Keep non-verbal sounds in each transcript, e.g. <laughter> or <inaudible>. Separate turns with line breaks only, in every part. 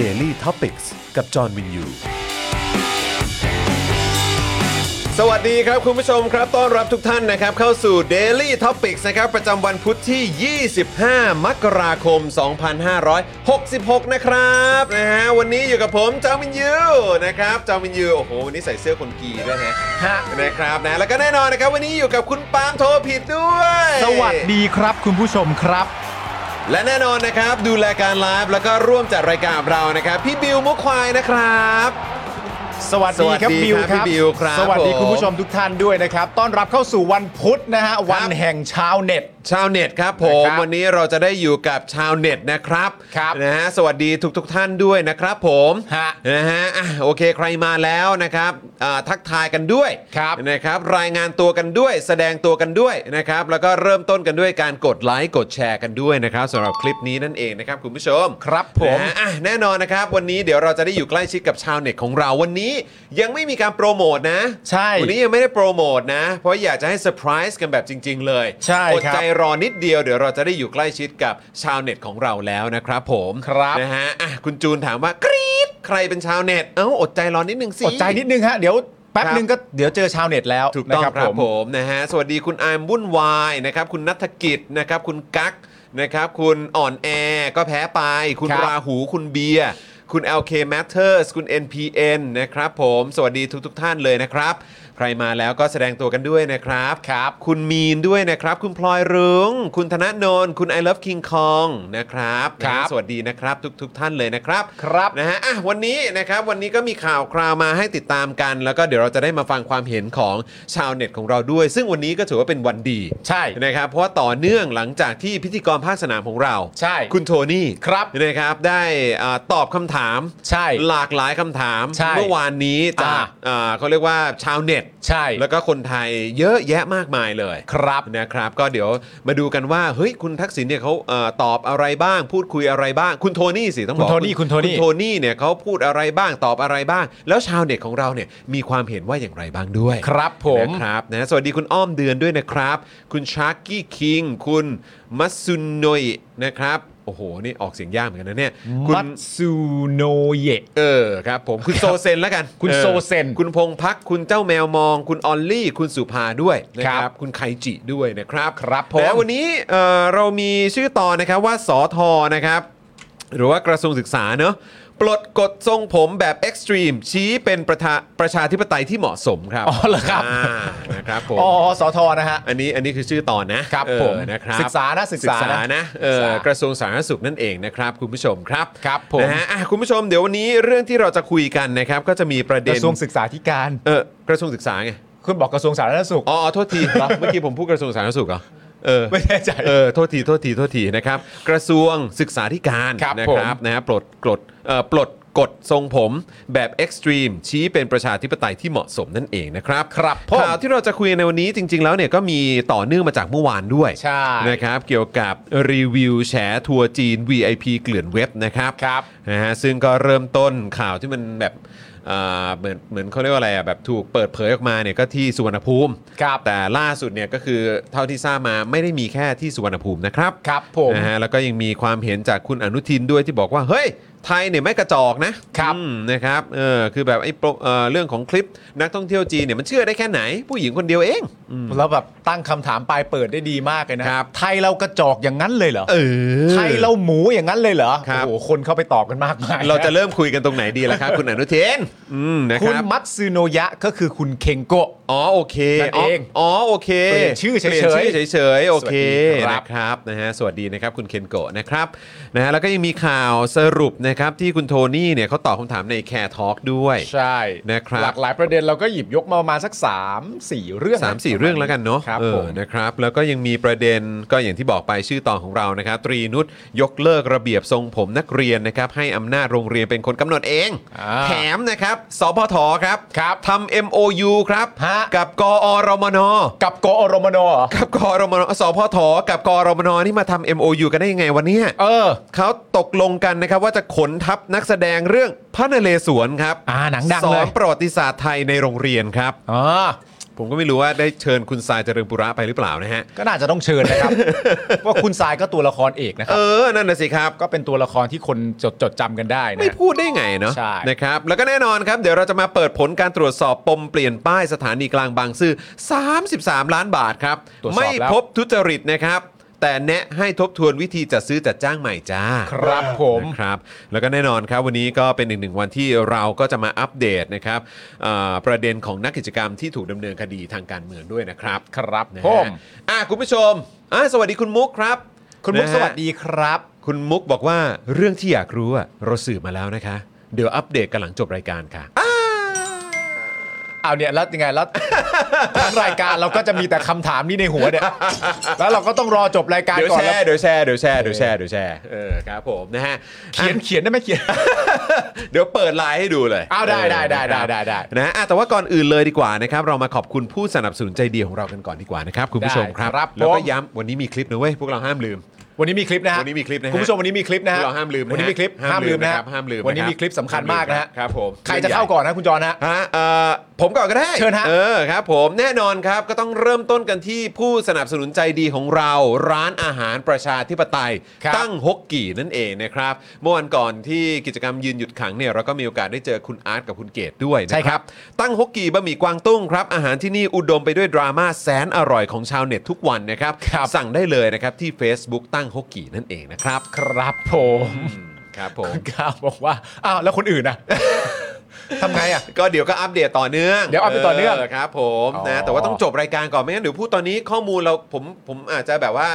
Daily t o p i c กกับจอห์นวินยู
สวัสดีครับคุณผู้ชมครับต้อนรับทุกท่านนะครับเข้าสู่ Daily Topics นะครับประจำวันพุทธที่ 25 มกราคม 2566 นะครับนะฮะวันนี้อยู่กับผมจอมินยูนะครับจอมินยูโอ้โหวันนี้ใส่เสื้อคนกีด้วยฮะ
ฮะ
นะครับนะแล้วก็แน่นอนนะครับวันนี้อยู่กับคุณปาล์มโทรผิดด้วย
สวัสดีครับคุณผู้ชมครับ
และแน่นอนนะครับดูแลการไลฟ์แล้วก็ร่วมจัดรายการกับเรานะครับพี่บิวมุกควายนะครับ
สวัสดีครับ
สวัสดี
บิว
ครับ
ค
พี่
รับ
บิวครับ
สวัสดี
ผม
คุณผู้ชมทุกท่านด้วยนะครับ ต้อนรับเข้าสู่วันพุธนะฮะวัน
ครับ
แห่งชาวเน็ต
ชาวเน็ตครับผม
นะครับ
วันนี้เราจะได้อยู่กับชาวเน็ตนะครับ
ครับ
นะฮะสวัสดีทุกทกๆท่านด้วยนะครับผม
ฮะ
นะฮะอ่ะโอเคใครมาแล้วนะครับอ่าทักทายกันด้วย
ครับ
นะครับ รายงานตัวกันด้วย แสดงตัวกันด้วยนะครับแล้วก็เริ่มต้นกันด้วยการกดไลค์กดแชร์กันด้วยนะครับสำหรับคลิปนี้นั่นเองนะครับคุณผู้ชม
ครับผม
นะฮะ อ่ะแน่นอนนะครับ วันนี้เดี๋ยวเราจะได้อยู่ใกล้ชิดกับชาวเน็ตของเราวันนี้ยังไม่มีการโปรโมทนะ
ใช่
วันนี้ยังไม่ได้โปรโมทนะ เพราะอยากจะให้เซอร์ไพรส์กันแบบจริง ๆ เลย
ใช่
อด
ครับ
ใจรอนิดเดียวเดี๋ยวเราจะได้อยู่ใกล้ชิดกับชาวเน็ตของเราแล้วนะครับผม
ครับ
นะฮะอ่ะคุณจูนถามว่ากรี๊ดใครเป็นชาวเน็ตเอ้าอดใจรอนิดนึงสิ
อดใจนิดนึงฮะเดี๋ยวแป๊บ
ครับ
นึงก็เดี๋ยวเจอชาวเน็ตแล้ว
ถูกต้อง
นะครับ
ครับ
ผ
ผม มนะฮะสวัสดีคุณอามวุ่นวายนะครับคุณนัฐกิจนะครับคุณกั๊กนะครับคุณอ่อนแอก็แพ้ไป คุณ
ครับ
ราหูคุณเบียร์คุณ LK Matters คุณ NPN นะครับผมสวัสดีทุกๆทท่านเลยนะครับ ใครมาแล้วก็แสดงตัวกันด้วยนะครับครับ คุณมีนด้วยนะครับ คุณพลอยรุง้งคุณธนโนนคุณ I Love King Kong นะครับ
ครับ
นะสวัสดีนะครับทุกๆทท่านเลยนะครับ
ครับ
นะฮะอ่ะวันนี้นะครับวันนี้ก็มีข่าวคราวมาให้ติดตามกัน แล้วก็เดี๋ยวเราจะได้มาฟังความเห็นของชาวเน็ตของเราด้วย ซึ่งวันนี้ก็ถือว่าเป็นวันดี
ใช่
นะครับเพราะว่าต่อเนื่องหลังจากที่พิธีกรภาคสนามของเรา
ใช่
คุณโทนี่
ครับ
นะครับได้อาตอบคำถาม
ใช่
หลากหลายคำถาม
ใช่
เมื่อวานนี้จาก
อ่า
อ่าเขาเรียกว่าชาวเน็ต
ใช่
แล้วก็คนไทยเยอะแยะมากมายเลย
ครับ
นะครับ ก็เดี๋ยวมาดูกันว่าเฮ้ยคุณทักษิณเนี่ยเขาเออตอบอะไรบ้าง พูดคุยอะไรบ้าง คุณโทนี่สิต้องบอก
คุณโทนี่คุณโทนี่
โทนี่เนี่ยเขาพูดอะไรบ้างตอบอะไรบ้าง แล้วชาวเน็ตของเราเนี่ยมีความเห็นว่าอย่างไรบ้างด้วย
ครับผม
นะครับนะสวัสดีคุณอ้อมเดือนด้วยนะครับ คุณชาร์กี้คิงคุณมัตซุโนยนะครับโอ้โหนี่ออกเสียงยากเหมือนกันนะเนี่ยคุณ
มัตซูโนเยะ
เออครับผมคุณโซเซนแล้วกัน
คุณ
ออ
โซเซน
คุณพงพักคุณเจ้าแมวมอง คุณออลลี่ คุณสุภาด้วยนะค
ครั
รับบ คุณไคจิด้วยนะครับ
ครับผม
และวันนี้เอ่อเรามีชื่อตอนนะครับว่าสอทอนะครับ หรือว่ากระทรวงศึกษาเนอะปลดกฎทรงผมแบบเอ็กซ์ตรีมชี้เป็นประธาประชาธิปไตยที่เหมาะสมครับ
อ๋อเหรอครับ
านะครับผม
อ๋อสอทอนะฮะ
อันนี้อันนี้คือชื่อตอนนะครับ เออ
ผม
นะครับ
ศึกษานะศึกษานะ
นะเออ
ศึกษาก
ระทรวงสาธารณสุขนั่นเองนะครับคุณผู้ชมครับ
ครับผม
นะฮะอ่ะคุณผู้ชมเดี๋ยววันนี้เรื่องที่เราจะคุยกันนะครับก็จะมีประ
ก
เด็น
ระทรวงศึกษาธิการ
เออกระทรวงศึกษาไง
คุณบอกกระทรวงสาธารณสุข
อ๋ออ๋อโทษ
<laughs>
ทีเหรอเมื่อกี้ผมพูดกระทรวงสาธารณสุขเหรอเออ
ไม่แน่ใจ
เออโทษทีโทษทีโทษทีนะครับกระทรวงศึกษาธิการ
ครับ
นะ
ผม
ครับนะฮะปลดกฎเอ่อปลดกฎทรงผมแบบเอ็กซ์ตรีมชี้เป็นประชาธิปไตยที่เหมาะสมนั่นเองนะครับ
ครับผม
ข่าวที่เราจะคุยในวันนี้จริง ๆ แล้วเนี่ยก็มีต่อเนื่องมาจากเมื่อวานด้วย
ใช่
นะครับ เกี่ยวกับรีวิวแฉทัวร์จีน VIP เกลื่อนเว็บนะครับ
ครับ
นะฮะซึ่งก็เริ่มต้นข่าวที่มันแบบอ่าเหมือนเหมือนเขาเรียกว่าอะไรอ่ะแบบถูกเปิดเผยออกมาเนี่ยก็ที่สุวรรณภูมิ
ครับ
แต่ล่าสุดเนี่ยก็คือเท่าที่ทราบมาไม่ได้มีแค่ที่สุวรรณภูมินะครับ
ครับผม
นะฮะแล้วก็ยังมีความเห็นจากคุณอนุทินด้วยที่บอกว่าเฮ้ยไทยเนี่ยไม่กระจอกนะ
ครับ
อืมนะครับเออคือแบบไอ้โปรเอ่อเรื่องของคลิปนักท่องเที่ยวจีนเนี่ยมันเชื่อได้แค่ไหน ผู้หญิงคนเดียวเอง
แล้วแบบตั้งคำถามปลายเปิดได้ดีมากเลยนะครับ ไทยเรากระจอกอย่างนั้นเลยเหรอ
เออ
ไทยเราหมูอย่างนั้นเลยเหรอ
ครับ
โอ้โห คนเข้าไปตอบกันมากมาย
เราจะเริ่มคุยกันตรงไหนดีล่ะครับ
<laughs>
คุณอนุเทนอืมนะค
คุณ
รับ
มัตสึโนยะก็คือคุณเคงโกะ
อ๋อโอเค
นั่นเอง
อ๋อโอเค
เปลี่ยนชื่อเฉ
ป
ยๆ
ลี่ยนชื่อเฉยๆโอเค
สวัสดีครับ
นะครับนะฮะสวัสดีนะครับคุณเคนโกะนะครับนะฮะแล้วก็ยังมีข่าวสรุปนะครับที่คุณโทนี่เนี่ยเขาตอบคำถามในแคร์ทอล์กด้วย
ใช่
นะครับ
หลากหลายประเด็นเราก็หยิบยกมาประมาณสัก 3 4 เรื่อง
สามสี่เรื่องแล้วกันเนาะ
ครับ
เอ
ผ
อ
ม
นะครับแล้วก็ยังมีประเด็นก็อย่างที่บอกไปชื่อตอนของเรานะครับ ตรีนุชยกเลิกระเบียบทรงผมนักเรียนนะครับ ให้อำนาจโรงเรียนเป็นคนกำหนดเอง
อ่า
แถมนะครับสพทครับ
ครับ
ทำ MOU ครับ
ฮะ
กับกอรมน
กับกอรมนเหรอ
กับกอรมนสพทกับกอรมนนี่มาทำ MOU กันได้ยังไงวันนี้
เออ
เขาตกลงกันนะครับว่าจะขนทัพนักแสดงเรื่องพระนเรศวรครับ
อ่าหนังดัง
สอ
เล
น
ย
ประวัติศาสตร์ไทยในโรงเรียนครับ
อ่า
ผมก็ไม่รู้ว่าได้เชิญคุณสายเจริญปุระไปหรือเปล่านะฮะ
ก็น่าจะต้องเชิญ
<laughs>
นะครับ เพราะคุณทรายก็ตัวละครเอกนะค
เอ
รับ
อ นั่นนะสิครับ
ก็เป็นตัวละครที่คนจดจดจำกันได้นะ
ไม่พูดได้ไงเนาะ
ใช่
นะครับ แล้วก็แน่นอนครับ เดี๋ยวเราจะมาเปิดผลการตรวจสอบปมเปลี่ยนป้ายสถานีกลางบางซื่อ 33 ล้านบาทครับ
ตรวจสอบแล้ว
ไม่พบทุจริตนะครับ แต่แนะให้ทบทวนวิธีจัดซื้อจัดจ้างใหม่จ้า
ครับผม
นะครับแล้วก็แน่นอนครับวันนี้ก็เป็นอีกหนึ่งวันที่เราก็จะมาอัปเดตนะครับเอ่อประเด็นของนักกิจกรรมที่ถูกดำเนินคดีทางการเมืองด้วยนะครับ
ครับ
นะ
ผ
ฮะ
ม
อ่ะคุณผู้ชมอ่ะสวัสดีคุณมุกครับ
คุณมุก
นะฮะ
สวัสดีครับ
คุณมุกบอกว่าเรื่องที่อยากรู้อะเราสืบมาแล้วนะคะ เดี๋ยวอัปเดตกันหลังจบรายการค่ะ
เอาเนี่ยแล้วยังไงแล้ว ทั้งรายการเราก็จะมีแต่คำถามนี้ในหัวเนี่ย แล้วเราก็ต้องรอจบรายการ
เดี๋ยว
ก่อน
แช
แล้ว
ร์เดี๋ยวแชร์เดี๋ยวแชร์เดี๋ยวแชร์เดี๋ยวแชร์เออครับผมนะฮะ
เขียนเขียนได้ไหมเขียน
เดี๋ยวเปิดไลน์ให้ดูเลย
เอาได้ได้ได้
เออนะครับ
ได้ได้ได้
นะอ่ะแต่ว่าก่อนอื่นเลยดีกว่านะครับเรามาขอบคุณผู้สนับสนุนใจดีของเรากันก่อนดีกว่านะครับคุณผู้ชมครับ
ได้ครับ
แล้วก็
ผม
ย้ำวันนี้มีคลิปนะเว้ยพวกเราห้ามลืม
วันนี้มีคลิปนะฮะ
วันนี้มีคลิปนะฮะ
คุณผู้ชมวันนี้มีคลิปนะ
พว
ฮะ
กเราห้ามลืมนะฮะ
วันนี้มีคลิปห้ามลืมนะ
นะ
ฮะ
ครับห้ามลืม
วันนี้
ะรับ
มีคลิปสำคัญมากนะฮะ
ครับผม
ใครจะเข้าก่อนนะคุณจอนะ
ฮะเอ่อผมก่อนก็ได้
เชิญฮะ
เออครับผมแน่นอนครับก็ต้องเริ่มต้นกันที่ผู้สนับสนุนใจดีของเรา ร้านอาหารประชาธิปไตย
ครับ
ตั้งฮกกี่นั่นเองนะครับเมื่อวันก่อนที่กิจกรรมยืนหยุดขังเนี่ยเราก็มีโอกาสได้เจอคุณอาร์ตกับคุณเกดด้วยนะ
ใช่
ค
ครั
รับ
บ
ตั้งฮกกี่บะหมี่กวางตุ้งครับ อาหารที่นี่อุดมไปด้วยดราม่าแสนอร่อยของชาวเน็ตทุกวันนะครับ
ครับ
สั่งได้เลยนะครับที่ Facebook ตั้งฮกกี่นั่นเองนะครับ
ครับผม
ครับผม
กล้าบอกว่าอ้าวแล้วคนอื่นนะ <laughs> ทำไงอ่ะ
ก็เดี๋ยวก็อัปเดตต่อเนื่อง
เดี๋ยวอัปเดตต่อเนื่อง
ครับผม
อ๋อ
นะแต่ว่าต้องจบรายการก่อนไม่งั้นเดี๋ยวพูดตอนนี้ข้อมูลเราผมผมอาจจะแบบว่า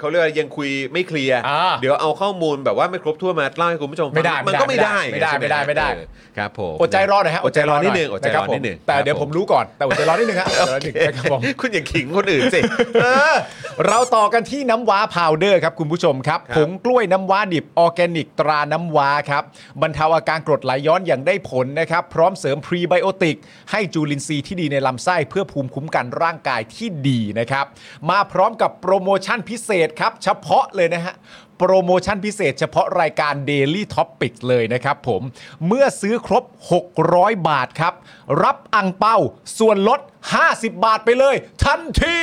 เขาเรียกว่ายังคุยไม่เคลียร์
อ่า
เดี๋ยวเอาข้อมูลแบบว่าไม่ครบทั่วนมาเล่าให้คุณผู้ชมฟัง
ไม่ได้
มันก็ไม่ได้
ไม่ได้
ใช่ห
ไม่ได้ไม่ได้
เออครับผม
อดใจรอหน่อยฮะ
อดใจรอนิดนึงอดใจรอ
หยะคบ
นิดนึง
ผมแต่เดี๋ย
ค
ว
รับ
ผมรู้ <laughs> ก่อนแต่อดใจรอนิดนึงฮะอดใจรอนิดนึงนะครับผม
คุณอย่าขิงคนอื่นสิ เออ
เราต่อกันที่น้ำว้าพาวเดอร์ครับคุณผู้ชมครับ
ครับ
ผงกล้วยน้ำว้าดิบออร์แกนิกตราน้ำว้าครับบรรเทาอาการกรดไหลย้อนอย่างได้ผลนะครับ พร้อมเสริมพรีไบโอติก ให้จุลินทรีย์ที่ดีในลำไส้เพื่อภูมิคุ้มกันร่างกายที่ดีนะครับ มาพร้อมกับโปรโมชั่นพิเศษครับ เฉพาะเลยนะฮะ โปรโมชั่นพิเศษเฉพาะรายการ Daily Topic เลยนะครับผมเมื่อซื้อครบ 600 บาทครับ รับอังเป้าส่วนลด 50 บาทไปเลยทันที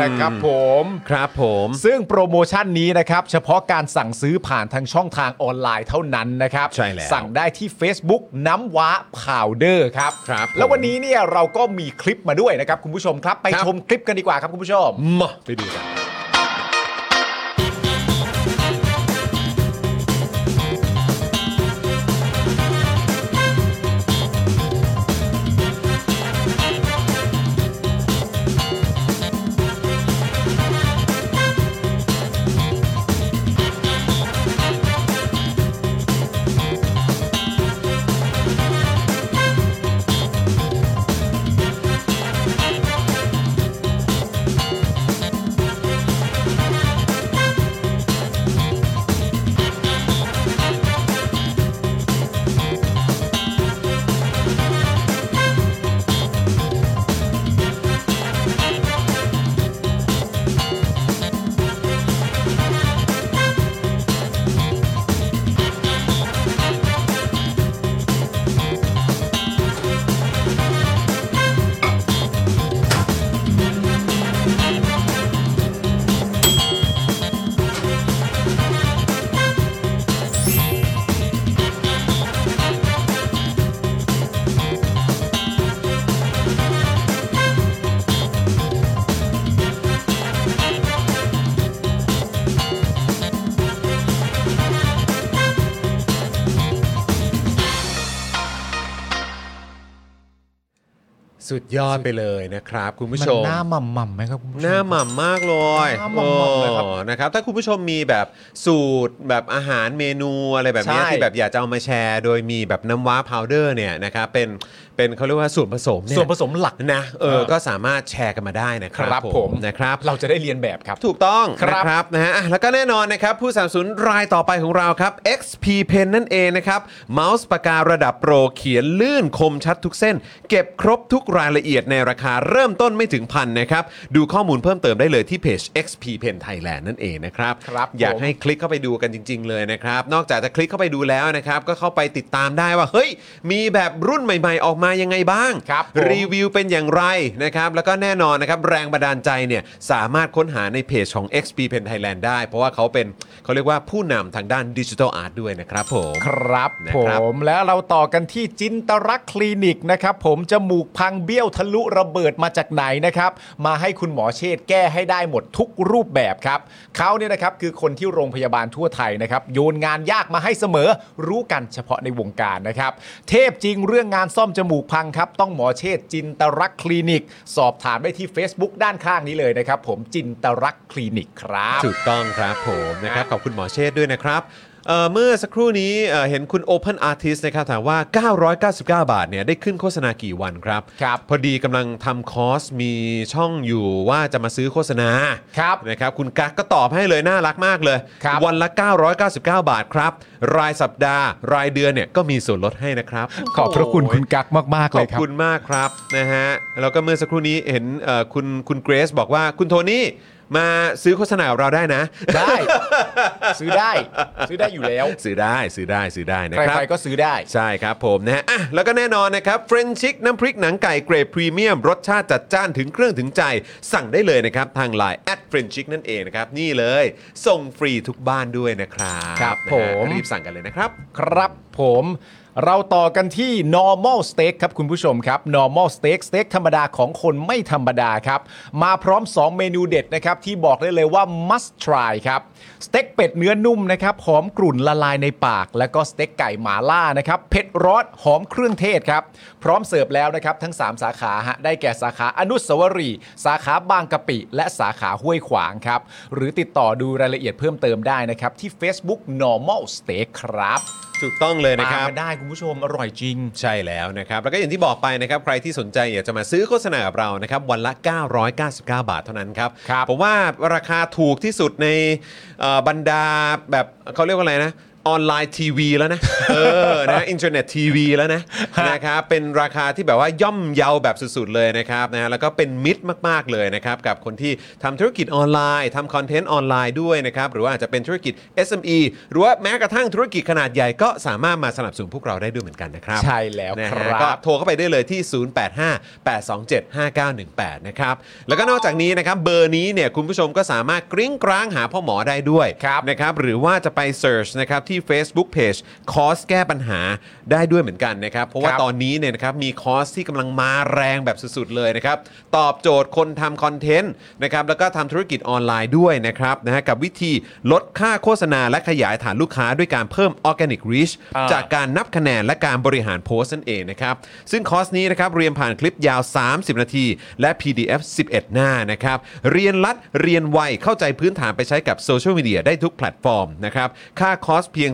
นะครับผม
ครับผม
ซึ่งโปรโมชั่นนี้นะครับ เฉพาะการสั่งซื้อผ่านทางช่องทางออนไลน์เท่านั้นนะครับ
ใช่แล้ว
สั่งได้ที่ Facebook น้ำว้าพาวเดอร์ครับ
ครับ
แล้ววันนี้เนี่ยเราก็มีคลิปมาด้วยนะครับคุณผู้ชมครับ ไป
ครับ
ชมคลิปกันดีกว่าครับคุณผู้ชม
มาไปดูกัน สุดยอดไปเลยนะครับ คุณผู้ชม
นหน้าหม่ำหม่ำๆไหมครับคุณผู้ชม
หน้าหม่ำมากเลย
หน้าหม่ำๆเลยครับ
โอ้นะครับ ถ้าคุณผู้ชมมีแบบสูตรแบบอาหารเมนูอะไรแบบเนี้ย
ใช่
ที่แบบอยากจะเอามาแชร์ โดยมีแบบน้ำว้าพาวเดอร์เนี่ยนะครับเป็นเป็นเขาเรียกว่าส่วนผสมเนี่ย
ส่วนผสมหลัก
นะเออ
เออ
ก็สามารถแชร์กันมาได้นะครั
ครับผม
นะครับ
เราจะได้เรียนแบบครับ
ถูกต้อง
ครับ
นะครับนะฮะอ่ะแล้วก็แน่นอนนะครับ ผู้สนับสนุนรายต่อไปของเราครับ XP Pen นั่นเองนะครับ เมาส์ปากการะดับโปรเขียนลื่นคมชัดทุกเส้น เก็บครบทุกรายละเอียดในราคาเริ่มต้นไม่ถึงพันนะครับ ดูข้อมูลเพิ่มเติมได้เลยที่เพจ XP Pen Thailand นั่นเองนะครับ
ครับ
อยาก
ผม
ให้คลิกเข้าไปดูกันจริง ๆ เลยนะครับ นอกจากจะคลิกเข้าไปดูแล้วนะครับ ก็เข้าไปติดตามได้ว่า เฮ้ย มีแบบรุ่นใหม่ ๆ ออกมา มายังไงบ้าง
ครับผม
วิวเป็นอย่างไรนะครับ แล้วก็แน่นอนนะครับ แรงบันดาลใจเนี่ยสามารถค้นหาในเพจของ XP Pen Thailand ได้ เพราะว่าเขาเป็นเขาเรียกว่าผู้นำทางด้านดิจิทัลอาร์ตด้วยนะครับผม
ครับ
นะ
ผ
ครับ
มแล้วเราต่อกันที่จินตรักษณ์คลินิกนะครับ ผมจมูกพังเบี้ยวทะลุระเบิดมาจากไหนนะครับ มาให้คุณหมอเชษฐ์แก้ให้ได้หมดทุกรูปแบบครับเขาเนี่ยนะครับคือคนที่โรงพยาบาลทั่วไทยนะครับ โยนงานยากมาให้เสมอ รู้กันเฉพาะในวงการนะครับ เทพจริงเรื่องงานซ่อมจมูกพังครับ ต้องหมอเชษฐ์จินตรักษณ์คลินิก สอบถามได้ที่ Facebook ด้านข้างนี้เลยนะครับ ผมจินตรักษณ์คลินิกครับ
ถูกต้องครับผมนะครับขอบคุณหมอเชษฐ์ด้วยนะครับเอ่อเมื่อสักครู่นี้เอ่อเห็นคุณ Open Artist นะครับถามว่า 999 บาทเนี่ยได้ขึ้นโฆษณากี่วันครับ
ครับ
พอดีกำลังทำคอร์สมีช่องอยู่ว่าจะมาซื้อโฆษณา
ครับ
นะครับคุณกั๊กก็ตอบให้เลยน่ารักมากเลย
ครับ
วันละ 999 บาทครับ รายสัปดาห์ รายเดือนเนี่ยก็มีส่วนลดให้นะครับ
ขอบพระคุณคุณกักมาก
ข
ๆเล
อย บ
ครับ
คุณมากครับนะฮะแล้วก็เมื่อสักครู่นี้เห็นเอ่อคุณคุณเกรซบอกว่าคุณโทนี่มาซื้อโฆษณากับเราได้นะ <laughs>
ได้ ซื้อได้ ซื้อได้อยู่แล้ว
ซื้อได้ซื้อได้ซื้อได้นะ
ใ
ครับ
ครๆก็ซื้อได้
ใช่ครับผมนะฮะอ่ะแล้วก็แน่นอนนะครับเฟรนชิกน้ำพริกหนังไก่เกรดพรีเมียม รสชาติจัดจ้านถึงเครื่องถึงใจ สั่งได้เลยนะครับ ทางไลน์แอดเฟรนชิกนั่นเองนะครับ นี่เลย ส่งฟรีทุกบ้านด้วยนะครับ
ครับ
นะฮะ
ผม
รีบสั่งกันเลยนะครับ
ครับผมเราต่อกันที่ normal steak ครับคุณผู้ชมครับ normal steak สเต็กธรรมดาของคนไม่ธรรมดาครับ มาพร้อม 2 เมนูเด็ดนะครับ ที่บอกได้เลยว่า must try ครับสเต็กเป็ดเนื้อนุ่มนะครับ หอมกลุ่นละลายในปาก แล้วก็สเต็กไก่หมาล่านะครับ เผ็ดร้อนหอมเครื่องเทศครับ พร้อมเสิร์ฟแล้วนะครับ ทั้ง 3 สาขาฮะได้แก่สาขาอนุสาวรีย์สาขาบางกะปิ และสาขาห้วยขวางครับ หรือติดต่อดูรายละเอียดเพิ่มเติมได้นะครับที่ Facebook normal steak ครับ
ถูกต้องเลยนะครับ
ตามมาได้คุณผู้ชมอร่อยจริง
ใช่แล้วนะครับ แล้วก็อย่างที่บอกไปนะครับ ใครที่สนใจอยากจะมาซื้อโฆษณากับเรานะครับ วันละ 999 บาทเท่านั้นครับ
ครับ
ผมว่าราคาถูกที่สุดในเอ่อบรรดาแบบเขาเรียกว่าอะไรนะ ออนไลน์ทีวีแล้วนะ <laughs> เออนะอินเทอร์เน็ตทีวีแล้วนะ
ฮะ
นะครับเป็นราคาที่แบบว่าย่อมเยาแบบสุดๆเลยนะครับนะฮะแล้วก็เป็นมิตรมากๆเลยนะครับกับคนที่ทำธุรกิจออนไลน์ทำคอนเทนต์ออนไลน์ด้วยนะครับหรือว่าอาจจะเป็นธุรกิจ SME หรือว่าแม้กระทั่งธุรกิจขนาดใหญ่ก็สามารถมาสนับสนุนพวกเราได้ด้วยเหมือนกันนะครับ
ใช่แล้ว
นะฮะ
ครับ
ก็โทรเข้าไปได้เลยที่ 0858275918 นะครับ แล้วก็นอกจากนี้นะครับเบอร์นี้เนี่ยคุณผู้ชมก็สามารถกริ้งกร้างหาพ่อหมอได้ด้วยนะครับ หรือว่าจะไป Search นะครับที่ Facebook Page คอร์สแก้ปัญหาได้ด้วยเหมือนกันนะครับ เพราะว่าตอนนี้เนี่ยนะครับมีคอร์สที่กำลังมาแรงแบบสุดๆเลยนะครับ ตอบโจทย์คนทำคอนเทนต์นะครับแล้วก็ทำธุรกิจออนไลน์ด้วยนะครับนะฮะกับวิธีลดค่าโฆษณาและขยายฐานลูกค้าด้วยการเพิ่ม Organic Reach
อ่า
จาก การนับคะแนนและการบริหารโพสต์นั่นเองนะครับ ซึ่งคอร์สนี้นะครับเรียนผ่านคลิปยาว 30 นาที และ PDF 11 หน้านะครับ เรียนรัดเรียนไวเข้าใจพื้นฐานไปใช้กับโซเชียลมีเดียได้ทุกแพลตฟอร์มนะครับ ค่าคอร์สเพียง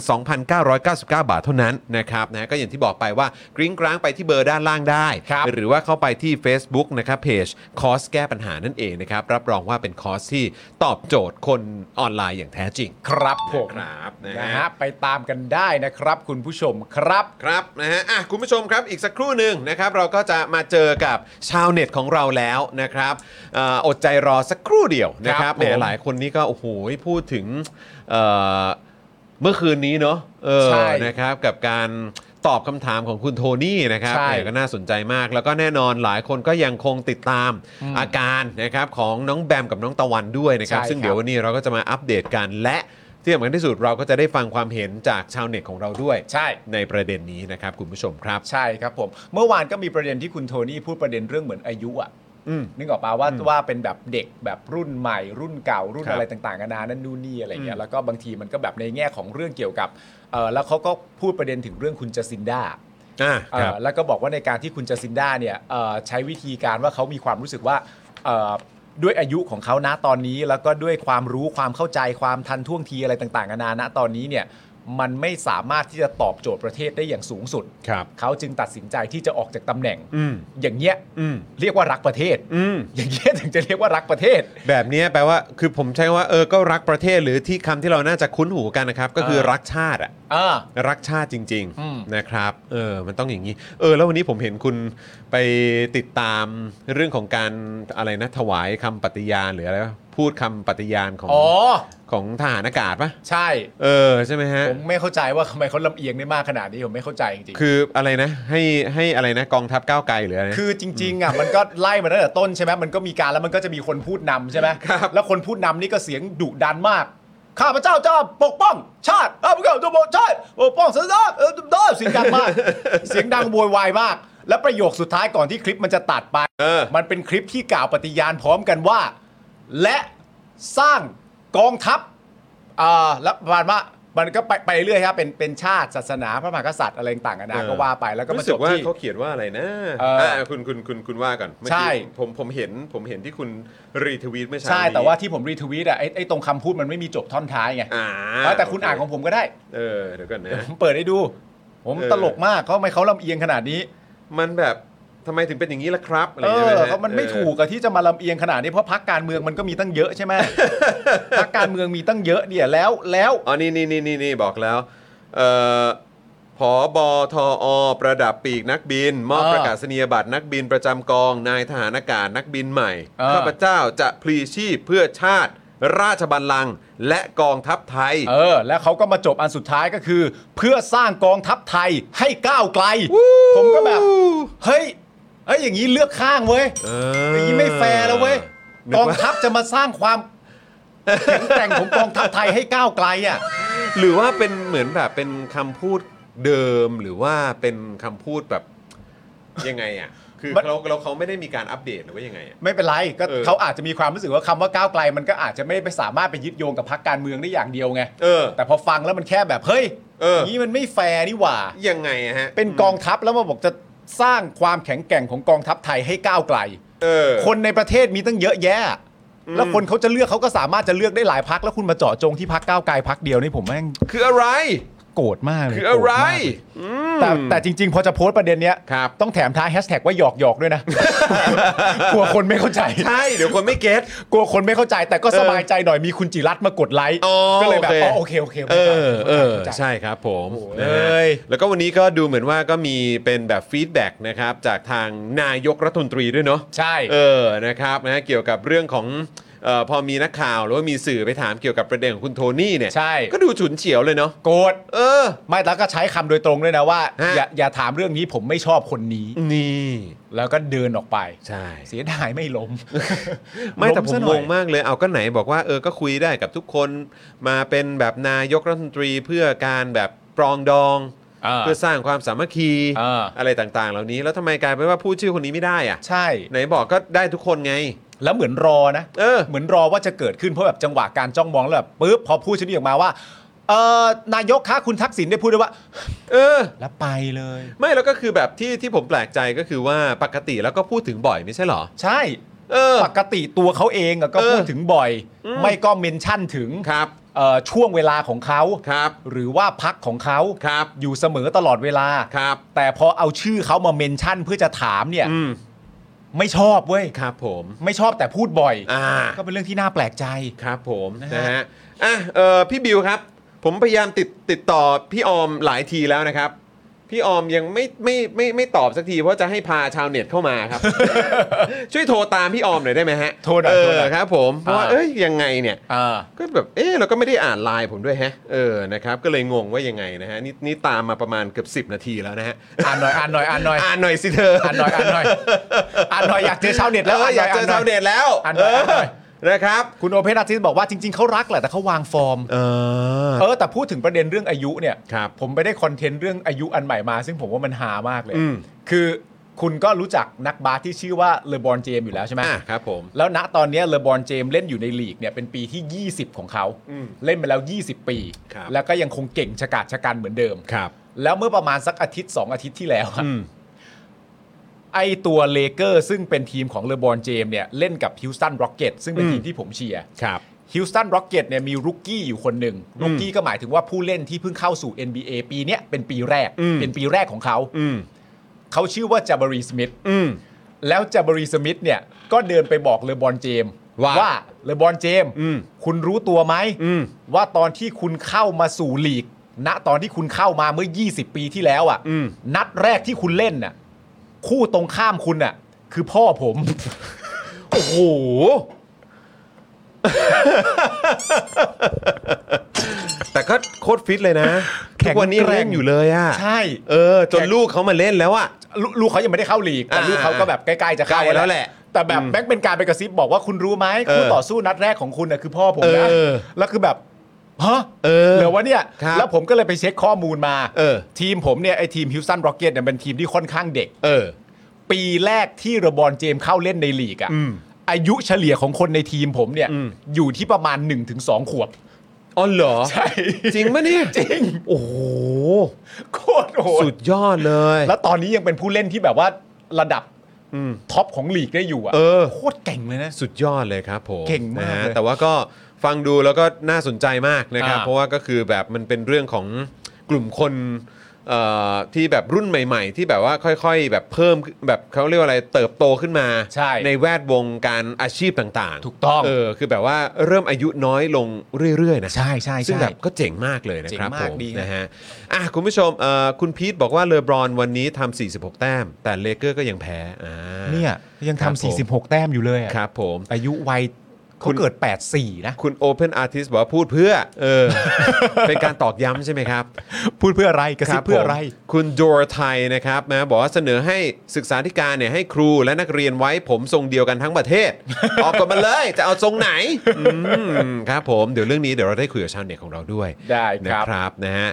2,999 บาทเท่านั้นนะครับนะก็อย่างที่บอกไปว่ากริ้งกร้างไปที่เบอร์ด้านล่างได้
ครับ
หรือว่าเข้าไปที่ Facebook นะครับเพจคอร์สแก้ปัญหานั่นเองนะครับรับรองว่าเป็นคอร์สที่ตอบโจทย์คนออนไลน์อย่างแท้จริง
ครับผม
นะครับนะฮะ
นะฮะไปตามกันได้นะครับ คุณผู้ชมครับ
ครับนะฮะอ่ะคุณผู้ชมครับอีกสักครู่หนึ่งนะครับ เราก็จะมาเจอกับชาวเน็ตของเราแล้วนะครับเอ่ออดใจรอสักครู่เดียวนะค
ครั
รับบ
ผม
แหมหลายคนนี่ก็โอ้โหพูดถึงเอ่อเมื่อคืนนี้เนาะเออ
ใช่
นะครับกับการตอบคำถามของคุณโทนี่นะครับ
ใช่
เออก็น่าสนใจมาก แล้วก็แน่นอนหลายคนก็ยังคงติดตามอาการนะครับของน้องแบมกับน้องตะวันด้วยนะครับ
ใช่
ซึ่ง
ครับ
เดี๋ยววันนี้เราก็จะมาอัปเดตกันและที่สำคัญที่สุดเราก็จะได้ฟังความเห็นจากชาวเน็ตของเราด้วย
ใช่
ในประเด็นนี้นะครับคุณผู้ชมครับ
ใช่ครับผมเมื่อวานก็มีประเด็นที่คุณโทนี่พูดประเด็นเรื่องเหมือนอายุอ่ะ
อืม
นึกออกปะว่าว่าเป็นแบบเด็กแบบรุ่นใหม่ รุ่นเก่ารุ่น
ครับ
อะไรต่างๆกันานานั่นนู่นนี่อะไรเงี้
อื
ย
ม
แล้วก็บางทีมันก็แบบในแง่ของเรื่องเกี่ยวกับเออแล้วเขาก็พูดประเด็นถึงเรื่องคุณจัสซินดา
อ่า
เอ่
ค
อ
รับ
แล้วก็บอกว่าในการที่คุณจัสซินดาเนี่ยเอ่อใช้วิธีการว่าเขามีความรู้สึกว่าเอ่อด้วยอายุของเขานะตอนนี้ แล้วก็ด้วยความรู้ความเข้าใจความทันท่วงทีอะไรต่างๆนานาณตอนนี้เนี่ยมันไม่สามารถที่จะตอบโจทย์ประเทศได้อย่างสูงสุด
ครับ
เขาจึงตัดสินใจที่จะออกจากตำแหน่ง
อืม
อย่างเงี้ย
อืม
เรียกว่ารักประเทศ
อืม
อย่างเงี้ยถึงจะเรียกว่ารักประเทศ
แบบเนี้ยแปลว่าคือผมใช้ว่าเออก็รักประเทศหรือที่คำที่เราน่าจะคุ้นหูกันนะครับ ก็คือ
เออ
รักชาติอ่ะ
อ่า
รักชาติจริง
อืม
ๆ นะครับ เออ มันต้องอย่างนี้ เออ แล้ววันนี้ผมเห็นคุณไปติดตามเรื่องของการอะไรนะ ถวายคำปฏิญาณหรืออะไรวะ พูดคำปฏิญาณของ
อ๋อ
ของทหารอากาศปะ
ใช่
เออใช่ไหมฮะ
ผมไม่เข้าใจว่าทำไมเขาลำเอียงได้มากขนาดนี้ ผมไม่เข้าใจจริงๆ
คืออะไรนะ ให้ให้อะไรนะกองทัพก้าวไกลหรืออะไรนะ
คือจริงๆอ่ะมันก็ไล่มาตั้งแต่ต้นใช่ไหมมันก็มีการแล้วมันก็จะมีคนพูดนำใช่ไหม
ครับ
แล้วคนพูดนำนี่ก็เสียงดุดันมาก ข้าพเจ้าจะปกป้อง ชาติข้าพเจ้าจะปกป้องชาติปกป้องศาสนาเออเออเสียงดังมาก เสียงดังโวยวายมาก และประโยคสุดท้ายก่อนที่คลิปมันจะตัดไป
เออ
มันเป็นคลิปที่กล่าวปฏิญาณพร้อมกันว่า และสร้างกองทัพอ่าแล้วประมาณว่ามันก็ไปไปเรื่อยครับเป็นเป็นชาติศาสนาพระมหากษัตริย์อะไรต่างกันานะก็ว่าไปแล้วก็มา
รู้
จ
สึ
บ
กว่า
ที่
เขาเขียนว่าอะไรนะ
เอออ่
ะคุณคุณคุณคุณว่าก่อนเมื่อกี้
ใช่
ผมผมเห็นผมเห็นที่คุณรีทวีตเมื่อเช้า
ใช่
นี้
แต่ว่าที่ผมรีทวีตอ่ะไอ้ไอ้ตรงคำพูดมันไม่มีจบท่อนท้ายไง
อ่า
เออแต่คุณอ่านของผมก็ได้
เออเดี๋ยวก่
<laughs>
อนนะ
ผมเปิดให้ดู ผม
เออ
ตลกมากเขาทำไมเขาลำเอียงขนาดนี้
มันแบบทำไมถึงเป็นอย่างนี้ล่ะครับอะไร
เอ
ใช่ไห
อ
ฮะ
เขามันไม่ถูกอะที่จะมาลำเอียงขนาดนี้เพราะพักการเมืองมันก็มีตั้งเยอะใช่
<laughs>
ไหม พักการเมืองมีตั้งเยอะเนี่ยแล้วแล้ว
เอออ๋อนี่นี่นี่นี่นี่บอกแล้วเอ่อผอบอทออประดับปีกนักบิน มอบ
เออ
ประกาศนียบัตรนักบินประจำกองนายทหารอากาศนักบินใหม่
เออ
ข้าพเจ้าจะพลีชีพเพื่อชาติ ราชบัลลังก์และกองทัพไทย
เออ แล้วเขาก็มาจบอันสุดท้ายก็คือ เพื่อสร้างกองทัพไทยให้ก้าวไกล ผมก็แบบเฮ้ยเอ้ยอย่างนี้เลือกข้างเว้ย
เอ
อย่างนี้ไม่แฟร์แล้วเว้ย
นึ
กอง
ว่า
ทัพจะมาสร้างความแข็งแกร่งของกองทัพไทยให้ก้าวไกลอ่ะ
หรือว่าเป็นเหมือนแบบเป็นคำพูดเดิมหรือว่าเป็นคำพูดแบบยังไงอ่ะ คือ
มัน
เราเราเขาไม่ได้มีการอัปเดตหรือว่ายังไงอ่ะ
ไม่เป็นไรก็
เออ
เขาอาจจะมีความรู้สึกว่าคำว่าก้าวไกล มันก็อาจจะไม่ไปสามารถไปยึดโยงกับพรรคการเมืองได้อย่างเดียวไง
เออ
แต่พอฟังแล้วมันแค่แบบเฮ้ย
เอออ
ย่างนี้มันไม่แฟร์นี่หว่า
ยังไงอะฮะ
เป็นกองทัพแล้วมาบอกจะสร้างความแข็งแกร่งของกองทัพไทยให้ก้าวไกล
เออ
คนในประเทศมีตั้งเยอะแยะ แล้วคนเขาจะเลือกเขาก็สามารถจะเลือกได้หลายพักแล้วคุณมาเจาะจงที่พักก้าวไกลพักเดียวนี่ผมแม่ง
คืออะไร
โกรธมากเลย
คืออะไร
โกธมากเลย แต่แต่จริง ๆ พอจะโพสต์ประเด็นเนี้ย
ครับ
ต้องแถมท้ายแฮชแท็กว่าหยอกหยอกด้วยนะ <laughs> กลัวคนไม่เข้าใจ
ใช่ เดี๋ยวคนไม่เก็ต
กลัวคนไม่เข้าใจแต่ก็สบายใจหน่อยมีคุณจิรัตน์มากดไลค์
อ๋อ
ก็เลยแบบ
โอเค
อ๋อโอเคโอเค
เออ
ข้าใจ
เออ
ข้าใจ
ใช่ครับผม
โอ้โห
นะฮะ
เอ้ย
แล้วก็วันนี้ก็ดูเหมือนว่าก็มีเป็นแบบฟีดแบ็กนะครับจากทางนายกรัฐมนตรีด้วยเนาะ
ใช่
เออนะครับนะเกี่ยวกับเรื่องของเออพอมีนักข่าวหรือว่ามีสื่อไปถามเกี่ยวกับประเด็นของคุณโทนี่เนี่ย
ใช่
ก็ดูฉุนเฉียวเลยเนาะ
โกรธ
เออ
ไม่แล้วก็ใช้คำโดยตรงด้วยนะว่า
ฮะ
อย่าอย่าถามเรื่องนี้ผมไม่ชอบคนนี้
นี่
แล้วก็เดินออกไป
ใช่
เสียดายไม่ล้ม
ไม่แต่
ล้
ผม
ซะห
ง
น่อย
งมากเลย เอาก็ไหนบอกว่าเออก็คุยได้กับทุกคนมาเป็นแบบนายกรัฐมนตรีเพื่อการแบบปรองดอง
อ่า
เพื่อสร้างความสามัคคี
อ่า
อะไรต่างๆ เหล่านี้แล้วทำไมกลายเป็นว่าพูดชื่อคนนี้ไม่ได้อะ
ใช่
ไหนบอกก็ได้ทุกคนไง
แล้วเหมือนรอนะ
เออ
มือนรอว่าจะเกิดขึ้นเพราะแบบจังหวะการจ้องมองแล้วแบบปุ๊บพอพูดชนิดออกมาว่าเออนายกคะคุณทักษิณได้พูดด้วยว่า
เออ
แล้วไปเลย
ไม่แล้วก็คือแบบที่ที่ผมแปลกใจก็คือว่าปกติแล้วก็พูดถึงบ่อยไม่ใช่เหรอ
ใช่
เออ
ปกติตัวเขาเองอะก็
เออ
พูดถึงบ่อย ไม่ก็เมนชั่นถึง
ครับ
เอ่อช่วงเวลาของเขา
ครับ
หรือว่าพักของเขา
ครับ
อยู่เสมอตลอดเวลา
ครับ
แต่พอเอาชื่อเขามาเมนชั่นเพื่อจะถามเนี่ย
อืม
ไม่ชอบเว้ย
ครับผม
ไม่ชอบแต่พูดบ่อย
อ่า
ก็เป็นเรื่องที่น่าแปลกใจ
ครับผม
นะฮะ
นะฮะอ่ะเออพี่บิวครับ ผมพยายามติดติดต่อพี่ออมหลายทีแล้วนะครับ พี่ออมยังไม่ไม่ไม่ไม่ตอบสักทีเพราะจะให้พาชาวเน็ตเข้ามา
<laughs>
ครับ ช่วยโทรตามพี่ออมหน่อยได้ไหมฮะ
โทรหน่อย
เอ
โทรหน่
อ
อย
ครับ ผมเพราะว่า
อ่า
เอ้ยยังไงเนี่ย
เออ
ก็แบบเออเราก็ไม่ได้อ่านไลน์ผมด้วยแฮะเออนะครับก็เลยงงว่ายังไงนะฮะนี่นี่ตามมาประมาณเกือบ10 นาทีแล้วนะฮะ
อ่านหน่อยอ่านหน่อยอ่านหน่อย
อ่านหน่อยสิเธอ
อ่านหน่อยอ่านหน่อยอ่านหน่อยอยากเจอชาวเน็ต
แล้
แล้ว ว
อยากเจอชาวเน็
หน่
ตแล้ว
อ่านหน่อยอ่านหน่อย
เออนะครับ
ยคุณโอเพนอาทิตย์บอกว่าจริง ๆเขารักแหละแต่เขาวางฟอร์ม
เออ
เออแต่พูดถึงประเด็นเรื่องอายุเนี่ย
ครับ
ผมไปได้คอนเทนต์เรื่องอายุอันใหม่มา ซึ่งผมว่ามันหามากเลย
อืม
คือคุณก็รู้จักนักบาสที่ชื่อว่าเลบรอนเจมอยู่แล้วใช่ไหม
อ่ะครับผม
แล้วณตอนเนี้เลบรอนเจมเล่นอยู่ในลีกเนี่ยเป็นปีที่ 20 ของเขา
อืม
เล่นไปแล้ว 20 ปี
ครับ
แล้วก็ยังคงเก่งชะกาจชะกันเหมือนเดิม
ครับ
แล้วเมื่อประมาณสักอาทิตย์ 2 อาทิตย์ที่แล้วอะ
อืม
ไอตัวเลเกอร์ซึ่งเป็นทีมของเลบรอนเจมเนี่ยเล่นกับฮิวสตันร็อกเก็ตซึ่งเป็นทีมที่ผมเชียร์
ครับ
ฮิลสตันร็อกเก็ตเนี่ยมีรุกกี้อยู่คนหนึ่งรุกกี้ก็หมายถึงว่าผู้เล่นที่เพิ่งเข้าสู่ NBA ปีเนี้ยเป็นปีแรก
อืม
เป็นปีแรกของเขา
อืม
เขาชื่อว่าจ a บ a รีสมิธ
อืม
แล้วจ a บ a รีสมิธเนี่ยก็เดินไปบอกเลบอนเจมส์
ว่า
ว่าเลบอนเจมส์
อืม
คุณรู้ตัวไหม
อืม
ว่าตอนที่คุณเข้ามาสู่ลีก ณตอนที่คุณเข้ามาเมื่อ 20 ปีที่แล้วอะ่ะนัดแรกที่คุณเล่นน่ะคู่ตรงข้ามคุณน่ะคือพ่อผม
โอ้โห <laughs> แต่ก็โคตรฟิตเลยนะ
แข็
ทุ
ง
กวันนี้ยังเล่น
แกร่ง
อยู่เลยอ่ะ
ใช่
เออ จนลูกเขามาเล่นแล้วอ่ะ
ลูลูกเขายังไม่ได้เข้าลีกแต่
อ่า
ลูกเขาก็แบบใกล้ๆจะเข้า
ใกล้แล้วแหละ
แต่แบบแบงค์เป็นการไปกระซิบบอกว่าคุณรู้ไหมคู่
เออ
ต่อสู้นัดแรกของคุณน่ะคือพ่อผมนะ
เออ
แล้วคือแบบฮะ
เออ
หลือวะเนี่ย
ครับ
แล้วผมก็เลยไปเช็คข้อมูลมา
เออ
ทีมผมเนี่ยไอทีมฮิวสันโรเกตเนี่ยเป็นทีมที่ค่อนข้างเด็ก
เออ
ปีแรกที่เรอบรอนเจมส์เข้าเล่นในลีกอะอายุเฉลี่ยของคนในทีมผมเนี่ย อยู่ที่ประมาณ 1-2 ขวบ
อ๋อเหรอ
ใช่
จริงปะเนี่ย
จริง
โอ้โห
โคตรโห
สุ
ด
ดยอดเลย
แล้วตอนนี้ยังเป็นผู้เล่นที่แบบว่าระดับท็อปของลีกได้อยู่อะ
เออ
โคตรเก่งเลยนะ
สุดยอดเลยครับผม
เก่งมาก
นะฮะ
เลย
แต่ว่าก็ฟังดูแล้วก็น่าสนใจมากนะครับ
อ่า
เพราะว่าก็คือแบบมันเป็นเรื่องของกลุ่มคนเอ่อที่แบบรุ่นใหม่ ๆ ที่แบบว่าค่อยๆ แบบเพิ่มแบบเขาเรียกว่าอะไรเติบโตขึ้นมา
ใช่
แวดวงการอาชีพต่างๆ
ถูกต้อง
เออคือแบบว่าเริ่มอายุน้อยลงเรื่อยๆนะ
ใช่ใช่
ซึ่ง
ใช่
แบบก็เจ๋งมากเลยนะครับผ
เจ๋
ม
งาก
ม
ดีนะ
นะฮะอ่ะคุณผู้ชมเอ่อคุณพีทบอกว่าเลอบรอนวันนี้ทำ46 แต้ม แต่เลเกอร์ก็ยังแพ้อ่า
เนี่ยยัง
ครับผม
ทำ46 แต้มอยู่เลยอะ
ครับผม
อายุวัย
คุ
เขา
ณ
เกิด 84 นะ
คุณโอเพนอาร์ติสบอกว่าพูดเพื่อ เออ <laughs> เป็นการตอกย้ำใช่ไหมครับ
พูดเพื่ออะไรกระซิบเพื่อ
ผม
อะไร
คุณโดรไทยนะครับนะบอกว่าเสนอให้ศึกษาธิการเนี่ยให้ครูและนักเรียนไว้ผมทรงเดียวกันทั้งประเท
<laughs>
ศ ออกกันมาเลยจะเอาทรงไหนอืมครับผมเดี๋ยวเรื่องนี้เดี๋ยวเราได้คุยกับชาวเน็ตของเราด้วย
ได้
นะครับ ครับนะฮะ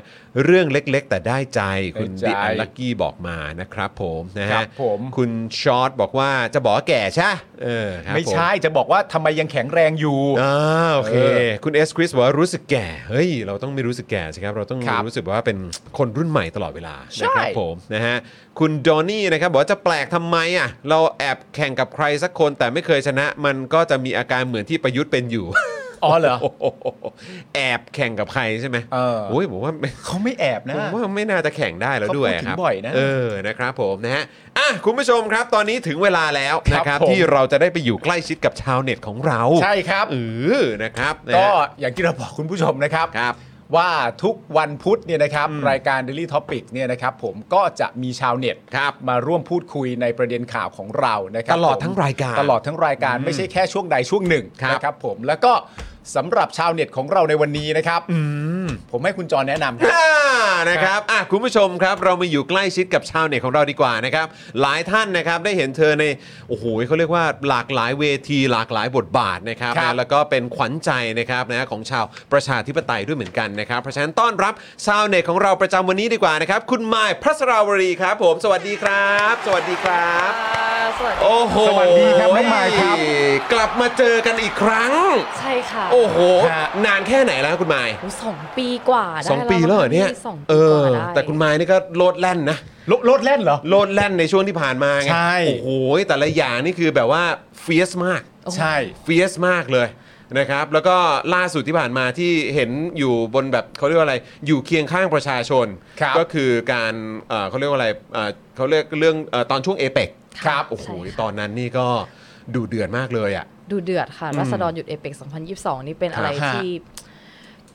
เรื่องเล็กๆ แต่ได้ใจคุณ
ได้ใจ
ดิอันลักกี้บอกมานะครับผมนะ
ครั
ฮะ
บผม
คุณชอตบอกว่าจะบอกว่าแก่ใช่ไหมเออครับ
ไม่
ผ
ใช่จะบอกว่าทำไมยังแข็งแรงอยู่
อ่าโอเค
เออ
คุณเอสคริสบอกว่ารู้สึกแก่ เฮ้ย เราต้องไม่รู้สึกแก่สิครับ เราต้อง
ครับ
รู้สึกว่าเป็นคนรุ่นใหม่ตลอดเวลา
ใช่
นะครับผมนะฮะคุณดอนนี่นะครับบอกว่าจะแปลกทำไมอ่ะ เราแอบแข่งกับใครสักคนแต่ไม่เคยชนะ มันก็จะมีอาการเหมือนที่ประยุทธ์เป็นอยู่ <laughs>
อ๋อเหรอ
โอ้โหแอบแข่งกับใครใช่ไหม
เออ
โอ้ยผมว่าไม่
เขาไม่แอบนะ
ผมว่าไม่น่าจะแข่งได้แล้ว
เขา
ด้วย
พูดถึง
ครับ
บ่อยนะ
เออนะครับผมนะฮะอ่ะคุณผู้ชมครับ ตอนนี้ถึงเวลาแล้วนะค
ครั
รับบ
ผม
ที่เราจะได้ไปอยู่ใกล้ชิดกับชาวเน็ตของเรา
ใช่ครับ
เออนะครับนะ
ก็
ฮะ
อย่างที่เราบอกคุณผู้ชมนะครับ
ครับ
ว่าทุกวันพุธเนี่ยนะครับรายการ Daily Topic เนี่ยนะครับผมก็จะมีชาวเน็ต
ครับ
มาร่วมพูดคุยในประเด็นข่าวของเรานะครั
ตลอดทั้งรายการ
ตลอดทั้งรายการไม่ใช่แค่ช่วงใดช่วงหนึ่ง
ครับ
นะครับผมแล้วก็สำหรับชาวเน็ตของเราในวันนี้นะครับผมให้คุณจรแนะนำครับ
อ่านะครับอ่ะคุณผู้ชมครับ เรามาอยู่ใกล้ชิดกับชาวเน็ตของเราดีกว่านะครับ หลายท่านนะครับได้เห็นเธอในโอ้โหเขาเรียกว่าหลากหลายเวที หลากหลายบทบาทนะครับ
ครับ
นะแล้วก็เป็นขวัญใจนะครับนะของชาวประชาธิปไตยด้วยเหมือนกันนะครับเพราะฉะนั้นต้อนรับชาวเน็ตของเราประจำวันนี้ดีกว่านะครับ คุณมายพัสราวรีครับ ผม สวัสดีครับ สวัสดีครับ
อ่าสวัสดี
โอ้โห
สวัสดีครับน้องมายครับ
กลับมาเจอกันอีกครั้ง
ใช่ค่ะ
โอ้โห
ฮะ
นานแค่ไหนแล้วคุณมาย
โอ้สองปีกว่าได้
สองปีแล้วเหรอเนี่ย
สอง
เอ
ปีก
อ
ว่าได้
แต่คุณไม้นี่ก็โลดแล่นนะ
โลดโลดแล่นเหรอ
โลดแล่นในช่วงที่ผ่านมาไง
ใช่
โอ้โห แต่ละอย่างนี่คือแบบว่าเฟียสมาก
โอ้
ใช่
เฟียสมากเลยนะครับ แล้วก็ล่าสุดที่ผ่านมาที่เห็นอยู่บนแบบเขาเรียกว่าอะไร อยู่เคียงข้างประชาชน
ครับ
ก็คือการเอ่อเขาเรียกว่าอะไรเอ่อเขาเรียกเรื่องเอ่อตอนช่วงเอเปก
ครับ
โอ้โห
ใช่ค่ะ
ตอนนั้นนี่ก็ดูเดือดมากเลยอ่ะ
ดูเดือดค่ะรัษฎรหยุดเอเปก2022 นี่เป็นอะไร
ฮะ
ที่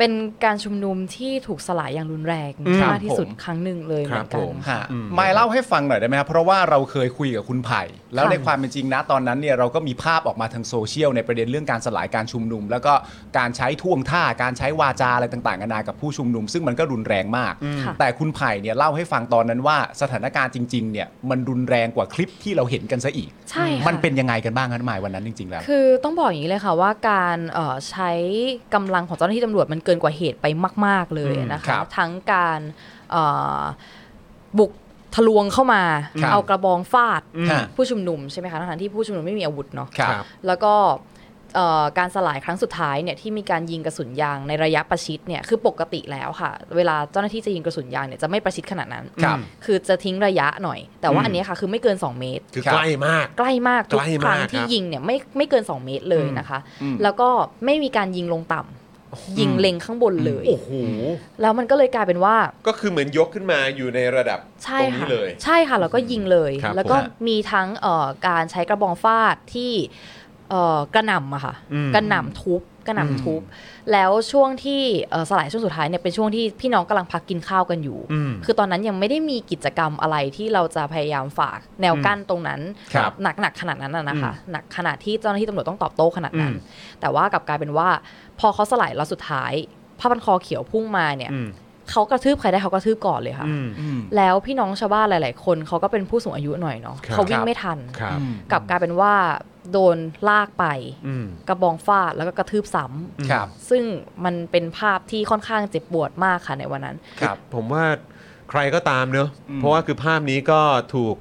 เป็นการชุมนุมที่ถูกสลายอย่างรุนแรง
ครับ
มากที่สุด
ผม
ครั้งหนึ่งเลยเหมือน
ครั
กับ น
ผม
ฮะมายเล่าให้ฟังหน่อยได้ไหมครับเพราะว่าเราเคยคุยกับคุณไผ่แล้ว
ค่ะ
ในความเป็นจริงนะตอนนั้นเนี่ยเราก็มีภาพออกมาทางโซเชียลในประเด็นเรื่องการสลายการชุมนุม แล้วก็การใช้ท่วงท่าการใช้วาจาอะไรต่างๆกันานากับผู้ชุมนุม ซึ่งมันก็รุนแรงมาก
ค่ะ
แต่คุณไผ่เนี่ยเล่าให้ฟังตอนนั้นว่าสถานการณ์จริงๆเนี่ยมันรุนแรงกว่าคลิปที่เราเห็นกันซะอีก
ใช่ค่ะ
มันเป็นยังไงกันบ้างครับมายวันนั้นจริง ๆ แล้ว
คือต้องบอกอย่างนี้เลยค่ะว่าการเอ่อใช้กำลังของเจ้าหน้าที่ตำรวจมันเกินกว่าเหตุไปมาก ๆ เลยนะ
ครั
คะ
บ
ทั้งการเอ่อบุกทะลวงเข้ามา
ครับ
เอากระบองฟาด
อืมฮะ
ผู้ชุมนุมใช่ไหมคะทั้งๆที่ผู้ชุมนุมไม่มีอาวุธเนาะ
ครับ
แล้วก็เอ่อการสลายครั้งสุดท้ายเนี่ยที่มีการยิงกระสุนยางในระยะประชิดเนี่ยคือปกติแล้วค่ะ เวลาเจ้าหน้าที่จะยิงกระสุนยางเนี่ยจะไม่ประชิดขนาดนั้น
ครับ
คือจะทิ้งระยะหน่อย แต่ว่าอันเนี้ยค่ะคือไม่เกิน 2 เมตร
คือ
ครับ
ใกล้มาก
ใกล้มากทุก
ใกล้
ค
มาก
รั้ง
ค
ที่
รับ
ยิงเนี่ยไม่ไม่เกิน 2 เมตรเลยนะคะ
อืม
แล้วก็ไม่มีการยิงลงต่ำยิงเล็งข้างบนเลย
โอ้โห
แล้วมันก็เลยกลายเป็นว่า
ก็คือเหมือนยกขึ้นมาอยู่ในระดับ
ใช่
ตรงนี้
ค่ะ
เลย
ใช่ค่ะแล้วก็ยิงเลย
ครับ
แล้วก็
ผม
มีทั้งเอ่อการใช้กระบองฟาดที่เอ่อกระหน่ำอะค่ะกระหน่ำทุบ กระหน่ำทุบ แล้วช่วงที่เอ่อสลายช่วงสุดท้ายเนี่ยเป็นช่วงที่พี่น้องกำลังพักกินข้าวกันอยู่ คือตอนนั้นยังไม่ได้มีกิจกรรมอะไรที่เราจะพยายามฝากแนวกั้นตรงนั้น
ครับ
หนักหนักขนาดนั้นน่ะนะคะหนักขนาดที่เจ้าหน้าที่ตำรวจต้องตอบโต้ขนาดนั้น แต่ว่ากลับกลายเป็นว่า พอเขาสลายเราสุดท้ายผ้าพันคอเขียวพุ่งมาเนี่ยเขากระทืบใครได้เขากระทืบก่อนเลยค่ะ แล้วพี่น้องชาวบ้านหลาย ๆ คนเขาก็เป็นผู้สูงอายุหน่อยเนาะ
ครับ
เขาวิ่งไม่ทัน
ครับ
กลับกลายเป็นว่าโดนลากไป
อืม
กระบองฟาดแล้วก็กระทืบซ้ำ
ครับ
ซึ่งมันเป็นภาพที่ค่อนข้างเจ็บปวดมากค่ะในวันนั้น
ครับ
ผมว่าใครก็ตามเนอะเพราะว่าคือภาพนี้ก็ถูก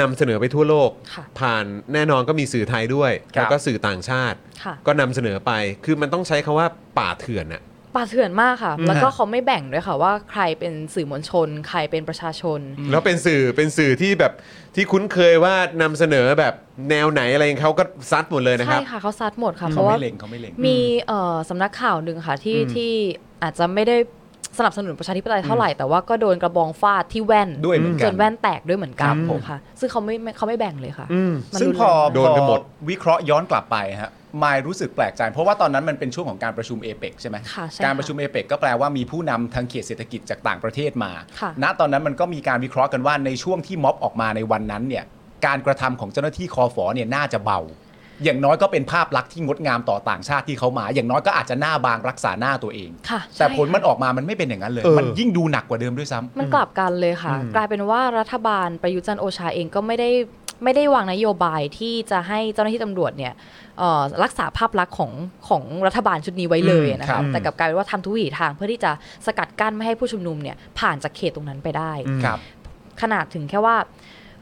นำเสนอไปทั่วโลก
ค่ะ
ผ่านแน่นอนก็มีสื่อไทยด้วย
ครับ
แล้วก็สื่อต่างชาติ
ค่ะ
ก็นำเสนอไปคือมันต้องใช้คำว่าป่าเถื่อนน่ะ
ป่าเถื่อนมากค่ะ
อืม
แล้วก็เขาไม่แบ่งด้วยค่ะว่าใครเป็นสื่อมวลชน ใครเป็นประชาชน
แล้วเป็นสื่อเป็นสื่อที่แบบที่คุ้นเคยว่านำเสนอแบบแนวไหนอะไรเขาก็ซัดหมดเลยนะครับ
ใช่ค่ะเขาซัดหมดค่ะเพ
เขา
ราะว่า
ไม่เล็งเขาไม่เล็ง
มีเอ่อสำนักข่าวหนึ่งค่ะที่ที่อาจจะไม่ได้สนับสนุนประชาธิปไตยเท่าไหร่แต่ว่าก็โดนกระบองฟาดที่แว่น
ด้วยเหมือนกัน
จนแว่นแตกด้วยเหมือนกัน
ครับผม
ค่ะ ซึ่งเขาไม่ไม่เขาไม่แบ่งเลยค่ะมัน
ซึ่ง
รุน
พ
แร
อ
มา
โดนกันหมด
พอวิเคราะห์ย้อนกลับไปฮะมายรู้สึกแปลกใจ เพราะว่าตอนนั้นมันเป็นช่วงของการประชุมเอเปกใช่ไหม
ค่ะใช่
การประชุมเอเปกก็แปลว่ามีผู้นำทางเขตเศรษฐกิจจากต่างประเทศมา
ค่ะ
ณตอนนั้นมันก็มีการวิเคราะห์กันว่าในช่วงที่ม็อบออกมาในวันนั้นเนี่ยการกระทำของเจ้าหน้าที่คอฟอเนี่ยน่าจะเบา อย่างน้อยก็เป็นภาพลักษณ์ที่งดงามต่อต่างชาติที่เขามา อย่างน้อยก็อาจจะหน้าบางรักษาหน้าตัวเอง
ค่ะใช่
แต่ผล
ค่ะ
มันออกมามันไม่เป็นอย่างนั้นเลย
เออ
มันยิ่งดูหนักกว่าเดิมด้วยซ้ำ
มันกลับกันเลยค่ะ กลายเป็นว่ารัฐบาลประยุทธ์จันทร์โอชาเองก็ไม่ได้ไม่ได้วางนโยบายที่จะให้เจ้าหน้าที่ตำรวจเนี่ยเอ่อรักษาภาพลักษณ์ของของรัฐบาลชุดนี้ไว้เลยนะ
ครั
คะ
บ
แต่กลับกลายเป็นว่าทำทุกวิถีทางเพื่อที่จะสกัดกั้นไม่ให้ผู้ชุมนุมเนี่ยผ่านจากเขตตรงนั้นไปได้
ครับ
ขนาดถึงแค่ว่า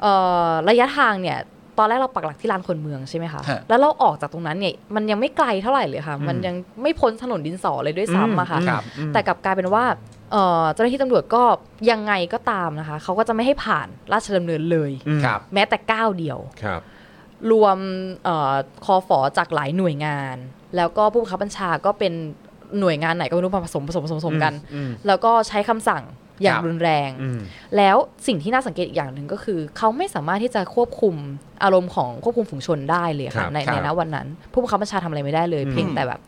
เอ่อระยะทางเนี่ยตอนแรกเราปักหลักที่ลานคนเมืองใช่ไหมคะ
ฮะ
แล้วเราออกจากตรงนั้นเนี่ยมันยังไม่ไกลเท่าไหร่เลยค่ะ มันยังไม่พ้นถนนดินสอเลยด้วยซ้ำอะค่ะ
ครับ
แต่กลับกลายเป็นว่าเอ่อเจ้าหน้าที่ตำรวจก็ยังไงก็ตามนะคะ เขาก็จะไม่ให้ผ่านราชดำเนินเลย
ครับ
แม้แต่ก้าวเดียว
ครับ
รวมเออคอฝอจากหลายหน่วยงาน แล้วก็ผู้บังคับบัญชาก็เป็นหน่วยงานไหนก็ไม่รู้มาผสมผสมผสมผสมกัน แล้วก็ใช้คำสั่งอ
ค
ย่าง
รับ
รุนแรง แล้วสิ่งที่น่าสังเกตอีกอย่างหนึ่งก็คือ เขาไม่สามารถที่จะควบคุมอารมณ์ของควบคุมฝูงชนได้เลย
ครั
ค่ะ
บ
ใน
ครับ
ในณวันนั้น ผู้บังคับบัญชาทำอะไรไม่ได้เลย เพียงแต่แบบ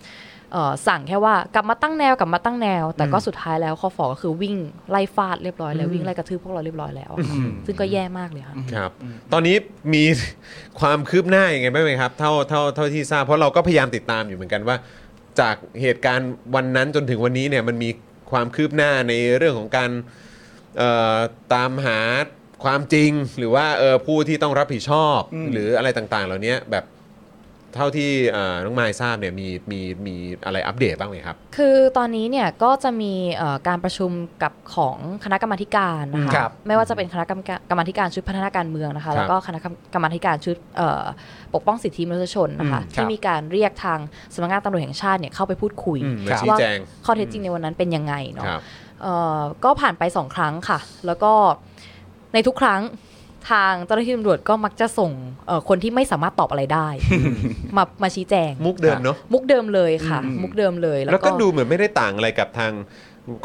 เอ่อสั่งแค่ว่ากลับมาตั้งแนวกลับมาตั้งแนว แต่ก็สุดท้ายแล้วคอฟอก็คือวิ่งไล่ฟาดเรียบร้อยแล้ววิ่งไล่กระทืบพวกเราเรียบร้อยแล้วอะค่ะซึ่งก็แย่มากเลยค่ะ
ครับ ตอนนี้มี <laughs> ความคืบหน้ายังไงบ้างไหมครับ เท่าเท่าเท่าที่ทราบเพราะเราก็พยายามติดตามอยู่เหมือนกันว่า จากเหตุการณ์วันนั้นจนถึงวันนี้เนี่ยมันมีความคืบหน้าในเรื่องของการเอ่อตามหาความจริง หรือว่าเออผู้ที่ต้องรับผิดชอบ
อืม
หรืออะไรต่างๆ เหล่านี้แบบเท่าที่เอ่อน้องมายทราบเนี่ยมีมีมีอะไรอัปเดตบ้างไหมครับ
คือตอนนี้เนี่ยก็จะมีเอ่อการประชุมกับของคณะกรรมาธิการนะ
ครั
คะ
บ
ไม่ว่าจะเป็นคณะกรรมการกรรมาธิการชุดพัฒนาการเมืองนะ
ครั
คะ
บ
แล้วก็คณะกรรมาธิการชุดเอ่อปกป้องสิทธิมนุษยชนนะคะ
อืมครับ
ที่มีการเรียกทางสำนักงานตำรวจแห่งชาติเนี่ยเข้าไปพูดคุย
อืมมา
ครับ
ชี้
ว่า
แจง
ข้อเท็จจริงในวันนั้นเป็นยังไงเนาะ
ครับ
เอ่อก็ผ่านไปสองครั้งค่ะ แล้วก็ในทุกครั้งทางเจ้าหน้าที่ตำรวจก็มักจะส่งเอ่อคนที่ไม่สามารถตอบอะไร
<laughs>
ได้ มามาชี้แจง
มุกเดิมเนาะ
มุกเดิมเลยค่ะ มุกเดิมเลย
แล้วก็ดูเหมือนไม่ได้ต่างอะไรกับทาง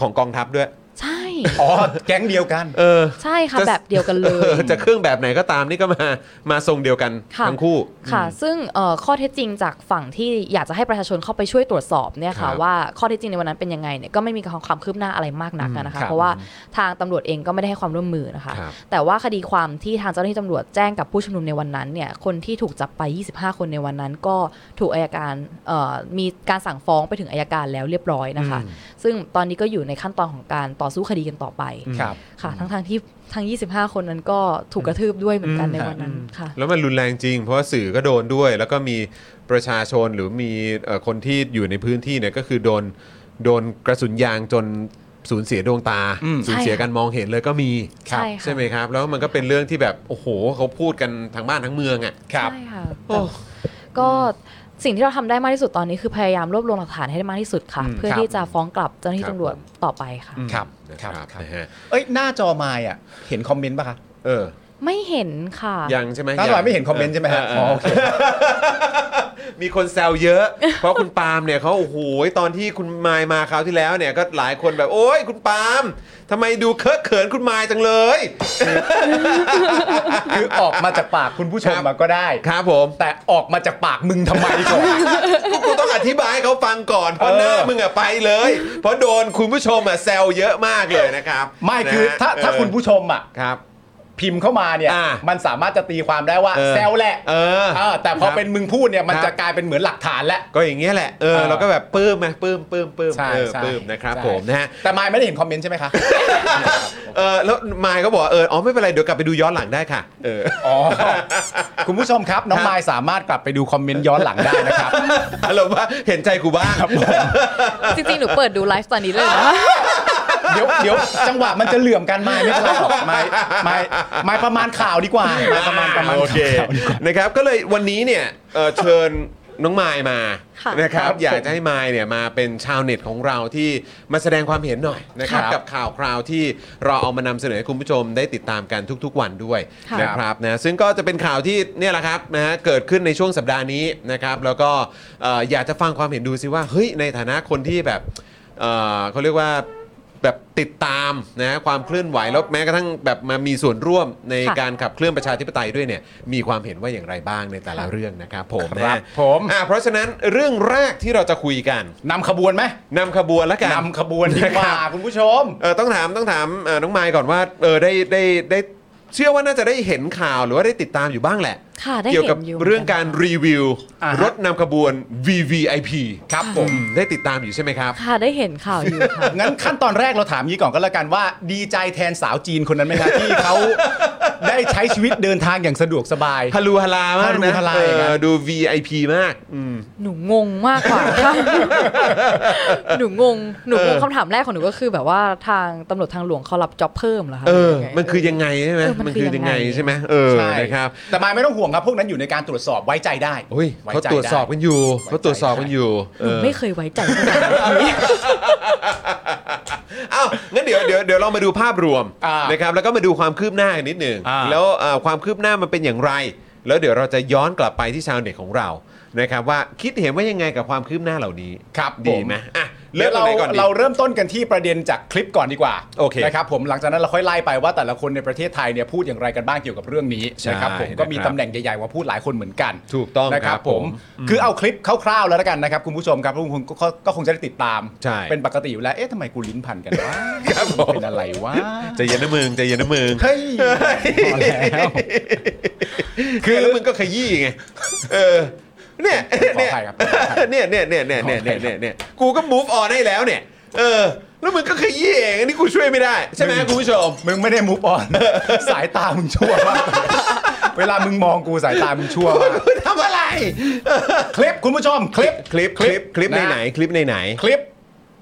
ของกองทัพด้วย
ใช่
อ๋อแก๊งเดียวกัน
เออ
ใช่ค่ะ
จะ
แบบเดียวกันเล
เอย อจะเครื่องแบบไหนก็ตามนี่ก็มามาทรงเดียวกัน
ค่ะ
ทั้งคู่
ค่ะ ซึ่งเอ่อข้อเท็จจริงจากฝั่งที่อยากจะให้ประชาชนเข้าไปช่วยตรวจสอบเนี่ย
ครั
ค่ะ
บ
ว่าข้อเท็จจริงในวันนั้นเป็นยังไงเนี่ยก็ไม่มีความคืบหน้าอะไรมากนักนะ
ครั
คะ
บ
เพราะว่าทางตำรวจเองก็ไม่ได้ให้ความร่วมมือนะคะ
ครับ
แต่ว่าคดีความที่ทางเจ้าหน้าที่ตำรวจแจ้งกับผู้ชุมนุมในวันนั้นเนี่ยคนที่ถูกจับไป 25 คนในวันนั้น ก็ถูกอายการเอ่อมีการสั่งฟ้องไปถึงอายการแล้วเรียบร้อยนะคะ ซึ่งตอนนี้ก็อยู่ในขั้นตอนของการต่อสู้คดีกันต่อไป
ครับ
ค่ะ ทั้งทางๆที่ทั้ง 25 คนนั้นก็ถูกกระทืบด้วยเหมือนกันในวันนั้นค่ะ
แล้วมันรุนแรงจริง เพราะว่าสื่อก็โดนด้วย แล้วก็มีประชาชนหรือมีเอ่อคนที่อยู่ในพื้นที่เนี่ยก็คือโดนโดนกระสุนยางจนสูญเสียดวงตา
อืม
สูญเสียการมองเห็นเลยก็มี
ใช่ค่ะ
ใช่ไหมครับ แล้วมันก็เป็นเรื่องที่แบบโอ้โหเขาพูดกันทางบ้านทั้งเมืองอ่ะ
ครับ
ใช่ค่ะ
โอ้
แต่ก็สิ่งที่เราทำได้มากที่สุดตอนนี้คือพยายามรวบรวมหลักฐานให้ได้มากที่สุดค่ะ
อืม
เพื่อ
ครับ
ที่จะฟ้องกลับเจ้าหน้าที่
ครับ
ตำรวจต่อไปค่ะ
ครับ
นะค
ครั
รั
บบ
นะฮะ
เอ้ยหน้าจอมายอ่ะเห็นคอมเมนต์ป่ะคะ
เออ
ไม่เห็นค่ะ
ยังใช่ไหม
ตั้งแต่ไม่เห็นคอมเมนต์ใช่ไหมฮะอ๋อโอเค
มีคนแซวเยอะ เพราะคุณปาล์มเนี่ยเขาโอ้โหตอนที่คุณมายมาคราวที่แล้วเนี่ยก็หลายคนแบบโอ้ยคุณปาล์มทำไมดูเคอะเขินคุณมายจังเลย
คือออกมาจากปากคุณผู้ชม
ครับ
มาก็ได้
ครับผม
แต่ออกมาจากปากมึงทำไมก่อน
กูกูต้องอธิบายให้เขาฟังก่อนเพราะ
เออ
หน้ามึงอะไปเลย เพราะโดนคุณผู้ชมอะแซวเยอะมากเลยนะครับ
ไม่คือ
นะฮะ
ถ้าถ้า
เออ
คุณผู้ชมอ่ะ
ครับ
พิมพ์เข้ามาเนี่ย
อ่า
มันสามารถจะตีความได้ว่า
เออ
แซวแหละ
เออ
เออแต่พ
ค
อ
รับ
เป็นมึงพูดเนี่ย มัน
ครับ
จะกลายเป็นเหมือนหลักฐานแล้ว
ก็อย่างเงี้ยแหละเออ
เออ
เราก็แบบปลื้มไหมปลื้มปลื้มปลื้ม
ใช่
เออ
ใช่
ปลื้มนะครับ
ใช่
ผมนะฮะ
แต่มายไม่ได้เห็นคอมเมนต์ใช่ไหมคะ
เออแล้วมายก็บอกว่าเอออ๋อไม่เป็นไร เดี๋ยวกลับไปดูย้อนหลังได้ค่ะ เอ <laughs> อ
อ๋อ คุณผู้ชมครับ น้องมายสามารถกลับไปดูคอมเมนต์ย้อนหลังได้นะครับ
อารมณ์ว่าเห็นใจกูบ้าง
จริงๆ หนูเปิดดูไลฟ์ตอนนี้เลยนะ
เดี๋ยวเดี๋ยวจังหวะมันจะเหลื่อมกันมายไม่เป็นไรหรอกมายมายมายประมาณข่าวดีกว่ามายประมาณประมาณ
โอเค
ข่าวดีกว่า
นะครับก็เลยวันนี้เนี่ยเอ่อเชิญน้องมายมา
ค่ะ
นะครับ
ครับ
อยากจะให้มายเนี่ยมาเป็นชาวเน็ตของเราที่มาแสดงความเห็นหน่อยนะครับ
ครับ
กับข่าวคราวที่เราเอามานำเสนอให้คุณผู้ชมได้ติดตามกันทุกๆวันด้วย
ค่ะ
นะครับนะซึ่งก็จะเป็นข่าวที่เนี่ยแหละครับนะฮะเกิดขึ้นในช่วงสัปดาห์นี้นะครับแล้วก็เอ่ออยากจะฟังความเห็นดูซิว่าเฮ้ยในฐานะคนที่แบบเอ่อเขาเรียกว่าแบบติดตามนะความเคลื่อนไหวแล้วแม้กระทั่งแบบมามีส่วนร่วมใน
ค่ะ
การขับเคลื่อนประชาธิปไตยด้วยเนี่ยมีความเห็นว่าอย่างไรบ้างในแต่ละเรื่องนะครับผม
ครั
นะ
บผม
อ่ะเพราะฉะนั้นเรื่องแรกที่เราจะคุยกัน
นำขบวนไหม
นำขบวนละกัน
นำขบวนดีกว่าคุณผู้ชม
เออต้องถามต้องถามเอ่อน้องไมค์ก่อนว่าเออได้ได้ได้เชื่อว่าน่าจะได้เห็นข่าวหรือว่าได้ติดตามอยู่บ้างแหละ
ค่ะได้
เกี่ยว
เห็
กับ
นอยู่
เรื่องการรีวิว
อ่าฮะ
รถนำขบวน VVIP
ครับผม
อืมได้ติดตามอยู่ใช่ไหมครับ
ค่ะได้เห็นข่าวอยู่ค่ะ
งั้นขั้นตอนแรกเราถามงี้ก่อนก็แล้วกันว่า ดีใจแทนสาวจีนคนนั้นไหมครับ ที่เขาได้ใช้ชีวิตเดินทางอย่างสะดวกสบาย
ฮารูฮารามาก
ฮารู
นะ
ฮารา
เอ
อย่างนั้น
อดู VIP มาก
หนูงงมากกว่าค่ะ หนูงง หนูงง
เออ
คำถามแรกของหนูก็คือแบบว่าทางตำรวจทางหลวงเขารับจ็อบเพิ่มเหรอคะ
เออ
หรืยังไง
มันคือยังไงใช่ไหม
เออมัน
มันคือยังไง
คือยังไง
ใช่ไหมเออ
ใช่
นะครับ
แต่มายไม่ต้องห่วงครับ พวกนั้นอยู่ในการตรวจสอบไว้ใจได้
โอ้ย
ไว้
เขา
ใจ
ตรวจสอบ
ได้
กันอยู่
ไว้ใจ
เขาตรวจสอบกันอยู่
หนู
เออ
ไม่เคยไว้ใจขนาดนี้
อ้าวงั้นเดี๋ยวเดี๋ยวเดี๋ยวเรามาดูภาพรวม
อ่าน
นะครับแล้วก็มาดูความคืบหน้ากันนิดหนึ่ง
อ่า
แล้วเอ่อความคืบหน้ามันเป็นอย่างไร แล้วเดี๋ยวเราจะย้อนกลับไปที่ชาวเน็ตของเรานะครับว่าคิดเห็นว่ายังไงกับความคืบหน้าเหล่านี้
ครับผม
ดีไหมอ่ะเริ่มตรง
เดี๋ยวเรา
ไหนก่อนดี
เราเริ่มต้นกันที่ประเด็นจากคลิปก่อนดีกว่า
โอเค
นะครับผมหลังจากนั้นเราค่อยไล่ไปว่าแต่ละคนในประเทศไทยเนี่ยพูดอย่างไรกันบ้างเกี่ยวกับเรื่องนี้
ใช่
นะครับผม
นะครับ
ก็มีตำแหน่งใหญ่ๆมาพูดหลายคนเหมือนกัน
ถูกต้อง
นะค
ครั
รั
บบ ผ
ผม มคือเอาคลิปคร่าวๆแล้วละกันนะครับคุณผู้ชมครับทุกคนก็ก็คงจะได้ติดตาม
ใช่
เป็นปกติอยู่แล้วเอ๊ะทำไมกูลิ้นพันกันวะเป็นอะไรวะ
ใจเย็นนะมึงใจเย็นนะมึง
เฮ้ยพอ
คือ
แล้ว
แล้วมึงก็ขยี้ไงเออเนี่ยเนี่ย
ขออภัยครับ
เนี่ยเนี่ยเนี่ยเนี่ยเนี่ยเนี่ยเนี่ยเนี่ยกูก็ move on ให้แล้วเนี่ย เออ แล้วมึงก็ขยี้เองอันนี้กูช่วยไม่ได้ ใช่ไหมคุณผู้ชม
มึงไม่ได้มูฟออน สายตามึงชั่วมากเวลามึงมองกูสายตามึงชั่ว
<laughs>
มาก
คุณทำอะไร
คลิปคุณผู้ชมคลิป
คลิป คลิป คลิปในไหน คลิปในไหน
คลิป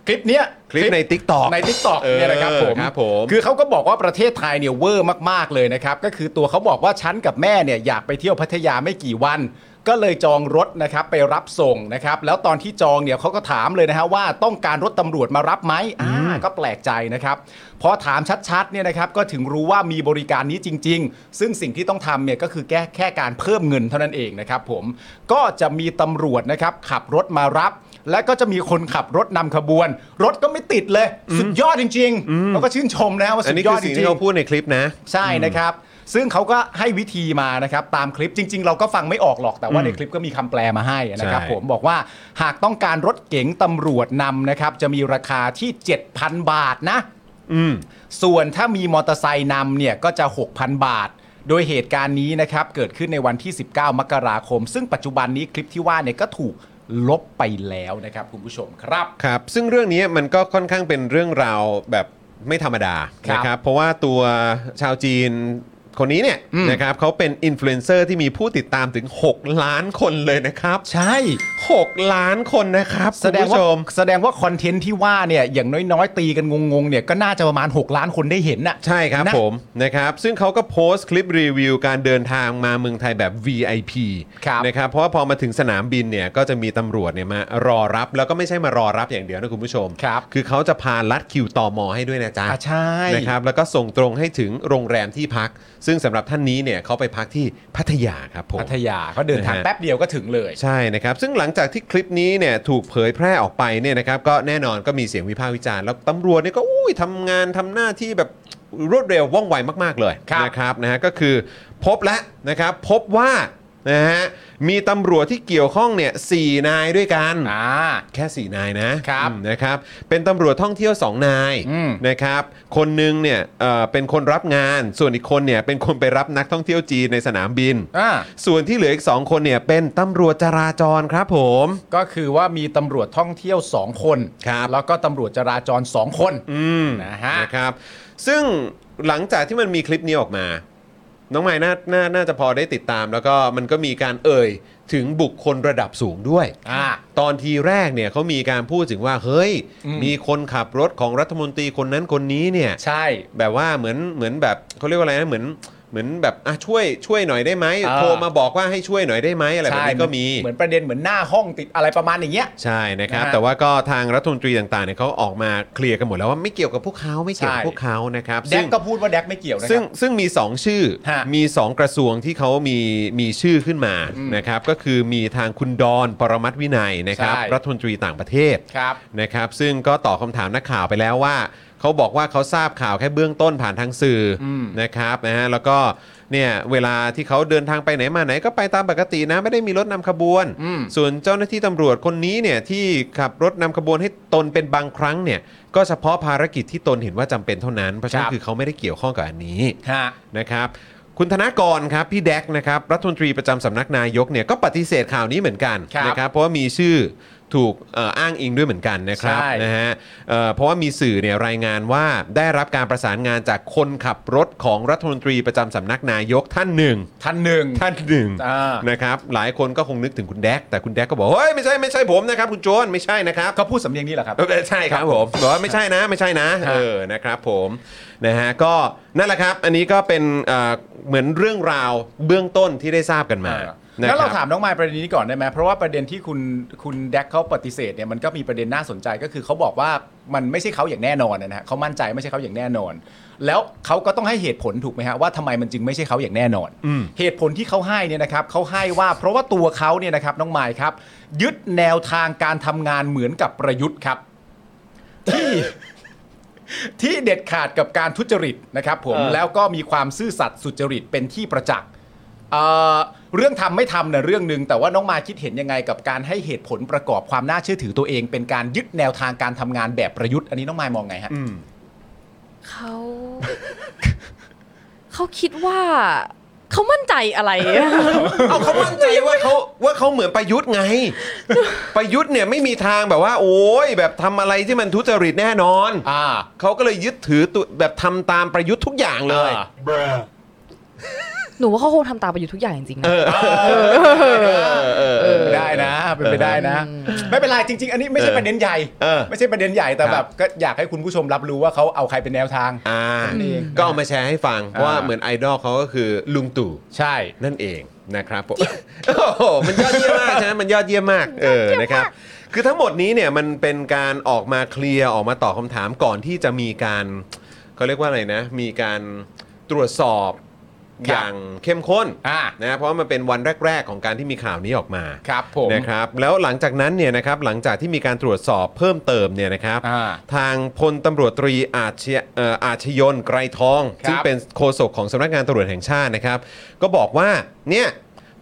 คลิปเนี้ย
คลิปใน TikTok
ใน TikTok เนี่ยนะครับ
เออ
ผม
ครับผม
คือเขาก็บอกว่าประเทศไทยเนี่ยเวอร์มากๆเลยนะครับ ก็คือตัวเขาบอกว่าฉันกับแม่เนี่ยอยากไปเที่ยวพัทยาไม่กี่วัน ก็เลยจองรถนะครับไปรับส่งนะครับ แล้วตอนที่จองเนี่ยเขาก็ถามเลยนะฮะว่าต้องการรถตำรวจมารับไหมอ่าก็แปลกใจนะครับ พอถามชัดๆเนี่ยนะครับก็ถึงรู้ว่ามีบริการนี้จริง ๆ ซึ่งสิ่งที่ต้องทำเนี่ยก็คือแก้แค่การเพิ่มเงินเท่านั้นเองนะครับผมก็จะมีตำรวจนะครับขับรถมารับ และก็จะมีคนขับรถนำขบวน รถก็ไม่ติดเลย สุดยอดจริงๆแล้วก็ชื่นชมนะว่า
อั
สุ
น
ด
นี้
ย
คือ อ
ดจ
สิ่ง
ริ
ที่
ง
เขาพูดในคลิปนะ
ๆใช่นะครับ ซึ่งเขาก็ให้วิธีมานะครับตามคลิปจริง ๆ เราก็ฟังไม่ออกหรอกแต่ว่าในคลิปก็มีคำแปลมาให้นะครับ
ใช่
ผมบอกว่าหากต้องการรถเก๋งตำรวจนำนะครับจะมีราคาที่ 7,000 บาทนะ
อืม
ส่วนถ้ามีมอเตอร์ไซค์นำเนี่ยก็จะ 6,000 บาท โดยเหตุการณ์นี้นะครับเกิดขึ้นในวันที่ 19 มกราคม ซึ่งปัจจุบันนี้คลิปที่ว่าเนี่ยก็ถูกลบไปแล้วนะครับคุณผู้ชมครับ
ครับ ซึ่งเรื่องนี้มันก็ค่อนข้างเป็นเรื่องราวแบบไม่ธรรมดา
ครับ
นะครับ เพราะว่าตัวชาวจีนคนนี้เนี่ย
อืม
นะครับเขาเป็นอินฟลูเอนเซอร์ที่มีผู้ติดตามถึง 6 ล้านคนเลยนะครับ
ใช่
6 ล้านคนนะครับ
แสดง
คุณ
ว่า
ผู้ชม
แสดงว่าคอนเทนต์ที่ว่าเนี่ยอย่างน้อยๆ ตีกันงงๆเนี่ยก็น่าจะประมาณ 6 ล้านคนได้เห็นน่ะ
ใช่ครับ
นะ
ผมนะครับ ซึ่งเขาก็โพสต์คลิปรีวิวการเดินทางมาเมืองไทยแบบ VIP
ครับ
นะครับเพราะว่าพอมาถึงสนามบินเนี่ยก็จะมีตำรวจเนี่ยมารอรับ แล้วก็ไม่ใช่มารอรับอย่างเดียวนะคุณผู้ชม
ครับ
คือเขาจะพาลัดคิวต่อมอให้ด้วยนะจ๊ะ
อ่ะใช่
นะครับแล้วก็ส่งตรงให้ถึงโรงแรมที่พัก ซึ่งสำหรับท่านนี้เนี่ยเขาไปพักที่พัทยาครับผม
พัทยาเขาเดินทาง
นะฮะ
แป๊บเดียวก็ถึงเลย
ใช่นะครับซึ่งหลังจากที่คลิปนี้เนี่ยถูกเผยแพร่ออกไปเนี่ยนะครับก็แน่นอนก็มีเสียงวิพากษ์วิจารณ์แล้วตำรวจเนี่ยก็อุ้ยทำงานทำหน้าที่แบบรวดเร็วว่องไวมากๆเลย
ครับ
นะครับนะฮะก็คือพบแล้วนะครับพบว่านะฮะมีตำรวจที่เกี่ยวข้องเนี่ยสี่นายด้วยกัน
อ่า
แค่สี่นายนะครับ อืมนะครับ เป็นตำรวจท่องเที่ยวสองนาย
อืม
นะครับ คนหนึ่งเนี่ยเอ่อเป็นคนรับงาน ส่วนอีกคนเนี่ยเป็นคนไปรับนักท่องเที่ยวจีนในสนามบิน
อ่า
ส่วนที่เหลืออีกสองคนเนี่ยเป็นตำรวจจราจรครับผม
ก็คือว่ามีตำรวจท่องเที่ยว 2 คน
ครับ
แล้วก็ตำรวจจราจร 2 คน
อืม
นะฮะ
นะครับ ซึ่งหลังจากที่มันมีคลิปนี้ออกมา น้องไม้น่าน่าน่าจะพอได้ติดตาม แล้วก็มันก็มีการเอ่ยถึงบุคคลระดับสูงด้วย
อ่า
ตอนทีแรกเนี่ยเขามีการพูดถึงว่าเฮ้ย
อืม
มีคนขับรถของรัฐมนตรีคนนั้นคนนี้เนี่ย
ใช่
แบบว่าเหมือนเหมือนแบบเขาเรียกว่าอะไรนะเหมือนเหมือนแบบอ่ะช่วยช่วยหน่อยได้ไหม
อ่า
โทรมาบอกว่าให้ช่วยหน่อยได้ไหมอะไรแบบ
ใช่
นี้ก็มี
เหมือนประเด็นเหมือนหน้าห้องติดอะไรประมาณอย่างเงี้ย
ใช่นะครับ
นะฮะ
แต่ว่าก็ทางรัฐมนตรีต่างๆเนี่ยเขาออกมาเคลียร์กันหมดแล้วว่าไม่เกี่ยวกับพวกเขาไม่เกี่ยวกั
ใช่
บพวกเขานะครับ
แด
ซึ่
ก
ง
ก็พูดว่าแดกไม่เกี่ยวนะค
ซึ่ง
รับ
ซึ่งมี 2 ชื่อ
ฮะ
มี 2 กระทรวงที่เขามีมีชื่อขึ้นมา
อืม
นะครับก็คือมีทางคุณดอนปรมัตถ์วินัยนะครับ
ใช่
รัฐมนตรีต่างประเทศ
ครับ
นะครับซึ่งก็ตอบคำถามนักข่าวไปแล้วว่าเขาบอกว่าเขาทราบข่าวแค่เบื้องต้นผ่านทางสื่ออ
ม
นะครับนะฮะแล้วก็เนี่ยเวลาที่เขาเดินทางไปไหนมาไหนก็ไปตามปกตินะไม่ได้มีรถนำขบวน
อืม
ส่วนเจ้าหน้าที่ตำรวจคนนี้เนี่ยที่ขับรถนำขบวนให้ตนเป็นบางครั้งเนี่ยก็เฉพาะภารกิจที่ตนเห็นว่าจำเป็นเท่านั้นเพราะฉะนั้นคือเขาไม่ได้เกี่ยวข้องกับอันนี้
ฮะ
นะครับคุณธนากรครับพี่แดกนะครับรัฐมนตรีประจำสำนักนายกเนี่ยก็ปฏิเสธข่าวนี้เหมือนกัน
ครับ
นะครับเพราะว่ามีชื่อถูกเอ่ออ้างอิงด้วยเหมือนกันนะครับ
ใช่
นะฮะเอ่อเพราะว่ามีสื่อเนี่ยรายงานว่าได้รับการประสานงานจากคนขับรถของรัฐมนตรีประจำสำนักนายกท่านหนึ่ง
ท่านหนึ่ง
ท่านหนึ่ง
อ่าน
นะครับหลายคนก็คงนึกถึงคุณแดก แต่คุณแดกก็บอกเฮ้ยไม่ใช่ไม่ใช่ผมนะครับคุณโจนไม่ใช่นะครับ
ก็พูดสำเนียงนี้แหละครับ
เออใช่ครับผมบอกว่าไม่ใช่นะไม่ใช่นะ
ฮะ
เออนะครับผมนะฮะก็นั่นแหละครับอันนี้ก็เป็นเอ่อเหมือนเรื่องราวเบื้องต้นที่ได้ทราบกันมา
า
นะ
งั้
ค
นเรา
บ
ถามน้องมายประเด็นนี้ก่อนได้ไหมเพราะว่าประเด็นที่คุณคุณแดกเขาปฏิเสธเนี่ยมันก็มีประเด็นน่าสนใจก็คือเขาบอกว่ามันไม่ใช่เขาอย่างแน่นอนนะฮะเขามั่นใจไม่ใช่เขาอย่างแน่นอน แล้วเขาก็ต้องให้เหตุผลถูกไหมฮะว่าทำไมมันจึงไม่ใช่เขาอย่างแน่นอน
อืม
เหตุผลที่เขาให้เนี่ยนะครับเขาให้ว่าเพราะว่าตัวเขาเนี่ยนะครับน้องมายครับ ยึดแนวทางการทำงานเหมือนกับประยุทธ์ครับ ที่ ที่เด็ดขาดกับการทุจริตนะครับผม
เออ
แล้วก็มีความซื่อสัตย์สุจริตเป็นที่ประจักษ์เอ่อเรื่องทำไม่ทำนะเรื่องหนึ่งแต่ว่าน้องมายคิดเห็นยังไงกับการให้เหตุผลประกอบความน่าเชื่อถือตัวเอง เป็นการยึดแนวทางการทำงานแบบประยุทธ์อันนี้น้องมายมองไงฮะ
เขา <laughs> เขาคิดว่า เขามั่นใจอะไรอะ <laughs>
เอาเขามั่นใจว่าเขาว่าเขาเหมือนประยุทธ์ไง <laughs> ประยุทธ์เนี่ยไม่มีทางแบบว่า โอ้ยแบบทำอะไรที่มันทุจริตแน่นอน
อ่า
เขาก็เลยยึดถือตัวแบบทำตามประยุทธ์ทุกอย่างเลย
อ่า
หนูว่าเขาคงทำตามประยุทธ์ทุกอย่างจริงๆนะ
เออเป็นไปได้นะเป็นไปได้นะ ไม่เป็นไรจริง ๆ อันนี้ไม่ใช่ประเด็นใหญ่
เออ
ไม่ใช่ประเด็นใหญ่แต่
ครับ
แบบก็อยากให้คุณผู้ชมรับรู้ว่าเขาเอาใครเป็นแนวทาง
อ่า
นั่นเอง
ก็เอามาแชร์ให้ฟังเพราะว่า
อ่า
เหมือนไอดอลเขาก็คือลุงตู่
ใช่
นั่นเองนะครับผม โอ้โหมันยอดเยี่ยมมากใช่ไหมมันยอดเยี่ยมมากเออนะครับคือทั้งหมดนี้เนี่ยมันเป็นการออกมาเคลียร์ออกมาตอบคำถามก่อนที่จะมีการเขาเรียกว่าอะไรนะ มีการตรวจสอบ
ค
อ
รับ
ย่างเข้มข้น
อ่า
นะเพราะว่ามันเป็นวันแรก ๆ ของการที่มีข่าวนี้ออกมา
ครับผม
นะครับแล้วหลังจากนั้นเนี่ยนะครับหลังจากที่มีการตรวจสอบเพิ่มเติมเนี่ยนะครับ
อ่า
ทางพลตำรวจตรีอาชยเอ่ออาชยนไกรทอง
ครับ
ซึ่งเป็นโฆษกของสำนักงานตำรวจแห่งชาตินะครับ ก็บอกว่าเนี่ย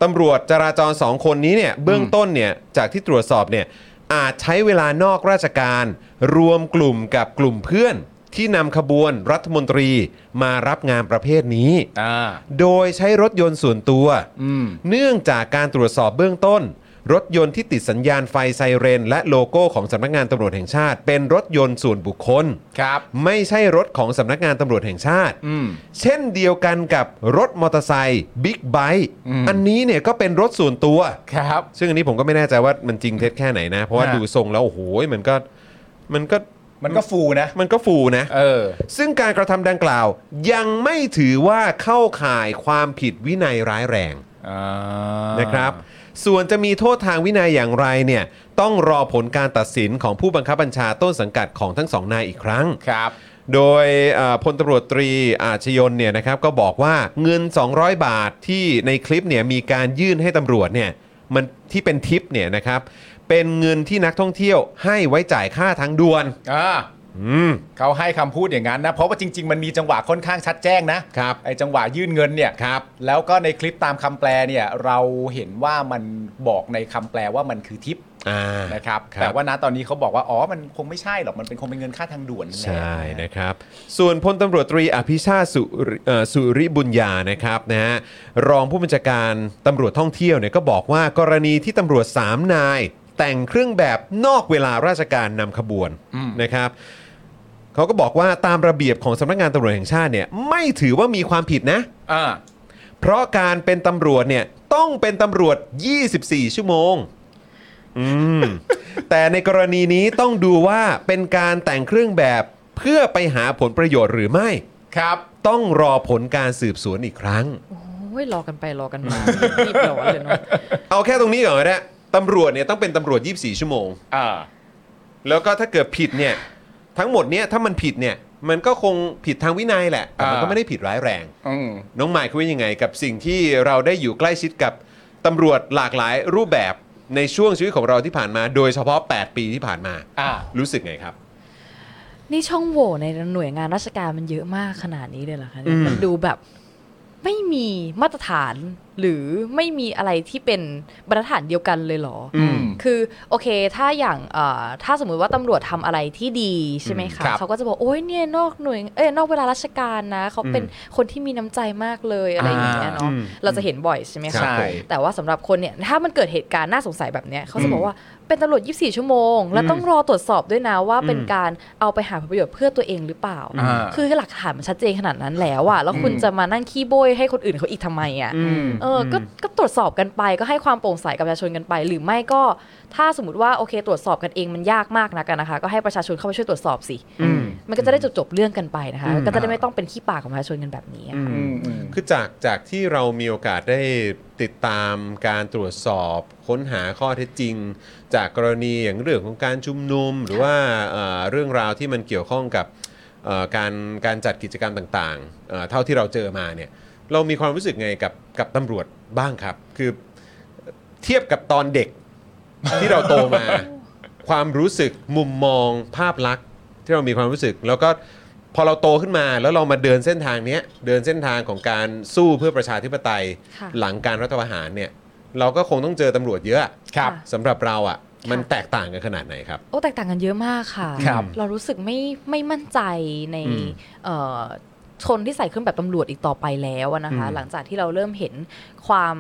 ตำรวจจราจร 2 คนนี้เนี่ยเบื้องต้นเนี่ยจากที่ตรวจสอบเนี่ยอาจใช้เวลานอกราชการ รวมกลุ่มกับกลุ่มเพื่อน ที่นำขบวนรัฐมนตรีมารับงานประเภทนี้
อ่า
โดยใช้รถยนต์ส่วนตัว
อืม
เนื่องจากการตรวจสอบเบื้องต้น รถยนต์ที่ติดสัญญาณไฟไซเรน และโลโก้ของสำนักงานตำรวจแห่งชาติ เป็นรถยนต์ส่วนบุคคล
ครับ
ไม่ใช่รถของสำนักงานตำรวจแห่งชาติ
อืม
เช่นเดียวกันกับรถมอเตอร์ไซค์บิ๊กไบค์
อืม
อันนี้เนี่ยก็เป็นรถส่วนตัว
ครับ
ซึ่งอันนี้ผมก็ไม่แน่ใจว่ามันจริงเท็จแค่ไหนนะ เพราะว่า
ฮะ
ดูทรงแล้วโอ้โหมันก็มันก็
มันก็ฟูนะ
มันก็ฟูนะ
เออ
ซึ่งการกระทำดังกล่าว ยังไม่ถือว่าเข้าข่ายความผิดวินัยร้ายแรง
อ่า
นะครับส่วนจะมีโทษทางวินัยอย่างไรเนี่ยต้องรอผลการตัดสินของผู้บังคับบัญชาต้นสังกัดของทั้งสองนายอีกครั้ง
ครับ
โดยเอ่อพลตำรวจตรีอาชยนเนี่ยนะครับก็บอกว่าเงิน 200 บาทที่ในคลิปเนี่ยมีการยื่นให้ตำรวจเนี่ยมันที่เป็นทิปเนี่ยนะครับเป็นเงินที่นักท่องเที่ยวให้ไว้จ่ายค่าทางด่วน
อ่า
อืม
เขาให้คำพูดอย่างนั้นนะ เพราะว่าจริง ๆ มันมีจังหวะค่อนข้างชัดแจ้งนะครับ ไอ้จังหวะยื่นเงินเนี่ย
ครับ
แล้วก็ในคลิปตามคำแปลเนี่ยเราเห็นว่ามันบอกในคำแปลว่ามันคือทิป
อ่า
นะครับ
ครับ
แต่ว่าณตอนนี้เขาบอกว่าอ๋อมันคงไม่ใช่หรอกมันเป็นคงเป็นเงินค่าทางด่วนนั่นแหละ
ใช่นะครับ ส่วนพลตำรวจตรีอภิชาติสุริเอ่อสุริบุญญานะครับนะฮะรองผู้บัญชาการตำรวจท่องเที่ยวเนี่ยก็บอกว่ากรณีที่ตำรวจ 3 นาย แต่งเครื่องแบบนอกเวลาราชการนำขบวน
อืม
นะครับเขาก็บอกว่าตามระเบียบของสำนักงานตำรวจแห่งชาติเนี่ยไม่ถือว่ามีความผิดนะ
อ่า
เพราะการเป็นตำรวจเนี่ยต้องเป็นตำรวจ 24 ชั่วโมง อืม แต่ในกรณีนี้ต้องดูว่าเป็นการแต่งเครื่องแบบเพื่อไปหาผลประโยชน์หรือไม่
ครับ
ต้องรอผลการสืบสวนอีกครั้ง
โอ้ยรอกันไปรอกันมารีบร้อนเลยเนาะ
เอาแค่ตรงนี้ก่อนก็ได้ตำรวจเนี่ยต้องเป็นตำรวจ 24 ชั่วโมง
อ่า
แล้วก็ถ้าเกิดผิดเนี่ยทั้งหมดเนี่ยถ้ามันผิดเนี่ยมันก็คงผิดทางวินัยแหละแต่มันก็
อ่า
ไม่ได้ผิดร้ายแรง
อืม
น้องหมายคุยดยังไงกับสิ่งที่เราได้อยู่ใกล้ชิดกับตำรวจหลากหลายรูปแบบในช่วงชีวิตของเราที่ผ่านมา โดยเฉพาะ 8 ปีที่ผ่านมา
อ่า
รู้สึกไงครับ
นี่ช่องโหว่ในหน่วยงานราชการมันเยอะมากขนาดนี้เลยเหรอคะเนี่ยมันดูแบบไม่มีมาตรฐานหรือไม่มีอะไรที่เป็นมาตรฐานเดียวกันเลยเหรออ
อืม
คือโอเคถ้าอย่างเอ่อถ้าสมมุติว่าตำรวจทำอะไรที่ดีใช่ไหมคะ
ครับ
เขาก็จะบอกโอ้ยเนี่ยนอกหน่วยเอ้ยนอกเวลาราชการนะเขาเป็นคนที่มีน้ำใจมากเลยอะไรอย่างเงี้ยเนาะ
อ่าอืม
เราจะเห็นบ่อยใช่ไหมคะ
ใช่
แต่ว่าสำหรับคนเนี่ยถ้ามันเกิดเหตุการณ์น่าสงสัยแบบเนี้ยเขาจะบอกว่าเป็นตำรวจ 24 ชั่วโมง แล้วต้องรอตรวจสอบด้วยนะว่าเป็นการเอาไปหาผลประโยชน์เพื่อตัวเองหรือเปล่า
อ่า
คือหลักฐานมันชัดเจนขนาดนั้นแล้วอะแล้วคุณจะมานั่งขี้โบยให้คนอื่นเขาอีกทำไมอะ
อืม
เออก็ก็ตรวจสอบกันไปก็ให้ความโปร่งใสกับประชาชนกันไป หรือไม่ก็ถ้าสมมติว่าโอเคตรวจสอบกันเองมันยากมากนะกันนะคะ ก็ให้ประชาชนเข้าไปช่วยตรวจสอบสิ
อืม
มันก็จะได้จบจบๆเรื่องกันไปนะคะ ก็จะได้ไม่ต้องเป็นขี้ปากของประชาชนกันแบบนี้อะ
อืมอืม
คือจากจากที่เรามีโอกาสได้ติดตามการตรวจสอบค้นหาข้อเท็จจริง จากกรณีอย่างเรื่องของการชุมนุม หรือว่าเอ่อเรื่องราวที่มันเกี่ยวข้องกับเอ่อการการจัดกิจกรรมต่างๆเอ่อเท่าที่เราเจอมาเนี่ยเรามีความรู้สึกไงกับกับตำรวจบ้างครับ คือเทียบกับตอนเด็กที่เราโตมา ความรู้สึกมุมมองภาพลักษณ์ที่เรามีความรู้สึก แล้วก็พอเราโตขึ้นมาแล้วเรามาเดินเส้นทางเนี้ยเดินเส้นทางของการสู้เพื่อประชาธิปไตย
ค่ะ
หลังการรัฐประหารเนี่ยเราก็คงต้องเจอตำรวจเยอะ
ครับ
สำหรับเราอะ่ะ มันแตกต่างกันขนาดไหนครับ
โอ้แตกต่างกันเยอะมากค่ะ
ครับ
เรารู้สึกไม่ไม่มั่นใจใน
อืม
เอ่อชนที่ใส่เครื่องแบบตำรวจอีกต่อไปแล้วอะนะคะ
อืม
หลังจากที่เราเริ่มเห็นความ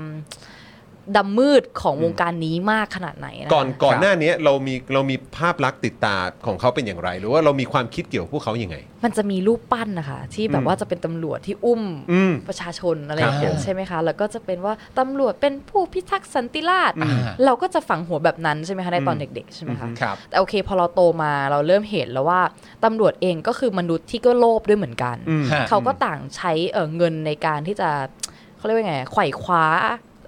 ดำมืดของวงการนี้มากขนาดไหนนะคะ
ก่อนก่อนหน้านี้เรามีเรามีภาพลักษณ์ติดตาของเขาเป็นอย่างไร หรือว่าเรามีความคิดเกี่ยวกับพวกเขาอย่างไง
มันจะมีรูปปั้นนะคะ ที่แบบว่าจะเป็นตำรวจที่อุ้ม
อืม
ประชาชนอะไรอย่างเงี้
ครั
ย
บผม
ใช่ไหมคะ แล้วก็จะเป็นว่าตำรวจเป็นผู้พิทักษ์สันติราษฎร์
อ่า
เราก็จะฝังหัวแบบนั้นใช่ไหมคะในตอนเด็กๆใช่ไหมคะ
ครับ
แต่โอเคพอเราโตมาเราเริ่มเห็นแล้วว่าตำรวจเองก็คือมนุษย์ที่ก็โลภด้วยเหมือนกัน
อืม
ฮะ
เขาก็ต่างใช้เอ่อเงินในการที่จะเขาเรียกว่าไงไขว่คว้า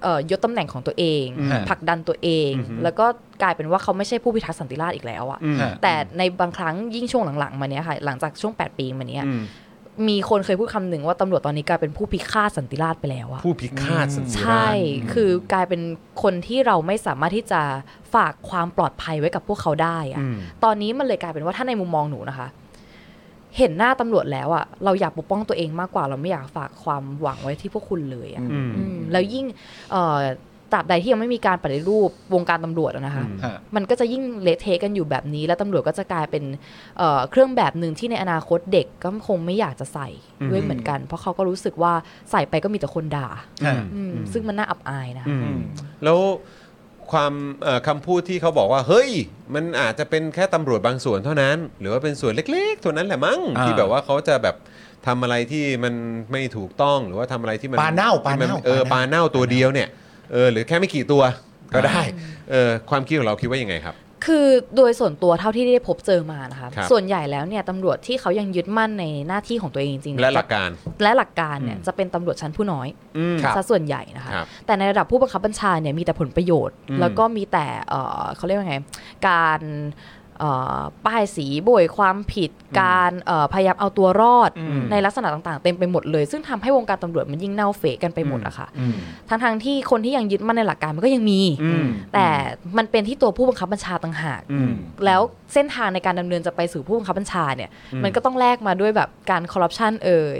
เอ่อยศตำแหน่งของตัวเอง
อืมฮะ
ผลักดันตัวเอง แล้วก็กลายเป็นว่าเขาไม่ใช่ผู้พิทักษ์สันติราษฎร์อีกแล้วอะ
ฮะ
แต่ในบางครั้งยิ่งช่วงหลังๆมาเนี้ยค่ะหลังจากช่วง 8 ปีมาเนี้ย
อืม
มีคนเคยพูดคำหนึ่งว่าตำรวจตอนนี้กลายเป็นผู้พิฆาตสันติราษฎร์ไปแล้วอะ
ผู้พิฆาตสันติราษฎร์
ใช่ คือกลายเป็นคนที่เราไม่สามารถที่จะฝากความปลอดภัยไว้กับพวกเขาได้อะตอนนี้มันเลยกลายเป็นว่าถ้าในมุมมองหนูนะคะ เห็นหน้าตำรวจแล้วอะเราอยากปกป้องตัวเองมากกว่าเราไม่อยากฝากความหวังไว้ที่พวกคุณเลยอะ
อืม
อืมแล้วยิ่งเอ่อตราบใดที่ยังไม่มีการปฏิรูปวงการตำรวจอะนะคะ
ฮะ
มันก็จะยิ่งเละเทะกันอยู่แบบนี้ แล้วตำรวจก็จะกลายเป็นเอ่อเครื่องแบบหนึ่งที่ในอนาคตเด็กก็คงไม่อยากจะใส่ด้วยเหมือนกัน เพราะเขาก็รู้สึกว่าใส่ไปก็มีแต่คนด่า
ฮะ
อืมซึ่งมันน่าอับอายนะคะ
อืม
แล้วความเอ่อคำพูดที่เขาบอกว่า เฮ้ย มันอาจจะเป็นแค่ตำรวจบางส่วนเท่านั้น หรือว่าเป็นส่วนเล็กๆเท่านั้นแหละมั้ง
อ่า
ที่แบบว่าเขาจะแบบทำอะไรที่มันไม่ถูกต้องหรือว่าทำอะไรที่มัน
ปาเน่าปา
ที่
เน่า
มันเออปา
ปาเน่า
เน่าตัวเดียวเนี่ยเออหรือแค่ไม่กี่ตัวก็ได้เออความคิดของเราคิดว่ายังไงครับ
คือโดยส่วนตัวเท่าที่ได้พบเจอมานะคะ
ครับ
ส่วนใหญ่แล้วเนี่ยตำรวจที่เขายังยึดมั่นในหน้าที่ของตัวเองจริงๆเนี่ย
และหลักการ
และหลักการเนี่ยจะเป็นตำรวจชั้นผู้น้อย
อืม
ครับ
ซะส่วนใหญ่นะคะ
ครับ
แต่ในระดับผู้บังคับบัญชาเนี่ยมีแต่ผลประโยชน์ แล้วก็มีแต่เอ่อเขาเรียกว่าไง การเ เอ่อป้ายสีโบยความผิดการเอ่อพยายามเอาตัวรอดในลักษณะต่างๆ เต็มไปหมดเลย ซึ่งทำให้วงการตำรวจมันยิ่งเน่าเฟะกันไปหมดอะค่ะ
อืม
ทั้งทงๆที่คนที่ยังยึดมั่นในหลักการมันก็ยังมี
อืม
แต่มันเป็นที่ตัวผู้บังคับบัญชาต่างหาก
อืม
แล้วเส้นทางในการดำเนินจะไปสู่ผู้บังคับบัญชาเนี่ย มันก็ต้องแลกมาด้วยแบบการคอร์รัปชันเอ่ย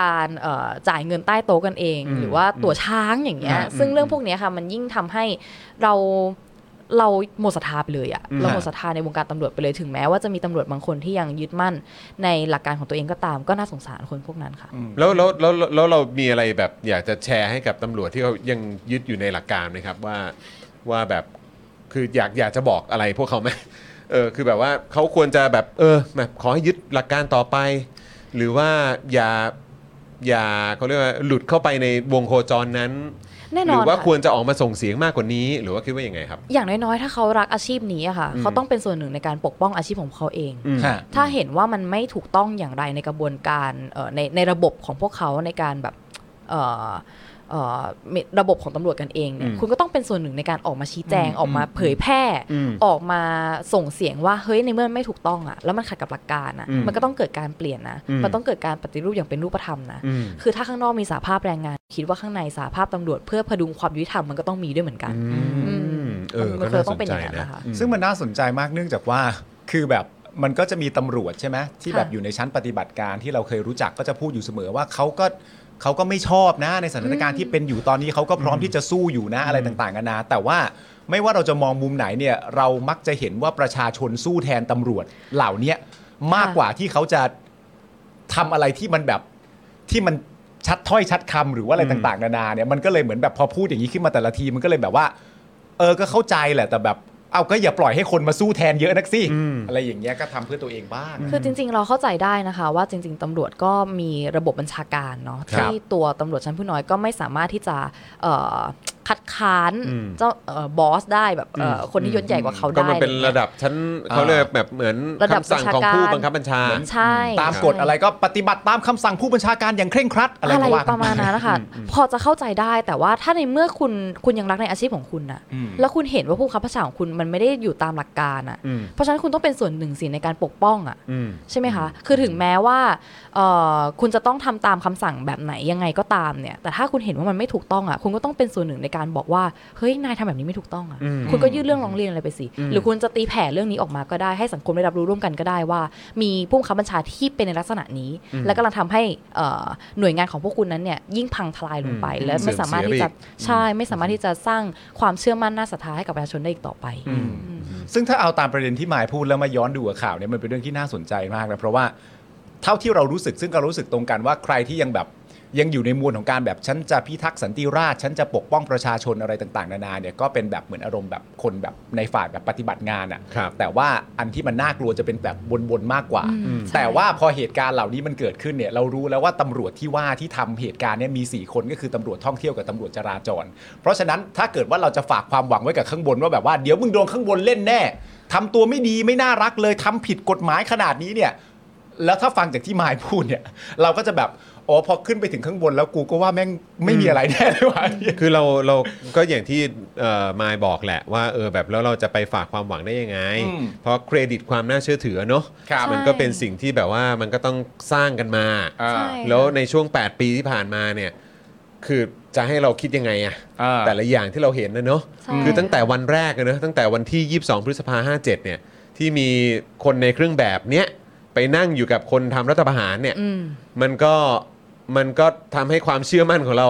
การเอ่อจ่ายเงินใต้โต๊ะกันเอง หรือว่าตัวช้างอย่างเงี้ย
อ่า
ซึ่ง
อืม
เรื่องพวกเนี้ยค่ะ มันยิ่งทำให้เราเราหมดศรัทธาไปเลยอะเราหมดศรัทธาในวงการตำรวจไปเลยถึงแม้ว่าจะมีตำรวจบางคนที่ยังยึดมั่นในหลักการของตัวเองก็ตามก็น่าสงสารคนพวกนั้นค่ะ
แล้วแล้วแล้วแล้วแล้วเรามีอะไรแบบอยากจะแชร์ให้กับตำรวจที่เขายังยึดอยู่ในหลักการไหมครับว่าว่าแบบคืออยากอยากจะบอกอะไรพวกเขาไหม <laughs> เออคือแบบว่าเขาควรจะแบบเออแบบขอให้ยึดหลักการต่อไป หรือว่าอย่าอย่าเขาเรียกว่าหลุดเข้าไปในวงโคจรนั้น
แน่น
ห
อ
รื
น
ว่า
ค่ะ
ควรจะออกมาส่งเสียงมากกว่านี้ หรือว่าคิดว่ายังไงครับ
อย่างน้อยๆ ถ้าเขารักอาชีพนี้อะค่ะ
อืม
เขาต้องเป็นส่วนหนึ่งในการปกป้องอาชีพของเขาเอง
อืม
ฮะ
ถ้าเห็นว่ามันไม่ถูกต้องอย่างไรในกระบวนการเอ่อในในระบบของพวกเขาในการแบบเอ่อเอ่อมีระบบของตำรวจกันเองเนี่ย
อืม
คุณก็ต้องเป็นส่วนหนึ่งในการออกมาชี้แจง
อืม
ออกมา
อืม
เผยแพร่
อืม
ออกมาส่งเสียงว่าเฮ้ยในเมื่อมันไม่ถูกต้องอะแล้วมันขัดกับหลักการอะ
อืม
มันก็ต้องเกิดการเปลี่ยนนะ
อืม
มันต้องเกิดการปฏิรูปอย่างเป็นรูปธรรมนะ
อืม
คือถ้าข้างนอกมีสาภาพแรงงาน คิดว่าข้างในสาภาพตำรวจเพื่อพดุงความยุติธรรมมันก็ต้องมีด้วยเหมือนกัน
อืมเออ
มั
ก็
นเคย
น่า
ต้
ส
อง
น
เป็นอ
ใจ
ย่างนั้น
นะ
นะคะ
อืม
ซึ่งมันน่าสนใจมากเนื่องจากว่า คือแบบมันก็จะมีตำรวจใช่ไหมที่แบบ
ค่ะ
อยู่ในชั้นปฏิบัติการที่เราเคยรู้จักก็จะพูดอยู่เสมอว่าเขาก็เขาก็ไม่ชอบนะ ในสถานการณ์ที่เป็นอยู่ตอนนี้เขาก็พร้อมที่จะสู้อยู่นะอะไรต่างๆกันานาแต่ว่าไม่ว่าเราจะมองมุมไหนเนี่ยเรามักจะเห็นว่าประชาชนสู้แทนตำรวจเหล่าเนี้ยมาก
ค่ะ
กว่าที่เขาจะทำอะไรที่มันแบบที่มันชัดถ้อยชัดคำหรือว่าอะไรต่างๆนานาเนี่ยมันก็เลยเหมือนแบบพอพูดอย่างนี้ขึ้นมาแต่ละทีมันก็เลยแบบว่า เออ ก็เข้าใจแหละ แต่แบบ เอาก็อย่าปล่อยให้คนมาสู้แทนเยอะนักสิ อะไรอย่างเงี้ย ก็ทำเพื่อตัวเองบ้าง
คือจริงๆเราเข้าใจได้นะคะ ว่าจริง ๆตำรวจก็มีระบบบัญชาการเนาะ
ครับ
ที่ตัวตำรวจชั้นผู้น้อยก็ไม่สามารถที่จะเอ่อคัดค้าน
อืม
เจ้าเอ่อบอสได้แบบเอ่ออคนที่ยศใหญ่กว่าเขา
ก็
ได้
มันเป็นระดับชั้นเขาเรียกแบบเหมือน
ระดับ
คำสั่งของผู้บังคับบัญชา
ใช่
ตามกฎอะไรก็ปฏิบัติตามคำสั่งผู้บัญชาการอย่างเคร่งครัด อะไร
อะไร
ก็ว่ากัน
ประมาณนั้นนะคะพอจะเข้าใจได้แต่ว่าถ้าในเมื่อคุณคุณยังรักในอาชีพของคุณน่ะ
อืม
แล้วคุณเห็นว่าผู้บังคับบัญชาของคุณมันไม่ได้อยู่ตามหลักการอ่ะ
อืม
เพราะฉะนั้นคุณต้องเป็นส่วนหนึ่งสิในการปกป้องอ่ะ
อืม
ใช่ไหมคะ คือถึงแม้ว่าเอ่อคุณจะต้องทำตามคำสั่งแบบไหนยังไงก็ตามเนี่ย แต่ถ้าคุณเห็นว่ามันไม่ถูกต้องอ่ะ คุณก็ต้องเป็นส่วนหนึ่งในการบอกว่า เฮ้ย นายทำแบบนี้ไม่ถูกต้องอ่ะ คุณก็ยื่นเรื่องร้องเรียนอะไรไปสิ หรือคุณจะตีแผ่เรื่องนี้ออกมาก็ได้ ให้สังคมได้รับรู้ร่วมกันก็ได้ว่า มีผู้บังคับบัญชาที่เป็นในลักษณะนี้ และกำลังทำให้เอ่อหน่วยงานของพวกคุณนั้นเนี่ยยิ่งพังทลายลงไป
อืม
และไม่สามารถที่จะ
เสื่อมเสียไปอีก
ใช่ไม่สามารถที่จะสร้างความเชื่อมั่นน่าศรัทธาให้กับประชาชนได้อีกต่อไป
ซึ่งถ้าเอาตามประเด็นที่หมายพูดแล้วมาย้อนดูกับข่าวเนี่ยมันเป็นเรื่องที่น่าสนใจมากนะเพราะว่าเท่าที่เรารู้สึกซึ่งก็รู้สึกตรงกันว่าใครที่ยังแบบยังอยู่ในมวลของการแบบฉันจะพิทักษ์สันติราษฎร์ฉันจะปกป้องประชาชนอะไรต่างๆนานาเนี่ยก็เป็นแบบเหมือนอารมณ์แบบคนแบบในฝ่ายแบบปฏิบัติงาน
ครั
อะ่ะ
บ
แต่ว่าอันที่มันน่ากลัวจะเป็นแบบบนๆมากกว่า
อืมใช่
แต่ว่าพอเหตุการณ์เหล่านี้มันเกิดขึ้นเนี่ยเรารู้แล้วว่าตำรวจที่ว่าที่ทำเหตุการณ์เนี่ยมี 4 คนก็คือตำรวจท่องเที่ยวกับตำรวจจราจร เพราะฉะนั้นถ้าเกิดว่าเราจะฝากความหวังไว้กับข้างบนว่าแบบว่าเดี๋ยวมึงโดนข้างบนเล่นแน่ทำตัวไม่ดีไม่น่ารักเลยทำผิดกฎหมายขนาดนี้เนี่ย แล้วถ้าฟังจากที่มาย <laughs> พูดเนี่ย เราก็จะแบบอ๋อพอขึ้นไปถึงข้างบนแล้วกูก็ว่าแม่งไม่มีอะไรแน่เลยว่ะ
คือเราเราก็อย่างที่เอ่อมายบอกแหละว่าเออแบบแล้วเราจะไปฝากความหวังได้ยังไง
อืม
เพราะเครดิตความน่าเชื่อถือเนอะ
ครับ
มันก็เป็นสิ่งที่แบบว่ามันก็ต้องสร้างกันมา
อ่า
ใช่
แล้วในช่วง 8 ปีที่ผ่านมาเนี่ย คือจะให้เราคิดยังไงอะ
อ่า
แต่ละอย่างที่เราเห็นนะเนอะ
ใช่
คือตั้งแต่วันแรกเลยเนอะตั้งแต่วันที่ 22 พฤษภา57 เนี่ย ที่มีคนในเครื่องแบบเนี้ยไปนั่งอยู่กับคนทำรัฐประหารเนี่ย
อืม
มันก็มันก็ทำให้ความเชื่อมั่นของเรา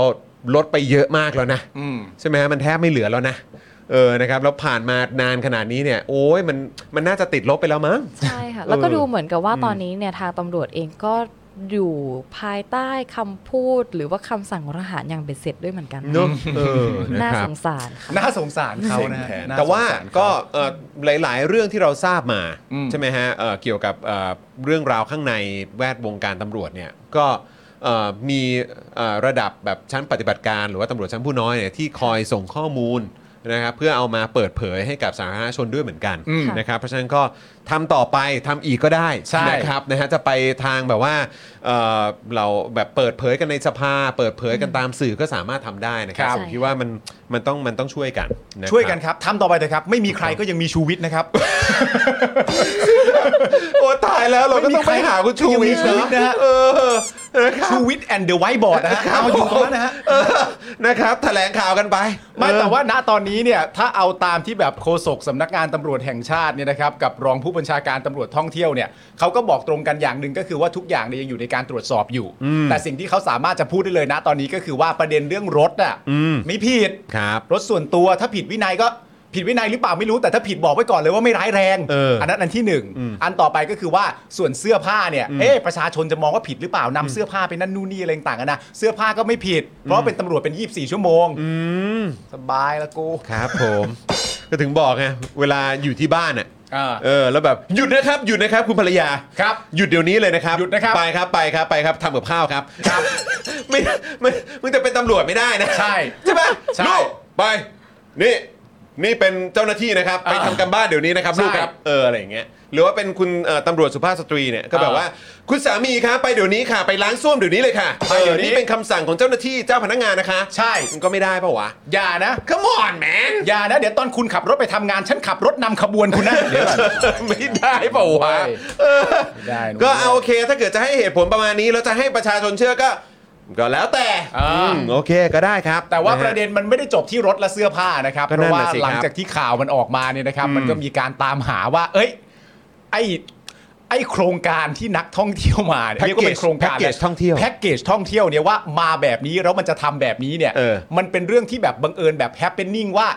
ลดไปเยอะมากแล้วนะ
อืม
ใช่ไหมฮะมันแทบไม่เหลือแล้วนะ เออนะครับแล้วผ่านมานานขนาดนี้เนี่ย โอ้ยมันมันน่าจะติดลบไปแล้วมั้ง
ใช่ค่ะ แล้วก็
เออ
ดูเหมือนกับว่าตอนนี้เนี่ยทางตำรวจเองก็อยู่ภายใต้คำพูดหรือว่าคำสั่งของทหารอย่างเบ็ดเสร็จด้วยเหมือนกัน
เนอะเออ
น่า
ะค
ส
รับ
งสารค่ะ
น่าสงสารเขานะฮะน่สงสรเข
แต่ว่าก็เอ่อหลาย ๆ เรื่องที่เราทราบมา
อืม
ใช่ไหมฮะเอ่อเกี่ยวกับเอ่อเรื่องราวข้างในแวดวงการตำรวจเนี่ยก็เอ่อมีเอ่อระดับแบบชั้นปฏิบัติการ หรือว่าตำรวจชั้นผู้น้อยเนี่ยที่คอยส่งข้อมูลนะครับเพื่อเอามาเปิดเผยให้กับสาธารณชนด้วยเหมือนกัน
อืม
นะครับเพราะฉะนั้นก็ ทำต่อไปทำอีกก็ได้
ใช่
นะครับนะฮะจะไปทางแบบว่าเอ่อเราแบบเปิดเผยกันในสภา เปิดเผยกันตามสื่อก็สามารถทำได้นะครับ
ครับ
ผมคิดว่ามันมันต้องมันต้องช่วยกันะ
ช่วยกันครับทำต่อไปเถอะครับ ไม่มีใครก็ยังมีชูวิทย์นะครับ
โอ้ตายแล้วเราก็ต้องไปหาคุณชูวิทย์
ไม่มีใคร
นะ
นะฮะ
เออนะครับ
ชูวิทย์แอนด์เดอะไวท์บอร์ดนะฮะเอาอยู่ตรงนั้นนะฮะ
เออนะครับแถลงข่าวกันไป
ไม่
เออ
แต่ว่าณตอนนี้เนี่ยถ้าเอาตามที่แบบโฆษกสำนักงานตำรวจแห่งชาติเนี่ยนะครับกับรองผู้บัญชาการตำรวจท่องเที่ยวเนี่ยเขาก็บอกตรงกันอย่างหนึ่งก็คือว่าทุกอย่างเนี่ยยังอยู่ในการตรวจสอบอยู่ แต่สิ่งที่เขาสามารถจะพูดได้เลยนะตอนนี้ก็คือว่าประเด็นเรื่องรถอ่ะ
อืม
ไม่ผิด
ครับ
รถส่วนตัวถ้าผิดวินัยก็ผิดวินัยหรือเปล่าไม่รู้แต่ถ้าผิดบอกไว้ก่อนเลยว่าไม่ร้ายแรง
เอออั
นนั้นอันที่หนึ่งอันต่อไปก็คือว่าส่วนเสื้อผ้าเนี่ยเอ๊ะประชาชนจะมองว่าผิดหรือเปล่านำเสื้อผ้าไปนั่นนู่นนี่อะไรต่างกันนะเสื้อผ้าก็ไม่ผิด เพราะว่าเป็นตำรวจเป็น 24 ชั่วโมง
ืม
สบายละกู
ครับผม ก็ถึงบอกไงเวลาอยู่ที่บ้านอ่ะ
อ่า
เออแล้วแบบหยุดนะครับหยุดนะครับคุณภรรยา
ครับ
หยุดเดี๋ยวนี้เลยนะครับ
หยุดนะครับ
ไปครับไปครับไปครับทำกับข้าวครับ
ครับ
ไม่ไม่มึงจะเป็นตำรวจไม่ได้นะ
ใช่
ใช่ปะ
ใช่
ลูกไปนี่นี่เป็นเจ้าหน้าที่นะครับไป
อ่า
ทำกันบ้านเดี๋ยวนี้นะครับ
ใช่
ลูกครับเอออะไรอย่างเงี้ยหรือว่าเป็นคุณเอ่อตำรวจสุภาพสตรีเนี่ยก็แบบ
อ่า
ว่าคุณสามีครับไปเดี๋ยวนี้ค่ะ ไปล้างส้วมเดี๋ยวนี้เลยค่ะ
ไปเดี๋ยวนี้
ออนี่เป็นคำสั่งของเจ้าหน้าที่เจ้าพนักงานนะคะ
ใช่
มันก็ไม่ได้ปะวะ
อย่านะ
Come on man
อย่านะ เดี๋ยวตอนคุณขับรถไปทำงาน ฉันขับรถนำขบวนคุณนะ <laughs> เดี๋ยวก่อน
ไม่ได้เปล่าวะเออ
ไม่ได้นะ
ก็เอาโอเคถ้าเกิดจะให้เหตุผลประมาณนี้แล้วจะให้ประชาชนเชื่อก็ ก็แล้วแต่
อ่า
มโอเคก็ได้ครับ
แต่ว่า
ฮ
ประเด็นมันไม่ได้จบที่รถและเสื้อผ้านะครับ
ก็
เพ
นั่น
ราะว่า
น่ะสิครับ
หลังจากที่ข่าวมันออกมาเนี่ยนะครับ มันก็มีการตามหาว่า เอ้ย ไอ้ไอ้โครงการที่นักท่องเที่ยวมาเนี่ย
Package
เรียกว่าเป็นโครงการ
Package ท่องเที่ยว
แพ็กเกจท่องเที่ยวเนี่ยว่ามาแบบนี้แล้วมันจะทำแบบนี้เนี่ย
เออ
มันเป็นเรื่องที่แบบบังเอิญแบบแฮปเปนนิ่งว่า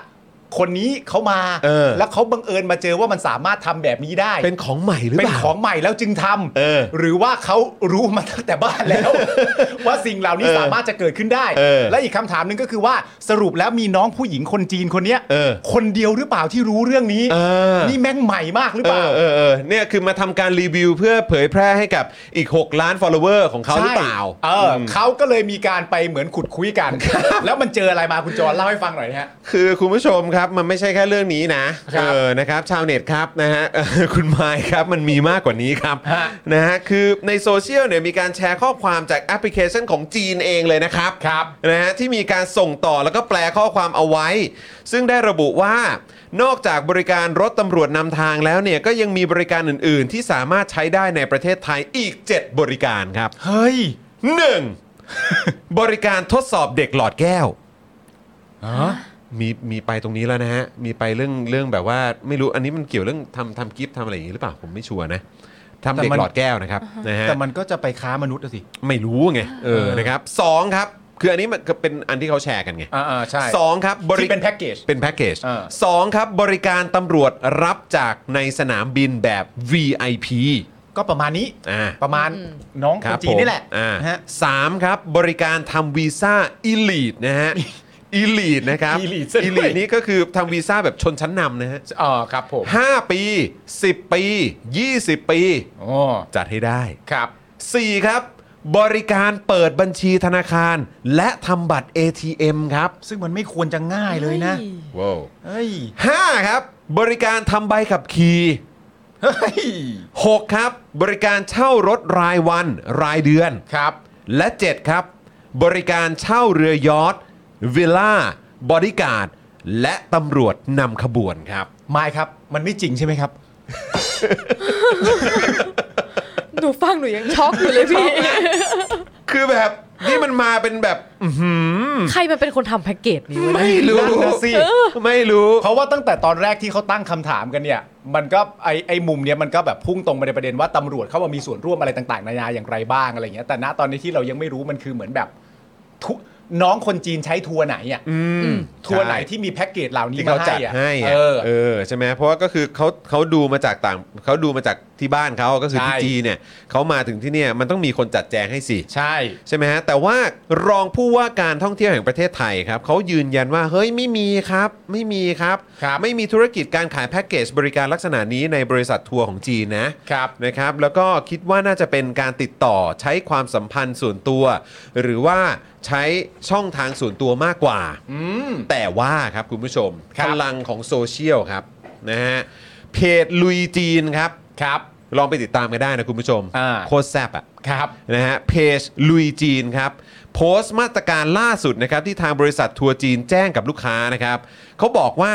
คนนี้เขามา
เออ
แล้วเขาบังเอิญมาเจอว่ามันสามารถทำแบบนี้ได้
เป็นของใหม่หรือ
เป็
เป
น
ล่า
ของใหม่แล้วจึงทำ
เออ
หรือว่าเขารู้มาตั้งแต่บ้านแล้ว
<laughs>
ว่าสิ่งเหล่านี้
เออ
สามารถจะเกิดขึ้นได้
เออ
และอีกคำถามหนึ่งก็คือว่าสรุปแล้วมีน้องผู้หญิงคนจีนคนเนี้ย
เออ
คนเดียวหรือเปล่าที่รู้เรื่องนี้
เออ
นี่แม่งใหม่มากหรือ
เอ
เปล่า
อเออเออเนี่ยคือมาทำการรีวิวเพื่อเผยแพร่ให้กับอีก 6 ล้าน follower ของเขาหรือเปล่า
ใช่เอออเขาก็เลยมีการไปเหมือนขุดคุยกัน แล้วมันเจออะไรมาคุณจอเล่าให้ฟังหน่อยนะฮะ
คือคุณผู้ชมครับมันไม่ใช่แค่เรื่องนี้นะครับ เออนะครับชาวเน็ตครับนะฮ <laughs> ะเออคุณไมค์ครับมันมีมากกว่านี้ครับ
ฮะ
นะฮะคือในโซเชียลเนี่ยมีการแชร์ข้อความจากแอปพลิเคชันของจีนเองเลยนะครับ
ครับ
นะฮะที่มีการส่งต่อแล้วก็แปลข้อความเอาไว้ ซึ่งได้ระบุว่า นอกจากบริการรถตำรวจนำทางแล้วเนี่ยก็ยังมีบริการอื่น ๆ ที่สามารถใช้ได้ในประเทศไทยอีก 7 บริการครับ
เฮ้ย
1. บริการทดสอบเด็กหลอดแก้ว มีมีไปตรงนี้แล้วนะฮะ มีไปเรื่องเรื่องแบบว่าไม่รู้อันนี้มันเกี่ยวเรื่องทำทำกิฟต์ทำอะไรอย่างนี้หรือเปล่า ผมไม่ชัวร์นะทำเด็ก
แต่มัน
หลอดแก้วนะครับนะฮะ
แต่มันก็จะไปค้ามนุษย์อะสิ
ไม่รู้ไงเออนะครับสองครับ คืออันนี้มันก็เป็นอันที่เขาแชร์กันไง
อ่าๆใช่
สองครับบริ
ที่เป็นแพ็กเกจ
เป็นแพ็กเกจ
เออ
สองครับบริการตำรวจรับจากในสนามบินแบบ VIP
ก็ประมาณนี้
อ่า
ประมาณน้องค
ครั
น
บ
จีนนี่แหละ
ผมอ่า
นะฮะ
สามครับบริการทำวีซ่าอีลีดนะฮะอีลีดนะครับ
Elite ซะด้วย
ลีดนี่ก็คือทำวีซ่าแบบชนชั้นนำนะฮะ
อ๋อครับผม
ห้าปี 10 ปี 20 ปี
อ๋อ
จัดให้ได้
ครับ
4 ครับ บริการเปิดบัญชีธนาคาร และทำบัตร ATM ครับ
ซึ่งมันไม่ควรจะง่ายเลยนะ
ว้า
เฮ้ย
ห้าครับ บริการทำใบขับขี่
เฮ้ย
6 ครับ บริการเช่ารถรายวันรายเดือน
ครับ
และ 7 ครับ บริการเช่าเรือยอทวิลล่าบอดี้การ์ดและตำรวจนำขบวนครับ
ไม่ครับ มันไม่จริงใช่ไหมครับ
หนูฟังหนูยัง <laughs> ช็อกอยู่เลยพี่
คือแบบนี่มันมาเป็นแบบอื้อหือ
ใครมันเป็นคนทำแพ็กเกจนี้วะ
<gasps> ไม่รู้
นั่นน่ะสิ
<gasps> ไม่รู้
เพราะว่าตั้งแต่ตอนแรกที่เขาตั้งคำถามกันเนี่ย มันก็ไอไอมุมเนี้ยมันก็แบบพุ่งตรงไปในประเด็นว่าตำรวจเข้ามามีส่วนร่วมอะไรต่างๆ นานาอย่างไรบ้างอะไรอย่างเงี้ย แต่ณตอนนี้ที่เรายังไม่รู้มันคือเหมือนแบบทุน้องคนจีนใช้ทัวร์ไหนอ่ะ ทัวร์ไหนที่มีแพ็กเกจเหล่านี้
ที่
มา
เขาจัด
ให้อ่ะ
ให้
เอ
อะ
อ
เออใช่ไหมเพราะว่าก็คือเขาเขาดูมาจากต่างเขาดูมาจากที่บ้านเขาก็คือที่
ใช่
จีนเนี่ยเขามาถึงที่เนี่ยมันต้องมีคนจัดแจงให้สิ
ใช่
ใช่ไหมฮะแต่ว่ารองผู้ว่าการท่องเที่ยวแห่งประเทศไทยครับเขายืนยันว่าเฮ้ยไม่มีครับ ไม่มีครับ
ครับ
ไม่มีธุรกิจการขายแพ็กเกจบริการลักษณะนี้ในบริษัททัวร์ของจีนนะครับ นะครับ แล้วก็คิดว่าน่าจะเป็นการติดต่อใช้ความสัมพันธ์ส่วนตัว หรือว่าใช้ช่องทางส่วนตัวมากกว่า แต่ว่าครับคุณผู้ชม
ครั
พ
บ
ลังของโซเชียลครับนะฮะเพจลุยจีนครับ
ครับ
ลองไปติดตามกันได้นะคุณผู้ชม
อ่า
โคตรแซบอ่ะ
ครับ
นะฮะเพจลุยจีนครับ โพสต์มาตรการล่าสุดนะครับ ที่ทางบริษัททัวร์จีนแจ้งกับลูกค้านะครับเขาบอกว่า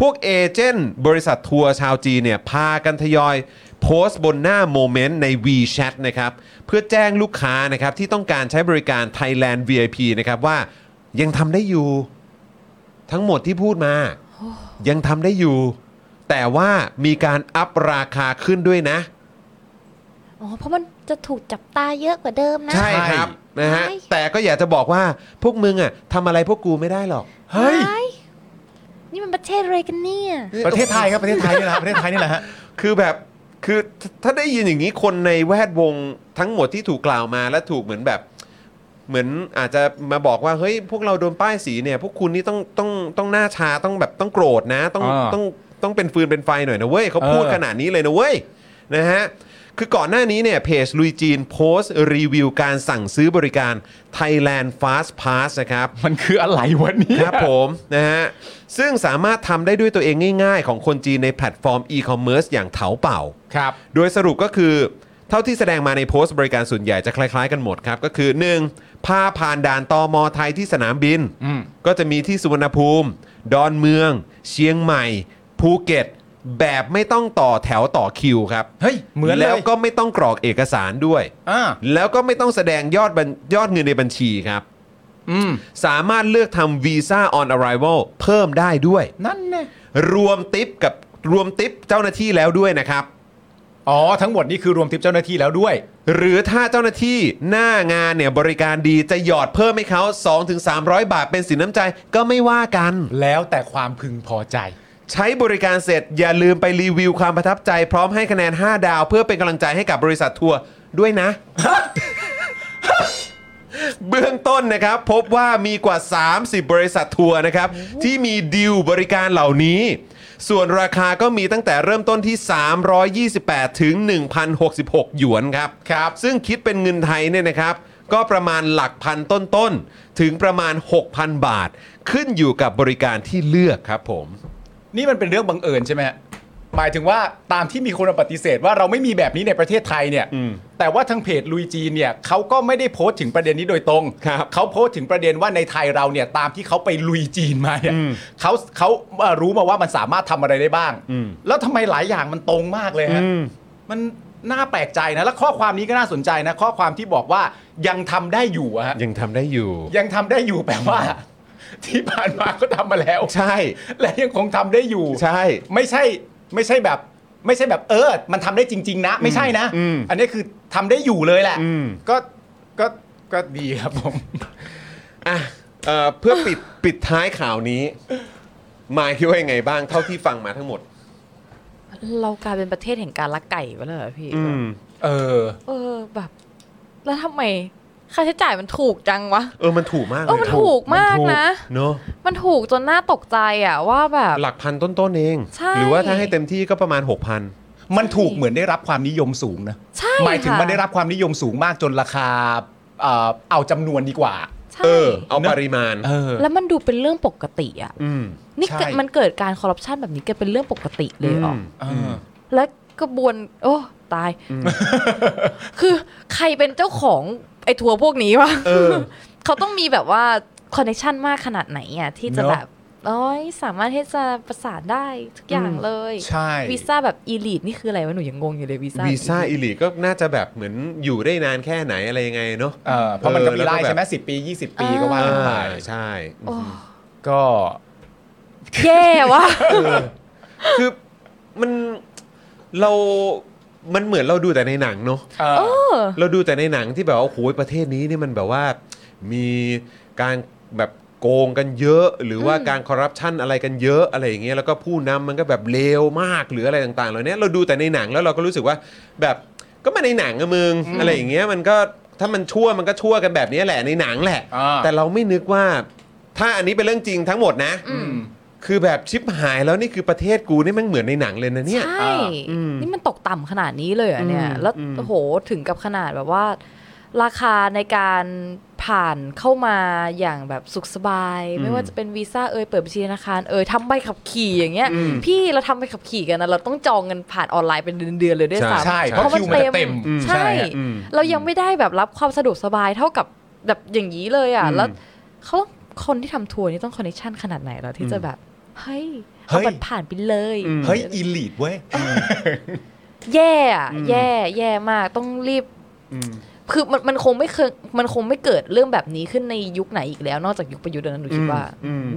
พวกเอเจนต์บริษัททัวร์ชาวจีนเนี่ย พากันทยอย โพสต์บนหน้าโมเมนต์ใน WeChat นะครับ เพื่อแจ้งลูกค้านะครับ ที่ต้องการใช้บริการ Thailand VIP นะครับ ว่ายังทำได้อยู่ ทั้งหมดที่พูดมา ยังทำได้อยู่ แต่ว่ามีการอัพราคาขึ้นด้วยนะ
อ๋อเพราะมันจะถูกจับตาเยอะกว่าเดิมนะ
ใช่ครับนะฮะ
ใช่
แต่ก็อยากจะบอกว่าพวกมึงอ่ะทำอะไรพวกกูไม่ได้หรอก
เฮ้ย
ว้ายนี่มันประเทศอะไรกันเนี่ย
ประเทศไทยครับประเทศไทยนี่แหละครับประเทศไทยนี่แหละฮะ
คือแบบคือถ้าถ้าได้ยินอย่างนี้คนในแวดวงทั้งหมดที่ถูกกล่าวมาและถูกเหมือนแบบ เหมือนอาจจะมาบอกว่าเฮ้ยพวกเราโดนป้ายสีเนี่ย พวกคุณนี่ต้องต้องต้องหน้าชาต้องแบบต้องโกรธนะ ต้อง
อ่า
ต้องต้องเป็นฟืนเป็นไฟหน่อยนะเว้ยเขาพูด
เออ
ขนาดนี้เลยนะเว้ยนะฮะคือก่อนหน้านี้เนี่ยเพจลุยจีนโพสต์รีวิวการสั่งซื้อบริการ Thailand Fast Pass นะครับ
มันคืออะไรวะเนี่ย
ครับผมนะฮะซึ่งสามารถทำได้ด้วยตัวเองง่ายๆ ของคนจีนในแพลตฟอร์มอีคอมเมิร์ซอย่างเถาเป่า
ครับ
โดยสรุปก็คือ เท่าที่แสดงมาในโพสต์บริการส่วนใหญ่จะคล้ายๆกันหมดครับ ก็คือ 1. พาผ่านด่านตอมอไทยที่สนามบิน
อืม
ก็จะมีที่สุวรรณภูมิ ดอนเมือง เชียงใหม่ ภูเก็ต แบบไม่ต้องต่อแถวต่อคิวครับ
เฮ้ย เหมือนเลย
แล้วก็ไม่ต้องกรอกเอกสารด้วย
อ่า
แล้วก็ไม่ต้องแสดงยอดบัญยอดเงินในบัญชีครับ
อืม
สามารถเลือกทำวีซ่าออน arrival เพิ่มได้ด้วย
นั่นเนี่ย
รวมติปกับรวมติปเจ้าหน้าที่แล้วด้วยนะครับ
อ๋อ ทั้งหมดนี่คือรวมทิปเจ้าหน้าที่แล้วด้วย
หรือถ้าเจ้าหน้าที่หน้างานเนี่ยบริการดีจะหยอดเพิ่มให้เขา 2-300 บาทเป็นสินน้ำใจก็ไม่ว่ากัน
แล้วแต่ความพึงพอใจ
ใช้บริการเสร็จอย่าลืมไปรีวิวความประทับใจ พร้อมให้คะแนน 5 ดาว เพื่อเป็นกำลังใจให้กับบริษัททัวร์ด้วยนะ เบื้องต้นนะครับ พบว่ามีกว่า 30 บริษัททัวร์นะครับ ที่มีดิวบริการเหล่านี้ ส่วนราคาก็มีตั้งแต่เริ่มต้นที่ 328 ถึง 1,066 หยวนครับ
ครับ
ซึ่งคิดเป็นเงินไทยเนี่ยนะครับ ก็ประมาณหลักพันต้นๆ ถึงประมาณ 6,000 บาท ขึ้นอยู่กับบริการที่เลือกครับผม
นี่มันเป็นเรื่องบังเอิญใช่ไหมฮะหมายถึงว่าตามที่มีคนมาปฏิเสธว่าเราไม่มีแบบนี้ในประเทศไทยเนี่ย แต่ว่าทางเพจลุยจีนเนี่ยเขาก็ไม่ได้โพสต์ถึงประเด็นนี้โดยตรง
ครับ
เขาโพสต์ถึงประเด็นว่าในไทยเราเนี่ยตามที่เขาไปลุยจีนมาเนี่ยเขาเขาเอ่อรู้มาว่ามันสามารถทำอะไรได้บ้าง
อืม
แล้วทำไมหลายอย่างมันตรงมากเลยฮะ มันน่าแปลกใจนะ แล้วข้อความนี้ก็น่าสนใจนะ ข้อความที่บอกว่ายังทำได้อยู่อะฮะ
ยังทำได้อยู่
ยังทำได้อยู่แปลว่า <laughs> ที่ผ่านมาก็ทำมาแล้ว
ใช่
และยังคงทำได้อยู่
ใช่
ไม่ใช่ไม่ใช่แบบ ไม่ใช่แบบเออ มันทำได้จริง ๆ นะ ไม่ใช่นะ
อืม
อันนี้คือทำได้อยู่เลยแหละ
อืม
ก็ก็ก็ดีครับผม <laughs>
อ่ะเอ่อเพื่อปิด ปิดท้ายข่าวนี้มายคิดว่ายังไงบ้างเท่าที่ฟังมาทั้งหมด
เรากลายเป็นประเทศแห่งการลักไก่ไปแล้วเหรอพี่
เออ
เออแบบ แล้วทำไม ค่าใช้จ่ายมันถูกจังวะ
เออ มันถูกมากเล
เออย มันถูกมากนะ
เนาะ
มันถูกจนน่าตกใจอ่ะว่าแบบ
หลักพันต้นๆเอง
ใช่
หรือว่าถ้าให้เต็มที่ก็ประมาณ
มันถูกเหมือนได้รับความนิยมสูงนะ
ใช่
หมายถึง
ค่ะ
มันได้รับความนิยมสูงมากจนราคาเอ่อเอาจำนวนดีกว่า
ใช่
6,000 เออ เอาปริมาณ
เออ
แล้วมันดูเป็นเรื่องปกติอ่ะ
อืม
นี่เกิด
ใช่
มันเกิดการคอร์รัปชันแบบนี้เกิดเป็นเรื่องปกติเลยเหรออ
เออ
และกระบวน โอ้ ตาย คือใครเป็นเจ้าของไอ้ทัวร์พวกนี้วะ
เออ
เขาต้องมีแบบว่าคอนเนคชันมากขนาดไหนอ่ะที่จะ
เนอะ
แบบโอ้ยสามารถที่จะประสานได้ทุกอย่างเลย
ใช่
วีซ่าแบบอีลี e นี่คืออะไรวะหนูยังงงอยู่เลยวีซ่า
วีซ่า
elite
อิลีก็น่าจะแบบเหมือนอยู่ได้นานแค่ไหนอะไรยังไงเนาะ
เออเพราะมันก็มีไล่
เออแล้วก็แบบ
ใช่ไหมสิปี 20 ปีก็ว่า
อ่
กันไป
าใช่อื
โอ้
ม
ก็
แย่วะ
คือมันเรา มันเหมือนเราดูแต่ในหนังเนาะ
เออ
เราดูแต่ในหนังที่แบบว่าโอ้โหประเทศนี้นี่มันแบบว่ามีการแบบโกงกันเยอะ หรือว่าการคอร์รัปชันอะไรกันเยอะอะไรอย่างเงี้ยแล้วก็ผู้นำมันก็แบบเลวมากหรืออะไรต่างๆเหล่านี้เราดูแต่ในหนังแล้วเราก็รู้สึกว่าแบบก็มาในหนังอะมึงอะไรอย่างเงี้ยมันก็ถ้ามันชั่วมันก็ชั่วกันแบบนี้แหละในหนังแหละ
อ่า
แต่เราไม่นึกว่าถ้าอันนี้เป็นเรื่องจริงทั้งหมดนะ
อืม
คือแบบชิปหายแล้วนี่คือประเทศกูนี่แมันเหมือนในหนังเลยนะเนี่ย
ใช่
อืม
นี่มันตกต่ำขนาดนี้เลยเหรอเนี่ย
อืม
แล้ว
อืม
โอ้โหถึงกับขนาดแบบว่า ราคาในการพ ผ่านเข้ามาอย่างแบบสุขสบาย ไม่ว่าจะเป็นวีซ่าเอยเปิดบัญชีธนาคารเอยทำใบขับขี่อย่างเงี้ย พี่เราทำใบขับขี่กันนะเราต้องจองกันผ่านออนไลน์เป็นเดือนๆเลยด้วยซ้ำ
ใช่เพราะคิวมันจะเต็มอืม
ใช่
ใช่ฮะอืม
เรายังไม่ได้แบบรับความสะดวกสบายเท่ากับแบบอย่างนี้เลยอ่ะ
อืม
แล้วเขาคนที่ทำทัวร์นี่ต้องคอนเนคชั่นขนาดไหนแล้วที่จะแบบเฮ้ยเอาบัตรผ่านไปเลย
เฮ้ยอีลีดเว้ย
แย่อะแย่แย่มากต้องรีบ คือมันมันคงไม่เคยมันคงไม่เกิดเรื่องแบบนี้ขึ้นในยุคไหนอีกแล้ว นอกจากยุคประยุทธ์อะนะหนูคิดว่า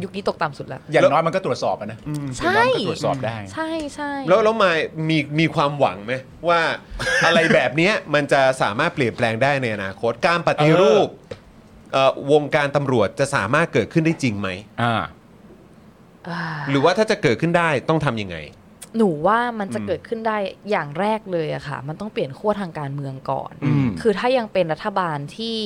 ยุคนี้ตกต่ำสุดแล้ว
อย่างน้อยมันก็ตรวจสอบอะนะ
ใช่
อย่างน้อยมันก็ตรวจสอบได้
ใช่ใช่
แล้วแล้วมายมีมีความหวังไหมว่า อะไรแบบเนี้ยมันจะสามารถเปลี่ยนแปลงได้ในอนาคต การปฏิรูปเอ่อวงการตำรวจจะสามารถเกิดขึ้นได้จริงไหม
อ่า
อ่า
หรือว่าถ้าจะเกิดขึ้นได้ต้องทำยังไง
หนูว่ามันจะเกิดขึ้นได้อย่างแรกเลยอะค่ะ มันต้องเปลี่ยนขั้วทางการเมืองก่อน
อืม
คือถ้ายังเป็นรัฐบาลที่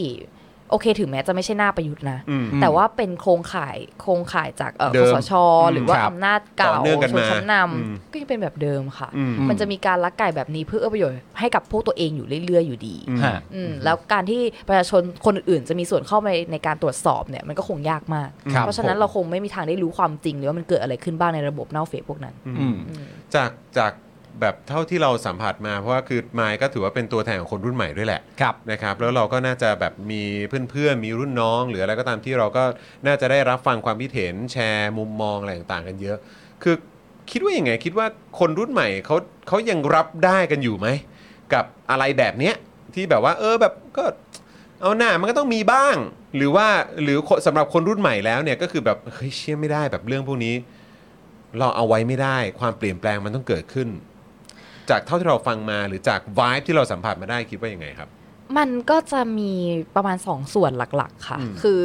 โอเคถึงแม้จะไม่ใช่หน้าประยุทธ์นะ
อืม
แต่ว่าเป็นโครงข่ายโครงข่ายจากเอ่อ
เดิ
ค
ม
สช หรือว่า
ครับ
อำนาจเก่า
ต่อเนื่องกัน
ชน
มา
ชั้นน
อืม
ำก็ยังเป็นแบบเดิมค่ะ
อืม
มันจะมีการลักไก่แบบนี้เพื่อเอื้อประโยชน์ให้กับพวกตัวเองอยู่เรื่อยๆอยู่ดี
ฮะ
อืมแล้วการที่ประชาชนคนอื่นๆจะมีส่วนเข้าไปในการตรวจสอบเนี่ยมันก็คงยากมาก
ครับ
เพราะฉะนั้น
ผม
เราคงไม่มีทางได้รู้ความจริงหรือว่ามันเกิดอะไรขึ้นบ้างในระบบเน่าเฟะพวกนั้น
อืม
จากจากแบบเท่าที่เราสัมผัสมา เพราะว่าคือมายก็ถือว่าเป็นตัวแทนของคนรุ่นใหม่ด้วยแหละ
ครับ
นะครับแล้วเราก็น่าจะแบบมีเพื่อนๆมีรุ่นน้อง หรืออะไรก็ตามที่เราก็น่าจะได้รับฟังความคิดเห็นแชร์มุมมองอะไรต่างๆกันเยอะ คือคิดว่าอย่างไงคิดว่าคนรุ่นใหม่เขาเขายังรับได้กันอยู่ไหม กับอะไรแบบเนี้ยที่แบบว่า เออแบบก็เอาหน้ามันก็ต้องมีบ้าง หรือว่าหรือสำหรับคนรุ่นใหม่แล้วเนี่ยก็คือแบบเฮ้ยเชื่อไม่ได้แบบเรื่องพวกนี้ เราเอาไว้ไม่ได้ความเปลี่ยนแปลงมันต้องเกิดขึ้น จากเท่าที่เราฟังมาหรือจากวายที่เราสัมผัสมาได้คิดว่ายังไงครับ
มันก็จะมีประมาณ 2 ส่วนหลักๆ ค่ะ
อืม
คือ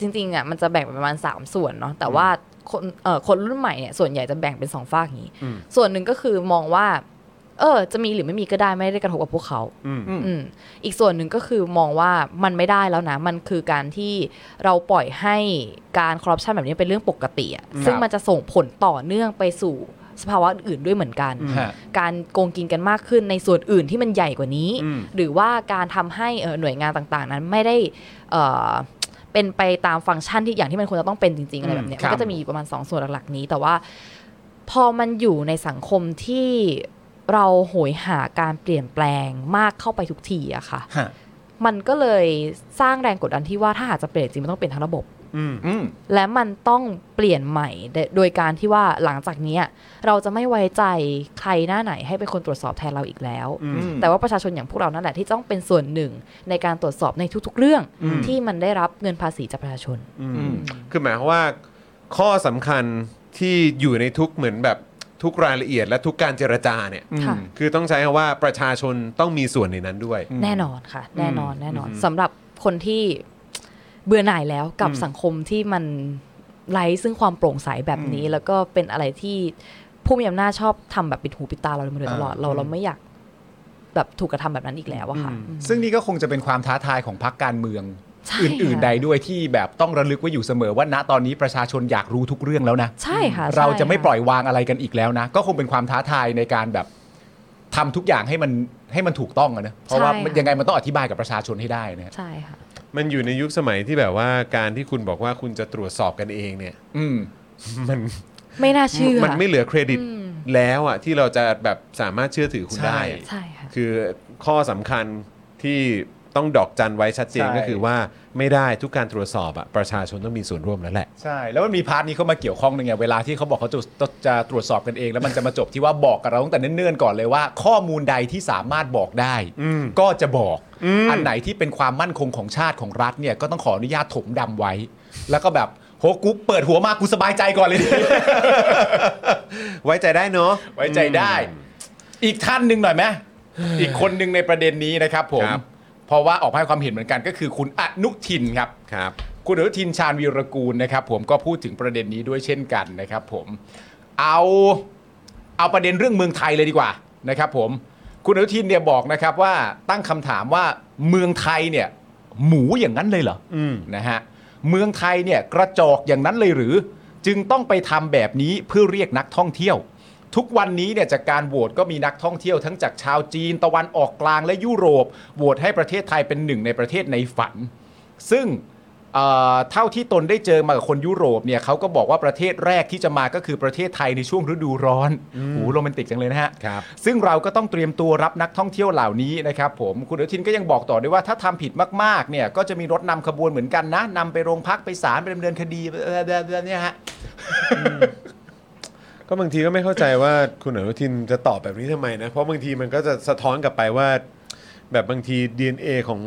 จริงๆอ่ะมันจะแบ่งเป็นประมาณ 3 ส่วนเนาะแต่ว่าคนเอ่อคนรุ่นใหม่เนี่ยส่วนใหญ่จะแบ่งเป็น 2 ฝากอย่างนี้
อืม
ส่วนหนึ่งก็คือมองว่า เออ จะมีหรือไม่มีก็ได้ไม่ได้กระทบกับพวกเขา
อืม
อืมอีกส่วนหนึ่งก็คือมองว่ามันไม่ได้แล้วนะ มันคือการที่เราปล่อยให้การคอร์รัปชันแบบนี้เป็นเรื่องปกติอะซึ่งมันจะส่งผลต่อเนื่องไปสู่สภาวะอื่นๆด้วยเหมือนกัน
ฮะ
การโกงกินกันมากขึ้นในส่วนอื่นที่มันใหญ่กว่านี้
อืม
หรือว่าการทำให้เอ่อหน่วยงานต่างๆ นั้นไม่ได้เอ่อเป็นไปตามฟังก์ชันที่อย่างที่มันควรจะต้องเป็นจริงๆอะไรแบบเนี้ย
อืมครับ
มันก็จะมีอยู่ประมาณ 2 ส่วนหลักๆนี้ แต่ว่าพอมันอยู่ในสังคมที่เราโหยหาการเปลี่ยนแปลงมากเข้าไปทุกทีอะค่ะ
ฮะ
มันก็เลยสร้างแรงกดดันที่ว่าถ้าหากจะเปลี่ยนจริงมันต้องเปลี่ยนทั้งระบบ
อืม
อืม
และมันต้องเปลี่ยนใหม่โดยโดยการที่ว่าหลังจากเนี้ยเราจะไม่ไว้ใจใครหน้าไหนให้เป็นคนตรวจสอบแทนเราอีกแล้ว แต่ว่าประชาชนอย่างพวกเรานั่นแหละที่ต้องเป็นส่วนหนึ่งในการตรวจสอบในทุกๆ เรื่อง
อืม
ที่มันได้รับเงินภาษีจากประชาชน
อืมคือหมายความว่า ข้อสำคัญที่อยู่ในทุกเหมือนแบบทุกรายละเอียดและทุกการเจรจาเนี่ย
ค่ะ
คือต้องใช้คำว่าประชาชนต้องมีส่วนในนั้นด้วย
แน่นอนค่ะ แน่นอนแน่นอนสำหรับคนที่เบื่อหน่ายแล้วกับสังคมที่มันไร้ซึ่งความโปร่งใสแบบนี้ แล้วก็เป็นอะไรที่ผู้มีอำนาจชอบทำแบบปิดหูปิดตาเรามาโดยตลอดเราเราไม่อยากแบบถูกกระทำแบบนั้นอีกแล้วอะค่ะอืม
ซึ่งนี่ก็คงจะเป็นความท้าทายของพรรคการเมือง
ใช่
อื่น
ค่ะ
ๆ ใดด้วยที่แบบต้องระลึกไว้อยู่เสมอว่าณตอนนี้ประชาชนอยากรู้ทุกเรื่องแล้วนะ
ใช่ค่ะ
เราจะไม่ปล่
อ
อย ยวางอะไรกันอีกแล้วนะ ก็คงเป็นความท้าทายในการแบบทำทุกอย่างให้มันให้มันถูกต้องอะนะเพราะว่า
ใช่ค่ะ
ยังไงมันต้องอธิบายกับประชาชนให้ได้นะฮะ
ใช่ค่ะ
มันอยู่ในยุคสมัยที่แบบว่าการที่คุณบอกว่าคุณจะตรวจสอบกันเองเนี่ย
อืม
มัน
ไม่น่าเชื่อ
มันไม่เหลือเครดิต
อืม
แล้วอ่ะที่เราจะแบบสามารถเชื่อถือคุณได้
ใช่
ใช่ค่ะ
คือข้อสำคัญที่ต้องดอกจันไว้ชัดเจน
ใช่
ก็คือว่าไม่ได้ทุกการตรวจสอบอะประชาชนต้องมีส่วนร่วมแล้วแหละ
ใช่แล้วมันมีพาร์ทนี้เข้ามาเกี่ยวข้องหนึ่งไงเวลาที่เขาบอกเขาจะจะจะตรวจสอบกันเอง แล้วมันจะมาจบที่ว่าบอกกับเราตั้งแต่เนิ่นๆก่อนเลยว่า ข้อมูลใดที่สามารถบอกได้ ก็จะบอกอันไหนที่เป็นความมั่นคงของชาติของรัฐเนี่ยก็ต้องขออนุญาตถมดำไว้ แล้วก็แบบโหกูเปิดหัวมากูสบายใจก่อนเลย <laughs>
ไว้ใจได้เนาะ
ไว้ใจได้ อีกท่านหนึ่งหน่อยไหมอีกคนหนึ่งในประเด็นนี้นะครับผม
ครับ
เพราะว่าออกมาให้ความเห็นเหมือนกันก็คือคุณอนุทินครับ
ครับ
คุณอนุทินชาญวีรกูลนะครับ ผมก็พูดถึงประเด็นนี้ด้วยเช่นกันนะครับ ผมเอาเอาประเด็นเรื่องเมืองไทยเลยดีกว่านะครับ ผมคุณอนุทินเนี่ยบอกนะครับว่าตั้งคำถามว่าเมืองไทยเนี่ย หมูอย่างนั้นเลยเหรออนะฮะเมืองไทยเนี่ยกระจอกอย่างนั้นเลยหรือ จึงต้องไปทำแบบนี้เพื่อเรียกนักท่องเที่ยว ทุกวันนี้เนี่ยจากการโหวตก็มีนักท่องเที่ยวทั้งจากชาวจีนตะวันออกกลางและยุโรปโหวตให้ประเทศไทยเป็นหนึ่งในประเทศในฝัน ซึ่งเอ่อเท่าที่ตนได้เจอมากับคนยุโรปเนี่ยเขาก็บอกว่าประเทศแรกที่จะมาก็คือประเทศไทยในช่วงฤดูร้อนหูโรแมนติกจังเลยนะฮะ
ครับ
ซึ่งเราก็ต้องเตรียมตัวรับนักท่องเที่ยวเหล่านี้นะครับผมคุณอนุทินก็ยังบอกต่อด้วยว่าถ้าทำผิดมากๆเนี่ยก็จะมีรถนำขบวนเหมือนกันนะนำไปโรงพักไปศาลไปดำเนินคดีแบบนี้ฮะ
ก็บางทีก็ไม่เข้าใจว่าคุณอนุทินจะตอบแบบนี้ทำไมนะ เพราะบางทีมันก็จะสะท้อนกลับไปว่า แบบบางที DNA ของ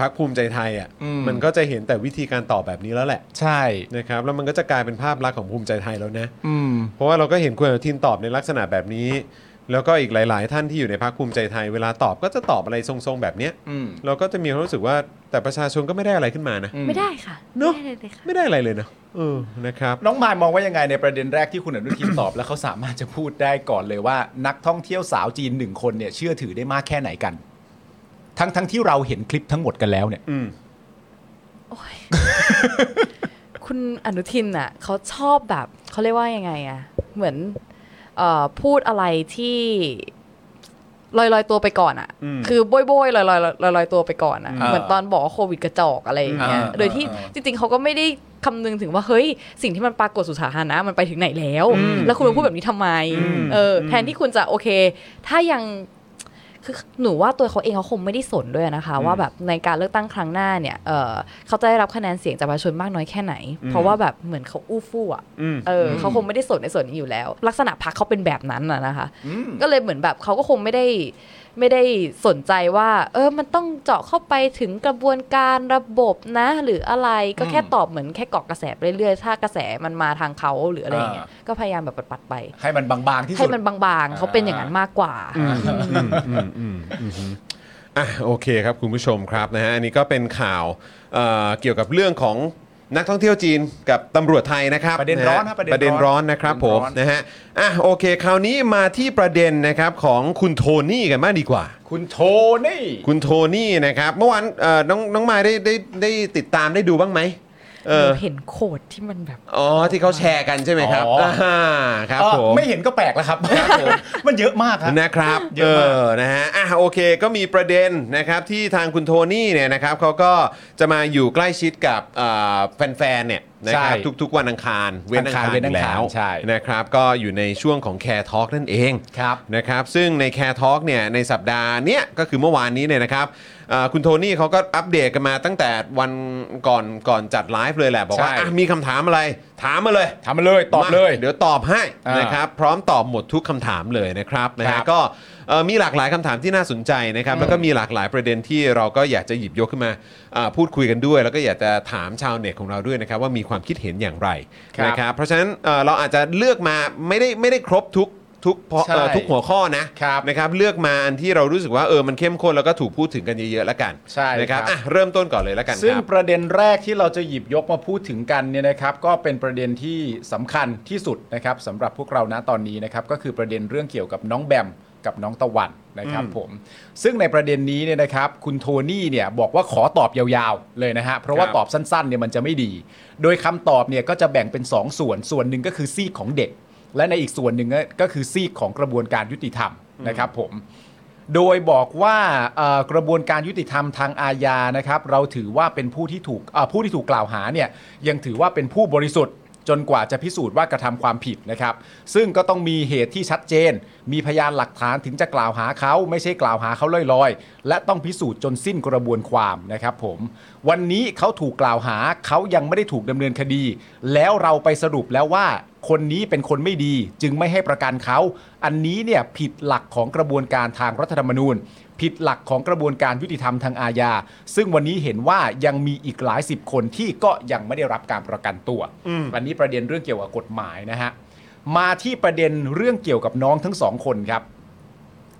พรรคภูมิใจไทยอ่ะ
อืม
มันก็จะเห็นแต่วิธีการตอบแบบนี้แล้วแหละ
ใช่
นะครับแล้วมันก็จะกลายเป็นภาพลักษณ์ของภูมิใจไทยแล้วนะ
อืม
เพราะว่าเราก็เห็นคุณอนุทินตอบในลักษณะแบบนี้ แล้วก็อีกหลาย ๆ ท่านที่อยู่ในพรรคภูมิใจไทย เวลาตอบก็จะตอบอะไรทรง ๆ แบบเนี้ย
อืม
เราก็จะมีความรู้สึกว่าแต่ประชาชนก็ไม่ได้อะไรขึ้นมานะ
ไม่ได้ค่ะ
เนอะ
ไม่ได้เลยค่ะ
ไม่ได้อะไรเลยนะเออนะครับ
น้องมายมองว่ายังไงในประเด็นแรกที่คุณอนุทิน ตอบ <coughs> แล้วเขาสามารถจะพูดได้ก่อนเลยว่า นักท่องเที่ยวสาวจีนหนึ่งคนเนี่ยเชื่อถือได้มากแค่ไหนกัน ทั้งทั้งที่เราเห็นคลิปทั้งหมดกันแล้วเนี่ย
อืม
โอ้ย คุณอนุทินอ่ะเขาชอบแบบเขาเรียกว่ายังไงอ่ะ เหมือนเอ่อพูดอะไรที่ลอยลอยๆตัวไปก่อนอ่ะ
อืม
คือโบยโบยๆลอยลอยลอยลอยๆตัวไปก่อนอ่ะ
อ่า
เหมือนตอนบอกว่าโควิดกระจอกอะไรอย่างเงี้ย
อ่า
โดยที่
อ่า
จริง ๆเขาก็ไม่ได้คำนึงถึงว่าเฮ้ย สิ่งที่มันปรากฏสู่สาธารณะมันไปถึงไหนแล้ว
อืม
แล้วคุณมาพูดแบบนี้ทำไม
อืม
เอออแทนที่คุณจะโอเค ถ้ายัง คือหนูว่าตัวเขาเองเขาคงไม่ได้สนด้วยนะคะ ว่าแบบในการเลือกตั้งครั้งหน้าเนี่ยเออเขาจะได้รับคะแนนเสียงจากประชาชนมากน้อยแค่ไหน เพราะว่าแบบเหมือนเขาอู้ฟู่อ่ะ
อืม
เออเขาคงไม่ได้สนในส่วนนี้อยู่แล้ว ลักษณะพักเขาเป็นแบบนั้นน่ะนะคะ
อืม
ก็เลยเหมือนแบบเขาก็คงไม่ได้ไม่ได้สนใจว่า เออมันต้องเจาะเข้าไปถึงกระบวนการระบบนะ หรืออะไรก็แค่ตอบเหมือนแค่เกาะกระแสไปเรื่อยๆถ้ากระแสมันมาทางเขาหรืออะไรอย่างเงี้ยก็พยายามแบบปัดๆไป
ให้มันบางๆที่
ให้
สุด
มันบางๆเขาเป็นอย่างนั้นมากกว่า
อืมอืมอืมอืมอืมอ่ะโอเคครับคุณผู้ชมครับนะฮะอันนี้ก็เป็นข่าวเอ่อเกี่ยวกับเรื่องของนักท่องเที่ยวจีนกับตำรวจไทยนะครับ
ประเด็นร้อน
ฮ
ครับประเด็นร้อ
ป
น
ระเด็นร้อนนะครับ
ป
ผ
ระเด็
ม
นร้อน
นะฮะอ่ะโอเค คราวนี้มาที่ประเด็นนะครับของคุณโทนี่กันมากดีกว่า
คุณโทนี่
คุณโทนี่นะครับเมื่อวานเอ่อน้องน้องมายได้ได้ได้ติดตามได้ดูบ้างไหมเออ
หนูเห็นโคดที่มันแบบ
อ๋อที่เขาแชร์กันใช่ไหมครับ
อ๋ออ่
าครับ
เอ่อ
ผม
ไม่เห็นก็แปลกแล้วครับ มันเยอะมากครับ
นะครับ
เยอะมาก
อนะฮะอ่ะโอเคก็มีประเด็นนะครับที่ทางคุณโทนี่เนี่ยนะครับเขาก็จะมาอยู่ใกล้ชิดกับอ่าแฟนๆเนี่ยนะครับทุกๆวันอังคารเว้นอังคารอยู่แล้ว
ใช่
นะครับก็อยู่ในช่วงของแคร์ทอ l k นั่นเอง
ครับ
นะครับซึ่งในแคร์ทอ l k เนี่ยในสัปดาห์เนี้ยก็คือเมื่อวานนี้เนี่ยนะครับอ่าคุณโทนี่เขาก็อัปเดตกันมาตั้งแต่วันก่อนก่อนจัดไลฟ์เลยแหละ บอกว่า
ใช่
อ่ะมีคำถามอะไรถามมาเลย
ทำมาเลยตอบเลย
มาเดี๋ยวตอบให้
อ่าน
นะครับ พร้อมตอบหมดทุกคำถามเลยนะครับนะ
ครั
ฮะ
บ
ก็เอ่อมีหลากหลายคำถามที่น่าสนใจนะครับ แล้วก็มีหลากหลายประเด็นที่เราก็อยากจะหยิบยกขึ้นมาอ่าพูดคุยกันด้วย แล้วก็อยากจะถามชาวเน็ตของเราด้วยนะครับ ว่ามีความคิดเห็นอย่างไร
ครับ
นะครับเพราะฉะนั้นเอ่อเราอาจจะเลือกมาไม่ได้ไม่ได้ครบทุกทุกพอเอ่อ
ใช่
ทุกหัวข้อนะครับ นะครับเลือกมาอันที่เรารู้สึกว่าเออมันเข้มข้นแล้วก็ถูกพูดถึงกันเยอะๆแล้วกัน
ใช่
นะครับ
ครับ
อ่ะเริ่มต้นก่อนเลยแล้วกัน
ซึ่ง
ครับ
ประเด็นแรกที่เราจะหยิบยกมาพูดถึงกันเนี่ยนะครับ ก็เป็นประเด็นที่สำคัญที่สุดนะครับสำหรับพวกเราณตอนนี้นะครับ ก็คือประเด็นเรื่องเกี่ยวกับน้องแบมกับน้องตะวันนะครับผม ซึ่งในประเด็นนี้เนี่ยนะครับ คุณโทนี่เนี่ยบอกว่าขอตอบยาวๆเลยนะฮะเพราะว่า
ครับ
ตอบสั้นๆเนี่ยมันจะไม่ดี โดยคำตอบเนี่ยก็จะแบ่งเป็นสองส่วนส่วนหนึ่งก็คือซีกของเด็ก และในอีกส่วนหนึ่งก็คือซีกของกระบวนการยุติธรรมนะครับผม โดยบอกว่าเอ่อกระบวนการยุติธรรมทางอาญานะครับ เราถือว่าเป็นผู้ที่ถูกเอ่อผู้ที่ถูกกล่าวหาเนี่ยยังถือว่าเป็นผู้บริสุทธิ์ จนกว่าจะพิสูจน์ว่ากระทำความผิดนะครับ ซึ่งก็ต้องมีเหตุที่ชัดเจน มีพยานหลักฐานถึงจะกล่าวหาเขาไม่ใช่กล่าวหาเขาลอยๆ และต้องพิสูจน์จนสิ้นกระบวนความนะครับผมวันนี้เขาถูกกล่าวหาเขายังไม่ได้ถูกดำเนินคดี แล้วเราไปสรุปแล้วว่า คนนี้เป็นคนไม่ดีจึงไม่ให้ประกันเขา อันนี้เนี่ยผิดหลักของกระบวนการทางรัฐธรรมนูญ ผิดหลักของกระบวนการยุติธรรมทางอาญา ซึ่งวันนี้เห็นว่ายังมีอีกหลายสิบคนที่ก็ยังไม่ได้รับการประกันตัวอันนี้ประเด็นเรื่องเกี่ยวกับกฎหมายนะฮะ มาที่ประเด็นเรื่องเกี่ยวกับน้องทั้งสองคนครับ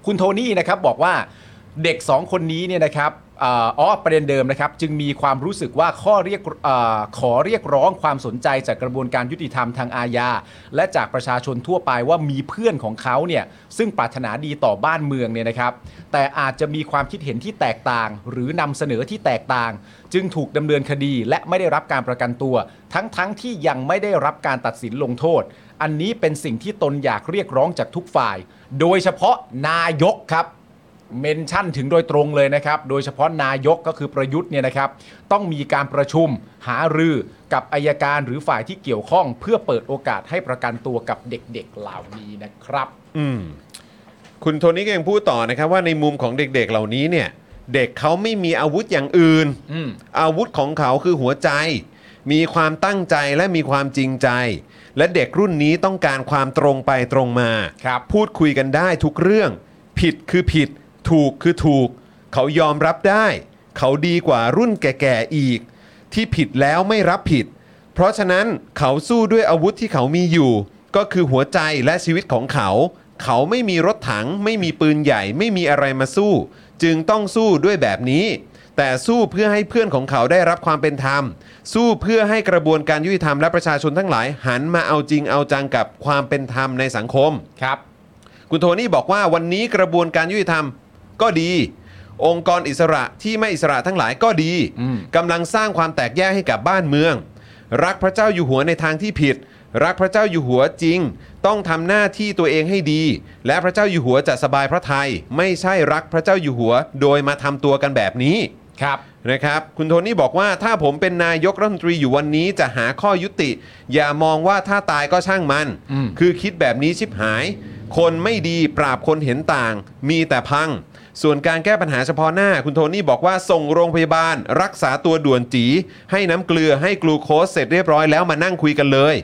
คุณโทนี่นะครับบอกว่าเด็ก 2 คนนี้เนี่ยนะครับเอ่ออ๋อประเด็นเดิมนะครับ จึงมีความรู้สึกว่าข้อเรียกเออขอเรียกร้องความสนใจจากกระบวนการยุติธรรมทางอาญาและจากประชาชนทั่วไปว่ามีเพื่อนของเขาเนี่ยซึ่งปรารถนาดีต่อบ้านเมืองเนี่ยนะครับ แต่อาจจะมีความคิดเห็นที่แตกต่าง หรือนำเสนอที่แตกต่าง จึงถูกดำเนินคดีและไม่ได้รับการประกันตัว ทั้งๆที่ยังไม่ได้รับการตัดสินลงโทษ อันนี้เป็นสิ่งที่ตนอยากเรียกร้องจากทุกฝ่าย โดยเฉพาะนายกครับ เมนชั่นถึงโดยตรงเลยนะครับ โดยเฉพาะนายกก็คือประยุทธ์เนี่ยนะครับ ต้องมีการประชุมหารือกับอายการหรือฝ่ายที่เกี่ยวข้อง เพื่อเปิดโอกาสให้ประกันตัวกับเด็กๆเหล่านี้นะครับ
อืมคุณโทนี่ก็ยังพูดต่อนะครับว่าในมุมของเด็กๆเหล่านี้เนี่ย เด็กเขาไม่มีอาวุธอย่างอื่น
อืม
อาวุธของเขาคือหัวใจ มีความตั้งใจและมีความจริงใจ และเด็กรุ่นนี้ต้องการความตรงไปตรงมา
ครับ
พูดคุยกันได้ทุกเรื่อง ผิดคือผิด ถูกคือถูก เขายอมรับได้ เขาดีกว่ารุ่นแก่ๆอีก ที่ผิดแล้วไม่รับผิด เพราะฉะนั้นเขาสู้ด้วยอาวุธที่เขามีอยู่ ก็คือหัวใจและชีวิตของเขา เขาไม่มีรถถัง ไม่มีปืนใหญ่ ไม่มีอะไรมาสู้ จึงต้องสู้ด้วยแบบนี้ แต่สู้เพื่อให้เพื่อนของเขาได้รับความเป็นธรรม สู้เพื่อให้กระบวนการยุติธรรมและประชาชนทั้งหลาย หันมาเอาจริงเอาจังกับความเป็นธรรมในสังคม
ครับ
คุณโทนี่บอกว่าวันนี้กระบวนการยุติธรรมก็ดี องค์กรอิสระที่ไม่อิสระทั้งหลายก็ดี
อืม
กำลังสร้างความแตกแยกให้กับบ้านเมือง รักพระเจ้าอยู่หัวในทางที่ผิด รักพระเจ้าอยู่หัวจริง ต้องทำหน้าที่ตัวเองให้ดี และพระเจ้าอยู่หัวจะสบายพระทัยไม่ใช่รักพระเจ้าอยู่หัว โดยมาทำตัวกันแบบนี้
ครับ
นะครับคุณโทนี่บอกว่าถ้าผมเป็นนายกรัฐมนตรีอยู่วันนี้จะหาข้อยุติ อย่ามองว่าถ้าตายก็ช่างมัน
อืม
คือคิดแบบนี้ชิบหาย คนไม่ดีปราบคนเห็นต่าง มีแต่พัง ส่วนการแก้ปัญหาเฉพาะหน้า คุณโทนี่บอกว่าส่งโรงพยาบาล รักษาตัวด่วนจี ให้น้ำเกลือให้กลูโคสเสร็จเรียบร้อยแล้วมานั่งคุยกันเลย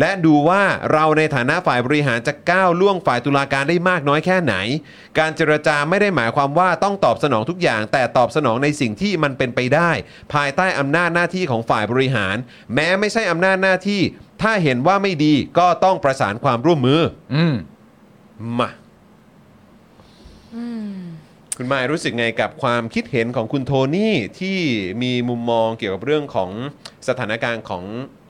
และดูว่าเราในฐานะฝ่ายบริหารจะก้าวล่วงฝ่ายตุลาการได้มากน้อยแค่ไหน การเจรจาไม่ได้หมายความว่าต้องตอบสนองทุกอย่าง แต่ตอบสนองในสิ่งที่มันเป็นไปได้ ภายใต้อำนาจหน้าที่ของฝ่ายบริหาร แม้ไม่ใช่อำนาจหน้าที่ ถ้าเห็นว่าไม่ดีก็ต้องประสานความร่วมมือ
อืม
มาคุณหมายรู้สึกไงกับความคิดเห็นของคุณโทนี่ที่มีมุมมองเกี่ยวกับเรื่องของสถานการณ์ของ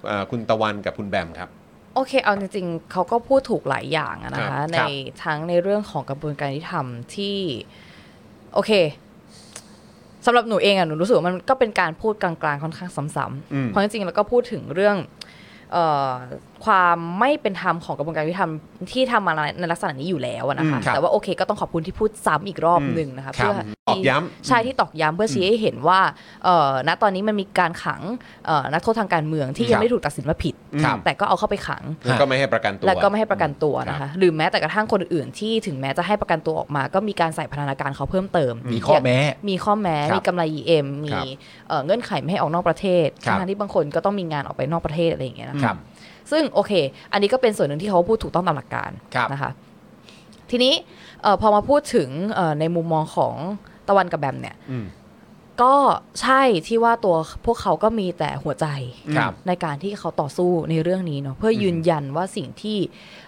เออคุณตะวันกับคุณแบมครับ
โอเค เอาจริงๆ เขาก็พูดถูกหลายอย่างอะนะ
ครั
คะ
บ
ในทั้งในเรื่องของกระบวนการยุติธรรมที่ โอเคสำหรับหนูเองอะหนูรู้สึกว่ามันก็เป็นการพูดกลางๆ ค่อนข้างซ้ำๆเพราะจริงๆแล้วก็พูดถึงเรื่องเอ่อความไม่เป็นธรรมของกระบวนการยุติธรรมที่ทำมาในลักษณะนี้อยู่แล้วอะนะคะ
อืมครับ
แต่ว่าโอเค ก็ต้องขอบคุณที่พูดซ้ำอีกรอบหนึ่งนะ
ค
คะ
รับ
เพื่อ
ตอกย้ำ
ใช่ที่ตอกย้ำเพื่อชี้ให้เห็นว่าเอ่อณตอนนี้มันมีการขังเอ่อนักโทษทางการเมืองที่ยังไม่ได้ถูกตัดสินว่าผิด
ครับ
แต่ก็เอาเข้าไปขัง
แล้วก็ไม่ให้ประกันตัว
แล้วก็ไม่ให้ประกันตัวนะคะ หรือแม้แต่กระทั่งคนอื่นๆที่ถึงแม้จะให้ประกันตัวออกมา ก็มีการใส่พันธนาการเขาเพิ่มเติม
มีข้อแม้
ย่างมีข้อแม้
ครับ
มีกำไร EM มี
ครับ
เอ่อเงื่อนไขไม่ให้ออกนอกประเทศ
ครับ
ทั้งๆที่บางคนก็ต้องมีงานออกไปนอกประเทศอะไรอย่างเงี้ยนะ
ค
คะ
รับ
ซึ่งโอเค อันนี้ก็เป็นส่วนหนึ่งที่เขาพูดถูกต้องตามหลักการ
ครับ
นะคะ ทีนี้เออพอมาพูดถึงเอ่อในมุมมองของตะวันกับแบมเนี่ย
อืม
ก็ใช่ที่ว่าตัวพวกเขาก็มีแต่หัวใจ
ครับ
ในการที่เขาต่อสู้ในเรื่องนี้เนาะเพื่อยืนยันว่าสิ่งที่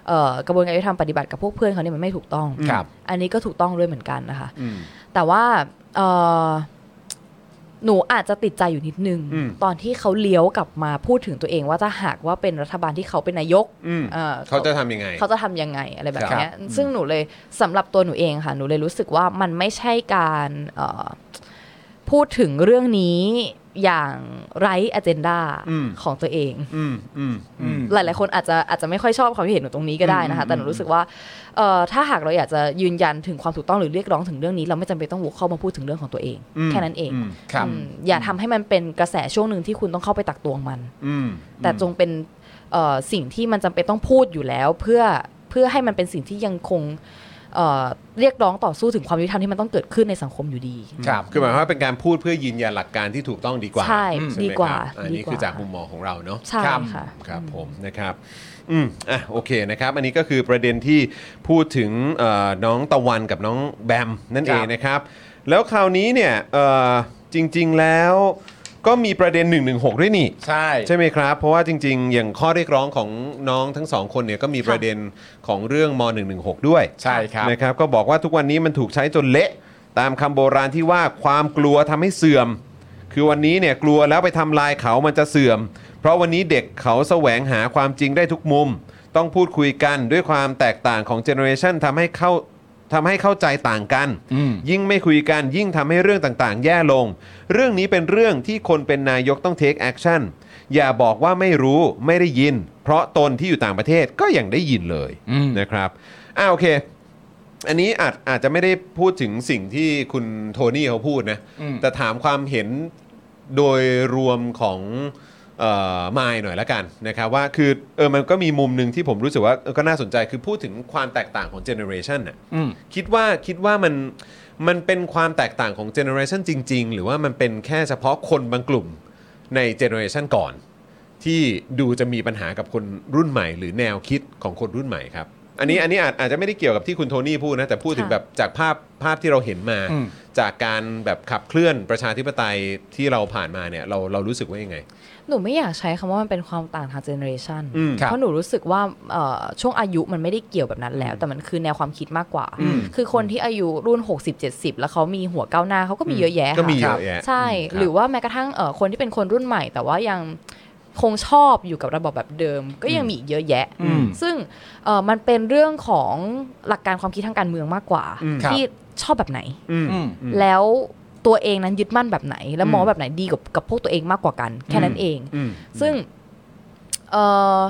เอ่อกระบวนการยุติธรรมปฏิบัติกับพวกเพื่อนเขาเนี่ยมันไม่ถูกต้อง
ครับ
อันนี้ก็ถูกต้องด้วยเหมือนกันนะคะ
อืม
แต่ว่าเอ่อหนูอาจจะติดใจอยู่นิดนึง
อืม
ตอนที่เขาเลี้ยวกลับมาพูดถึงตัวเองว่าถ้าหากว่าเป็นรัฐบาลที่เขาเป็นนายก
อืม
เอ่อ
เขาจะทำยังไง
เขาจะทำยังไงอะไรแบบเนี้ยซึ่งหนูเลยสำหรับตัวหนูเองค่ะ หนูเลยรู้สึกว่ามันไม่ใช่การเอ่อพูดถึงเรื่องนี้อย่างไร้อเจนดา
อืม
ของตัวเอง
อืมอืมอืม
หลาย ๆ คนอาจจะอาจจะไม่ค่อยชอบความเห็นหนูตรงนี้ก็ได้นะคะ แต่หนูรู้สึกว่าเอ่อถ้าหากเราอยากจะยืนยันถึงความถูกต้องหรือเรียกร้องถึงเรื่องนี้ เราไม่จำเป็นต้องวกเข้ามาพูดถึงเรื่องของตัวเอง
อืม
แค่นั้นเอง
อืม
ครับ
อืมอย่าทำให้มันเป็นกระแสช่วงหนึ่งที่คุณต้องเข้าไปตักตวงมัน
อืม
แต่จงเป็นเอ่อสิ่งที่มันจำเป็นต้องพูดอยู่แล้ว เพื่อเพื่อให้มันเป็นสิ่งที่ยังคงเอ่อเรียกร้องต่อสู้ถึงความยุติธรรมที่มันต้องเกิดขึ้นในสังคมอยู่ดี
ครับ
คือหมายความว่าเป็นการพูดเพื่อยืนยันหลักการที่ถูกต้องดีกว่า
ใช่
ไหม
ดีกว่า
ครับอันนี้
ดีกว่า
คือจากมุมมองของเราเนาะ
ใช่
ครับ
ค่ะ
ครับผมนะครับอืมอ่ะโอเคนะครับ อันนี้ก็คือประเด็นที่พูดถึงเอ่อน้องตะวันกับน้องแบมนั่นเองนะครับ แล้วคราวนี้เนี่ยเอ่อจริง ๆแล้วก็มีประเด็น 116 ด้วยนี่
ใช่
ใช่ไหมครับ เพราะว่าจริง ๆ อย่างข้อเรียกร้องของน้องทั้งสองคนเนี่ยก็มีประเด็นของเรื่องม .116 ด้วย
ใช่ครับ
นะครับ ก็บอกว่าทุกวันนี้มันถูกใช้จนเละ ตามคำโบราณที่ว่าความกลัวทำให้เสื่อม คือวันนี้เนี่ยกลัวแล้วไปทำลายเขามันจะเสื่อม เพราะวันนี้เด็กเขาแสวงหาความจริงได้ทุกมุม ต้องพูดคุยกันด้วยความแตกต่างของเจเนอเรชันทำให้เข้าทำให้เข้าใจต่างกัน
อืม
ยิ่งไม่คุยกันยิ่งทำให้เรื่องต่างๆ แย่ลง เรื่องนี้เป็นเรื่องที่คนเป็นนายกต้องเทคแอคชั่นอย่าบอกว่าไม่รู้ไม่ได้ยิน เพราะตนที่อยู่ต่างประเทศก็ยังได้ยินเลย
อืม
นะครับอ่าโอเค อันนี้อาจอาจจะไม่ได้พูดถึงสิ่งที่คุณโทนี่เขาพูดนะ
อืม
แต่ถามความเห็นโดยรวมของเอ่อมายหน่อยละกันนะครับว่าคือเออมันก็มีมุมหนึ่งที่ผมรู้สึกว่าเออก็น่าสนใจคือพูดถึงความแตกต่างของเจเนอเรชันน่ะ
อืม
คิดว่าคิดว่ามันมันเป็นความแตกต่างของเจเนอเรชันจริง ๆ หรือว่ามันเป็นแค่เฉพาะคนบางกลุ่มในเจเนอเรชันก่อน ที่ดูจะมีปัญหากับคนรุ่นใหม่ หรือแนวคิดของคนรุ่นใหม่ครับ อันนี้อันนี้อาจอาจจะไม่ได้เกี่ยวกับที่คุณโทนี่พูดนะ แต่พูดถึง
ค่ะ
แบบจากภาพภาพที่เราเห็นมา
อืม
จากการแบบขับเคลื่อนประชาธิปไตยที่เราผ่านมาเนี่ยเราเรารู้สึกว่ายังไง
หนูไม่อยากใช้คำว่ามันเป็นความต่างทางเจเนอเรชัน
อืมครับ
เพราะหนูรู้สึกว่าเอ่อช่วงอายุมันไม่ได้เกี่ยวแบบนั้นแล้ว แต่มันคือแนวความคิดมากกว่า
อืม
คือคนที่อายุรุ่น 60 70 แล้วเขามีหัวก้าวหน้าเขาก็มีเยอะแยะ
ก็มี
ค่
เยอะแยะ
ใช่
อืมครับ
หรือว่าแม้กระทั่งเอ่อคนที่เป็นคนรุ่นใหม่ แต่ว่ายังคงชอบอยู่กับระบบแบบเดิม ก็ยังมีอีกเยอะแยะ
อืม
ซึ่งเอ่อมันเป็นเรื่องของหลักการความคิดทางการเมืองมากกว่า
อืม
ครับ
ที่ชอบแบบไหน
อืม
อืม
อืม
แล้วตัวเองนั้นยึดมั่นแบบไหน แล้วมอง
อืม
แบบไหนดีกับกับพวกตัวเองมากกว่ากัน แค่นั้นเอง
อืม
ซึ่งเอ่อ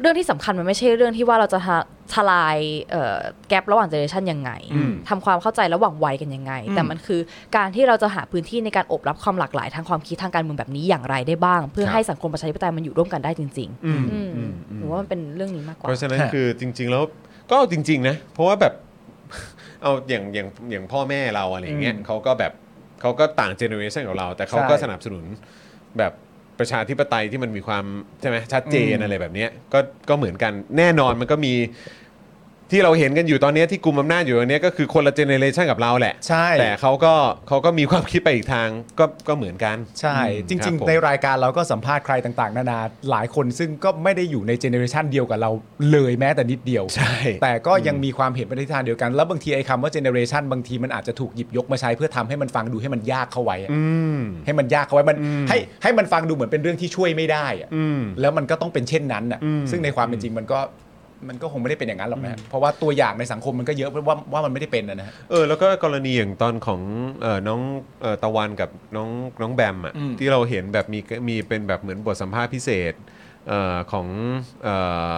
เรื่องที่สำคัญมันไม่ใช่เรื่องที่ว่าเราจะทะทลายเอ่อแกลบระหว่างเจเนอเรชันยังไง
อืม
ทำความเข้าใจระหว่างวัยกันยังไง แต่มันคือการที่เราจะหาพื้นที่ในการอบรับความหลากหลายทางความคิดทางการเมืองแบบนี้อย่างไรได้บ้าง เพื่อให้สังคมประชาธิปไตยมันอยู่ร่วมกันได้จริง ๆ
อืม
อืม
อืมอืม
หนูว่ามันเป็นเรื่องนี้มากกว่า
เพราะฉะนั้น
ฮะ
คือจริง ๆ แล้วก็เอาจริง ๆ นะ เพราะว่าแบบ <laughs> เอาอย่างอย่างอย่างพ่อแม่เราอะไรอย่างเงี้ยเขาก็แบบเขาก็ต่างเจเนอเรชันกับเรา แต่เขาก็
ใช่
สนับสนุนแบบประชาธิปไตยที่มันมีความใช่ไหมชัดเจน
อืม
อะไรแบบเนี้ยก็ก็เหมือนกันแน่นอนมันก็มีที่เราเห็นกันอยู่ตอนเนี้ยที่กลุ่มอำนาจอยู่ตอนเนี้ยก็คือคนละเจเนอเรชันกับเราแหละ
ใช่
แต่เขาก็เขาก็มีความคิดไปอีกทางก็ก็เหมือนกัน
ใช่
อืม
จ
ค
ริ
บ
ง
ผม
ๆ ในรายการเราก็สัมภาษณ์ใครต่าง ๆ นานาหลายคนซึ่งก็ไม่ได้อยู่ในเจเนอเรชันเดียวกับเราเลยแม้แต่นิดเดียว
ใช่
แต่ก็ยังมีความเห็นไปในทิศทางเดียวกัน แล้วบางทีไอ้คำว่าเจเนอเรชันบางทีมันอาจจะถูกหยิบยกมาใช้เพื่อทำให้มันฟังดูให้มันยากเข้าไว้อะ
อืม
ให้มันยากเข้าไว้มัน
อืม
ให้ให้มันฟังดูเหมือนเป็นเรื่องที่ช่วยไม่ได้อะ
อืม
แล้วมันก็ต้องเป็นเช่นนั้นอ่ะ
อืม
ซึ่งในความเป็นจริงมันก็มันก็คงไม่ได้เป็นอย่างนั้นหรอกนะเพราะว่าตัวอย่างในสังคมมันก็เยอะว่าว่ามันไม่ได้เป็นนะนะฮะ
เออแล้วก็กรณีอย่างตอนของเออน้องเออตะวันกับน้องน้องแบมอ่ะ
อืม
ที่เราเห็นแบบมีมีเป็นแบบเหมือนบทสัมภาษณ์พิเศษเออของเอ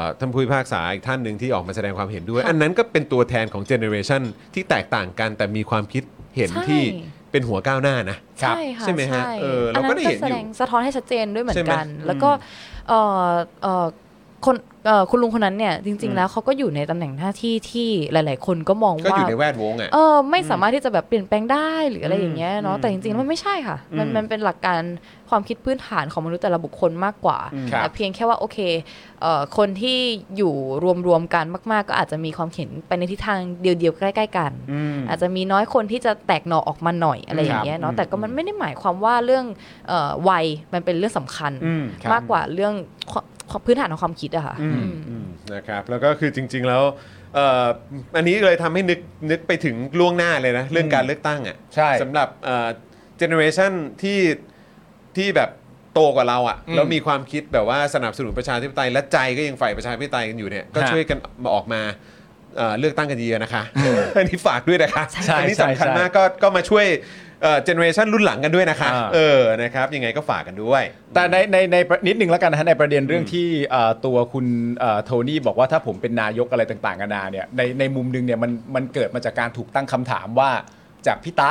อท่านผู้พิพากษาอีกท่านหนึ่งที่ออกมาแสดงความเห็นด้วย อันนั้นก็เป็นตัวแทนของเจเนอเรชันที่แตกต่างกันแต่มีความคิดเห็น
ใช่
ที่เป็นหัวก้าวหน้านะ
ครับ
ใช่ค่ะ
ใช่ไหมฮะ
ใช่
เออเราก็ได้เห็นอยู่
แสดงสะท้อนให้ชัดเจนด้วยเหมือ
ใช่
น
ไหม
กัน แล้วก็เอ่อเอ่อคนเอ่อคุณลุงคนนั้นเนี่ยจ
อื
ริง
ม
ๆ แล้วเขาก็อยู่ในตำแหน่งหน้าที่ที่หลาย ๆ คนก็มอง
ก็อ
ว่า
ยู่ในแวดวงอ่ะ <laughs>
เออไม่สามารถที่จะแบบเปลี่ยนแปลงได้หรืออะไรอย่างเงี้ย
อื
เนาะ
ม
แต่จริง ๆ มันไม่ใช่ค่ะ มัน
อืม
มันเป็นหลักการความคิดพื้นฐานของมนุษย์แต่ละบุคคลมากกว่า
อืม
ครับ
แต่เพียงแค่ว่าโอเคเอ่อคนที่อยู่รวมๆกันมาก ๆ ก็อาจจะมีความเห็นไปในทิศทางเดียว ๆ ใกล้ ๆ กัน
ม
อาจจะมีน้อยคนที่จะแตกหน่อออกมาหน่อยอะไรอ
ค
ย่า
รับ
งเงี้ยเนาะแต่ก็
อืม
มันไม่ได้หมายความว่าเรื่องเอ่อวัยมันเป็นเรื่องสำคัญ
อืมครับ
มากกว่าเรื่องความความพื้นฐานของความคิดอะค่ะ
อืมอืมนะครับแล้วก็คือจริง ๆ แล้วเอ่ออันนี้เลยทำให้นึกนึกไปถึงล่วงหน้าเลยนะ เรื่องการเลือกตั้งอ่ะ
ใช่
สำหรับเจเนอเรชันที่ที่แบบโตกว่าเราอ่ะ
อืม
แล้วมีความคิดแบบว่าสนับสนุนประชาธิปไตยและใจก็ยังฝ่ายประชาธิปไตยกันอยู่เนี่ยก็
ฮะ
ช่วยกันมาออกมาเอ่อเลือกตั้งกันเยอะๆนะคะ <laughs> อันนี้ฝากด้วยนะคะ
ใช่
อันี้สำคัญ
ใช่
มากก็ก็มาช่วยเจเนอเรชันรุ่นหลังกันด้วยนะคะ
อ่า
เออนะครับยังไงก็ฝากกันด้วย
แต่ในในในนิดนึงแล้วกันนะฮะในประเด็นเรื่องที่เอ่อตัวคุณเอ่อโทนี่บอกว่าถ้าผมเป็นนายกอะไรต่างๆกันานาเนี่ยในในมุมหนึงเนี่ยมันมันเกิดมาจากการถูกตั้งคำถามว่าจากพิตะ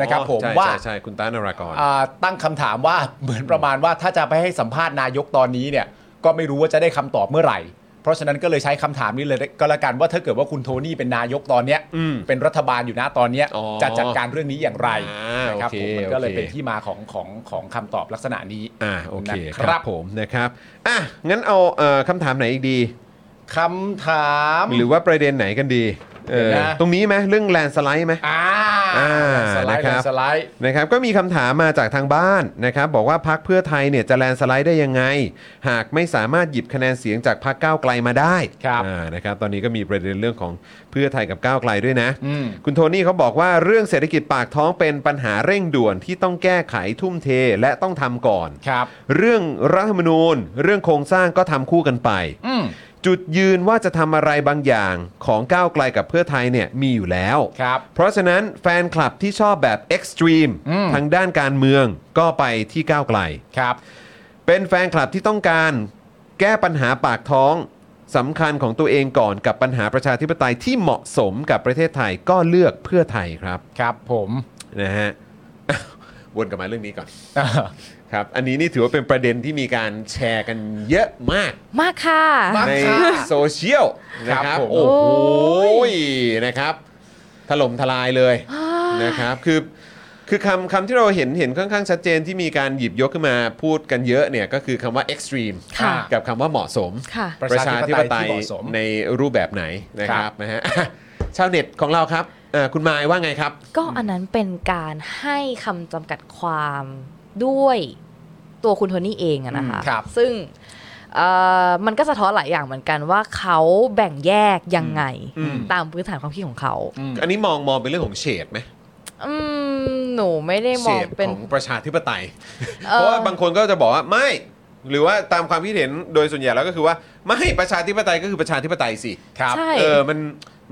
นะครับผม
ใช่
ว่า
ใช่ใช่คุณต้านรากร
อ่าตั้งคำถามว่าเหมือนประมาณว่าถ้าจะไปให้สัมภาษณ์นายกตอนนี้เนี่ยก็ไม่รู้ว่าจะได้คำตอบเมื่อไหร่ เพราะฉะนั้นก็เลยใช้คำถามนี้เลยก็แล้วกันว่าถ้าเกิดว่าคุณโทนี่เป็นนายกตอนเนี้ย
อืม
เป็นรัฐบาลอยู่นะตอนเนี้ย
อ๋อ
จะจัดการเรื่องนี้อย่างไร
อ่า
นะครับ
โอเค
ผมมันก็เลย
โอเค
เป็นที่มาของของของคำตอบลักษณะนี้
อ่าโอเค
นะ
ค
ครับ
รับผมนะครับอ่ะงั้นเอาเอ่อคำถามไหนอีกดี
คำถาม
หรือว่าประเด็นไหนกันดีเออ
เดี๋ยวนะ
ตรงนี้ไหมเรื่องแลนสไลด์ไหม
อ่า
อ่า
สไลด์
นะครับ
สไลด์
นะครับก็มีคำถามมาจากทางบ้านนะครับบอกว่าพักเพื่อไทยเนี่ยจะแลนสไลด์ได้ยังไง หากไม่สามารถหยิบคะแนนเสียงจากพักก้าวไกลมาได้
ครับ
อ่านะครับตอนนี้ก็มีประเด็นเรื่องของเพื่อไทยกับก้าวไกลด้วยนะ
อืม
คุณโทนี่เขาบอกว่าเรื่องเศรษฐกิจปากท้องเป็นปัญหาเร่งด่วนที่ต้องแก้ไขทุ่มเทและต้องทำก่อน
ครับ
เรื่องรัฐธรรมนูญ เรื่องโครงสร้างก็ทำคู่กันไป
อืม
จุดยืนว่าจะทำอะไรบางอย่างของก้าวไกลกับเพื่อไทยเนี่ยมีอยู่แล้ว
ครับ
เพราะฉะนั้นแฟนคลับที่ชอบแบบเอ็กซ์ตรีม
อืม
ทางด้านการเมืองก็ไปที่ก้าวไกล
ครับ
เป็นแฟนคลับที่ต้องการแก้ปัญหาปากท้อง สำคัญของตัวเองก่อนกับปัญหาประชาธิปไตยที่เหมาะสมกับประเทศไทยก็เลือกเพื่อไทยครับ
ครับผม <laughs>
นะฮะ <laughs> วนกลับมาเรื่องนี้ก่อน
อ่า
ครับ อันนี้นี่ถือว่าเป็นประเด็นที่มีการแชร์กันเยอะมาก
มากค่ะ
มาก
ใน
ค่ะ
โซเชียลนะค
ครั
รับบ
ผม
โอ้โห
โอ้ย
นะครับ ถล่มทลายเลยนะครับคือคือคำคำที่เราเห็นเห็นค่อนข้างชัดเจนที่มีการหยิบยกขึ้นมาพูดกันเยอะเนี่ยก็คือคำว่า extreme
ค่ะ
กับคำว่าเหมาะสม
ค่ะ
ประชาธิปไตย
ประชาธิปไตยที่เหมาะสม
ในรูปแบบไหนนะค
ครั
รับบ นะฮะ ชาวเน็ตของเราครับเอ่อคุณมายว่าไงครับ
ก็อันนั้นเป็นการให้คำจำกัดความด้วยตัวคุณโทนี่เองอะนะคะ
อืมครับ
ซึ่งเอ่อมันก็สะท้อนหลายอย่างเหมือนกันว่าเขาแบ่งแยกยังไง
อืม
ตามพื้นฐานความคิดของเขา
อืม
อันนี้มองมองเป็นเรื่องของเฉดไหม
อืมหนูไม่ได้ม
เฉ
อง
ด
เป็น
ของประชาธิปไตย
เอ่อ
เพราะว่าบางคนก็จะบอกว่าไม่ หรือว่าตามความคิดเห็นโดยส่วนใหญ่แล้วก็คือว่าไม่ประชาธิปไตยก็คือประชาธิปไตยสิ
ครับ
ใช่
เออ มัน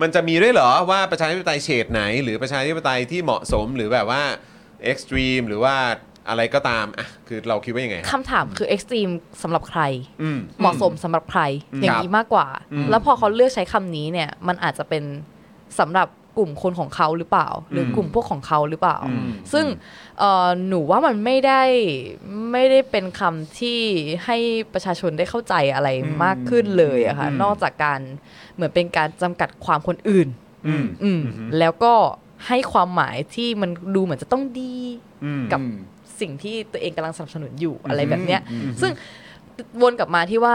มันจะมีด้วยเหรอว่าประชาธิปไตยเฉดไหน หรือประชาธิปไตยที่เหมาะสมหรือแบบว่าเอ็กซ์ตรีมหรือว่าอะไรก็ตามอ่ะคือเราคิดว่ายังไงครับ
คำถามคือเอ็กซ์ตรีมสำหรับใคร
อืม
เหมาะสมสำหรับใคร อย่างนี้มากกว่า
อืม
แล้วพอเขาเลือกใช้คำนี้เนี่ย มันอาจจะเป็นสำหรับกลุ่มคนของเขาหรือเปล่า หรือ
ม
กลุ่มพวกของเขาหรือเปล่า
อืม
ซึ่งเอ่อหนูว่ามันไม่ได้ไม่ได้เป็นคำที่ให้ประชาชนได้เข้าใจอะไรมากขึ้นเลยอะค่ะนอกจากการเหมือนเป็นการจำกัดความคนอื่น
อืม
อืมแล้วก็ให้ความหมายที่มันดูเหมือนจะต้องดี
อืม
กับ
อืม
สิ่งที่ตัวเองกำลังสนับสนุนอยู่อะไรแบบเนี้ย ซึ่งวนกลับมาที่ว่า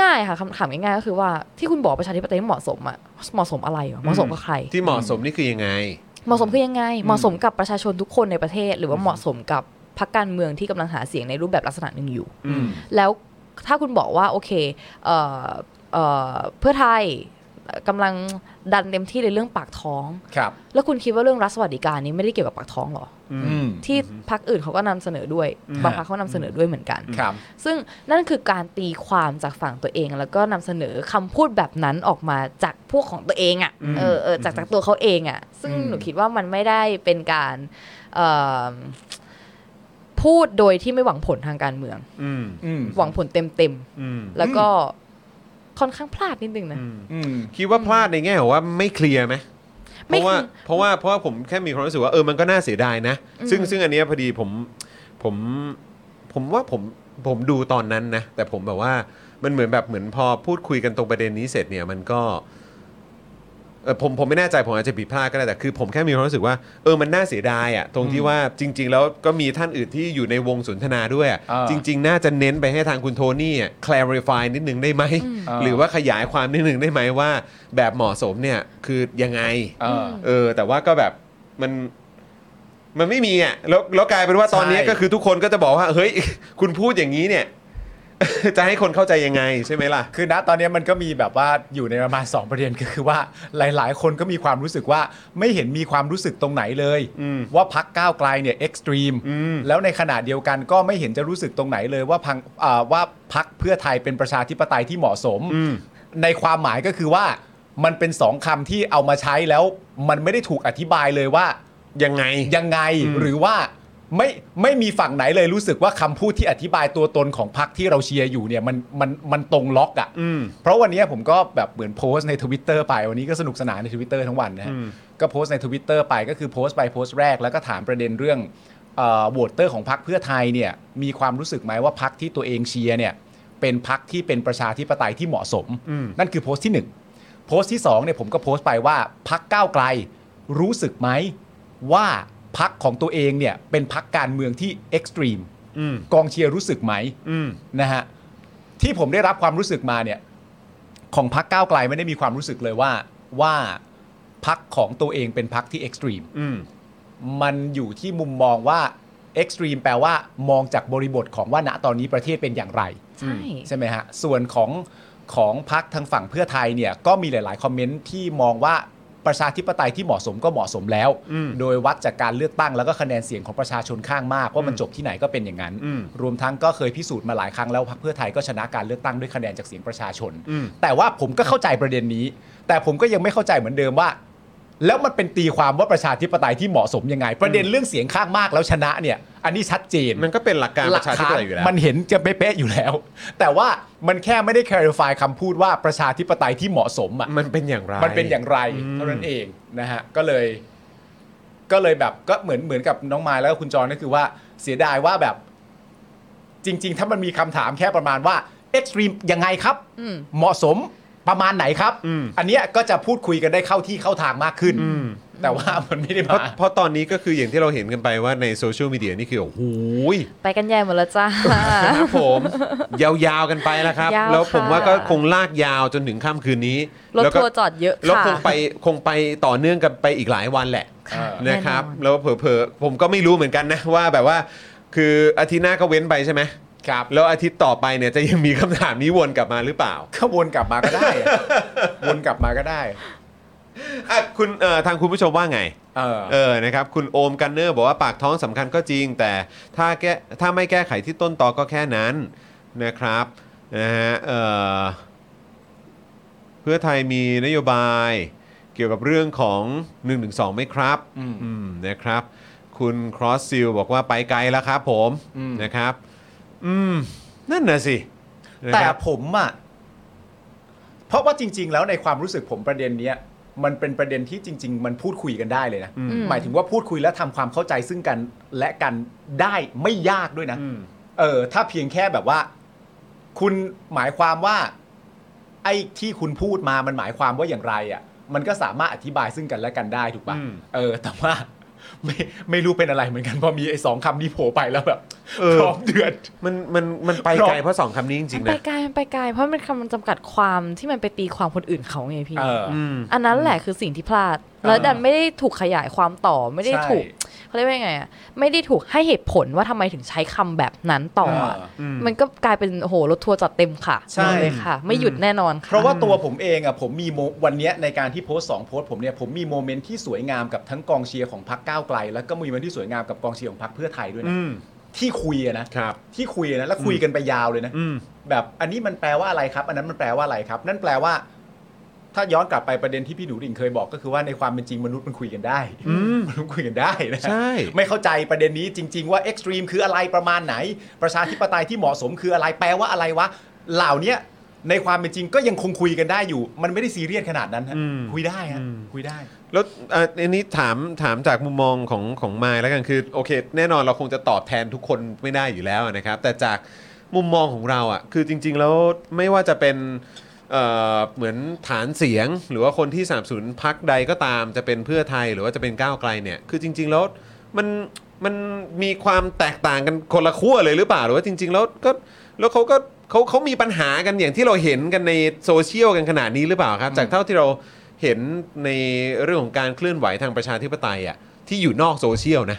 ง่ายๆค่ะคำถามง่ายๆก็คือว่าที่คุณบอกประชาธิปไตยไม่เหมาะสมอะเหมาะสมอะไรอะเหมาะสมกับใคร
ที่เหมาะสมนี่คือยังไง
เหมาะสมคือยังไง เหมาะสมกับประชาชนทุกคนในประเทศ หรือว่าเหมาะสมกับพรรคการเมืองที่กำลังหาเสียงในรูปแบบลักษณะหนึ่งอยู่
อืม
แล้วถ้าคุณบอกว่าโอเคเอ่อเอ่อเพื่อไทยกำลังดันเต็มที่ในเรื่องปากท้อง
ครับ
แล้วคุณคิดว่าเรื่องรัฐสวัสดิการนี้ไม่ได้เกี่ยวกับปากท้องเหรอ
อืม
ที่พักอื่นเขาก็นำเสนอด้วย บางพักเขานำเสนอด้วยเหมือนกัน
ครับ
ซึ่งนั่นคือการตีความจากฝั่งตัวเอง แล้วก็นำเสนอคำพูดแบบนั้นออกมาจากพวกของตัวเองอะ่ะเออเออจากจากตัวเขาเองอะ่ะ ซึ่ง
อืม
หนูคิดว่ามันไม่ได้เป็นการเอิ่มพูดโดยที่ไม่หวังผลทางการเมือง
อืม
อืม
หวังผลเต็มเต็ม
อืม
ๆแล้วก็ค่อนข้างพลาดนิดนึงนะ
อืม
คิดว่าพลาดในแง่ของว่าไม่เคลียร์ไหมเพ
ไม่
ราะว่า
เคลียร์
เพราะว่าเพราะว่าผมแค่มีความรู้สึกว่าเออมันก็น่าเสียดายนะ ซึ่งซึ่งอันเนี้ยพอดีผมผมผมว่าผมผมดูตอนนั้นนะ แต่ผมแบบว่ามันเหมือนแบบเหมือนพอพูดคุยกันตรงประเด็นนี้เสร็จเนี่ยมันก็เออผมผมไม่แน่ใจผมอาจจะผิดพลาดก็ได้แต่คือผมแค่มีความรู้สึกว่าเออมันน่าเสียดายอะตรงที่ว่าจริง ๆ แล้วก็มีท่านอื่นที่อยู่ในวงสนทนาด้วยอะ
เออ
จริง ๆ น่าจะเน้นไปให้ทางคุณโทนี่อะ clarify นิดนึงได้ไหม
อ่า
หรือว่าขยายความนิดหนึ่งได้ไหมว่า แบบเหมาะสมเนี่ยคือยังไง
เออ
เออ แต่ว่าก็แบบมันมันไม่มีอ่ะแล้วแล้วกลายเป็นว่าตอนนี้
ใช่
ก็คือทุกคนก็จะบอกว่า เฮ้ย <laughs> คุณพูดอย่างนี้เนี่ย <laughs> จะให้คนเข้าใจยังไงใช่ไหมล่ะ
คือณตอนนี้มันก็มีแบบว่าอยู่ในประมาณ <laughs> 2 ประเด็นก็คือว่าหลาย ๆ คนก็มีความรู้สึกว่าไม่เห็นมีความรู้สึกตรงไหนเลย
อืม
ว่าพักก้าวไกลเนี่ยเอ็กซ์ตรีม
อืม
แล้วในขณะเดียวกันก็ไม่เห็นจะรู้สึกตรงไหนเลยว่าพังอ่าว่าพักเพื่อไทยเป็นประชาธิปไตยที่เหมาะสม
อืม
ในความหมายก็คือว่ามันเป็นสองคำที่เอามาใช้แล้วมันไม่ได้ถูกอธิบายเลยว่า
ยังไง
ยังไงหรือว่าไม่ไม่มีฝั่งไหนเลยรู้สึกว่าคำพูดที่อธิบายตัวตนของพรรคที่เราเชียร์อยู่เนี่ยมันมันมันตรงล็อกอะ่ะ
อืม
เพราะวันเนี้ยผมก็แบบเหมือนโพสต์ใน Twitter ไปวันนี้ก็สนุกสนานใน Twitter ทั้งวันนะฮะก็โพสต์ใน Twitter ไปก็คือโพสต์ไปโพสต์แรกแล้วก็ถามประเด็นเรื่องเอ่อโหวตเตอร์ของพรรคเพื่อไทยเนี่ยมีความรู้สึกไหมว่าพรรคที่ตัวเองเชียร์เนี่ยเป็นพรรคที่เป็นประชาธิปไตยที่เหมาะสม
อืม
นั่นคือโพสต์ที่หนึ่ง โพสต์ที่2เนี่ยผมก็โพสต์ไปว่าพักก้าวไกลรู้สึกไหมว่าพักของตัวเองเนี่ยเป็นพักการเมืองที่เอ็กซ์ตรีม
อืม
กองเชียร์รู้สึกไหม
อืม
นะฮะที่ผมได้รับความรู้สึกมาเนี่ยของพักก้าวไกลไม่ได้มีความรู้สึกเลยว่าว่าพักของตัวเองเป็นพักที่เอ็กซ์ตรีม
อืม
มันอยู่ที่มุมมองว่าเอ็กซ์ตรีมแปลว่ามองจากบริบทของว่าณตอนนี้ประเทศเป็นอย่างไร
ใช่
ใช่ไหมฮะ ส่วนของของพักทางฝั่งเพื่อไทยเนี่ยก็มีหลาย ๆ คอมเมนต์ที่มองว่าประชาธิปไตยที่เหมาะสมก็เหมาะสมแล้ว โดยวัดจากการเลือกตั้งแล้วก็คะแนนเสียงของประชาชนข้างมากว่ามันจบที่ไหนก็เป็นอย่างนั้น รวมทั้งก็เคยพิสูจน์มาหลายครั้งแล้วพรรคเพื่อไทยก็ชนะการเลือกตั้งด้วยคะแนนจากเสียงประชาชน แต่ว่าผมก็เข้าใจประเด็นนี้ แต่ผมก็ยังไม่เข้าใจเหมือนเดิมว่า แล้วมันเป็นตีความว่าประชาธิปไตยที่เหมาะสมยังไง ประเด็นเรื่องเสียงข้างมากแล้วชนะเนี่ย อันนี้ชัดเจน
มันก็เป็นหลักการประชาธิปไตยอยู่แล้ว
มันเห็นจะเป๊ะๆอยู่แล้ว แต่ว่ามันแค่ไม่ได้ clarify คำพูดว่าประชาธิปไตยที่เหมาะสมอ่ะ
มันเป็นอย่างไร
มันเป็นอย่างไร
อืม
เท่านั้นเองนะฮะก็เลย ก็เลยแบบก็เหมือนเหมือนกับน้องมายแล้วก็คุณจอนก็คือว่าเสียดายว่าแบบ จริง ๆ ถ้ามันมีคำถามแค่ประมาณว่าเอ็กซ์ตรีมยังไงครับ
อืม
เหมาะสมประมาณไหนครับ
อืม
อันเนี้ยก็จะพูดคุยกันได้เข้าที่เข้าทางมากขึ้น
อืม
แต่ว่ามันไม่ได้
เพราะ
มา
เพราะตอนนี้ก็คืออย่างที่เราเห็นกันไปว่าในโซเชียลมีเดียนี่คือโอ้โหย
ไปกันใหญ่หมดแล้วจ้า
ครับผมยาวๆกันไปแล้วครับ
ยาว
แล้วผม
ค่ะ
ว่าก็คงลากยาวจนถึงค่ำคืนนี้
รถ
แล้วก็
ทัวร์จอดเยอะ
แล้ว
ค่ะ
คงไปคงไปต่อเนื่องกันไปอีกหลายวันแหละ
ค่ะแน่นอน
นะครับ แล้วเผลอๆผมก็ไม่รู้เหมือนกันนะ <laughs> ว่าแบบว่า คืออาทิตย์หน้าก็เว้นไปใช่ไหม
ครับ
แล้วอาทิตย์ต่อไปเนี่ยจะยังมีคำถามนี้วนกลับมาหรือเปล่า
ก็วนกลับมาก็ได้
<laughs>
อะวนกลับมาก็ได้
อ่ะคุณเอ่อทางคุณผู้ชมว่าไง
เออ
เออ นะครับ คุณโอมกันเนอร์บอกว่าปากท้องสำคัญก็จริง แต่ถ้าแก้ถ้าไม่แก้ไขที่ต้นตอก็แค่นั้นนะครับนะฮะเอ่อเพื่อไทยมีนโยบายเกี่ยวกับเรื่องของ 112 ไหมครับ
อืม
มนะครับ คุณครอสซิลบอกว่าไปไกลแล้วครับผม
อืม
นะครับ อืม นั่นน่ะสินะ
แต่
ครับ
ผมอ่ะ เพราะว่าจริง ๆ แล้วในความรู้สึกผมประเด็นเนี้ย มันเป็นประเด็นที่จริง ๆ มันพูดคุยกันได้เลยนะ
อืม
หมายถึงว่าพูดคุยและทำความเข้าใจซึ่งกันและกันได้ไม่ยากด้วยนะ
อืม
เออ ถ้าเพียงแค่แบบว่า คุณหมายความว่า ไอ้ที่คุณพูดมามันหมายความว่าอย่างไรอะ่ะ มันก็สามารถอธิบายซึ่งกันและกันได้ถูกปะ
อืม
เออ แต่ว่า ไม่ไม่รู้เป็นอะไรเหมือนกันพอมีไอ้สองคำนี้โผล่ไปแล้วแบบ
เออ
พร้อมเดือด
มันมันมันไปไกลเพราะสองคำนี้จ
มั
ริ
น
งๆ
ไป
นะ
ไกลมันไปไกลเพราะมันเป็นคำจำกัดความที่มันไปตีความคนอื่นเขาไงพี่
เออ
อืม
อันนั้นแหละคือสิ่งที่พลาด แล้วดันไม่ได้ถูกขยายความต่อไม่ได้
ใช่
ถูกเขาเรียกว่ายังไงอ่ะไม่ได้ถูกให้เหตุผลว่าทำไมถึงใช้คำแบบนั้นต่ออ่ะ
เออ
อืม
มันก็กลายเป็นโอ้โหรถทัวร์จัดเต็มค่ะ
ใช่
มาเลยค่ะ ไม่หยุดแน่นอนค่
เพราะว่าตัวผมเองอ่ะผมมีโมวันเนี้ยในการที่โพสต์สองโพสต์ผมเนี่ยผมมีโมเมนต์ที่สวยงามกับทั้งกองเชียร์ของพรรคก้าวไกล แล้วก็มีโมเมนต์ที่สวยงามกับกองเชียร์ของพรรคเพื่อไทยด้วยนะ
อืม
ที่คุยอะนะครับ ที่คุยอะนะแล้วคุยกันไปยาวเลยนะ
อืม
แบบอันนี้มันแปลว่าอะไรครับ อันนั้นมันแปลว่าอะไรครับ นั่นแปลว่า ถ้าย้อนกลับไปประเด็นที่พี่หนูดิ่งเคยบอกก็คือว่าในความเป็นจริงมนุษย์มันคุยกันได้มนุษย์คุยกันได้นะ
ใช่
ไม่เข้าใจประเด็นนี้จริง ๆ ว่าเอ็กซ์ตรีมคืออะไรประมาณไหน ประชาธิปไตยที่เหมาะสมคืออะไรแปลว่าอะไรวะเหล่าเนี้ยในความเป็นจริงก็ยังคงคุยกันได้อยู่ มันไม่ได้ซีเรียสขนาดนั้นฮะคุยได้ฮะคุยได้
แล้วเอ่ออันนี้ถามถามจากมุมมองของของมายแล้วกันคือโอเค แน่นอนเราคงจะตอบแทนทุกคนไม่ได้อยู่แล้วนะครับ แต่จากมุมมองของเราอะ่ะคือจริง ๆ แล้วไม่ว่าจะเป็นเอ่อเหมือนฐานเสียง หรือว่าคนที่สนับสนุนพักใดก็ตามจะเป็นเพื่อไทยหรือว่าจะเป็นก้าวไกลเนี่ยคือจริง ๆ แล้วมันมันมีความแตกต่างกันคนละขั้วเลยหรือเปล่าหรือว่าจริง ๆ แล้วก็แล้วเขาก็เขาเขามีปัญหากันอย่างที่เราเห็นกันในโซเชียลกันขนาดนี้หรือเปล่าครับ จากเท่าที่เรา เห็นในเรื่องของการเคลื่อนไหวทางประชาธิปไตยอ่ะที่อยู่นอกโซเชียลนะ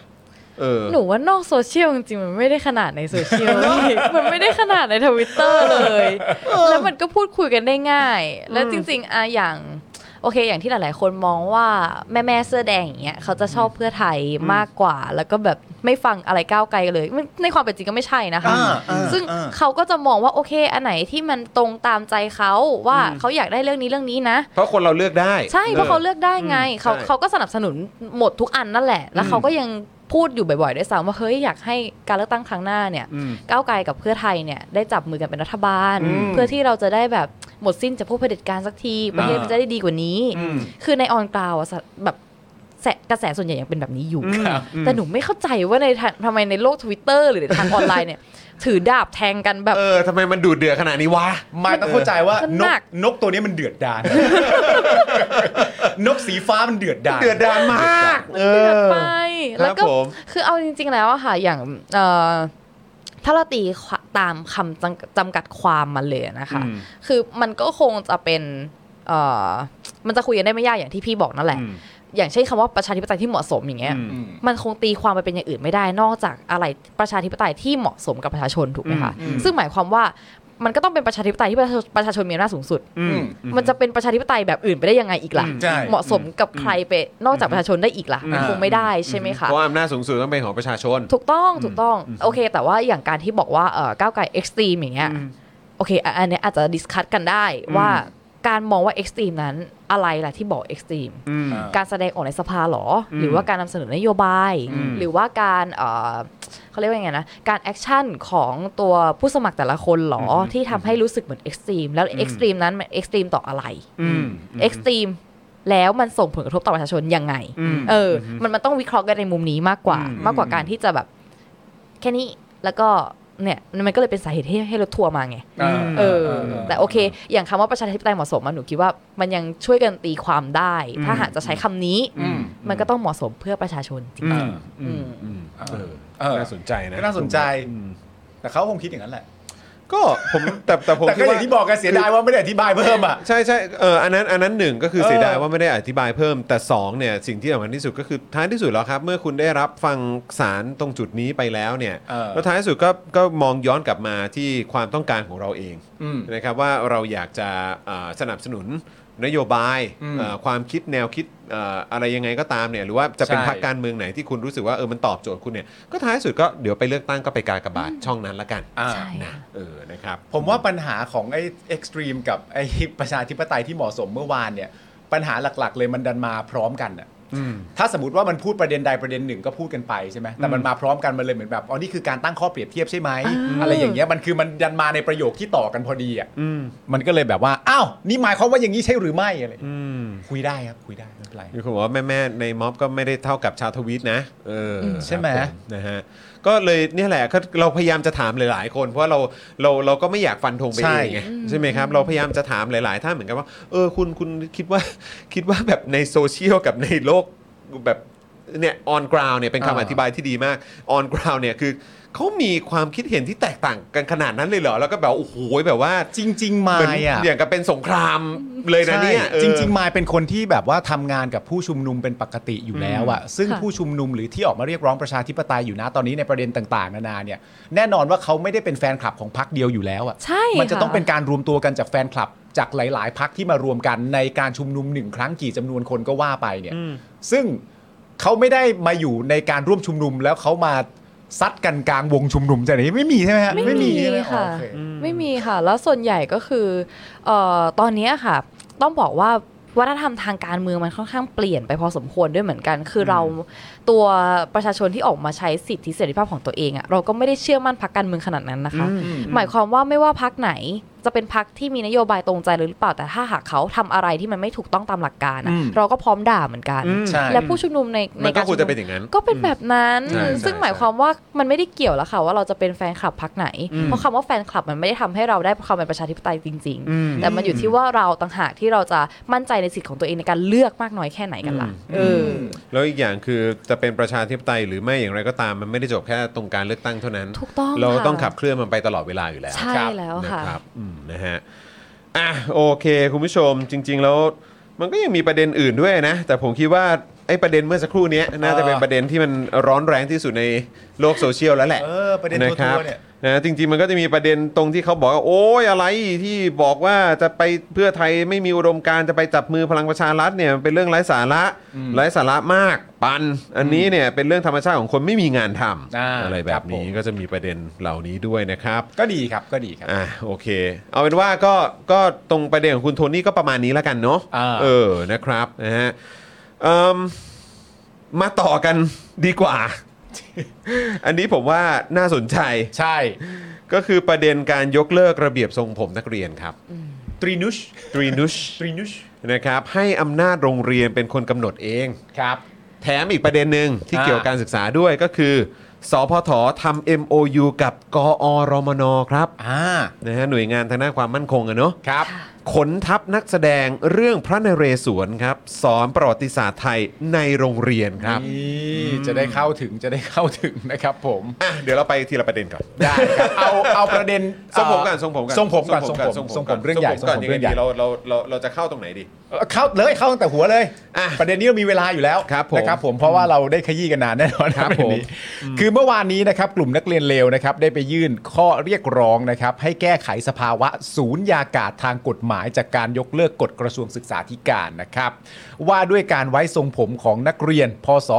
เออ
หนูว่านอกโซเชียลจริงๆมันไม่ได้ขนาดในโซเชียล พี่มันไม่ได้ขนาดในทวิตเตอร์เลย แล้วมันก็พูดคุยกันได้ง่าย แล้วจริงๆอะอย่างโอเค อย่างที่หลายๆ คนมองว่าแม่แม่ๆเสื้อแดงอย่างเงี้ยเขาจะชอบเพื่อไทยมากกว่า แล้วก็แบบไม่ฟังอะไรก้าวไกลเลยมันในความเป็นจริงก็ไม่ใช่นะคะ
อ่าอ่า
ซึ่ง
อ่า
เขาก็จะมองว่าโอเคอันไหนที่มันตรงตามใจเขาว่าเขาอยากได้เรื่องนี้เรื่องนี้นะ
เพราะคนเราเลือกได้
ใช่เพราะเขาเลือกได้ไงเขา
ใช่
เขาก็สนับสนุนหมดทุกอันนั่นแหละ แล้วเขาก็ยังพูดอยู่บ่อยๆด้วยซ้ำว่าเฮ้ยอยากให้การเลือกตั้งครั้งหน้าเนี่ย
อืม
ก้าวไกลกับเพื่อไทยเนี่ยได้จับมือกันเป็นรัฐบาล
อืม
เพื่อที่เราจะได้แบบหมดสิ้นจากพวกเผด็จการสักทีประเทศ
อ่ามั
มันจะได้ดีกว่านี้
อืม
คือในออนกราวอะสะแบบแสกระแสส่วนใหญ่ยังเป็นแบบนี้อยู่
ครับ
แต่หนูไม่เข้าใจว่าในทางทำไมในโลกทวิตเตอร์หรือในทางออนไลน์เนี่ย ถือดาบแทงกันแบบ
เออทำไมมันดูดเดือดขนาดนี้วะ
มายต้องเข้าใจว่า
มัน
น
หนั
ก
ก
นกตัวนี้มันเดือดดาน นกสีฟ้ามันเดือดดาน
เดือดดานมาก เอ
เดือด
อ
ไปแล้วก็
ครับผม
คือเอาจริง ๆ แล้วอะค่ะอย่างเอ่อถ้าเราตีควตามคำจำจำกัดความมันเลยนะคะ คือมันก็คงจะเป็นเอ่อมันจะคุยกันได้ไม่ยากอย่างที่พี่บอกนั่นแหละ อย่างเช่นคำว่าประชาธิปไตยที่เหมาะสมอย่างเงี้ย
อืม
มันคงตีความไปเป็นอย่างอื่นไม่ได้นอกจากอะไรประชาธิปไตยที่เหมาะสมกับประชาชนถูกไหมคะ
อืม
ซึ่งหมายความว่ามันก็ต้องเป็นประชาธิปไตยที่ประชาประชาชนมีอำนาจสูงสุด
อืม
มันจะเป็นประชาธิปไตยแบบอื่นไปได้ยังไงอีกล่ะ
ใช่
เหมาะสมกับใครไปนอกจากประชาชนได้อีกล่ะ มัน
อ่า
คงไม่ได้ใช่ไหมคะ
เพราะอำนาจสูงสุดต้องเป็นของประชาชน
ถูกต้องถูกต้องโอเค แต่ว่าอย่างการที่บอกว่าเอ่อก้าวไกลเอ็กซ์ตรีมอย่างเงี้ยโอเคอ่ะอันเนี้ยอาจจะดิสคัตกันได้ว่า การมองว่าเอ็กซ์ตรีมนั้นอะไรล่ะที่บอกเอ็กซ์ตรีม
อืม
อ่า
การแสดงออกในสภาหรอ
อืม
หรือว่าการนำเสนอนโยบาย
อืม
หรือว่าการเอ่อเขาเรียกว่าไงนะ การแอคชั่นของตัวผู้สมัครแต่ละคนหรออที่ทำให้รู้สึกเหมือนเอ็กซ์ตรีมแล้วเอ็กซ์ตรีมนั้นมันเอ็กซ์ตรีมต่ออะไร
อืม
เอ็กซ์ตรีมแล้วมันส่งผลกระทบต่อประชาชนยังไง
อืม
เอออมันมันต้องวิเคราะห์กันในมุมนี้มากกว่า
อืม
มากกว่าการที่จะแบบแค่นี้แล้วก็เนี่ยมันก็เลยเป็นสาเหตุให้ให้รถทัวร์มาไง เออแต่โอเค อย่างคำว่าประชาธิปไตยเหมาะสมอะหนูคิดว่ามันยังช่วยกันตีความได้ ถ้าหากจะใช้คำนี้
อืม
มันก็ต้องเหมาะสมเพื่อประชาชนจริง
อืม
อืม
อืม
เออ
เออน่าสนใจนะ
ก็น่าสนใจ
อืม
แต่เขาคงคิดอย่างนั้นแหละ
ก็ผมแต่แต่ผม
แต่ก็
คิด
อ
ว่า
ย่างที่บอกกันเสียดายว่าไม่ได้อธิบายเพิ่มอ่ะ
ใช่ใช่เอออันนั้นอันนั้นหนึ่งก็คือ
เออ
เสียดายว่าไม่ได้อธิบายเพิ่มแต่สองเนี่ยสิ่งที่สำคัญที่สุดก็คือท้ายที่สุดแล้วครับ เมื่อคุณได้รับฟังสารตรงจุดนี้ไปแล้วเนี่ย
เออ
แล้วท้ายที่สุดก็ก็มองย้อนกลับมาที่ความต้องการของเราเอง
อืม
นะครับว่าเราอยากจะเอ่อสนับสนุนนโยบาย
อืม
เอ่อความคิดแนวคิดเอ่ออะไรยังไงก็ตามเนี่ยหรือว่าจะเป็น
ใช่
พรรคการเมืองไหนที่คุณรู้สึกว่าเออมันตอบโจทย์คุณเนี่ยก็ท้ายสุดก็เดี๋ยวไปเลือกตั้งก็ไปกากบาทช่องนั้นละกัน
อ่า
ใช่
นะเออนะครับ
ผมว่าปัญหาของไอ้เอ็กซ์ตรีมกับไอ้ <laughs> ประชาธิปไตยที่เหมาะสมเมื่อวานเนี่ย ปัญหาหลักๆ เลยมันดันมาพร้อมกันอ่ะถ้าสมมติว่ามันพูดประเด็นใดประเด็นหนึ่งก็พูดกันไปใช่ไหมแต่มันมาพร้อมกันมันเลยเหมือนแบบอ๋อนี่คือการตั้งข้อเปรียบเทียบใช่ไหมอะไรอย่างเงี้ยมันคือมันดันมาในประโยคที่ต่อกันพอดีอ่ะมันก็เลยแบบว่าอ้าวนี่หมายความว่าอย่างนี้ใช่หรือไม่อะไรอย่างเงี้ยคุยได้ครับคุยได้ไม่เป็นไร
มีคนบอกว่าแม่ ๆ ในม็อบก็ไม่ได้เท่ากับชาวทวีตนะ เออ
ใช่ไหม
ครับผนะฮะก็เลยเนี่ยแหละก็เราพยายามจะถามหลาย ๆ คน เพราะเราเราเราก็ไม่อยากฟันธงไป
ใช่
เองไงใช่ไหมครับ เราพยายามจะถามหลาย ๆ ท่านเหมือนกันว่า เออคุณคุณคิดว่า คิดว่าแบบในโซเชียลกับในโลกแบบเนี่ยออนกราวเนี่ยเป็นคำอธิบายที่ดีมากออนกราวเนี่ยคือเขามีความคิดเห็นที่แตกต่างกันขนาดนั้นเลยเหรอแล้วก็แบบโอ้โหแบบว่า
จริง ๆ มา
เหมือน
อ่ะ
อย่างกับเป็นสงครามเลยนะเนี่ยเออ
จริงๆมายเป็นคนที่แบบว่าทำงานกับผู้ชุมนุมเป็นปกติอยู่แล้วอะซึ่ง
ค่ะ
ผู้ชุมนุมหรือที่ออกมาเรียกร้องประชาธิปไตยอยู่นะตอนนี้ในประเด็นต่างๆนานาเนี่ยแน่นอนว่าเขาไม่ได้เป็นแฟนคลับของพรรคเดียวอยู่แล้วอะ
ใช่
มันจะต้อง
ค่
เป็นการรวมตัวกันจากแฟนคลับ จากหลาย ๆ พักที่มารวมกันในการชุมนุมหนึ่งครั้งกี่จำนวนคนก็ว่าไปเนี่ยซึ่งเขาไม่ได้มาอยู่ในการร่วมชุมนุมแล้วเขามาซัดกันกลางวงชุมนุมจะไหนไม่มีใช่ไหมฮะ
ไม่มี
ใช่ไหมอ๋อ
ค่ะ
โอเ
ไม่มีค่ะ แล้วส่วนใหญ่ก็คือเอ่อตอนเนี้ยค่ะ ต้องบอกว่าวัฒนธรรมทางการเมืองมันค่อนข้างเปลี่ยนไปพอสมควรด้วยเหมือนกัน คือเราตัวประชาชนที่ออกมาใช้สิทธิเสรีภาพของตัวเองอะเราก็ไม่ได้เชื่อมั่นพรรคการเมืองขนาดนั้นนะคะ หมายความว่าไม่ว่าพักไหนจะเป็นพักที่มีนโยบายตรงใจหรือเปล่าแต่ถ้าหากเขาทำอะไรที่มันไม่ถูกต้องตามหลักการอะ
อืม
เราก็พร้อมด่าเหมือนกัน
ใช่
และผู้ชุมนุมในใน
มันก็
การ
ควร
ชุม
จะ
นุ
เป็น
ม
อย่างนั้น
ก็เป็นแบบนั้น
ใช่ใช่
ซึ่ง
ใช่
หมายความว่ามันไม่ได้เกี่ยวแล้วค่ะว่าเราจะเป็นแฟนคลับพักไหน เพราะคำว่าแฟนคลับมันไม่ได้ทำให้เราได้ความเป็นประชาธิปไตยจริง ๆ แต่มันอยู่ที่ว่าเราต่างหากที่เราจะมั่นใจในสิทธิ์ของตัวเองในการเลือกมากน้อยแค่ไหนกันล่ะเอออ
แล้วอีกอย่างคือจะเป็นประชาธิปไตยหรือไม่อย่างไรก็ตามมันไม่ได้จบแค่ตรงการเลือกตั้งเท่านั้น
ถูกต้อง
เรา
ค่ะ
ต้องขับเคลื่อนมันไปตลอดเวลาอยู่แล้ว
ใช่
ครับ
แล้วค่ะ
นรับอืมนะฮะอ่ะโอเค คุณผู้ชมจริง ๆ แล้วมันก็ยังมีประเด็นอื่นด้วยนะ แต่ผมคิดว่าไอ้ประเด็นเมื่อสักครู่เนี้ยน่าจะเป็นประเด็นที่มันร้อนแรงที่สุดในโลกโซเชียลแล้วแหละ
เออประเด็นตัว
คบ
ๆเนี่ย
นะจริงๆมันก็จะมีประเด็นตรงที่เขาบอกว่าโอ้ยอะไรที่บอกว่าจะไปเพื่อไทยไม่มีอุดมการณ์จะไปจับมือพลังประชารัฐเนี่ยมันเป็นเรื่องไร้สาระไร้สาระมากปัน อันนี้เนี่ยเป็นเรื่องธรรมชาติของคนไม่มีงานทำ
อ่า
อะไรแบ
ครับ บ
นี้
ผม
ก็จะมีประเด็นเหล่านี้ด้วยนะครับ
ก็ดีครับก็ดีครับ
อ่ะโอเค เอาเป็นว่าก็ก็ตรงประเด็นของคุณโทนี่ก็ประมาณนี้แล้วกันเนาะ
อ่า
เออนะครับนะฮะเอิ่มมาต่อกันดี
<laughs>
กว่า อันนี้ผมว่าน่าสนใจ
ใช่
ก็คือประเด็นการยกเลิกระเบียบทรงผมนักเรียนครับ
ตรีนุช
ตรีนุช
ตรีนุช
นะครับ ให้อำนาจโรงเรียนเป็นคนกำหนดเอง
ครับ
แถมอีกประเด็นหนึ่งที่
อ่า
เกี่ยวกับการศึกษาด้วยก็คือ สพททำ MOU กับกอรมนครับ
อ่า
นะฮะหน่วยงานทางด้านความมั่นคงอะเนาะ
ครับ
ขนทัพนักแสดงเรื่องพระนเรศวรครับ สอนประวัติศาสตร์ไทยในโรงเรียนครับ
นี่จะได้เข้าถึงจะได้เข้าถึงนะครับผม
อ่ะเดี๋ยวเราไปทีละประเด็นก่อน
ได้ครับเอาเอาประเด็น
ทรงผมก่อ
เอ่
น
อ
ทรงผมก่อน
ทรงผมก่อน
ท
ท
ร
รง ง
ผ
ผม ม
ก่อน
ทรงผมเรื่องใหญ่
ท
ท
ร
ร
ผ
ง งผม ม
ก่อน
เรื่องใหญ่
ยังไงดีเราเราเราเราจะเข้าตรงไหนดี
เอ่อเข้าเลยเข้าตั้งแต่หัวเลย
อ่ะ
ประเด็นนี้เรามีเวลาอยู่แล้ว
ครับผม
นะครับผมเพราะว่าเราได้ขยี้กันนานแน่นอน
ครับ
ปะเด็นนี้คือเมื่อวานนี้นะครับกลุ่มนักเรียนเลวนะครับได้ไปยื่นข้อเรียกร้องนะครับให้แก้ไขสภาวะศูนยากาศทางกฎห หมายจากการยกเลิกกฎกระทรวงศึกษาธิการนะครับ ว่าด้วยการไว้ทรงผมของนักเรียน พศ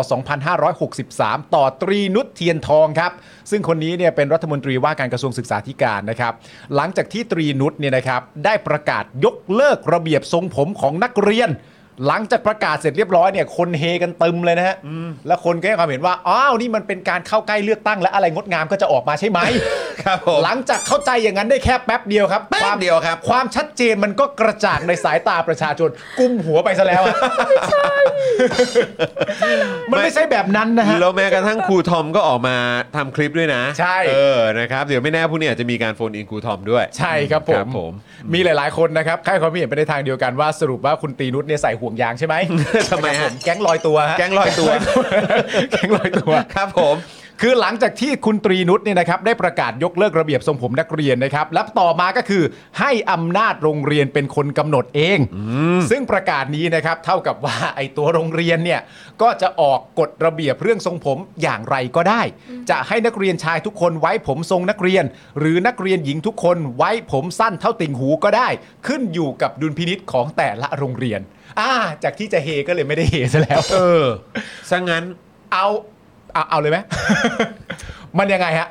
2563 ต่อตรีนุชเทียนทองครับ ซึ่งคนนี้เนี่ยเป็นรัฐมนตรีว่าการกระทรวงศึกษาธิการนะครับ หลังจากที่ตรีนุชเนี่ยนะครับได้ประกาศยกเลิกระเบียบทรงผมของนักเรียน หลังจากประกาศเสร็จเรียบร้อยเนี่ยคนเฮกันตึมเลยนะฮะแล้วคนก็ให้ความเห็นว่าอ้าวนี่มันเป็นการเข้าใกล้เลือกตั้งและอะไรงดงามก็จะออกมาใช่ไหม
ครับผม
หลังจากเข้าใจอย่างนั้นได้แค่แป๊บเดียวครับ
แป๊บ
วาม
เดียวครับ
ความชัดเจนมันก็กระจ่างในสายตาประชาชน กุมหัวไปซะแล้วอะมันไม่ใช่แบบนั้นนะฮะ
แล้วแม้กระทั่งครูทอมก็ออกมาทำคลิปด้วยนะ
ใช่
เออนะครับเดี๋ยวไม่แน่พวกนี้อาจจะมีการโฟนอินครูทอมด้วย
ใช่ครับผม
ครับผม
มีหลาย ๆ คนนะครับใครความเห็นไปในทางเดียวกันว่าสรุปว่าคุณตีนุชเนี่ยใส่ห่วงยางใช่ไหม
ทำไม
ผ
ฮะ
มแก๊งลอยตัวฮะ
แก๊งลอยตัว
แก๊งลอยตัว
ครับผม
คือหลังจากที่คุณตรีนุชเนี่ยนะครับได้ประกาศยกเลิกระเบียบทรงผมนักเรียนนะครับและต่อมาก็คือให้อำนาจโรงเรียนเป็นคนกำหนดเอง ซึ่งประกาศนี้นะครับเท่ากับว่าไอตัวโรงเรียนเนี่ยก็จะออกกฎระเบียบเรื่องทรงผมอย่างไรก็ได้ จะให้นักเรียนชายทุกคนไว้ผมทรงนักเรียน หรือนักเรียนหญิงทุกคนไว้ผมสั้นเท่าติ่งหูก็ได้ ขึ้นอยู่กับดุลพินิษของแต่ละโรงเรียนอ่าจากที่จะเฮก็เลยไม่ได้เฮซะแล้ว
เออซะงั้น
เอาเอาเอาเลยไหม <laughs> มันยังไงฮะ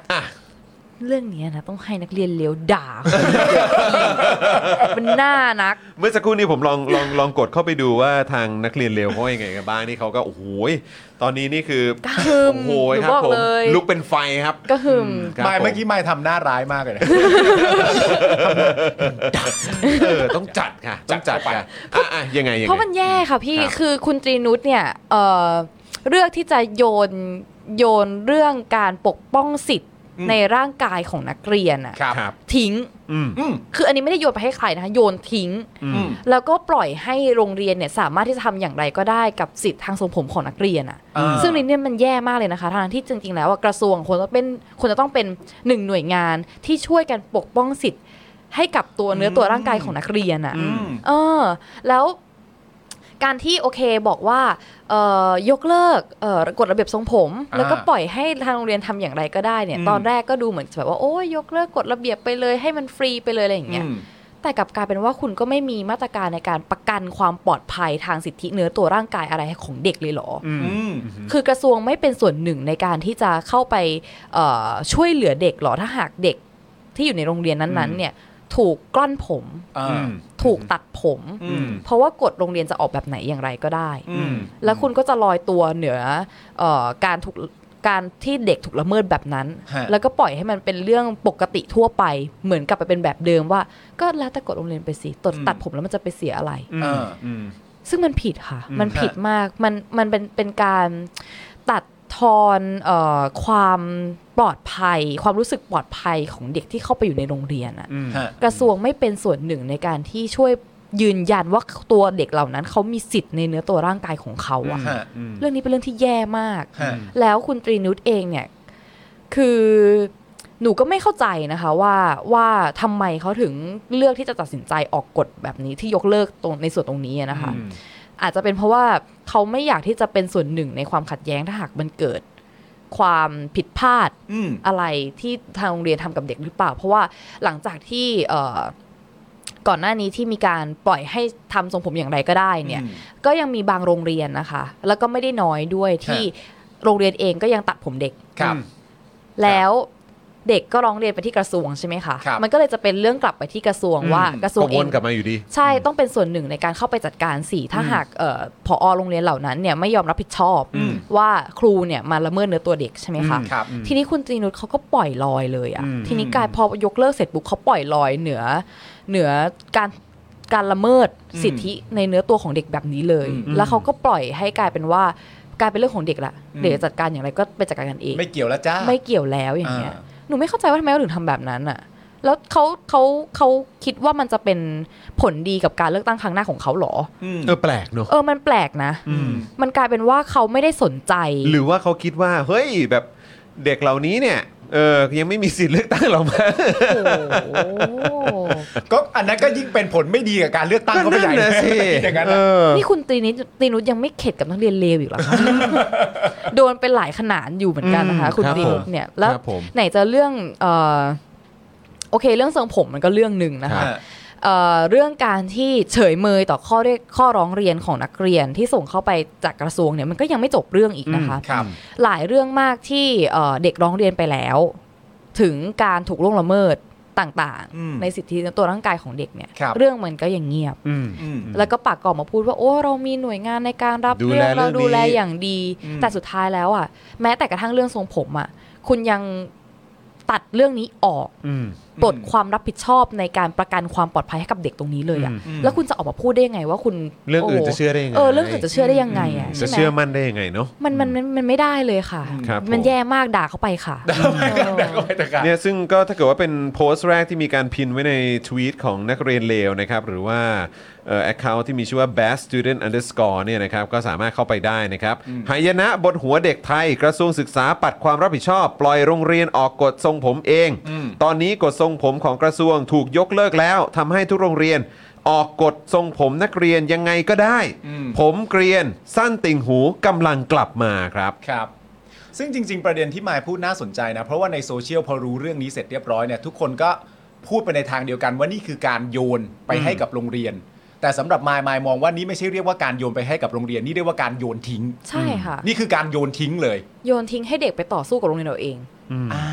เรื่องเนี้ยนะต้องให้นักเรียนเลี้ยว
<laughs>
ด่า มันน่านัก
เมื่อสักครู่นี้ผมลองลองลองกดเข้าไปดูว่าทางนักเรียนเลวเขาว่ายังไงกันบ้างนี่เขาก็โอ้โหยตอนนี้นี่คือ
ก็คือ
โอ้โหยครับ
หนูบอก
ผม
เลย
ลุกเป็นไฟครับ
ก็คืออ
ครับ
ไม่เมื่อกี้ไม่ทำหน้าร้ายมากเลยนะ
เออต้องจัดค่ะต้องจัดค่ะอ่ะอ่ะยังไงยัง
เพราะ
ไง
มันแย่ค่ะพี่
ครับ
คือคุณตรีนุชเนี่ยเอ่อเลือกที่จะโยนโยนเรื่องการปกป้องสิทธิ์
อืม
ในร่างกายของนักเรียนอะ
ครับ
ทิ้ง
อืม
อืม
คืออันนี้ไม่ได้โยนไปให้ใครนะคะโยนทิ้ง
อื
อื
ม
ม
แล้วก็ปล่อยให้โรงเรียนเนี่ยสามารถที่จะทำอย่างไรก็ได้กับสิทธิ์ทางทรงผมของนักเรียนอะ
อ่า
ซึ่งนี่เนี่ยมันแย่มากเลยนะคะทางที่จริงๆแล้วอะกระทรวงควรจะเป็นควรจะต้องเป็นหนึ่งหน่วยงานที่ช่วยกันปกป้องสิทธิ์ให้กับตัวเนื้อตัวร่างกายของนักเรียนอะ
อืม
เออ แล้วการที่โอเคบอกว่าเอ่อยกเลิกเอ่อกฎระเบียบทรงผม
อ่า
แล้วก็ปล่อยให้ทางโรงเรียนทำอย่างไรก็ได้เนี่ย ตอนแรกก็ดูเหมือนแบบว่าโอ้ยยกเลิกกฎระเบียบไปเลยให้มันฟรีไปเลยอะไรอย่างเงี้ย แต่กลับกลายเป็นว่าคุณก็ไม่มีมาตรการในการประกันความปลอดภัยทางสิทธิเนื้อตัวร่างกายอะไรของเด็กเลยเหรออ
อืม
คือกระทรวงไม่เป็นส่วนหนึ่งในการที่จะเข้าไปเอ่อช่วยเหลือเด็กเหรอถ้าหากเด็กที่อยู่ในโรงเรียนนั้นๆ เนี่ยถูกกล้อนผม
อ่า
อืม
ถูกตัดผม
อืม
เพราะว่ากฎโรงเรียนจะออกแบบไหนอย่างไรก็ได้
อืม
แล้วคุณก็จะลอยตัวเหนือเออการถูกการที่เด็กถูกละเมิดแบบนั้น
ฮะ
แล้วก็ปล่อยให้มันเป็นเรื่องปกติทั่วไป เหมือนกลับไปเป็นแบบเดิมว่า ก็แล้วแต่กฎโรงเรียนไปสิตดตัดผมแล้วมันจะไปเสียอะไร
อ่า
ซึ่งมันผิดค่ะ
อืม
มันผิด
ฮะ
มาก มันมันเป็นเป็นการตัดทอนเอ่อความปลอดภัย ความรู้สึกปลอดภัยของเด็กที่เข้าไปอยู่ในโรงเรียนอะ
ฮะ
กระทรวงไม่เป็นส่วนหนึ่งในการที่ช่วยยืนยันว่าตัวเด็กเหล่านั้นเขามีสิทธิ์ในเนื้อตัวร่างกายของเขาอะ
ฮะ
เรื่องนี้เป็นเรื่องที่แย่มาก
ฮะ
แล้วคุณตรีนุชเองเนี่ย คือหนูก็ไม่เข้าใจนะคะว่าว่าทำไมเขาถึงเลือกที่จะตัดสินใจออกกฎแบบนี้ที่ยกเลิกตรงในส่วนตรงนี้อะนะคะ อาจจะเป็นเพราะว่าเขาไม่อยากที่จะเป็นส่วนหนึ่งในความขัดแย้งถ้าหากมันเกิด ความผิดพลาด
อืม
อะไรที่ทางโรงเรียนทำกับเด็กหรือเปล่า เพราะว่าหลังจากที่เอ่อก่อนหน้านี้ที่มีการปล่อยให้ทำทรงผมอย่างไรก็ได้เนี่ย
อืม
ก็ยังมีบางโรงเรียนนะคะ แล้วก็ไม่ได้น้อยด้วยที่โรงเรียนเองก็ยังตัดผมเด็ก
ครับ
แล้วเด็กก็ร้องเรียนไปที่กระทรวงใช่ไหมคะ
ครับ
มันก็เลยจะเป็นเรื่องกลับไปที่กระทรวงว่ากระทรว
ก็
งเอ
วน
ง
กลับมาอยู่ดี
ใช่ต้องเป็นส่วนหนึ่งในการเข้าไปจัดการสิถ้าหากเอ่อผอโรงเรียนเหล่านั้นเนี่ยไม่ยอมรับผิดชอบ
อืม
ว่าครูเนี่ยมาละเมิดเนื้อตัวเด็กใช่ไหมคะ
ครับ
ทีนี้คุณตรีนุชเขาก็ปล่อยลอยเลย
อื
อะ่ะ
ม
ทีนี้กลายพอยกเลิกเสร็จปุ๊บเขาปล่อยลอยเหนือ เหนือการการละเมิดสิทธิในเนื้อตัวของเด็กแบบนี้เลย
อืม
แล้วเขาก็ปล่อยให้กลายเป็นว่ากลายเป็นเรื่องของเด็กละ
อืม
เด็กจะจัดการอย่างไรก็ไปจัดการกันเอง
ไม่เกี่ยวแล้วจ้า
ไม่เกี่ยวแล้วอย่างเงี้ย
อ่า
หนูไม่เข้าใจว่าทำไมเขาถึงทำแบบนั้นอ่ะ แล้วเขาเขาเขาคิดว่ามันจะเป็นผลดีกับการเลือกตั้งครั้งหน้าของเขาเหรอ
อืม
เออแปลกเนอะ
เออมันแปลกนะ
อืม
มันกลายเป็นว่าเขาไม่ได้สนใจ
หรือว่าเขาคิดว่าเฮ้ยแบบเด็กเหล่านี้เนี่ยเออยังไม่มีสิทธิ์เลือกตั้งหรอกมั้ง
โอ้โห
ก็อันนั้นก็ยิ่งเป็นผลไม่ดีกับการเลือกตั้ง
ก็
เขาไป
นั่
ใหญ่
นนะสิ
คิดอย่างนั้นนะ
เออ
นี่คุณตีนิดตีนุชยังไม่เข็ดกับนักเรียนเลวอีกเหรอคะ <laughs> โดนเป็นหลายขนาดอยู่เหมือนกันนะคะ
อืม
คุณ
ครับ
ตีนุ
ผ
ช
ม
เนี่ยแล้ว
ครับผม
ไหนจะเรื่องเอ่อโอเคเรื่องทรงผมมันก็เรื่องหนึ่งนะ
ครั
คะ
บ
เอ่อเรื่องการที่เฉยเมยต่อข้อเรียกข้อร้องเรียนของนักเรียนที่ส่งเข้าไปจากกระทรวงเนี่ยมันก็ยังไม่จบเรื่องอีกนะคะ
ครับ
หลายเรื่องมากที่เอ่อเด็กร้องเรียนไปแล้ว ถึงการถูกล่วงละเมิดต่าง
อืม
ๆ ในสิทธิในตัวร่างกายของเด็กเนี่ย
ครับ
เรื่องมันก็ยังเงียบ
อืม
อืม
แล้วก็ปากกออกมาพูดว่าโอ้เรามีหน่วยงานในการรับ
ดู
เรื่
แล
องเรา
เรื่อง
ดูแล
นี้
อย่างดี
อืม
แต่สุดท้ายแล้วอ่ะแม้แต่กระทั่งเรื่องทรงผมอ่ะคุณยังตัดเรื่องนี้ออก
อืม
ปลดความรับผิดชอบในการประกันความปลอดภัยให้กับเด็กตรงนี้เลยอ่ะ
อืม
อืม
แล้วคุณจะออกมาพูดได้ยังไงว่าคุณ
เรื่องอื่น
โ
จะเชื่อได้ยังไง
เออเรื่องอื่นจะเชื่อได้ยังไงอ่ะ
จะ
ใช่ไหม
เชื่อมั่นได้ยังไงเนาะ
มันมันมันมันไม่ได้เลยค่ะ
ครับผม
มันแย่มากด่าเขาไปค่ะ
ดังเข้าไปตะการ
เนี่ยซึ่งก็ถ้าเกิดว่าเป็นโพสต์แรกที่มีการพินไว้ในทวีตของนักเรียนเลวนะครับหรือว่าเอ่อ account ที่มีชื่อว่า best student underscore เนี่ยนะครับก็สามารถเข้าไปได้นะครับหายนะบนหัวเด็กไทย กระทรวงศึกษาปัดความรับผิดชอบ ปล่อยโรงเรียนออกกฎทรงผมเอง ตอนนี้กฎทรงผมของกระทรวงถูกยกเลิกแล้วทำให้ทุกโรงเรียน ออกกฎทรงผมนักเรียนยังไงก็ได้
อืม
ผมเกรียนสั้นติ่งหูกำลังกลับมาครับ
ครับ ซึ่งจริง ๆ ประเด็นที่มายพูดน่าสนใจนะ เพราะว่าในโซเชียลพอรู้เรื่องนี้เสร็จเรียบร้อยเนี่ยทุกคนก็พูดไปในทางเดียวกันว่านี่คือการโยนไปให้กับโรงเรียน แต่สำหรับมายมายมองว่านี่ไม่ใช่เรียกว่าการโยนไปให้กับโรงเรียน นี่เรียกว่าการโยนทิ้ง
ใช่ค่ะ
นี่คือการโยนทิ้งเลย
โยนทิ้งให้เด็กไปต่อสู้กับโรงเรียนเราเอง
อ่า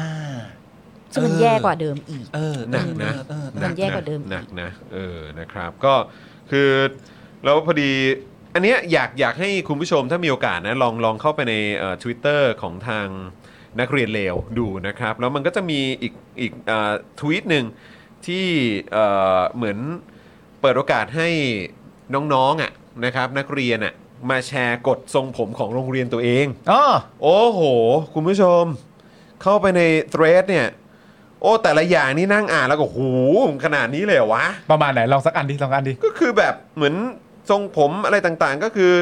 ซึ่งมัน
เออ
แย่กว่าเดิมอีก
เออ
หนักนะ
เออ
มันแย่กว่าเดิมอีก
หนักนะเออนะครับก็คือแล้วพอดีอันเนี้ยอยากอยากให้คุณผู้ชมถ้ามีโอกาสนะลองลองเข้าไปในเอ่อ Twitter ของทางนักเรียนเลวดูนะครับ แล้วมันก็จะมีอีกอีกเอ่อทวีตหนึ่งที่เอ่อเหมือนเปิดโอกาสให้น้องๆอ่ะนะครับนักเรียนอ่ะมาแชร์กฎทรงผมของโรงเรียนตัวเอง
อ๋อ
โอ้โห คุณผู้ชม เข้าไปในเทรดเนี่ย โอ้แต่ละอย่างนี่นั่งอ่านแล้วก็หูขนาดนี้เลยเหรอวะ
ประมาณไหนลองสักอันดิลองอันดิ
ก็คือแบบเหมือนทรงผมอะไรต่างๆ ก็คือ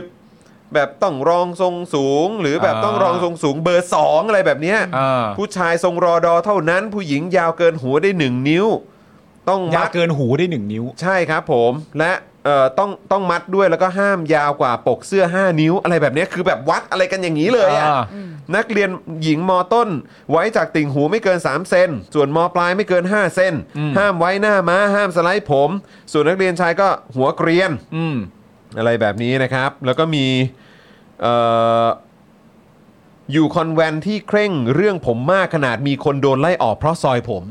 แบบต้องรองทรงสูง หรือแบบ
อ่า
ต้องรองทรงสูงเบอร์สองอะไรแบบเนี้ย
อ่า
ผู้ชายทรงรอดอเท่านั้น ผู้หญิงยาวเกินหัวได้หนึ่งนิ้ว ต้องมั
ยาว
ด
เกินหูได้หนึ่งนิ้ว
ใช่ครับผมและเอ่อต้องต้องมัดด้วยแล้วก็ห้ามยาวกว่าปกเสื้อ 5 นิ้ว อะไรแบบเนี้ยคือแบบวัดอะไรกันอย่างนี้เลยอะ นักเรียนหญิงมต้น ไว้จากติ่งหูไม่เกิน 3 เซน ส่วนมปลายไม่เกิน 5 เซน
อืม
ห้ามไว้หน้าม้า ห้ามสไลด์ผม ส่วนนักเรียนชายก็หัวเกรียน
อืม
อะไรแบบนี้นะครับ แล้วก็มีเอ่ออยู่คอนแวนต์ที่เคร่งเรื่องผมมากขนาดมีคนโดนไล่ออกเพราะซอยผม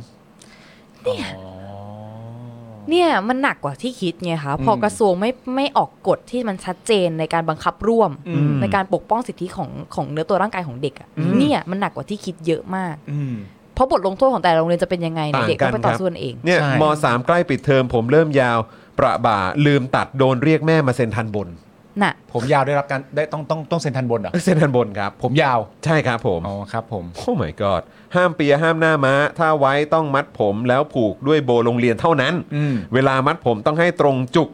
เนี่ยมันหนักกว่าที่คิดไงคะพอ
ม
กระทรวงไม่ไม่ออกกฎที่มันชัดเจนในการบังคับร่วม
อืม
ในการปกป้องสิทธิของของเนื้อตัวร่างกายของเด็กอะเนี่ยมันหนักกว่าที่คิดเยอะมาก
อืม
เพราะบทลงโทษของแต่ละโรงเรียนจะเป็นยังไงเนี่ย
ต่างกัน
เด็กต้องไปต่อ
ครับ
สู้กันเอง
เนี่ย
ใช่
มสามใกล้ปิดเทอมผมเริ่มยาวประบ่าลืมตัดโดนเรียกแม่มาเซ็นทันบน
น่ะ
ผมยาวได้รับการได้ต้องต้องต้องเซ็นทันบนเหรอ
เซ็นทันบนครับ
ผมยาว
ใช่ครับผม
อ๋อครับผม
โอ้ my god ห้ามเปียห้ามหน้าม้า ถ้าไว้ต้องมัดผมแล้วผูกด้วยโบโรงเรียนเท่านั้น
อืม
เวลามัดผมต้องให้ตรงจุก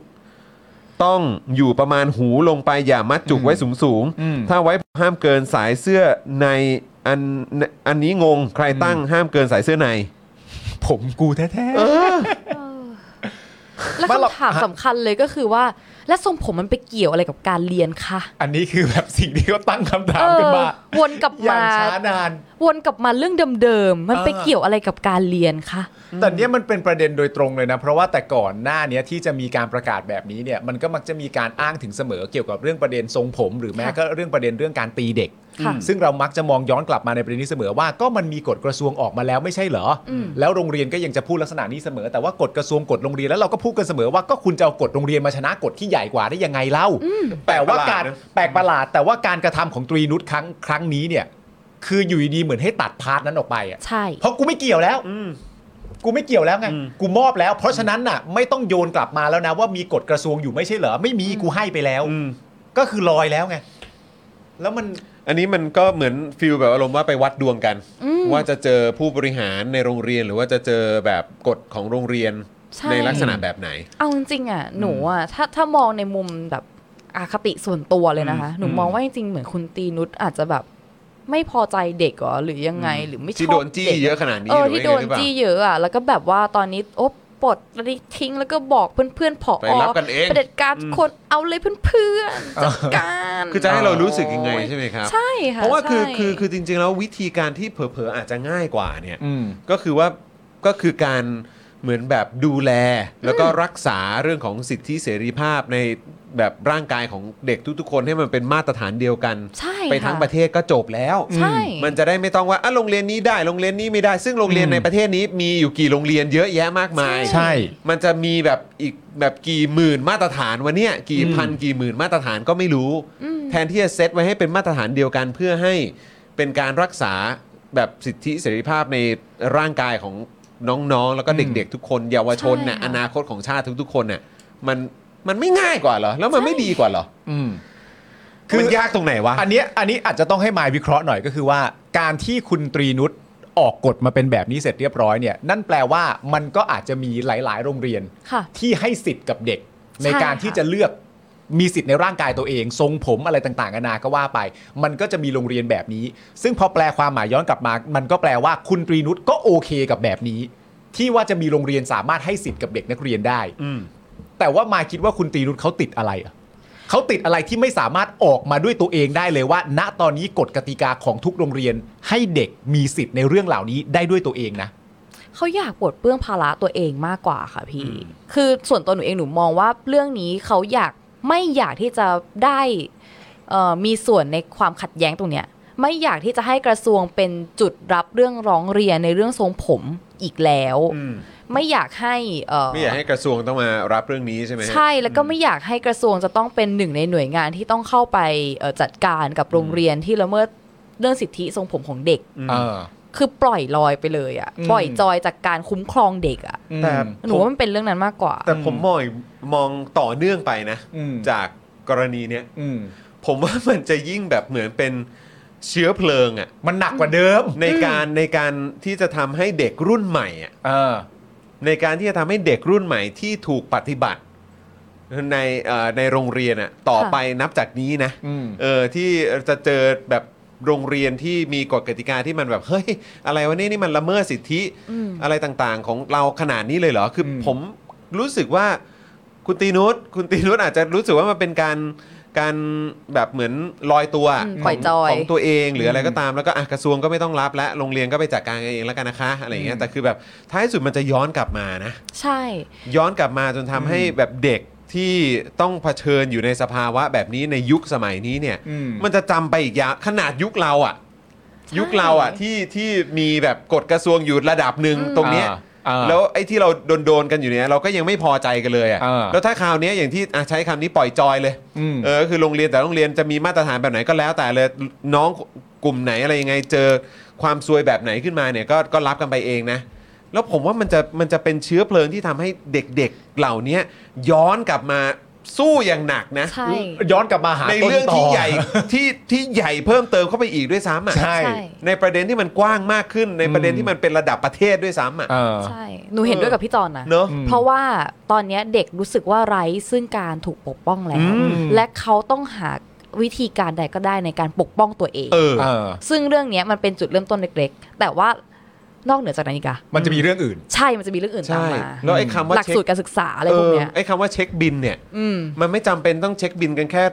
ต้องอยู่ประมาณหูลงไปอย่ามัดจุกไว้สูงสูงๆ
อืม
ถ้าไว้ผมห้ามเกินสายเสื้อในอันอันนี้งงใครตั้งห้ามเกินสายเสื้อใน
ผมกูแท้
แล้ว
บ้านเรา
คำถามสำคัญเลยก็คือว่า และทรงผมมันไปเกี่ยวอะไรกับการเรียนคะ
ๆ อันนี้คือแบบสิ่งที่เขาตั้งคำถา
เอ
ม
อ
กันมา
วนกลับ
อย่าม
าง
ช้านาน
วนกลับมาเรื่องเดิมๆมันไป
เออ
เกี่ยวอะไรกับการเรียนคะ
แต่เนี้ยมันเป็นประเด็นโดยตรงเลยนะ เพราะว่าแต่ก่อนหน้าเนี้ยที่จะมีการประกาศแบบนี้เนี่ยมันก็มักจะมีการอ้างถึงเสมอเกี่ยวกับเรื่องประเด็นทรงผม หรือแม้
ค่ะ
ก็เรื่องประเด็นเรื่องการตีเด็ก
ค่ะ
ซึ่งเรามักจะมองย้อนกลับมาในประเด็นนี้เสมอว่าก็มันมีกฎกระทรวงออกมาแล้วไม่ใช่เหรออ
ม
แล้วโรงเรียนก็ยังจะพูดลักษณะนี้เสมอ แต่ว่ากฎกระทรวงกฎโรงเรียนแล้วเราก็พูดกันเสมอว่าก็คุณจะเอากฎโรงเรียนมาชนะกฎที่ใหญ่กว่าได้ยังไงเล่าแต่ว่าการแปลกประหลาด แต่ว่าการกระทำของตรีนุชครั้งครั้งนี้เนี่ย คืออยู่ดีๆเหมือนให้ตัดพาร์ทนั้นออกไปอะ
ใช่
เพราะกูไม่เกี่ยวแล้ว กูไม่เกี่ยวแล้วไง กูมอบแล้ว เพราะฉะนั้นน่ะ ไม่ต้องโยนกลับมาแล้วนะว่ามีกฎกระทรวงอยู่ไม่ใช่เหรอ ไม่มีกูให้ไปแล้ว ก็คือลอยแล้วไง แล้วมัน
อันนี้มันก็เหมือนฟิลแบบอารมณ์ว่าไปวัดดวงกัน
อืม
ว่าจะเจอผู้บริหารในโรงเรียน หรือว่าจะเจอแบบกฎของโรงเรียน
ใช่
ในลักษณะแบบไหน
เอาจริงๆอ่ะหนูอ่ะถ้าถ้ามองในมุมแบบอคติส่วนตัวเลยนะคะ หนูมองว่าจริงๆเหมือนคุณตีนุชอาจจะแบบ ไม่พอใจเด็กเหรอหรือยังไงหรือไม่ชอบ
ที่โดนจี้
ด็ก
เยอะขนาดนี้
เออ
หรือ
ที่โด
ยั
น
งไงหรือเปล่า
จี้เยอะอ่ะแล้วก็แบบว่าตอนนี้โอ๊ะปลดทิ้งแล้วก็บอกเพื่อนๆผอ
ไปรับกันเอง
เผด็จการทุกคนเอาเลยเพื่อน
<laughs>
ๆจัดการ
คือจะให้เรารู้สึกยังไงใช่ไหมครับ
ใช่ค่ะ
เพราะว่าคือ
ใช่
คือคือจริง ๆ แล้ววิธีการที่เผลอๆอาจจะง่ายกว่าเนี่ย
อืม
ก็คือว่าก็คือการ เหมือนแบบดูแล แล้วก็รักษาเรื่องของสิทธิเสรีภาพในแบบร่างกายของเด็กทุกๆ คนให้มันเป็นมาตรฐานเดียวกัน
ใช่
ไปทั้ง
ค่
ประเทศก็จบแล้ว
ใช่
มันจะได้ไม่ต้องว่าอ่ะโรงเรียนนี้ได้โรงเรียนนี้ไม่ได้ ซึ่งโรงเรียนในประเทศนี้มีอยู่กี่โรงเรียนเยอะแยะมากมาย
ใช่
มันจะมีแบบอีกแบบกี่หมื่นมาตรฐานวะเนี่ยกี่
อืม
พันกี่หมื่นมาตรฐานก็ไม่รู้ แทนที่จะเซตไว้ให้เป็นมาตรฐานเดียวกันเพื่อให้เป็นการรักษาแบบสิทธิเสรีภาพในร่างกายของน้องๆ แล้วก็เด็กๆ ทุกคนเยาวชนน่ะ
ใช่ค่ะ
อนาคตของชาติทุกๆ คนน่ะมันมันไม่ง่ายกว่าเหรอ แล้วมันไม่ดีกว่าเหรอ
อืม คือ
มันยากตรงไหนวะ
อันเนี้ยอันนี้อาจจะต้องให้มายวิเคราะห์หน่อยก็คือว่า การที่คุณตรีนุชออกกฎมาเป็นแบบนี้เสร็จเรียบร้อยเนี่ย นั่นแปลว่ามันก็อาจจะมีหลาย ๆ โรงเรียน
ค่ะ
ที่ให้สิทธิ์กับเด็ก
ใช่
ในการที่
ค่ะ
จะเลือกมีสิทธิ์ในร่างกายตัวเอง ทรงผมอะไรต่างๆนานาก็ว่าไป มันก็จะมีโรงเรียนแบบนี้ ซึ่งพอแปลความหมายย้อนกลับมา มันก็แปลว่าคุณตรีนุชก็โอเคกับแบบนี้ ที่ว่าจะมีโรงเรียนสามารถให้สิทธิ์กับเด็กนักเรียนได้ แต่ว่ามาคิดว่าคุณตรีนุชเขาติดอะไรอะเขาติดอะไรที่ไม่สามารถออกมาด้วยตัวเองได้เลยว่า ณตอนนี้กฎกติกาของทุกโรงเรียน ให้เด็กมีสิทธิ์ในเรื่องเหล่านี้ได้ด้วยตัวเองนะ
เขาอยากปลดเปลื้องภาระตัวเองมากกว่าค่ะพี่ คือส่วนตัวหนูเองหนูมองว่าเรื่องนี้เขาอยากไม่อยากที่จะได้เอ่อมีส่วนในความขัดแย้งตรงเนี้ย ไม่อยากที่จะให้กระทรวงเป็นจุดรับเรื่องร้องเรียนในเรื่องทรงผมอีกแล้ว ไม่อยากให้เอ่อ
ไม่อยากให้กระทรวงต้องมารับเรื่องนี้ใช่ไหมฮะ
ใช่แล้วก็ไม่อยากให้กระทรวงจะต้องเป็นหนึ่งในหน่วยงานที่ต้องเข้าไปเอ่อจัดการกับโรงเรียนที่ละเมิดเรื่องสิทธิทรงผมของเด็ก
เออ
คือปล่อยลอยไปเลยอะ่ะ
อืม
ปล่อยจอยจากการคุ้มครองเด็กอะ่ะ
แต่
หนูว่ามันเป็นเรื่องนั้นมากกว่า
แต่ผมมองอีกมองต่อเนื่องไปนะ
อืม
จากกรณีเนี้ย
อืม
ผมว่ามันจะยิ่งแบบเหมือนเป็นเชื้อเพลิงอะ
มันหนักกว่าเดิม
ในการในการที่จะทำให้เด็กรุ่นใหม่อะ
เออ
ในการที่จะทำให้เด็กรุ่นใหม่ที่ถูกปฏิบัติในเอ่อในโรงเรียนอะต่อ
ค่ะ
ไปนับจากนี้นะ
อืม
เออที่จะเจอแบบโรงเรียนที่มีกฎกติกาที่มันแบบ <laughs> เฮ้ยอะไรวะเนี่ยนี่มันละเมิดสิทธิ
อืม
อะไรต่างๆ ของเราขนาดนี้เลยเหรอคืออ
ม
ผมรู้สึกว่า คุณตีนุชคุณตีนุชอาจจะรู้สึกว่ามันเป็นการการแบบเหมือนลอยตัว
อืม
ขง
ปล่อยจอย
ของตัวเองหรืออะไรก็ตามแล้วก็อ่ะกระทรวงก็ไม่ต้องรับและโรงเรียนก็ไปจัดการกันเองแล้วกันนะคะอะไรอย่างเงี้ยแต่คือแบบท้ายสุดมันจะย้อนกลับมานะ
ใช่
ย้อนกลับมาจนทำให้แบบเด็กที่ต้องเผชิญอยู่ในสภาวะแบบนี้ในยุคสมัยนี้เนี่ย
อืม
มันจะจำไปอีกยาวขนาดยุคเราอะ่ะ ยุคเราอะ่ะที่ที่มีแบบกฎกระทรวงอยู่ระดับหนึ่ง
อืม
ตรงเนี้ย
อ่า
แล้วไอ้ที่เราโดนๆกันอยู่เนี่ยเราก็ยังไม่พอใจกันเลยอะ
อ่า
แล้วถ้าคราวเนี้ยอย่างที่อ่ะใช้คำนี้ปล่อยจอยเลย
อืม
เออคือโรงเรียนแต่โรงเรียนจะมีมาตรฐานแบบไหนก็แล้ว แต่เลยน้องกลุ่มไหนอะไรยังไงเจอความซวยแบบไหนขึ้นมาเนี่ยก็ก็รับกันไปเองนะ แล้วผมว่ามันจะมันจะเป็นเชื้อเพลิงที่ทำให้เด็กๆเหล่านี้ย้อนกลับมาสู้อย่างหนักนะ
ใช่
ย้อนกลับมาหา
ใน
ต้น
เรื่อง
ต่
ที่ให <laughs> ญ่ที่ที่ใหญ่เพิ่มเติมเข้าไปอีกด้วยซ้ำอ่ะ
ใช่
ใช่
ในประเด็นที่มันกว้างมากขึ้นในประเด็น
อืม
ที่มันเป็นระดับประเทศด้วยซ้ำอ่ะ
เออ
ใช่ หนูเห็นด้วยกับพี่จอนนะ
เนอะ
เพราะว่าตอนเนี้ยเด็กรู้สึกว่าไร้ซึ่งการถูกปกป้องแล้ว
อืม
และเขาต้องหาวิธีการใดก็ได้ในการปกป้องตัวเอง
เออ
เออ
ซึ่งเรื่องเนี้ยมันเป็นจุดเริ่มต้นเล็กๆ แต่ว่านอกเหนือจากนั้นอีกอะ
มันจะมีเรื่องอื่น
ใช่ มันจะมีเรื่องอื่นตาม
ใช่
มา
แล้วไอ้คำว่า
หลัก
เช็ค
สูตรการศึกษาอะไรพวกเนี้ย
ไอ้คำว่าเช็คบินเนี่ย
อืม
มันไม่จำเป็นต้องเช็คบินกันแค่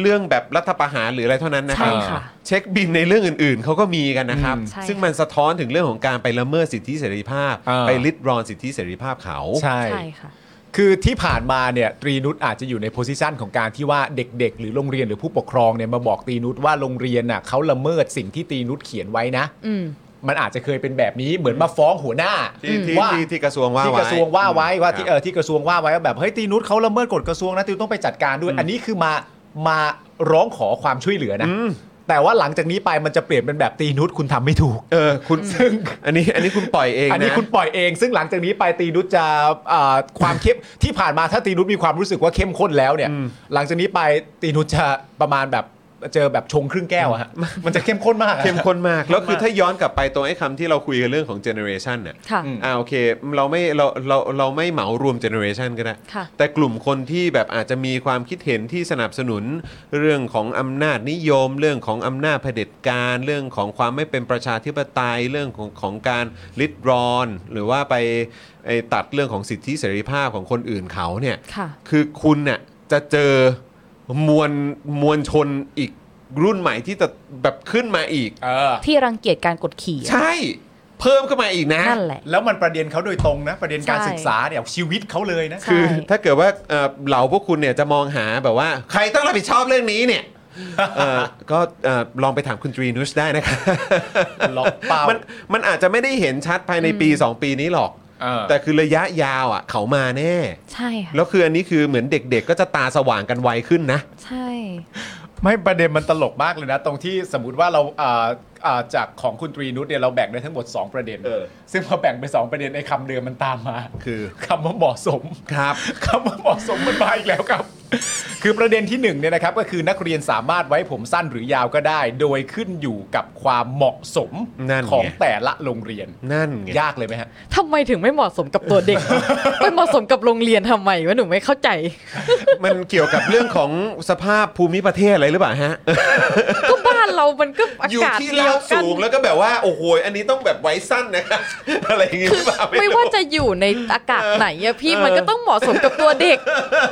เรื่องแบบรัฐประหารหรืออะไรเท่านั้นนะค
ใช่
รับ
ค่ะ
เช็คบินในเรื่องอื่นๆ เขาก็มีกันนะครับ
ใช่
ซึ่งมันสะท้อนถึงเรื่องของการไปละเมิดสิทธิเสรีภาพ
อ่า
ไปลิดรอนสิทธิเสรีภาพเขา
ใช่
ใช่ค่ะ
คือที่ผ่านมาเนี่ยตรีนุชอาจจะอยู่ในโพสิชันของการที่ว่าเด็ก ๆ หรือโรงเรียนหรือผู้ปกครองเนี่ยมาบอกตรีนุชว่าโรงเรียนน่ะเขาละเมิดสิ่งที่ตรีนุชเขียนไว้นะ
อืม
มันอาจจะเคยเป็นแบบนี้เหมือนมาฟ้องหัวหน้า
ที่ที่
ว่า
ที่ที่กระทรวงว่า
ที่
ไว้
กระทรวงว่าไว้ว่าที่
ค
เอ
รับ
อที่กระทรวงว่าไว้ว่าแบบเฮ้ยตีนุชเขาละเมิดกฎกระทรวงนะติวต้องไปจัดการด้วย อันนี้คือมามาร้องขอความช่วยเหลือนะ
อืม
แต่ว่าหลังจากนี้ไปมันจะเปลี่ยนเป็นแบบตีนุชคุณทำไม่ถูก
เออคุณซึ่งอันนี้อันนี้คุณปล่อยเอง
อันนี้
นะ
คุณปล่อยเอง ซึ่งหลังจากนี้ไปตีนุชจะอ่าความเข้ม ที่ผ่านมาถ้าตีนุชมีความรู้สึกว่าเข้มข้นแล้วเนี่ย
อืม
หลังจากนี้ไปตีนุชจะประมาณแบบเจอแบบชงครึ่งแก้วอะฮะมันจะเข้มข้นมากอะ
เข้มข้นมากแล้วคือถ้าย้อนกลับไปตรงไอ้คำที่เราคุยกันเรื่องของเจเนอเรชันเนี่ย
ค่ะ
อืม
อ่าโอเคเราไม่เราเราเราไม่เหมารวมเจเนอเรชันก็ได้
ค่ะ
แต่กลุ่มคนที่แบบอาจจะมีความคิดเห็นที่สนับสนุน เรื่องของอำนาจนิยม เรื่องของอำนาจเผด็จการ เรื่องของความไม่เป็นประชาธิปไตยเรื่องของของการลิดรอน หรือว่าไปไอ้ตัดเรื่องของสิทธิเสรีภาพของคนอื่นเขาเนี่ย
ค่ะ
คือคุณเนี่ยจะเจอมวลมวลชนอีกรุ่นใหม่ที่จะแบบขึ้นมาอีก
เออ
ที่รังเกียจการกดขี่อะ
ใช่ เพิ่มขึ้นมาอีกนะ
นั่นแหละ
แล้วมันประเด็นเขาโดยตรงนะ ประเด็นการ
ใช่
ศึกษาเนี่ยชีวิตเขาเลยนะ
ใช่
คือถ้าเกิดว่าเอ่อเหล่าพวกคุณเนี่ยจะมองหาแบบว่า ใครต้องรับผิดชอบเรื่องนี้เนี่ยเอ่อก็เอ่อลองไปถามคุณตรีนุชได้นะครับ
ล็อกเป้ามั
นมันอาจจะไม่ได้เห็นชัดภายในปี 2 ปีนี้หรอก
เออ
แต่คือระยะยาวอ่ะเขามาแน่
ใช่ค่ะ
แล้วคืออันนี้คือเหมือนเด็กๆ ก็จะตาสว่างกันไวขึ้นนะ
ใช่
ไม่ประเด็นมันตลกมากเลยนะ ตรงที่สมมติว่าเราอ่าอ่าจากของคุณตรีนุชเนี่ยเราแบ่งได้ทั้งหมด 2 ประเด็น
เออ
ซึ่งพอแบ่งไป 2 ประเด็นไอ้คำเดิมมันตามมา
คือ
คำว่าเหมาะสม
ครับ
คำว่าเหมาะสมมันมาอีกแล้วครับ คือประเด็นที่หนึ่งเนี่ยนะครับก็คือนักเรียนสามารถไว้ผมสั้นหรือยาวก็ได้ โดยขึ้นอยู่กับความเหมาะสม
นั่นไง
ของแต่ละโรงเรียน
นั่นไง
ยากเลยไหมฮะ
ทำไมถึงไม่เหมาะสมกับตัวเด็ก
<laughs>
ไปเหมาะสมกับโรงเรียนทำไมวะหนูไม่เข้าใจ
มันเกี่ยวกับเรื่องของสภาพภูมิประเทศอะไรหรือเปล่าฮะ
ก็บ้านเรามันก็อา
อยู่
กาศ
ที่
เดี
รา
ยว
บ
กัน
สูงแล้วก็แบบว่าโอ้โหอันนี้ต้องแบบไว้สั้นนะครับ อะไรอย่างงี้หรือเปล่า
ไม่
รู้
ว่าจะอยู่ในอากาศไหนอะพี่มันก็ต้องเหมาะสมกับตัวเด็ก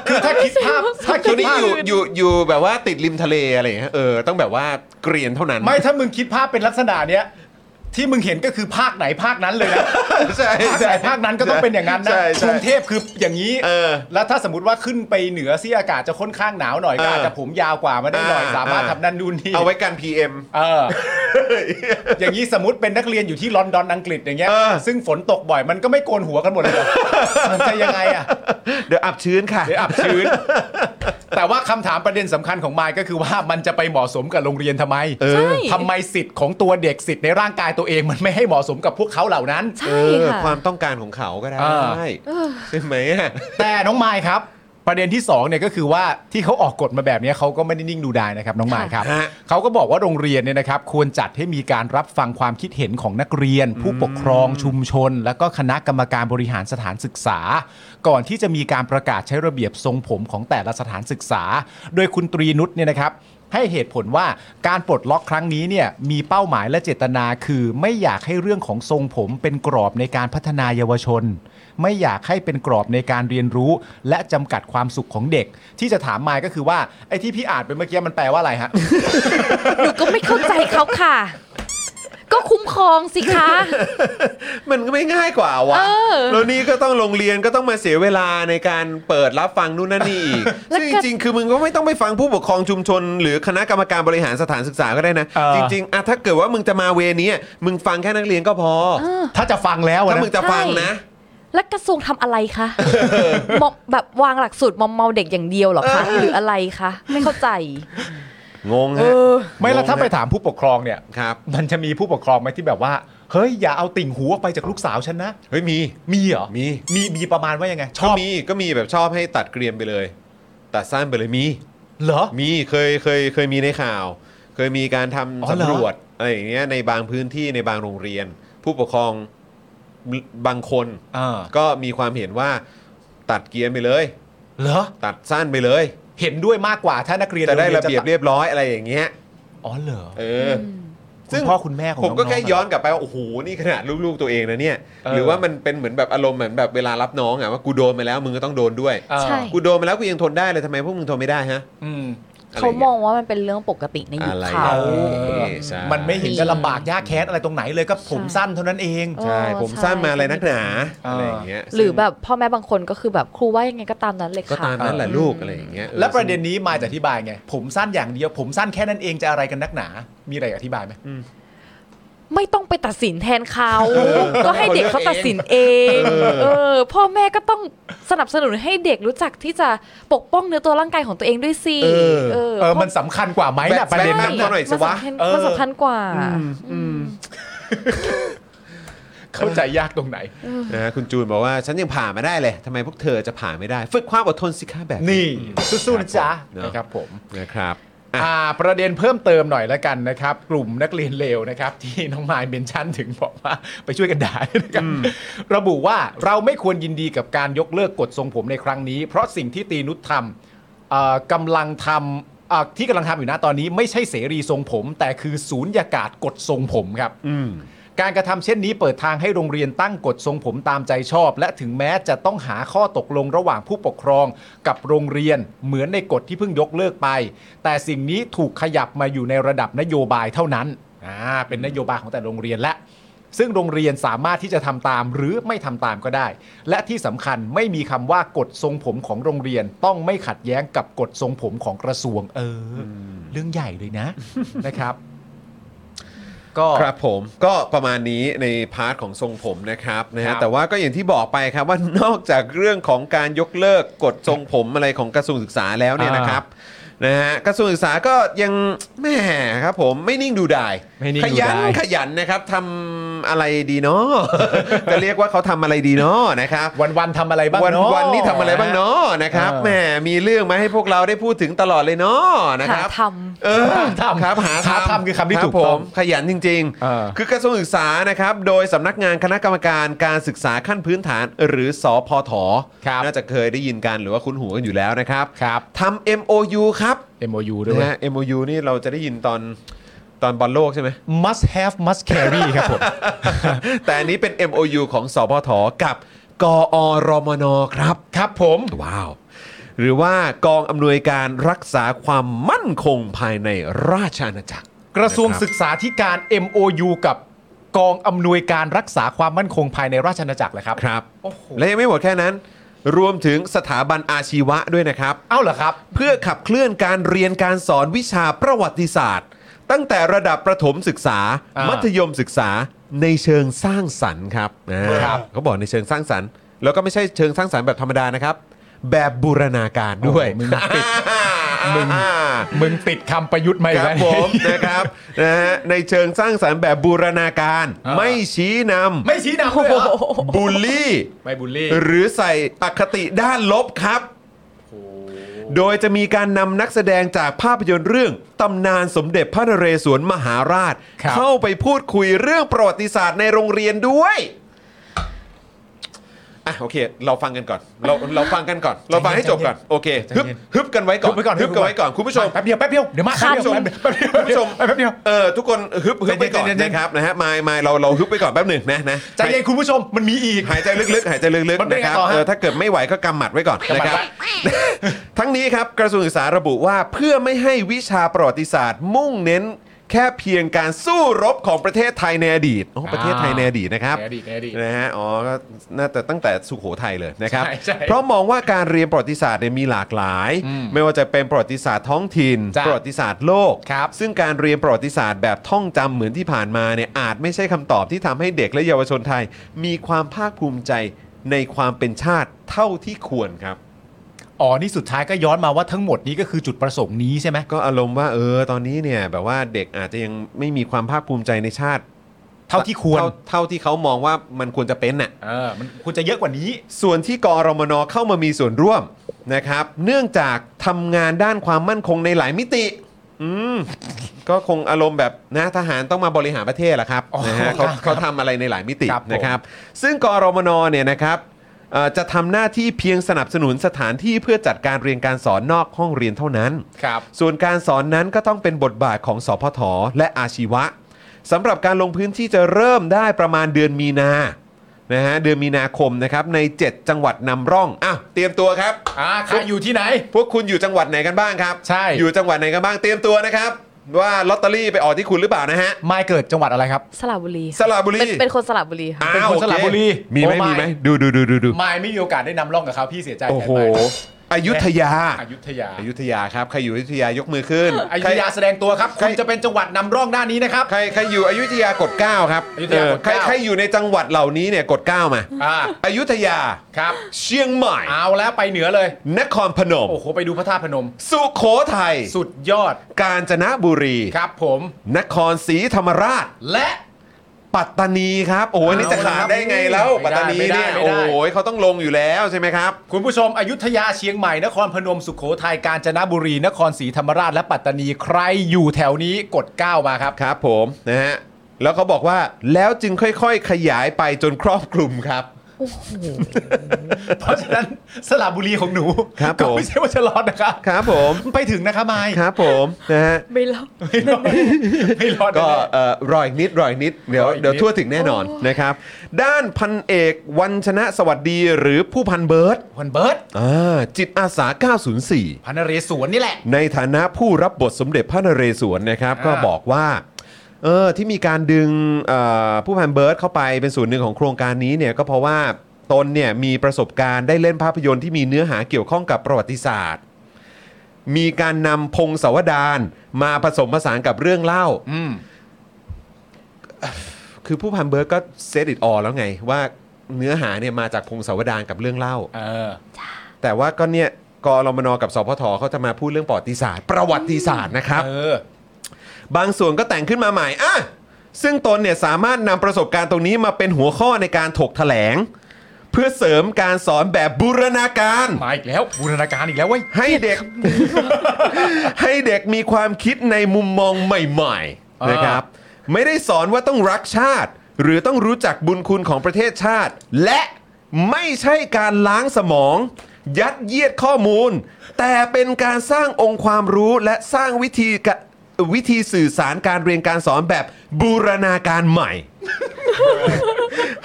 คือถ้าคิด
<laughs>
ภาพถ้า
คื
คิ
อ
ด
นี่
ภาพ
อยู่อยู่อยู่แบบว่าติดริมทะเลอะไรอย่างเงี้ยเออต้องแบบว่าเกรียนเท่านั้น
ไม่ถ้ามึงคิดภาพเป็นลักษณะเนี้ยที่มึงเห็นก็คือภาคไหนภาคนั้นเลยนะ
ใช่
ภาค
ใช่
ไหนภาคนั้นก็ต้องเป็นอย่างนั้นนะ
ใช่ใช่
กรุงเทพคืออย่างนี้
เออ
แล้วถ้าสมมติว่าขึ้นไปเหนือที่อากาศจะค่อนข้างหนาวหน่อย
เออ
ก็อาจจะผมยาวกว่ามาได้หน่อย
เออ
สามารถ
เออ
ทำนั่นนู่นนี่
เอาไว้กัน PM
เอ
<laughs>
อ อย่างนี้สมมติเป็นนักเรียนอยู่ที่ลอนดอนอังกฤษอย่างเงี้ย
เออ
ซึ่งฝนตกบ่อยมันก็ไม่โกนหัวกันหมดเล
<laughs>
ยเหรอ มันจะยังไงอ่ะ
เดี๋ยวอับชื้นค่ะ
เดี๋ยวอับชื้น แต่ว่าคำถามประเด็นสำคัญของมายก็คือว่ามันจะไปเหมาะสมกับโรงเรียนทำไม
เออ
ใช่
ทำไมสิทธิ์ของตัวเด็กสิทธิ์ในร่างกายตัวเอง มันไม่ให้เหมาะสมกับพวกเขาเหล่านั้น
ใช่
เออ
ค่ะ
ความต้องการของเขาก็ได้
เออ
ใช่ไหมอะ
แต่น้องมายครับ ประเด็นที่2เนี่ยก็คือว่าที่เขาออกกฎมาแบบเนี้ยเขาก็ไม่ได้นิ่งดูดายนะครับน้องมายครับ
ฮะ
เขาก็บอกว่าโรงเรียนเนี่ยนะครับ ควรจัดให้มีการรับฟังความคิดเห็นของนักเรียน ผู้ปกครองชุมชน และก็คณะกรรมการบริหารสถานศึกษา ก่อนที่จะมีการประกาศใช้ระเบียบทรงผมของแต่ละสถานศึกษา โดยคุณตรีนุชเนี่ยนะครับ ให้เหตุผลว่าการปลดล็อกครั้งนี้เนี่ยมีเป้าหมายและเจตนาคือไม่อยากให้เรื่องของทรงผมเป็นกรอบในการพัฒนาเยาวชน ไม่อยากให้เป็นกรอบในการเรียนรู้ และจำกัดความสุขของเด็ก ที่จะถามมายก็คือว่าไอ้ที่พี่อ่านไปเมื่อกี้มันแปลว่าอะไรฮะ
หนูก็ไม่เข้าใจเขาค่ะ ก็คุ้มครองสิคะ
<laughs> มันก็ไม่ง่ายกว่าวะ
เออ
แล้วนี่ก็ต้องโรงเรียนก็ต้องมาเสียเวลาในการเปิดรับฟังนู่นนั่นนี่อีก
แล้ว
ซึ่ง
ก็
จริงๆคือมึงก็ไม่ต้องไปฟังผู้ปกครองชุมชน หรือคณะกรรมการบริหารสถานศึกษาก็ได้นะ
เออ
จริงๆอะถ้าเกิดว่ามึงจะมาเวนี้อะมึงฟังแค่นักเรียนก็พอ
<laughs> ถ้าจะฟังแล้ว
ถ้า
นะ
มึงจะฟังนะ
และกระทรวงทำอะไรคะมอมแบบวางหลักสูตรมอมเมาเด็กอย่างเดียวเหรอคะ หรืออะไรคะ ไม่เข้าใจ
งง
เอ
ฮะ
อ
ไม่แล้วถ้าไปถามผู้ปกครองเนี่ย
ครับ
มันจะมีผู้ปกครองไหมที่แบบว่าเฮ้ยอย่าเอาติ่งหูออกไปจากลูกสาวฉันนะ
เฮ้ยมี
มีเหรอ
มี
มีมีประมาณว่ายังไงช
ก็
อบ
มีก็มีแบบชอบให้ตัดเกรียมไปเลย ตัดสั้นไปเลยมี
เหรอ
มีเคยเคยเคยมีในข่าว เคยมีการ
อ๋
ทำ
อเหรอ
สำรวจอะไรอย่างเงี้ยในบางพื้นที่ในบางโรงเรียน ผู้ปกครองบางคน
อ่า
ก็มีความเห็นว่า ตัดเกรียมไปเลย
เหรอ
ตัดสั้นไปเลย
เห็นด้วยมากกว่าถ้านักเรียน
จะได้ระเบียบ
โงน
เรียบร้อยอะไรอย่างเงี้ย
อ๋อเหรอ
เออ ซึ่
ซึ่
ง
งพ่อคุณแม่ของ
ผมก็
น้งๆ
แค่ย้อนะ กลับไปว่าโอ้โหนี่ขนาดลูกๆตัวเองนะเนี่ย
เออ
หรือว่ามันเป็นเหมือนแบบอารมณ์เหมือนแบบเวลารับน้องอะว่ากูโดนมาแล้วมึงก็ต้องโดนด้วย
เออ
ใช่
กูโดนมาแล้วกูยังทนได้เลยทำไมพวกมึงทนไม่ได้ฮะ
อืม
ะไร
เขา
ย่ง
ม
งี้ย
องว่ามันเป็นเรื่องปกติในยุคเขา
อะไรอย่างเงี้ย ใช่
มันไม่เห็นจะลำบากยากแค้นอะไรตรงไหนเลยก็ผมสั้นเท่านั้นเอง
เออ
ใช่ผมสั้นมาอะไรนักหนา
เอออ
อะไรอย่างเงี้ย
หรือแบบพ่อแม่บางคนก็คือแบบครูว่ายังไงก็ตามนั้นเลย
ก็
ค่ะ
ตามนั้นแหละลูกอะไรอย่างเงี้ยออ
และประเด็นนี้มาจะอธิบายไง ผมสั้นอย่างเดียว ผมสั้นแค่นั้นเองจะอะไรกันนักหนา มีอะไรอธิบายไหม
ไม่ต้องไปตัดสินแทนเขา ก็ให้เด็กเขาตัดสินเอง เออ พ่อแม่ก็ต้องสนับสนุนให้เด็กรู้จักที่จะปกป้องเนื้อตัวร่างกายของตัวเองด้วยสิเออ
เออมันสำคัญกว่าไหมน่ะประเด็นนั้น
ใช่
น่ะ
มันสำคัญ
เออ
มันสำคัญกว่า
เข้าใจยากตรงไหน
นะคุณจูนบอกว่าฉันยังผ่ามาได้เลยทำไมพวกเธอจะผ่าไม่ได้ ฝึกความอดทนสิคะแบบ
นี่สู้ๆนะจ๊ะ
เนอะ
นะครับผม
นะครับ อ่ะ
อ่าประเด็นเพิ่มเติมหน่อยละกันนะครับ กลุ่มนักเรียนเลวนะครับ ที่น้องมายเมนชั่นถึงบอกว่าไปช่วยกันด่านะครับระบุว่าเราไม่ควรยินดีกับการยกเลิกกฎทรงผมในครั้งนี้ เพราะสิ่งที่ตีนุชทำเอ่อกำลังทำเอ่อที่กำลังทำอยู่นะตอนนี้ไม่ใช่เสรีทรงผม แต่คือศูนยากาศกฎทรงผมครับ การกระทำเช่นนี้เปิดทางให้โรงเรียนตั้งกฎทรงผมตามใจชอบ และถึงแม้จะต้องหาข้อตกลงระหว่างผู้ปกครองกับโรงเรียนเหมือนในกฎที่เพิ่งยกเลิกไป แต่สิ่งนี้ถูกขยับมาอยู่ในระดับนโยบายเท่านั้นอ่าเป็นนโยบายของแต่โรงเรียนและ ซึ่งโรงเรียนสามารถที่จะทำตามหรือไม่ทำตามก็ได้ และที่สำคัญไม่มีคำว่ากฎทรงผมของโรงเรียนต้องไม่ขัดแย้งกับกฎทรงผมของกระทรวง เอออเรื่องใหญ่เลย
<laughs>
นะ นะครับ ก็
ครับผมก็ประมาณนี้ในพาร์ทของทรงผมนะครับนะ
ครั
ฮะ
บ
แต่ว่าก็อย่างที่บอกไปครับว่านอกจากเรื่องของการยกเลิกกฎทรงผมอะไรของกระทรวงศึกษาแล้วเนี่ยนะครับนะฮะกระทรวงศึกษาก็ยังแหมครับผมไม่นิ่งดูดาย
ไม่นิ่ง
ข
ดู
ยัน
ได้
ขยันนะครับทำอะไรดีเนาะ <laughs> จะเรียกว่าเขาทำอะไรดีเนาะนะครับ
วันวันๆทำอะไรบ้าง
วัน
เนาะ
วันนี้ทำอะไรบ้างเนาะนะครับ
เออ
แหมมีเรื่องมาให้พวกเราได้พูดถึงตลอดเลยเนาะนะค
หา
รับ
ทำ
เออ
หาทำ
ครับหา
หาทำคือคำที่
รับ
ถูกต้อ
ผม
ง
ขยันจริง
เออ
คือกระทรวงศึกษานะครับ โดยสำนักงานคณะกรรมการการศึกษาขั้นพื้นฐาน หรือสอพท
ครับ
น่าจะเคยได้ยินกันหรือว่าคุ้นหูกันอยู่แล้วนะครับ
ครับ
ทำ MOU ครับ
MOU ด้วย
นะฮะ MOU นี่เราจะได้ยินตอนตอนบอลโลกใช่ไหม <laughs>
must have must carry ครับผม
แต่อันนี้เป็น MOU ของสพทกับ กอรมนครับ
ครับผม
ว้าว หรือว่ากองอำนวยการรักษาความมั่นคงภายในราชอาณาจักร
กระทรวง
นะครับ
ศึกษาธิการ MOU กับกองอำนวยการรักษาความมั่นคงภายในราชอาณาจักรเลยครับ
ครับ
โอ้โห
และยังไม่หมดแค่นั้น รวมถึงสถาบันอาชีวะด้วยนะครับ
เอ้าเหรอครับ
เพื่อขับเคลื่อนการเรียนการสอนวิชาประวัติศาสตร์ ตั้งแต่ระดับประถมศึกษา
อ่ามั
มัธยมศึกษาในเชิงสร้างสรรค์ครับอ่า
ครับ
เขาบอกในเชิงสร้างสรรค์ แล้วก็ไม่ใช่เชิงสร้างสรรค์แบบธรรมดานะครับ แบบบูรณาการด้วย
โอ้โหมึ
<laughs>
งติด <laughs> มึง
อ่า
มึงติดคำประยุทธ์มาอี
ค
ก
รั
แล้
บผ
ว
ม นะครับนะฮะในเชิงสร้างสรรค์แบบบูรณาการ
อ่า
ไม่ชี้น
ไม่ชี้นำด้วยเหรอ
ำบูลลี่
ไม่บูลลี่
หรือใส่อคติด้านลบครับ โดยจะมีการนำนักแสดงจากภาพยนตร์เรื่อง ตำนานสมเด็จพระนเรศวรมหาราช
ครับ
เข้าไปพูดคุยเรื่องประวัติศาสตร์ในโรงเรียนด้วยอ่ะโอเค เราฟังกันก่อน เราเราฟังกันก่อน เราฟังให้จบก่อนโอเคฮึบฮึบกันไว้ก่อน
ฮึบไว้ก่อน
ฮึบกันไว้ก่อนคุณผู้ชม
แป๊บเดียวแป๊บเดียวเดี๋ยวมา
คาด
แป๊บเดียว
ชม
แป๊บเดียวแป๊บเดียวแป๊บเดียว
เออทุกคนฮึบฮึบไปก่อน
ใจเย็นๆ
นะครับนะฮะไม่ไม่เราเราฮึบไปก่อนแป๊บหนึ่งนะนะ
ใจเย็นคุณผู้ชมมันมีอีก
หายใจลึกๆ หายใจลึก
มั
ๆ
นเป็น
นะ
ไง
ครับ
ต่อฮะ
เออถ้าเกิดไม่ไหวก็กำหมัดไว้ก่อนนะครับ ทั้งนี้ครับกระทรวงศึกษาระบุว่าเพื่อไม่ให้วิชาประวัติศาสตร์ มุ่งเน้นแค่เพียงการสู้รบของประเทศไทยในอดีตอ๋อประเทศไทยในอดีตนะครับ
ในอดีตในอดีต
นะฮะ อ๋อ ก็น่าจะตั้งแต่สุโขทัยเลยนะครับ
ใช่ใช่
เพราะมองว่าการเรียนประวัติศาสตร์เนี่ยมีหลากหลาย
อืม
ไม่ว่าจะเป็นประวัติศาสตร์ท้องถิ่น
จ้ะ
ประวัติศาสตร์โลก
ครับ
ซึ่งการเรียนประวัติศาสตร์แบบท่องจำเหมือนที่ผ่านมาเนี่ยอาจไม่ใช่คำตอบที่ทำให้เด็กและเยาวชนไทย มีความภาคภูมิใจในความเป็นชาติเท่าที่ควรครับ
อ๋อนี่สุดท้ายก็ย้อนมาว่าทั้งหมดนี้ก็คือจุดประสงค์นี้ใช่ไหม
ก็อารมณ์ว่าเออตอนนี้เนี่ยแบบว่าเด็กอาจจะยังไม่มีความภาคภูมิใจในชาติ
เท่าที่ควร
เท่าเท่าที่เขามองว่ามันควรจะเป็นน่ะ
เออมันควรจะเยอะกว่านี้
ส่วนที่กอรมนเข้ามามีส่วนร่วมนะครับ เนื่องจากทำงานด้านความมั่นคงในหลายมิติ อืมก็คงอารมณ์แบบนะทหารต้องมาบริหารประเทศแหละครับ
อ๋อ
นะฮะเขา
ครับ
เขาทำอะไรในหลายมิติ
ครับผม
นะครับ ซึ่งกอรมนเนี่ยนะครับเอ่อจะทำหน้าที่เพียงสนับสนุนสถานที่เพื่อจัดการเรียนการสอนนอกห้องเรียนเท่านั้น
ครับ
ส่วนการสอนนั้นก็ต้องเป็นบทบาทของสพทและอาชีวะสำหรับการลงพื้นที่จะเริ่มได้ประมาณเดือนมีนานะฮะเดือนมีนาคมนะครับใน 7 จังหวัดนำร่องอ่ะเตรียมตัวครับ
อ่าใครอยู่ที่ไหน
พวกคุณอยู่จังหวัดไหนกันบ้างครับ
ใช่
อยู่จังหวัดไหนกันบ้างเตรียมตัวนะครับ ว่าลอตเตอรี่ไปออกที่คุณหรือเปล่านะฮะ
มายเกิดจังหวัดอะไรครับ
สระบุรี
สระบุรี
เป็นเป็นคนสระบุรีค่ะ
อ้าว
เป็นคนสระบุรี
โอเคมีไหม
โอ้ไม่
มีไหมดูดูดูดูดู
มายไม่มีโอกาสได้นำร่องกับเขาพี่เสียใจ
โอ้โห
แทนมาย
อยุธยา
อยุธยา
อยุธยาครับใครอยู่อยุธยายกมือขึ้น
อยุธยาแสดงตัวครับ
ใคร
คุณจะเป็นจังหวัดนำร่องด้านนี้นะครับ
ใครใครอยู่อยุธยากด 9 ครับ
อยุธยาก
เอ
ด
อใคร
เก้า
ใครอยู่ในจังหวัดเหล่านี้เนี่ยกด 9 มา
อ่า
อยุธยา
ครับ
เชียงใหม่
เอาแล้วไปเหนือเลย
นครพนม
โอ้โห ไปดูพระธาตุพนม
สุโขทัย
สุดยอด
กาญจนบุรี
ครับผม
นครศรีธรรมราช
และ
ปัตตานีครับ โอ้ย
เอา
นี่จะขาดได้ไงแล้ว
ไม่ได้
ปัตตานีเนี่ย
ไม่
โอ้
ได้ไม่ได้
โหเขาต้องลงอยู่แล้วใช่ไหมครับ
คุณผู้ชมอยุธยาเชียงใหม่นครพนมสุขโขทัยกาญจนบุรี นครศรีธรรมราชและปัตตานีใครอยู่แถวนี้กดก้าวมาครับ
ครับผมนะฮะแล้วเขาบอกว่าแล้วจึงค่อยๆ ขยายไปจนครอบคลุมครับ
เพราะฉะนั้นสระบุรีของหนู
ครับ
ก็
ผม
ไม่ใช่ว่าจะรอดนะครับ
ครับผม
ไปถึงนะครับไมาย
ครับผมนะฮะ
ไม่เล่า
ไม่รอดไม่รอด
ก็
แน่
เอ่อรออีกนิดรออีกนิดเดี๋ยว
รออีกนิด
เดี๋ยวทั่วถึงแน่นอนนะครับ ด้านพันเอกวันชนะสวัสดีหรือผู้พันเบิร์ต
ๆวันเบิร์ต
อ่าจิตอาสา 904
พันเรศวรนี่แหละ
ในฐานะผู้รับบทสมเด็จพระนเรศวรนะครับ
อ่า
ก็บอกว่า เออที่มีการดึงเอ่อผู้พันเบิร์ดเข้าไปเป็นส่วนหนึ่งของโครงการนี้เนี่ยก็เพราะว่าตนเนี่ยมีประสบการณ์ได้เล่นภาพยนตร์ที่มีเนื้อหาเกี่ยวข้องกับประวัติศาสตร์ มีการนำพงศาวดารมาผสมผสานกับเรื่องเล่า
อืม
คือผู้พันเบิร์ดก็เซตอิดออแล้วไง ว่าเนื้อหาเนี่ยมาจากพงศาวดารกับเรื่องเล่า
เออ
แต่ว่าก็เนี่ยกรมนกับสพทเขาจะมาพูดเรื่องประวัติศาสตร์ ประวัติศาสตร์นะครับ
เออ
บางส่วนก็แต่งขึ้นมาใหม่อ่ะซึ่งตนเนี่ยสามารถนำประสบการณ์ตรงนี้มาเป็นหัวข้อในการถกแถลง เพื่อเสริมการสอนแบบบูรณาการ
มาอีกแล้วบูรณาการอีกแล้วเว้ย
ให้เด็ก
<laughs>
ให้เด็กมีความคิดในมุมมองใหม่
อ่า
ๆนะครับ ไม่ได้สอนว่าต้องรักชาติ หรือต้องรู้จักบุญคุณของประเทศชาติ และไม่ใช่การล้างสมอง ยัดเยียดข้อมูล แต่เป็นการสร้างองค์ความรู้และสร้างวิธีกะวิธีสื่อสารการเรียนการสอนแบบบูรณาการใหม่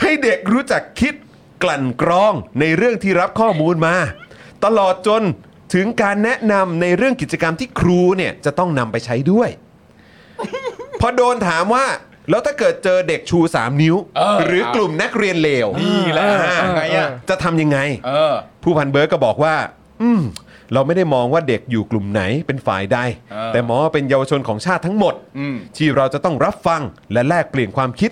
ให้เด็กรู้จักคิดกลั่นกรองในเรื่องที่รับข้อมูลมา ตลอดจนถึงการแนะนำในเรื่องกิจกรรมที่ครูเนี่ยจะต้องนำไปใช้
<laughs>
ด้วย พอโดนถามว่าแล้วถ้าเกิดเจอเด็กชู 3 นิ้ว
เออ
หรือกลุ่มนักเรียนเลว
นี่แหละ
อ่า
ไงอ่ะ
จะทำยังไง
เออ
ผู้พันเบิร์ดก็บอกว่า อืม เราไม่ได้มองว่าเด็กอยู่กลุ่มไหนเป็นฝ่ายใด
เออ
แต่มองว่าเป็นเยาวชนของชาติทั้งหมด
อืม
ที่เราจะต้องรับฟังและแลกเปลี่ยนความคิด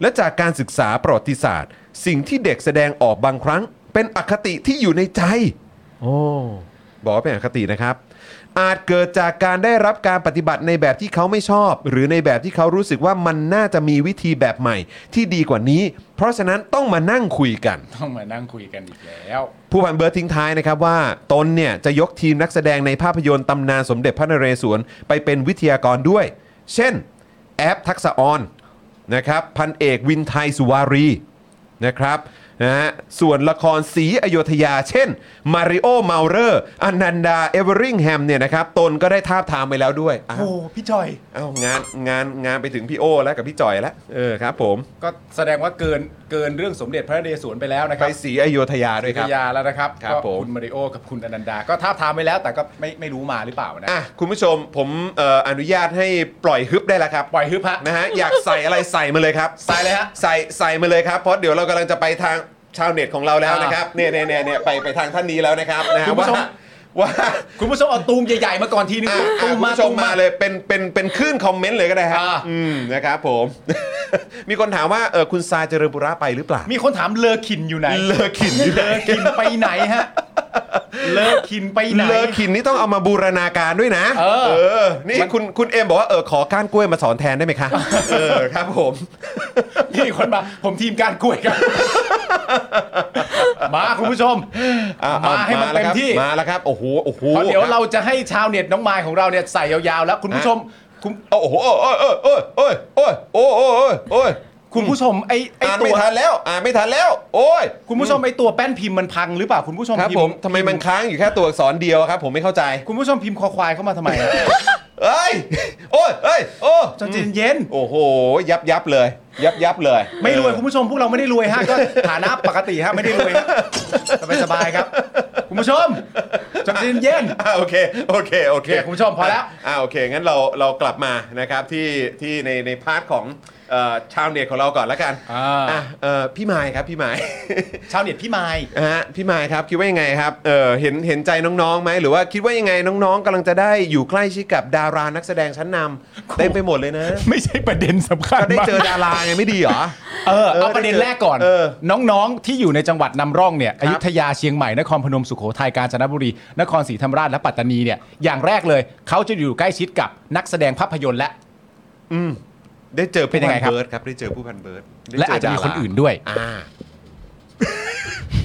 และจากการศึกษาประวัติศาสตร์ สิ่งที่เด็กแสดงออกบางครั้ง เป็นอคติที่อยู่ในใจ
โอ้
บอกว่าเป็นอคตินะครับ อาจเกิดจากการได้รับการปฏิบัติในแบบที่เขาไม่ชอบ หรือในแบบที่เขารู้สึกว่ามันน่าจะมีวิธีแบบใหม่ ที่ดีกว่านี้ เพราะฉะนั้นต้องมานั่งคุยกัน
ต้องมานั่งคุยกันอีกแล้ว
ผู้พันเบิร์ดทิ้งท้ายนะครับว่า ตนเนี่ยจะยกทีมนักแสดงในภาพยนตร์ตำนานสมเด็จพระนเรศวรไปเป็นวิทยากรด้วย เช่น แอปทักษะออนนะครับพันเอกวินไทยสุวารีนะครับนะฮะส่วนละครสีอโยธยา เช่นมาริโอเมาเลอร์อนันดาเอเวอริงแฮมเนี่ยนะครับตนก็ได้ทาบทามไปแล้วด้วยอ้าว
โอ้ พี่จอย
อ้าวงานงานงานไปถึงพี่โอแล้วกับพี่จอยแล้วเออครับผม
ก็แสดงว่าเกินเกินเรื่องสมเด็จพระนเรศวรไปแล้วนะค
ไป
รับ
สีอโยธยาด้วยครับ
ยาแล้วนะครับ
ครับ
ก็
ผม
คุณมาริโอกับคุณอนันดา ก็ท้าบทามไปแล้วแต่ก็ไม่ไม่รู้มาหรือเปล่านะ
อ่ะคุณผู้ชมผมเอ่ออนุญาตให้ปล่อยฮึบได้แล้วครับ
ปล่อยฮึบฮะ
นะฮะอยากใส่อะไรใส่มาเลยครับ
ใส่เลยฮะ
ใส่ใส่มาเลยครับ เพราะเดี๋ยวเรากำลังจะไปทางชาวเน็ตของเราแล้วนะครับเนี่ยเนี่ยเนี่ยเนี่ยไปไปทางท่านนี้แล้วนะครับนะฮะ
คุณผู้
ว่า
ชม
ว่า
คุณผู้ชมเอาตูมใหญ่ๆมาก่อนทีนึง
อ่ะอ่ะ
ตู
คุ
ม
ณ
มา
ผู้ช
ตู
ม
ม
มา
มา
เลยเป็นเป็นเป็นคลื่นคอมเมนต์เลยก็ได้ครับ
อ่า
อืมนะครับผม <laughs> มีคนถามว่าเออคุณซายเจริญบุระไปหรือเปล่า
มีคนถามเลอขินอยู่ไหน
เลอขิน
เลอขินไปไหนฮะ เลอขินไปไหน
เลอขินนี่ต้องเอามาบูรณาการด้วยนะ
เออ
อนี่คุณคุณเอ็มบอกว่าเออขอก้านกล้วยมาสอนแทนได้ไหมคะเออครับผม <laughs>
นี่คนมา ผมทีมการกล้วยกันมาคุณผู้ชม
อ่ะอ่ะ
มาให้มันเต็ม
แล้วครับ
ที่
มาแล้วครับ โอ้โหโอ้โห
เพราะเดี๋ยวเราจะให้ชาวเน็ตน้องมายของเราเนี่ยใส่ยาวๆแล้วคุณผู้ชมคุณ
โอ้โหโอ้ยโอ้ยโอ้ยโอ้ยโอ้ยโอ้ยโอ้ยโอ้ยโอ้ย
คุณผู้ชมไอ้ไอ้
อ่าน
ตั
ไม่
ว
ทันแล้ว อ่านไม่ทันแล้ว โอ้ย
คุณผู้ชมไอ้ตัวแป้นพิมพ์มันพังหรือเปล่าคุณผู้ชม
ครับ
พิพ์
ผมทำไมมันค้างอยู่แค่ตัวอักษรเดียวครับ ผมไม่เข้าใจ
คุณผู้ชมพิมพ์คอควายเข้ามาทำไมอะ
เอ้ยโอ้ยเอ้ยโอ้ย
จนเย็นเย็น
โอ้โห ยับยับเลย ยับยับเลย
ไม่รวยคุณผู้ชมพวกเราไม่ได้รวยฮะก็ฐานะปกติฮะไม่ได้รวยฮะสบายๆครับ คุณผู้ชมจนเย็นเย็น
อ่ะโอเคโอเคโอเค
โอเคคุณผู้ชมพอแล้ว
อ่าโอเคงั้นเราเรากลับมานะครับที่ที่ในในพาร์ทของเอ่อชาวเน็ตของเราก่อนละกันอ่ะเอ่อพี่ไม้ครับพี่ไม้
ชาวเน็ตพี่มาย
ฮะพี่มายครับคิดว่ายังไงครับเออเห็นเห็นใจน้องๆไหมหรือว่าคิดว่ายังไงน้องๆกำลังจะได้อยู่ใกล้ชิดกับดารานักแสดงชั้นนำเต็มไปหมดเลยนะ
ไม่ใช่ประเด็นสำคัญ
ก็ได้เจอ
มาก
ดาราไงไม่ดีเหรอ
เออ
เออ
เอาประเด็นแรกก่อน
เออ
น้องๆที่อยู่ในจังหวัดนำร่องเนี่ย
ครับ
อยุธยาเชียงใหม่นครพนมสุโขทัยกาญจนบุรี นครศรีธรรมราชและปัตตานีเนี่ยอย่างแรกเลย เขาจะอยู่ใกล้ชิดกับนักแสดงภาพยนตร์และ
อืม <laughs> ได้เจอ
เป็
ผู้
น
พั
ยังไง
น
ครับ
เบิร์ดครับได้เจอผู้พันเบิร์ดได้
และอาจจะมีคนอื่นด้วย
อ่า
<laughs>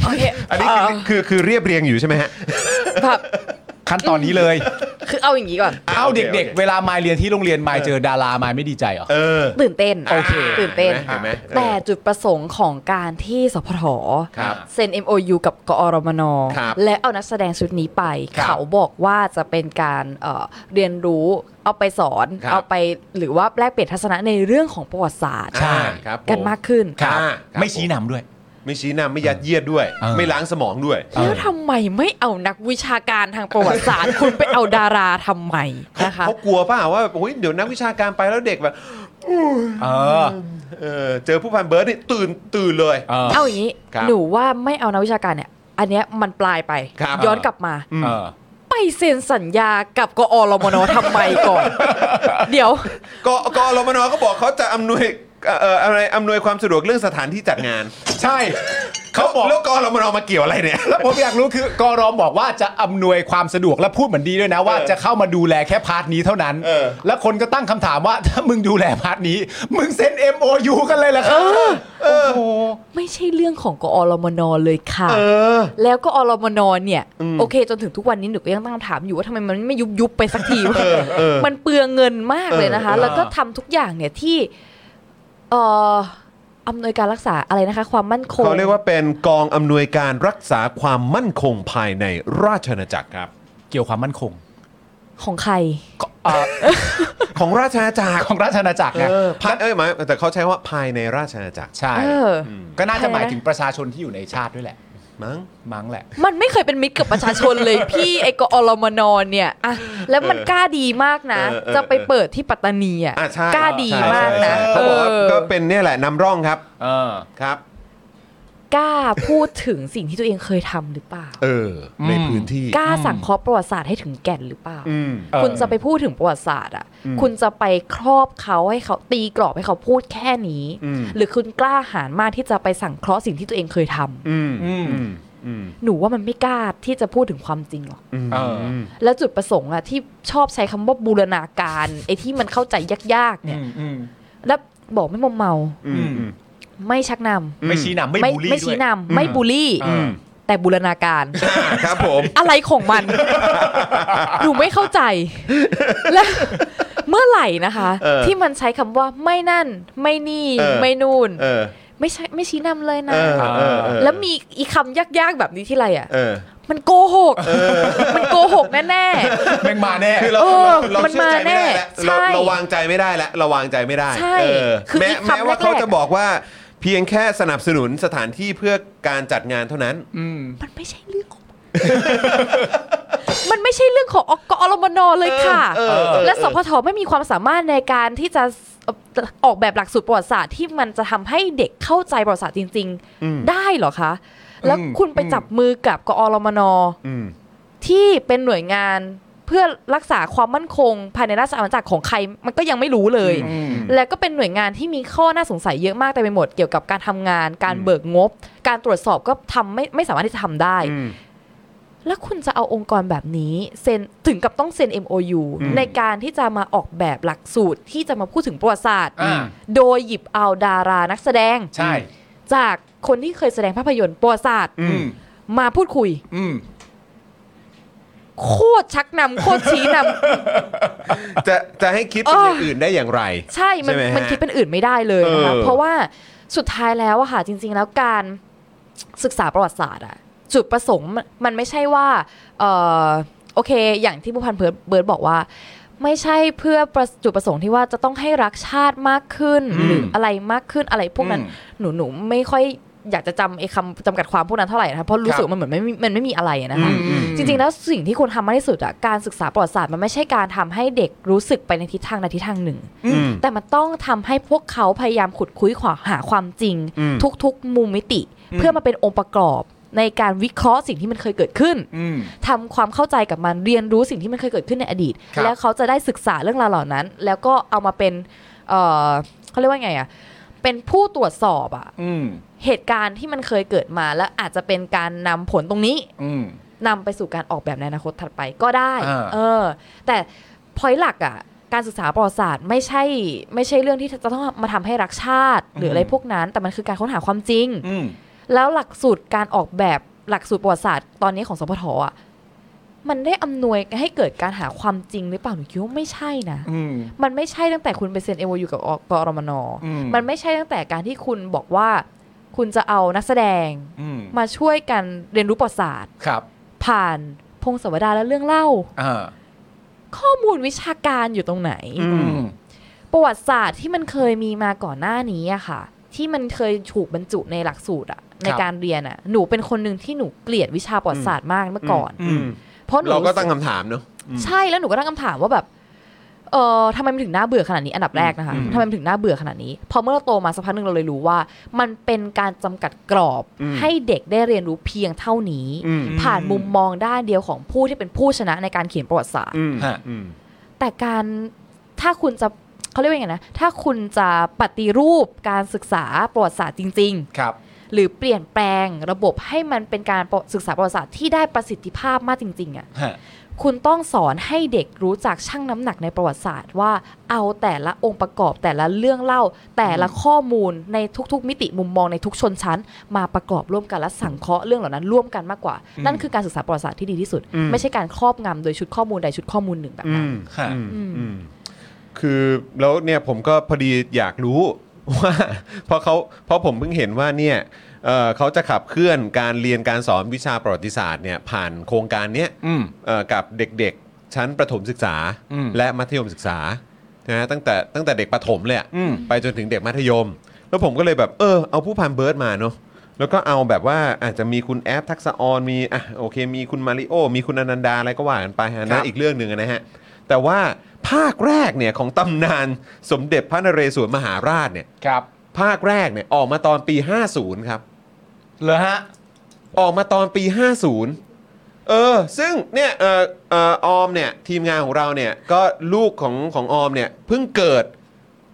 โอเค
อันนี้คือคือคือเรียบเรียงอยู่ใช่ไหมฮะ
แบบ
ขั้นตอนนี้ <laughs> เลย
คือเอาอย่างนี้ก่อน
เอา
โอเค
เด็ก
โอเค
ๆ เวลามาเรียนที่โรงเรียนมาเจอดารามายไม่ดีใจเหรอ
เออ
ตื่นเต้น
โอเค
ตื่นเต้น
เห็นไหมเห็นไหม
แต่จุดประสงค์ของการที่สพท
ครับ
เซ็น MOU กับกอรมน
ครับ
และเอานักแสดงชุดนี้ไป
ครับ
เขาบอกว่าจะเป็นการเอ่อเรียนรู้เอาไปสอน
ครับ
เอาไปหรือว่าแลกเปลี่ยนทัศนะในเรื่องของประวัติศาสตร์
ใช่
อ่าครับผ
กันมากขึ้น
ครับ
ไม่ชี้นำด้วย
ไม่ชี้หน้าไม่ยัดเยียดด้วย
เออ
ไม่ล้างสมองด้วย
แล้วทำไมไม่เอานักวิชาการทางประวัติศาสตร์ คุณไปเอาดาราทำไมนะคะ
เขากลัวเปล่าว่าโอ้ยเดี๋ยวนักวิชาการไปแล้วเด็กแบบ
เออ
เออเจอผู้พันเบิร์ดนี่ตื่นตื่นเลย
เออ
เอาอย่างนี้
ครับ
หนูว่าไม่เอานักวิชาการเนี่ย อันเนี้ยมันปลายไป
ครับ
ย้อนกลับมา
เออ
ไปเซ็นสัญญากับกอรมนทำไมก่อน
<laughs>
เดี๋ยว
กกอรมนก็บอกเขาจะอำนวยเอ่ออะไรอำนวยความสะดวกเรื่องสถานที่จัดงาน
ใช่ เขาบอก
แล้วกอรมนมาเกี่ยวอะไรเนี่ย
แล้วผมอยากรู้คือกรอมบอกว่าจะอำนวยความสะดวกและพูดเหมือนดีด้วยนะว่า
เออ
จะเข้ามาดูแลแค่พาร์ทนี้เท่านั้น
เออ
แล้วคนก็ตั้งคำถามว่า ถ้ามึงดูแลพาร์ทนี้ มึงเซ็น MOU กันเลยเหรอครับโอ้โห
ไม่ใช่เรื่องของกอรมนเลยค่ะ
เออ
แล้วก็อรมนเนี่ยโอเค จนถึงทุกวันนี้หนูก็ยังตั้งคำถามอยู่ว่าทำไมมันไม่ยุบยุบไปสักทีวะ <laughs> มันเปลืองเงินมากเลยนะคะ
เออ
แล้วก็ทำทุกอย่างเนี่ยที่เอ่ออำนวยการรักษาอะไรนะคะ ความมั่นคง
เขาเรียกว่าเป็นกองอำนวยการรักษาความมั่นคงภายในราชอาณาจักรครับ
เกี่ยวความมั่นคง
ของใคร
เอ่อ
ของราชอาณาจักร
ของราชอาณาจักรไง
เออภายเอ้ยหมายแต่เขาใช้ว่าภายในราชอาณาจักร
ใช่
เออ
ก็น่าจะหมายถึงประชาชนที่อยู่ในชาติด้วยแหละ
มั้ง
มั้งแหละ
มันไม่เคยเป็นมิตรกับประชาชนเลย <laughs> พี่ไอ้กอรมนเนี่ยอะแล้วมันกล้าดีมากนะ
เออเออ
จะไปเปิดที่ปัตตานีอะ
อ่ะใช่
กล้าดีมากนะ
ใช่ใช่เขาบอกว่า
เออ
ก็เป็นเนี่ยแหละนำร่องครับ
เออ
ครับ
กล้าพูดถึงสิ่งที่ตัวเองเคยทำหรือเปล่า
เออ ใน
อืม
พื้นที่
กล้าสั่งเคอประวัติศาสตร์ให้ถึงแก่นหรือเปล่า
อืม
คุณจะไปพูดถึงประวัติศาสตร์อ่ะ คุณจะไปครอบเขาให้เขาตีกรอบให้เขาพูดแค่นี้
อืม
หรือคุณกล้าหาญมากที่จะไปสั่งเคราะห์สิ่งที่ตัวเองเคยทำ
อืม
อืม
อืมอืม
หนูว่ามันไม่กล้าที่จะพูดถึงความจริงหรอก
อืม
เอออื
ม
แล้วจุดประสงค์อะที่ชอบใช้คำว่าบูรณาการไอ้ที่มันเข้าใจยาก
อื
ๆเนี่ย
มอืม
แล้วบอกไม่มอมเมา
อืมอืม
ไม่ชักนำ
ไม่ชี้นำไม่บูลลี่ด้
ไม่
ว
ชี้
ย
นำไม่บูลลี่
อืม
แต่บูรณาการ
อ่ะครับผม
อะไรของ
<laughs>
มัน หนูไม่เข้าใจ และเมื่อไหร่นะคะ
เออ
ที่มันใช้คำว่าไม่นั่น ไม่นี่
เออ
ไม่นู่น
เออ
ไม่ใช่ไม่ชี้นำเลยนะ
เออเออเออ
แล้วมีอีคำยากๆแบบนี้ที่ไรอ่ะ
เออ
มันโกหก มันโกหกแน่
แม่งมาแน่
<laughs> คือเรา
เออ
เรา
มัน
เชื่อ
มา
ใจไม่ได้
แน่
แล้วเรา
ใช่
เราวางใจไม่ได้แล้วเราวางใจไม่ได้
ใช่
เออ
คือ
แม้
อีกคำ
แม้ว่า
แรกๆ
เขาจะบอกว่าเพียงแค่สนับสนุนสถานที่เพื่อการจัดงานเท่านั้น
ๆ มันไม่ใช่เรื่องของ <laughs> มันไม่ใช่เรื่องของอกอรมนเลยค่ะ
เออเออเออ
และสพทไม่มีความสามารถในการที่จะออกแบบหลักสูตรประวัติศาสตร์ที่มันจะทำให้เด็กเข้าใจประวัติศาสตร์จริง ๆ ได้เหรอคะ แล้ว
อืม
คุณไปจับมือกับกอรมน
อืม
ที่เป็นหน่วยงานเพื่อรักษาความมั่นคง ภายในราชอาณาจักรของใครมันก็ยังไม่รู้เลย แล้วก็เป็นหน่วยงานที่มีข้อน่าสงสัยเยอะมากแต่ไปหมดเกี่ยวกับการทำงาน การเบิกงบ การตรวจสอบก็ทำไม่ไม่สามารถที่จะทำได้
อืม
แล้วคุณจะเอาองค์กรแบบนี้เซ็นถึงกับต้องเซ็น MOU ในการที่จะมาออกแบบหลักสูตรที่จะมาพูดถึงประวัติศาสตร์
อ่า
โดยหยิบเอาดารานักแสดง
ใช่
จากคนที่เคยแสดงภาพยนตร์ประวัติศาสตร์
อืม
มาพูดคุย
อืม
โคตรชักนำโคตรชี้นำ
จะจะให้คิดเป็นอย่า
เอง ออื่
อื่นได้อย่างไร
ใช่มัน
ใช่ไหมฮะ
มันคิดเป็นอื่นไม่ได้เลยนะคะ
เออ
เพราะว่าสุดท้ายแล้วอะค่ะจริง ๆ แล้วการศึกษาประวัติศาสตร์อะจุดประสงค์มันมันไม่ใช่ว่าเออโอเค อย่างที่ผู้พันเพิร์ดเบิร์ดบอกว่า ไม่ใช่เพื่อประจุดประสงค์ที่ว่าจะต้องให้รักชาติมากขึ้นหรืออะไรมากขึ้นอะไรพวกนั้น
อืม
หนูหนูไม่ค่อยอยากจะจำไอ้คำจำกัดความพวกนั้นเท่าไหร่นะคะเพราะรู้สึก
ครับ
มันเหมือนไม่มีมันไม่มีอะไรอะนะคะ
อืม
จริงๆ แล้วสิ่งที่ควรทำมากที่สุดอะการศึกษาประวัติศาสตร์มันไม่ใช่การทำให้เด็กรู้สึกไปในทิศทางใดทิศทางหนึ่ง แต่มันต้องทำให้พวกเขาพยายามขุดคุ้ยขวาหาความจริง
อืม
ทุกๆ มุมมิติ เพื่อมาเป็นองค์ประกอบ ในการวิเคราะห์สิ่งที่มันเคยเกิดขึ้น
อืม
ทำความเข้าใจกับมันเรียนรู้สิ่งที่มันเคยเกิดขึ้นในอดีต
ครับ
แล้วเขาจะได้ศึกษาเรื่องราวเหล่านั้น แล้วก็เอามาเป็นเอ่อเขาเรียกว่าไงอะเป็นผู้ตรวจสอบอะ
อืม
เหตุการณ์ที่มันเคยเกิดมา และอาจจะเป็นการนำผลตรงนี้
อืม
นำไปสู่การออกแบบในอนาคตถัดไปก็ได้
อ่า
เออ แต่พอยหลักอะ่ะ การศึกษาประวัติศาสตร์ไม่ใช่ ไม่ใช่เรื่องที่จะต้องมาทำให้รักชาติ หรืออะไรพวกนั้น แต่มันคือการค้นหาความจริง
อืม
แล้วหลักสูตรการออกแบบหลักสูตรประวัติศาสตร์ตอนนี้ของสพทอ่ะ มันได้อำนวยให้เกิดการหาความจริงหรือเปล่าหนูคิดว่าไม่ใช่นะ
อืม
มันไม่ใช่ตั้งแต่คุณไปเซ็นเอวอยู่กับกอรมน
อืม
มันไม่ใช่ตั้งแต่การที่คุณบอกว่า คุณจะเอานักแสดง
อืม
มาช่วยกันเรียนรู้ประวัติศาสตร์
ครับ
ผ่านพงศาวดารและเรื่องเล่า
อ่า
ข้อมูลวิชาการอยู่ตรงไหน
อืม
ประวัติศาสตร์ที่มันเคยมีมาก่อนหน้านี้อะค่ะ ที่มันเคยถูกบรรจุในหลักสูตรอะในการเรียนอะหนูเป็นคนหนึ่งที่หนูเกลียดวิชาประวัติศาสตร์มากเมื่อก่อน
อืม
เพราะหนู
เราก็ตั้งคำถามเนอะ
ใช่แล้วหนูก็ตั้งคำถามว่าแบบ เออทำไมมันถึงน่าเบื่อขนาดนี้อันดับแรกนะคะทำไมมันถึงน่าเบื่อขนาดนี้ พอเมื่อเราโตมาสักพักหนึ่งเราเลยรู้ว่า มันเป็นการจำกัดกรอบให้เด็กได้เรียนรู้เพียงเท่านี้
อืม
ผ่านมุมมองด้านเดียวของผู้ที่เป็นผู้ชนะในการเขียนประวัติศาสตร์
อืม
ฮะ
อืม
แต่การถ้าคุณจะเขาเรียกว่าไงนะถ้าคุณจะปฏิรูปการศึกษาประวัติศาสตร์จริง ๆ
ครับ
หรือเปลี่ยนแปลงระบบให้มันเป็นการประศึกษาประวัติศาสตร์ที่ได้ประสิทธิภาพมากจริงๆอะ่ะ
ฮะ
คุณต้องสอนให้เด็กรู้จักชั่งน้ำหนักในประวัติศาสตร์ว่าเอาแต่ละองค์ประกอบแต่ละเรื่องเล่า แต่ละข้อมูลในทุกๆ มิติมุมมองในทุกชนชั้น มาประกอบร่วมกันและสังเคราะห์เรื่องเหล่านั้นร่วมกันมากกว่า นั่นคือการศึกษาประวัติศาสตร์ที่ดีที่สุด ไม่ใช่การครอบงำโดยชุดข้อมูลใดชุดข้อมูลหนึ่งแบบนั้น
ฮะ
อืมอืมคือแล้วเนี่ยผมก็พอดีอยากรู้ <laughs> ว่า เพราะเขาเพราะผมเพิ่งเห็นว่าเนี่ยเอ่อเขาจะขับเคลื่อนการเรียนการสอนวิชาประวัติศาสตร์เนี่ยผ่านโครงการเนี้ย
อืม
เอ่อกับเด็กๆ ชั้นประถมศึกษา
อืม
และมัธยมศึกษานะฮะตั้งแต่ตั้งแต่เด็กประถมเลยอะ
อืม
ไปจนถึงเด็กมัธยม แล้วผมก็เลยแบบเออเอาผู้พันเบิร์ดมาเนาะแล้วก็เอาแบบว่าอาจจะมีคุณแอฟทักษะออนมีอ่ะโอเค มีคุณมาริโอมีคุณอนันดาอะไรก็ว่ากันไปฮะ
ครั
นะ
บ
อีกเรื่องหนึ่งนะฮะ แต่ว่าภาคแรกเนี่ยของตำนานสมเด็จพระนเรศวรมหาราชเนี่ย
ครับ
ภาคแรกเนี่ยออกมาตอนปี 50 ครับ
เหรอฮะ
ออกมาตอนปี 50 เออ ซึ่งเนี่ยเออเออออมเนี่ยทีมงานของเราเนี่ยก็ลูกของของออมเนี่ยเพิ่งเกิด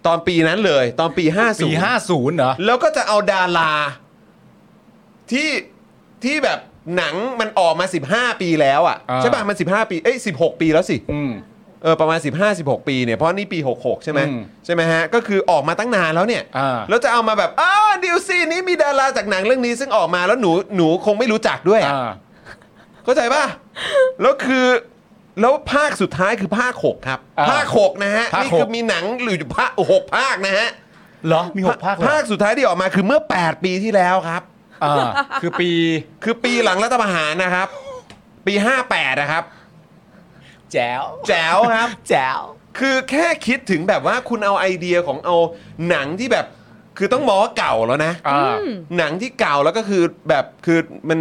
ตอนปีนั้นเลย ตอนปี 50
ปีห้าศูนย์เหรอ
แล้วก็จะเอาดาราที่ที่แบบหนังมันออกมา 15 ปีแล้วอะ
อ่า
ใช่ป่ะมัน 15 ปีเอ้ย16 ปีแล้วสิ
อืม
เออประมาณ 15 16 ปีเนี่ยเพราะนี่ปี 66 ใช่ไหม
อืม
ใช่ไหมฮะ ก็คือออกมาตั้งนานแล้วเนี่ย
อ่า
แล้วจะเอามาแบบอ้าวดิวซี่นี้มีดาราจากหนังเรื่องนี้ซึ่งออกมาแล้วหนูหนูคงไม่รู้จักด้วยอะ
อ่า
เข้าใจป่ะ แล้วคือ แล้วภาคสุดท้ายคือภาค 6 ครับ
อ่า
ภาค 6 นะฮะ
ภาค
นี่
หก
คือมีหนังหรืออยู่ภาคหกภาคนะฮะ
เหรอ มีหกภาคเลยเหรอ
ภาคสุดท้ายที่ออกมาคือเมื่อ 8 ปีที่แล้วครับ
อ่า คือปี
คือปีหลังรัฐประหารนะครับ ปี 58 นะครับ
แจ๋ว
แจ๋วครับ
แจ๋ว
คือแค่คิดถึงแบบว่าคุณเอาไอเดียของเอาหนังที่แบบ คือต้องมองว่าเก่าแล้วนะ
อ่า
หนังที่เก่าแล้วก็คือแบบคือมัน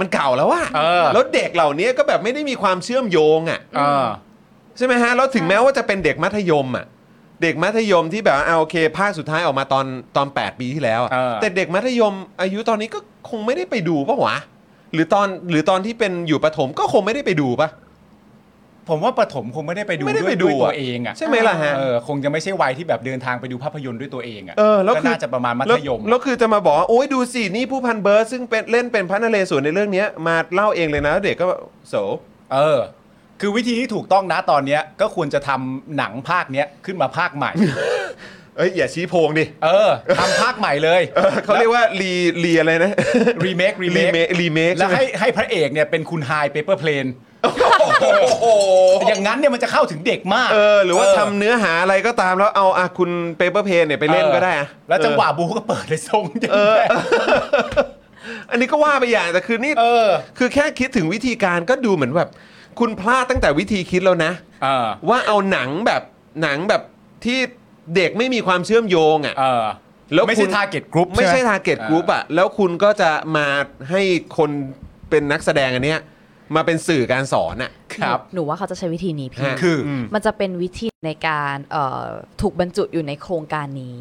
มันเก่าแล้วอะ
เออ
แล้วเด็กเหล่านี้ก็แบบไม่ได้มีความเชื่อมโยงอะ
อ่า
ใช่ไหมฮะแล้วถึงแม้ว่าจะเป็นเด็กมัธยมอะเด็กมัธยมที่แบบเอาโอเค ภาคสุดท้ายออกมาตอนตอน 8 ปีที่แล้วอะ
เออ
แต่เด็กมัธยมอายุตอนนี้ก็คงไม่ได้ไปดูปะวะหรือตอนหรือตอนที่เป็นอยู่ประถมก็คงไม่ได้ไปดูปะ
ผมว่าปฐมคงไม่ได้ไปดู
ไม่ได้
ด้ว
ไป
ย
ดู
ด้วยตั
อะ
วเองอ่ะ
ใช่ไหมล่ะฮะ
เออ คงจะไม่ใช่วัยที่แบบเดินทางไปดูภาพยนตร์ด้วยตัวเองอ่ะ
เออแล้ว
ก็
คือ
น่าจะประมาณมัธยม
แล้วแล้วคือจะมาบอกว่าโอ้ยดูสิ นี่ผู้พันเบิร์ดซึ่งเป็นเล่นเป็นพระนเรศวรในเรื่องเนี้ยมาเล่าเองเลยนะแล้วเด็กก็แบบโส
เออ คือวิธีที่ถูกต้องนะตอนเนี้ยก็ควรจะทำหนังภาคเนี้ยขึ้นมาภาคใหม่
<laughs> เอ้ย อย่าชี้โพงดิ <laughs>
เออทำภาคใหม่เลย
เออเขาเรียกว่ารีรีอะไรนะ <laughs>
รีเมครีเม
รีเม
ค
รีเมค
แล้ว
ใช่ไหม
ให้ให้พระเอกเนี่ยเป็นคุณไฮเปเปอร์เพล
<laughs>
น
โอ้โห
อย่างนั้นเนี่ยมันจะเข้าถึงเด็กมาก
เออ หรือว่าทำเนื้อหาอะไรก็ตามแล้วเอาอะคุณเปเปอร์เพนเนี่ยไปเล่นก็ได้อะ
แล้วจังหวะบูก็เปิดเลยทรงอย่าง
เออ
แรก
อันนี้ก็ว่าไปอย่างแต่คือนี่
เออ
คือแค่คิดถึงวิธีการก็ดูเหมือนแบบ คุณพลาดตั้งแต่วิธีคิดแล้วนะ
เออ
ว่าเอาหนังแบบหนังแบบที่เด็กไม่มีความเชื่อมโยงอ่ะ
เออ
แล้ว
ไม่ใช่
คุณ
ทาร์เก็ตกรุ๊ป
ไม่ใช่ทาร์เก็ตกรุ๊ปอ่ะ แล้วคุณก็จะมาให้คนเป็นนักแสดงอันเนี้ยมาเป็นสื่อการสอนอ่ะ
ครับ
หนูว่าเขาจะใช้วิธีนี้พี่
ฮะ
คืออ
มันจะเป็นวิธีในการเอ่อถูกบรรจุอยู่ในโครงการนี้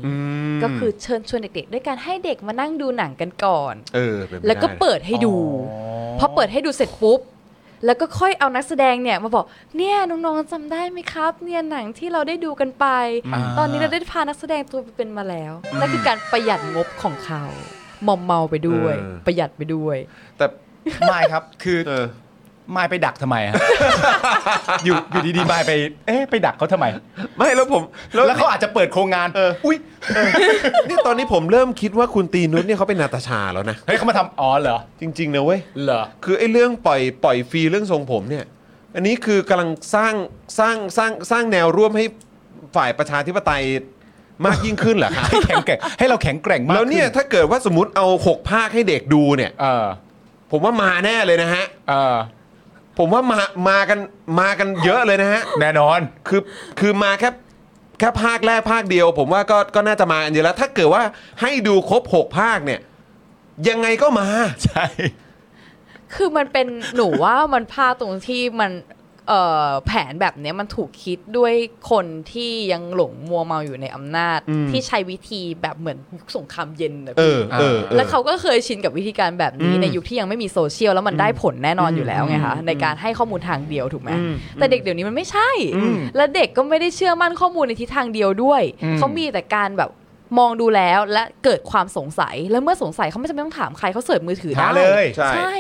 ก็คือเชิญชวนเด็กๆ ด้วยการให้เด็กมานั่งดูหนังกันก่อน
เออป็นไปได้
แล้วก็เปิดให้ดู พอเปิดให้ดูเสร็จปุ๊บ แล้วก็ค่อยเอานักแสดงเนี่ยมาบอกเนี่ยน้องๆจำได้ไหมครับ เนี่ยหนังที่เราได้ดูกันไป ตอนนี้เราได้พานักแสดงตัวไปเป็นมาแล้วนั่นคือการประหยัดงบของเขามอมเมาไปด้วย ประหยัดไปด้วย
แต่
ไม่ครับ คือ
เออ
ไม่ไปดักทำไมฮะ อยู่อยู่ดีๆไม่ไปเอ๊ะไปดักเขาทำไม
ไม่แล้วผมแล้ว
แล้วเขาอาจจะเปิดโครงงานอุ้ย
<laughs> นี่ตอนนี้ผมเริ่มคิดว่าคุณตีนุชเนี่ยเขาเป็นนาตาชาแล้วนะ
เฮ้ยเขามาทำอ๋อเหรอ
จริง ๆ นะเว้ย
เหรอ
คือไอ้เรื่องปล่อยปล่อยฟรีเรื่องทรงผมเนี่ย อันนี้คือกำลังสร้างสร้างสร้างสร้างแนวร่วมให้ฝ่ายประชาธิปไตยมากยิ่งขึ้นเหรอครับ
ให้แข็งแกร่งให้เราแข็งแกร่งมาก
แล้วเนี่ย
ขึ้
ถ้าเกิดว่าสมมติเอา 6 ภาคให้เด็กดูเนี่ย
เออ
ผมว่ามาแน่เลยนะฮะ
เออ
ผมว่ามามากันมากันเยอะเลยนะฮะ
แน่นอน
คือคือมาแค่แค่ภาคแรกภาคเดียว ผมว่าก็ก็น่าจะมากันเยอะแล้ว ถ้าเกิดว่าให้ดูครบ 6 ภาคเนี่ย ยังไงก็มา
ใช่
คือมันเป็นหนูว่ามันพลาดตรงที่มัน เอ่อแผนแบบเนี้ยมันถูกคิดด้วยคนที่ยังหลงมัวเมาอยู่ในอำนาจ
อืม
ที่ใช้วิธีแบบเหมือนยุคสงครามเย็นนะ
เอ
พี่
อเออออ
แล้วเขาก็เคยชินกับวิธีการแบบนี้
อืม
ในยุคที่ยังไม่มีโซเชียลแล้วมันได้ผลแน่นอนอยู่แล้วไงคะ
อืม
ในการให้ข้อมูลทางเดียวถูกไหม
อืม
แต่เด็กเดี๋ยวนี้มันไม่ใช่
อืม
และเด็กก็ไม่ได้เชื่อมั่นข้อมูลในทิศทางเดียวด้วย
อืม
เขามีแต่การแบบมองดูแล้วและเกิดความสงสัย แล้วเมื่อสงสัยเขาไม่จำเป็นต้องถามใครเขาเสิร์ชมือถือ
หา
ได้
เลย
ใช่
ใช่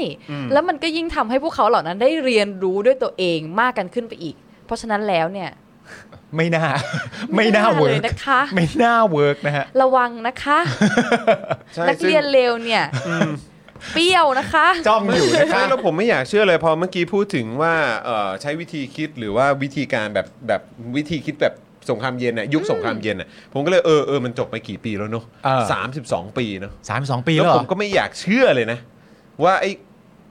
แล้วมันก็ยิ่งทำให้พวกเขาเหล่านั้นได้เรียนรู้ด้วยตัวเองมากกันขึ้นไปอีก เพราะฉะนั้นแล้วเนี่ย
ไม่น่า ไม่น่า
เล
เวิร์
ย
ก
นะคะ
ไม่น่าเวิร์กนะฮะ
ระวังนะคะ
ใช่
นัก
ซึ่ง
เรียนเลวเนี่ยเปรี้ยวนะคะ
จ้องอยู่นะครั
ใช่
บ
แล้วผมไม่อยากเชื่อเลยพอเมื่อกี้พูดถึงว่าเอ่อใช้วิธีคิดหรือว่าวิธีการแบบแบบวิธีคิดแบบสงครามเย็นน่ะยุคสงครามเย็นน่ะผมก็เลยเออเออมันจบไปกี่ปีแล้วเนอะ
เออ
สามสิบสองปีเนอะ
สามสองปี
แล้
แล้ว วเหร
ผ
อ
มก็ไม่อยากเชื่อเลยนะ ว่าไอ้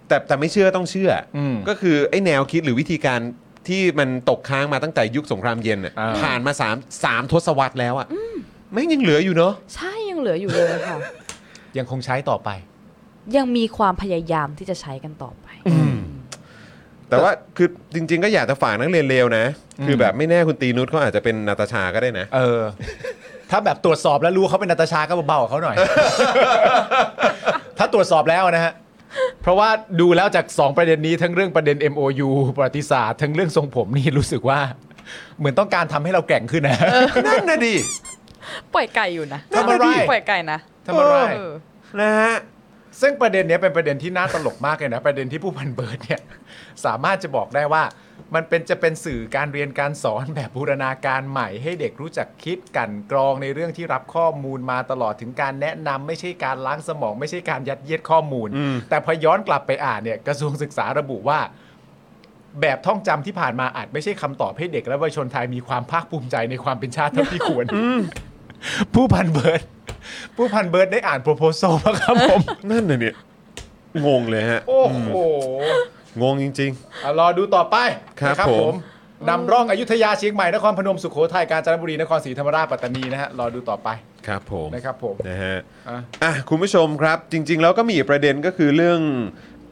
แต่แต่ไม่เชื่อต้องเชื่ออ
ม
ก็คือไอ้แนวคิดหรือวิธีการที่มันตกค้างมาตั้งแต่ยุคสงครามเย็นน่ะ
อ่า
ผ่านมาสามสามทศวรรษแล้วอ่ะแม่งยังเหลืออยู่เนอะ
ใช่ยังเหลืออยู่เลยค่ะ
ยังคงใช้ต่อไป
ยังมีความพยายามที่จะใช้กันต่อไป
แต่ว่าคือจริง ๆ ก็อยากจะฝากนักเรียนเลวนะ คือแบบไม่แน่คุณตีนุชเขาอาจจะเป็นนาตาชาก็ได้นะ
เออ ถ้าแบบตรวจสอบแล้วรู้เขาเป็นนาตาชาก็เบาๆกับ
<laughs>
เขาหน่อย ถ้าตรวจสอบแล้วนะฮะ เพราะว่าดูแล้วจาก 2 ประเด็นนี้ทั้งเรื่องประเด็น MOU ประวัติศาสตร์ทั้งเรื่องทรงผมนี่รู้สึกว่า เหมือนต้องการทำให้เราแกร่งขึ้นนะ
นั่นนะดิ
ปล่อยไก่อยู่นะ
ทำอะไร
ปล่อยไก่นะ
ทำอะไร
เออ
นะฮะ
ซึ่งประเด็นเนี้ยเป็นประเด็นที่น่าตลกมากเลยนะประเด็น <laughs> ที่ผู้พันเบิร์ดเนี่ย <laughs> สามารถจะบอกได้ว่า มันเป็นจะเป็นสื่อการเรียนการสอนแบบบูรณาการใหม่ ให้เด็กรู้จักคิดกลันกรองในเรื่องที่รับข้อมูลมาตลอดถึงการแนะนำไม่ใช่การล้างสมอง ไม่ใช่การยัดเยียดข้อมูล
อืม
แต่พอย้อนกลับไปอ่านเนี่ยกระทรวงศึกษาระบุว่า แบบท่องจำที่ผ่านมาอาจไม่ใช่คำตอบให้เด็กและเยาวชนไทยมีความภาคภูมิใจในความเป็นชาติเท่าที่ควรผู้พันเบิร์ดผู้พันเบิร์ดได้อ่านโปรโพโซลป่ะครับผม
นั่นนะเนี่ยงงเลยฮะ
โอ้โห
งงจริง
อ่ะรอดูต่อไป
ครับ
นะ
ผม
นำร่องอยุธยาเชียงใหม่นครพนมสุโขทัยกาญจนบุรีนครศรีธรรมราชปัตตานีนะฮะรอดูต่อไป
ๆ ครับผม
นะครับผม
นะฮะ
อ่ะ
อ่ะ คุณผู้ชมครับ จริง ๆ แล้วก็มีอีกประเด็นก็คือเรื่อง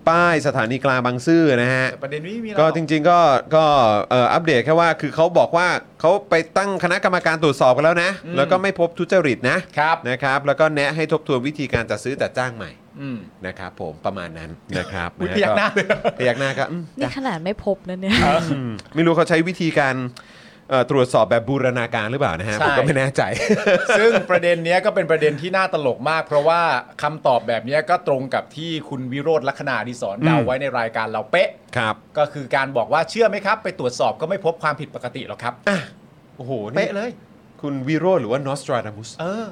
ป้ายสถานีกลางบางซื่อนะฮะ
แต่ประเด็นนี้มี
ก็
หอ
จริง ๆ ก็ก็เอ่ออัปเดตแค่ว่าคือเขาบอกว่าเขาไปตั้งคณะกรรมการตรวจสอบกันแล้วนะ
อืม
แล้วก็ไม่พบทุจริตนะครับ นะครับ แล้วก็แนะให้ทบทวนวิธีการจัดซื้อจัดจ้างใหม่
อืม
นะครับผมประมาณนั้นนะครั
อุ๊ย
บะฮะ
พยักหน้าเลย <laughs>
พยักหน้าก็อืม
นี่ขนาดไม่พบนะเนี่ย
อืมไม่รู้เขาใช้วิธีการเอ่อตรวจสอบแบบบูรณาการหรือเปล่านะฮะผ
ใช่
มก็ไม่แน่ใจ
ซึ่งประเด็นเนี้ยก็เป็นประเด็นที่น่าตลกมาก เพราะว่าคำตอบแบบเนี้ยก็ตรงกับที่คุณวิโรธลักษณะดีสอนเดา
อืม
ไว้ในรายการเราเป๊ะ
ครับ
ก็คือการบอกว่าเชื่อไหมครับ ไปตรวจสอบก็ไม่พบความผิดปกติหรอกครับ
โอ้โหนี่
เป๊ะเลย
คุณวิโรจน์หรือว่านอสตราดามุส
เออ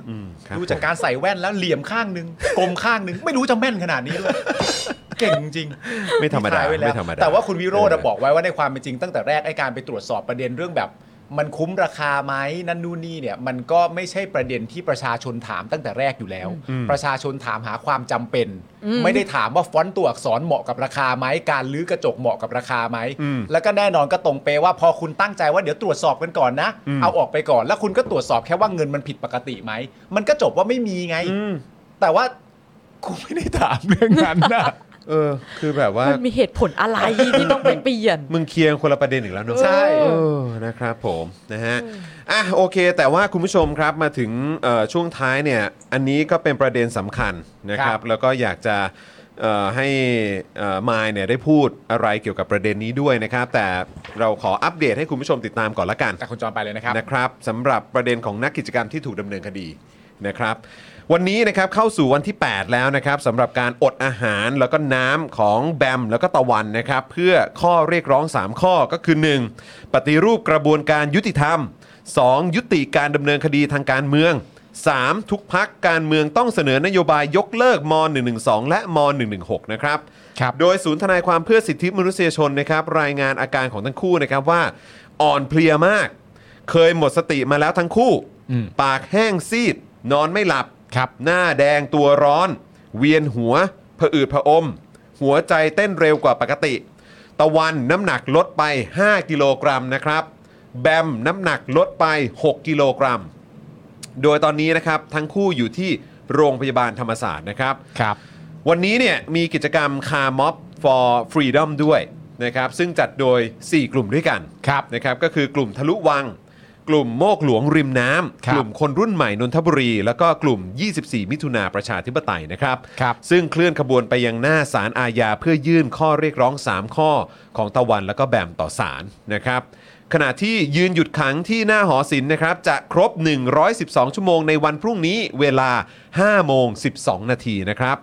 ครับ
ดูจากการใส่แว่นแล้วเหลี่ยมข้างหนึง กลมข้างหนึง ไม่รู้จะแม่นขนาดนี้ด้วย <laughs> เก่งจริง
ผมไม่ธรรมดา
ถ่ายว้แล้ว
ไม่ธรรมดา
แต่ว่าคุณวิโรจน์อะ
เ
บอกไว้ว่าในความเป็นจริงตั้งแต่แรกไอ้การไปตรวจสอบประเด็นเรื่องแบบ มันคุ้มราคาไหมนั่นนู่นนี่เนี่ย มันก็ไม่ใช่ประเด็นที่ประชาชนถามตั้งแต่แรกอยู่แล้ว ประชาชนถามหาความจำเป็น ไม่ได้ถามว่าฟอนต์ตัวอักษรเหมาะกับราคาไหมการลื้อกระจกเหมาะกับราคาไหม
อืม
แล้วก็แน่นอนก็ตรงเปว่าพอคุณตั้งใจว่าเดี๋ยวตรวจสอบกันก่อนนะ เอาออกไปก่อนแล้วคุณก็ตรวจสอบแค่ว่าเงินมันผิดปกติไหมมันก็จบว่าไม่มีไง
อืม
แต่ว่ากูไม่ได้ถามเรื่องนั้นนะ
เออ คือแบบว่า
มันมีเหตุผลอะไรที่ต้องไปเปลี่ยน
มึงเคลียงคนละประเด็นอีกแล้วเนอะ
ใช่
เออนะครับผมนะฮะอ่ะโอเค แต่ว่าคุณผู้ชมครับมาถึงเอ่อช่วงท้ายเนี่ย อันนี้ก็เป็นประเด็นสำคัญนะค
ครั
รับ
บ
แล้วก็อยากจะเอ่อให้เอ่อมายเนี่ยได้พูดอะไรเกี่ยวกับประเด็นนี้ด้วยนะครับ แต่เราขออัปเดตให้คุณผู้ชมติดตามก่อนละกัน
แต่คุณจอนไปเลยนะครับ
นะครับสำหรับประเด็นของนักกิจกรรมที่ถูกดำเนินคดีนะครับ วันนี้นะครับเข้าสู่วันที่ 8 แล้วนะครับสำหรับการอดอาหารแล้วก็น้ำของแบมแล้วก็ตะวันนะครับ เพื่อข้อเรียกร้อง 3 ข้อก็คือ 1. ปฏิรูปกระบวนการยุติธรรม 2. ยุติการดำเนินคดีทางการเมือง 3. ทุกพักการเมืองต้องเสนอนโยบายยกเลิกม .112 และม .116 นะครับ
ครับ
โดยศูนย์ทนายความเพื่อสิทธิมนุษยชนนะครับรายงานอาการของทั้งคู่นะครับว่า อ่อนเพลียมาก เคยหมดสติมาแล้วทั้งคู่
อืม
ปากแห้งซีด นอนไม่หลับ
ครับ
หน้าแดงตัวร้อน เวียนหัวผะอืดผะอม หัวใจเต้นเร็วกว่าปกติ ตะวันน้ำหนักลดไป 5 กิโลกรัมนะครับ แบมน้ำหนักลดไป 6 กิโลกรัม โดยตอนนี้นะครับทั้งคู่อยู่ที่โรงพยาบาลธรรมศาสตร์นะครับ
ครับ
วันนี้เนี่ยมีกิจกรรมคาร์ม็อบ for freedom ด้วย นะครับซึ่งจัดโดย 4 กลุ่มด้วยกัน
ครับ
นะครับก็คือกลุ่มทะลุวัง กลุ่มโมกหลวงริมน้
ค
ำก
รับ
ลุ่มคนรุ่นใหม่นนทบุรี แล้วก็กลุ่ม 24 มิถุนาประชาธิปไตยนะครับ
ครับ
ซึ่งเคลื่อนขบวนไปยังหน้าศาลอาญาเพื่อยื่นข้อเรียกร้อง 3 ข้อของตะวันแล้วก็แบมต่อศาลนะครับ ขณะที่ยืนหยุดขังที่หน้าหอศิลป์นะครับ จะครบ 112 ชั่วโมงในวันพรุ่งนี้เวลา 5 โมง 12 นาทีนะครับ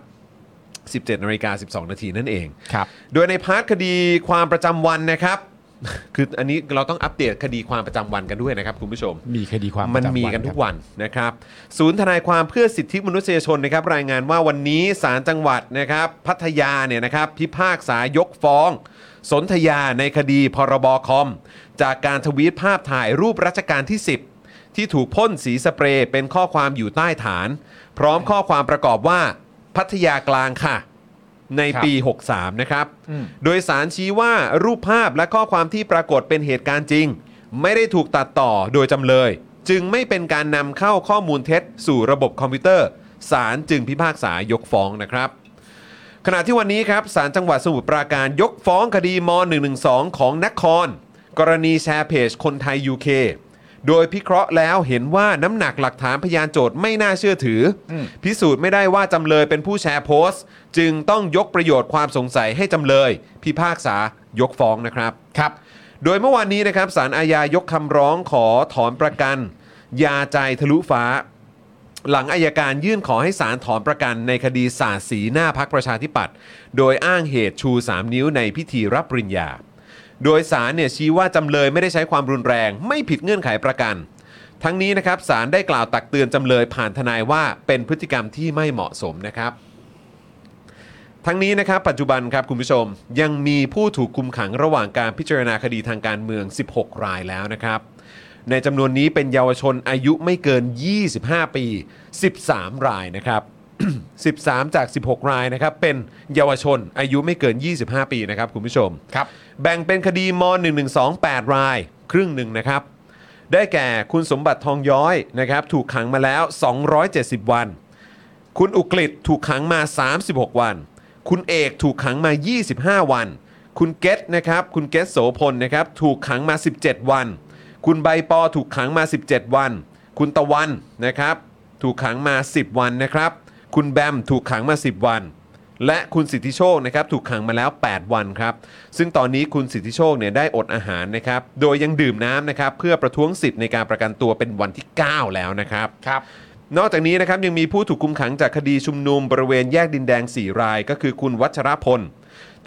17นาฬิกา12 นาทีนั่นเอง
ครับ
โดยในพาร์ทคดีความประจำวันนะครับ <laughs> คืออันนี้เราต้องอัปเดตคดีความประจำวันกันด้วยนะครับคุณผู้ชม
มีคดีความ
มัน
ประจำ
มีกันทุก
ครับ
วันนะครับ ศูนย์ทนายความเพื่อสิทธิมนุษยชนนะครับ รายงานว่าวันนี้ศาลจังหวัดนะครับ พัทยาเนี่ยนะครับ พิพากษายกฟ้อง สนธยาในคดีพรบคอม จากการทวีตภาพถ่ายรูปรัชกาลที่ 10 ที่ถูกพ่นสีสเปรย์เป็นข้อความอยู่ใต้ฐาน พร้อมข้อความประกอบว่าพัทยากลางค่ะ ในปี 63 นะครับ
อืม
โดยสารชี้ว่ารูปภาพและข้อความที่ปรากฏเป็นเหตุการณ์จริง ไม่ได้ถูกตัดต่อโดยจำเลย จึงไม่เป็นการนำเข้าข้อมูลเท็จ สู่ระบบคอมพิวเตอร์สารจึงพิพากษายกฟ้องนะครับ ขณะที่วันนี้ครับสารจังหวัดสมุทรปราการยกฟ้องคดีม .112 ของนคร กรณีแชร์เพจคนไทย UK โดยพิเคราะห์แล้วเห็นว่าน้ำหนักหลักฐานพยานโจทย์ไม่น่าเชื่อถืออพิสูจน์ไม่ได้ว่าจำเลยเป็นผู้แชร์โพสต์ จึงต้องยกประโยชน์ความสงสัยให้จำเลย พิพากษายกฟ้องนะครับ
ครับ
โดยเมื่อวานนี้นะครับสารอาญายกคำร้องขอถอนประกัน ยาใจทะลุฟ้า หลังอายการยื่นขอให้ศาลถอนประกันในคดีสาดสีหน้าพักประชาธิปัตย์โดยอ้างเหตุชู 3 นิ้วในพิธีรับปริญญา โดยสารเนี่ยชี้ว่าจำเลยไม่ได้ใช้ความรุนแรง ไม่ผิดเงื่อนไขประกัน ทั้งนี้นะครับสารได้กล่าวตักเตือนจำเลยผ่านทนายว่าเป็นพฤติกรรมที่ไม่เหมาะสมนะครับ ทั้งนี้นะครับปัจจุบันครับคุณผู้ชมยังมีผู้ถูกคุมขังระหว่างการพิจารณาคดีทางการเมือง 16 รายแล้วนะครับ ในจำนวนนี้เป็นเยาวชนอายุไม่เกิน 25 ปี 13 รายนะครับ 13 จาก 16 รายนะครับเป็นเยาวชนอายุไม่เกิน 25 ปีนะครับคุณผู้ชม
ครับ
แบ่งเป็นคดีม .112 8 ราย ครึ่งหนึ่งนะครับ ได้แก่คุณสมบัติทองย้อยนะครับถูกขังมาแล้ว 270 วัน คุณอุกฤษถูกขังมา 36 วัน คุณเอกถูกขังมา 25 วัน คุณเกตนะครับ คุณเกตโสพลนะครับถูกขังมา 17 วัน คุณใบปอถูกขังมา 17 วัน คุณตะวันนะครับถูกขังมา 10 วันนะครับ คุณแบมถูกขังมา 10 วัน และคุณสิทธิโชคนะครับถูกขังมาแล้ว 8 วันครับ ซึ่งตอนนี้คุณสิทธิโชคเนี่ยได้อดอาหารนะครับ โดยยังดื่มน้ำนะครับเพื่อประท้วงสิทธิ์ในการประกันตัวเป็นวันที่ 9 แล้วนะครับ
ครับ
นอกจากนี้นะครับยังมีผู้ถูกคุมขังจากคดีชุมนุมบริเวณแยกดินแดง 4 ราย ก็คือคุณวัชรพล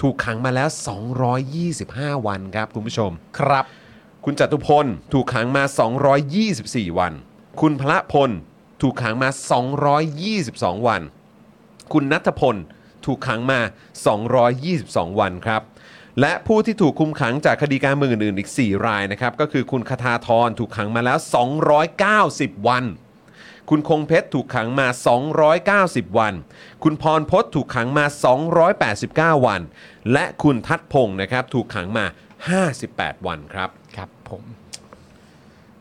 ถูกขังมาแล้ว 225 วันครับคุณผู้ชม
ครับ
คุณจตุพลถูกขังมา 224 วัน คุณพระพลถูกขังมา 222 วัน คุณนัทพลถูกขังมา 222 วันครับ และผู้ที่ถูกคุมขังจากคดีการเมืองอื่นๆอีก 4 รายนะครับ ก็คือคุณคทาทรถูกขังมาแล้ว 290 วัน คุณคงเพชรถูกขังมา 290 วัน คุณพรพศถูกขังมา 289 วัน และคุณทัดพงศ์นะครับถูกขังมา 58 วันครับ
ครับผม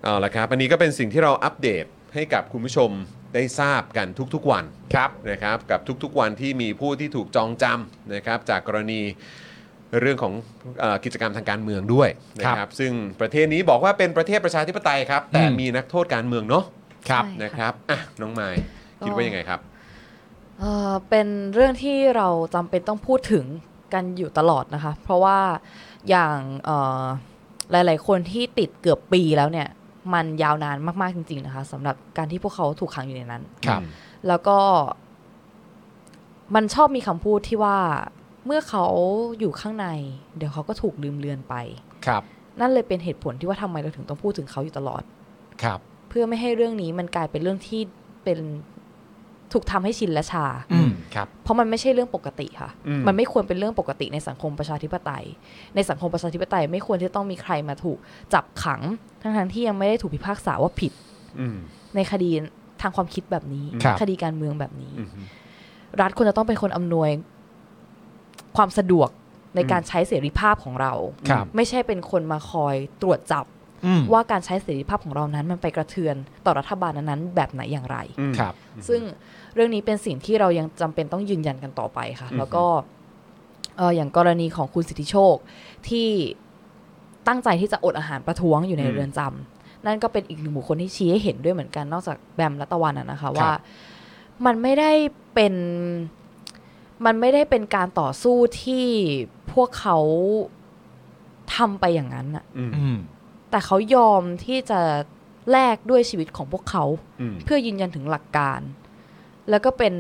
เอาละครับ อันนี้ก็เป็นสิ่งที่เราอัปเดตให้กับคุณผู้ชมได้ทราบกันทุกๆวัน
ครับ
นะครับกับทุกๆวันที่มีผู้ที่ถูกจองจำนะครับจากกรณีเรื่องของเออกิจกรรมทางการเมืองด้วยนะค
ครั
รับบ ซึ่งประเทศนี้บอกว่าเป็นประเทศประชาธิปไตยครับ แต่
อืม
มีนักโทษการเมืองเนาะ
ครับ
ใช่
นะครับอ่ะน้องไมค์คิดว่ายังไงครับ
เอ่อเป็นเรื่องที่เราจำเป็นต้องพูดถึงกันอยู่ตลอดนะคะ เพราะว่าอย่างเอ่อหลาย ๆ คนที่ติดเกือบปีแล้วเนี่ย มันยาวนานมาก ๆ จริง ๆ นะคะสำหรับการที่พวกเขาถูกขังอยู่ในนั้น
ครับ
แล้วก็ มันชอบมีคำพูดที่ว่าเมื่อเขาอยู่ข้างใน เดี๋ยวเขาก็ถูกลืมเลือนไป
ครับ
นั่นเลยเป็นเหตุผลที่ว่าทำไมเราถึงต้องพูดถึงเขาอยู่ตลอด
ครับ
เพื่อไม่ให้เรื่องนี้มันกลายเป็นเรื่องที่เป็นถูกทำให้ชินและชา
อืม ครับ
เพราะมันไม่ใช่เรื่องปกติค่ะ
อืม
มันไม่ควรเป็นเรื่องปกติในสังคมประชาธิปไตย ในสังคมประชาธิปไตยไม่ควรที่ต้องมีใครมาถูกจับขัง ทั้งทที่ยังไม่ได้ถูกพิพากษาว่าผิด
อืม
ในคดีทางความคิดแบบนี้
ครับ
คดีการเมืองแบบนี้
อืม
รัฐควรจะต้องเป็นคนอำนวยความสะดวกในการใช้เสรีภาพของเรา
ครับ
ไม่ใช่เป็นคนมาคอยตรวจจับ
อืม
ว่าการใช้เสรีภาพของเรานั้น มันไปกระเทือนต่อรัฐบาลนั้นๆแบบไหนอย่างไร
อืม
ครับ
ซึ่งเรื่องนี้เป็นสิ่งที่เรายังจำเป็นต้องยืนยันกันต่อไปค่ะ
อืม
แล้วก็ เอ่ออย่างกรณีของคุณสิทธิโชคที่ตั้งใจที่จะอดอาหารประท้วงอยู่ใน
อืม
เรือนจำนั่นก็เป็นอีกหนึ่งบุคคลที่ชี้ให้เห็นด้วยเหมือนกัน นอกจากแบมรัตะวันอะนะคะว่า มันไม่ได้เป็นมันไม่ได้เป็นการต่อสู้ที่พวกเขาทำไปอย่างนั้นอะ
อืม
อืม
แต่เขายอมที่จะแลกด้วยชีวิตของพวกเขา
อืม
เพื่อยืนยันถึงหลักการ แล้วก็เป็น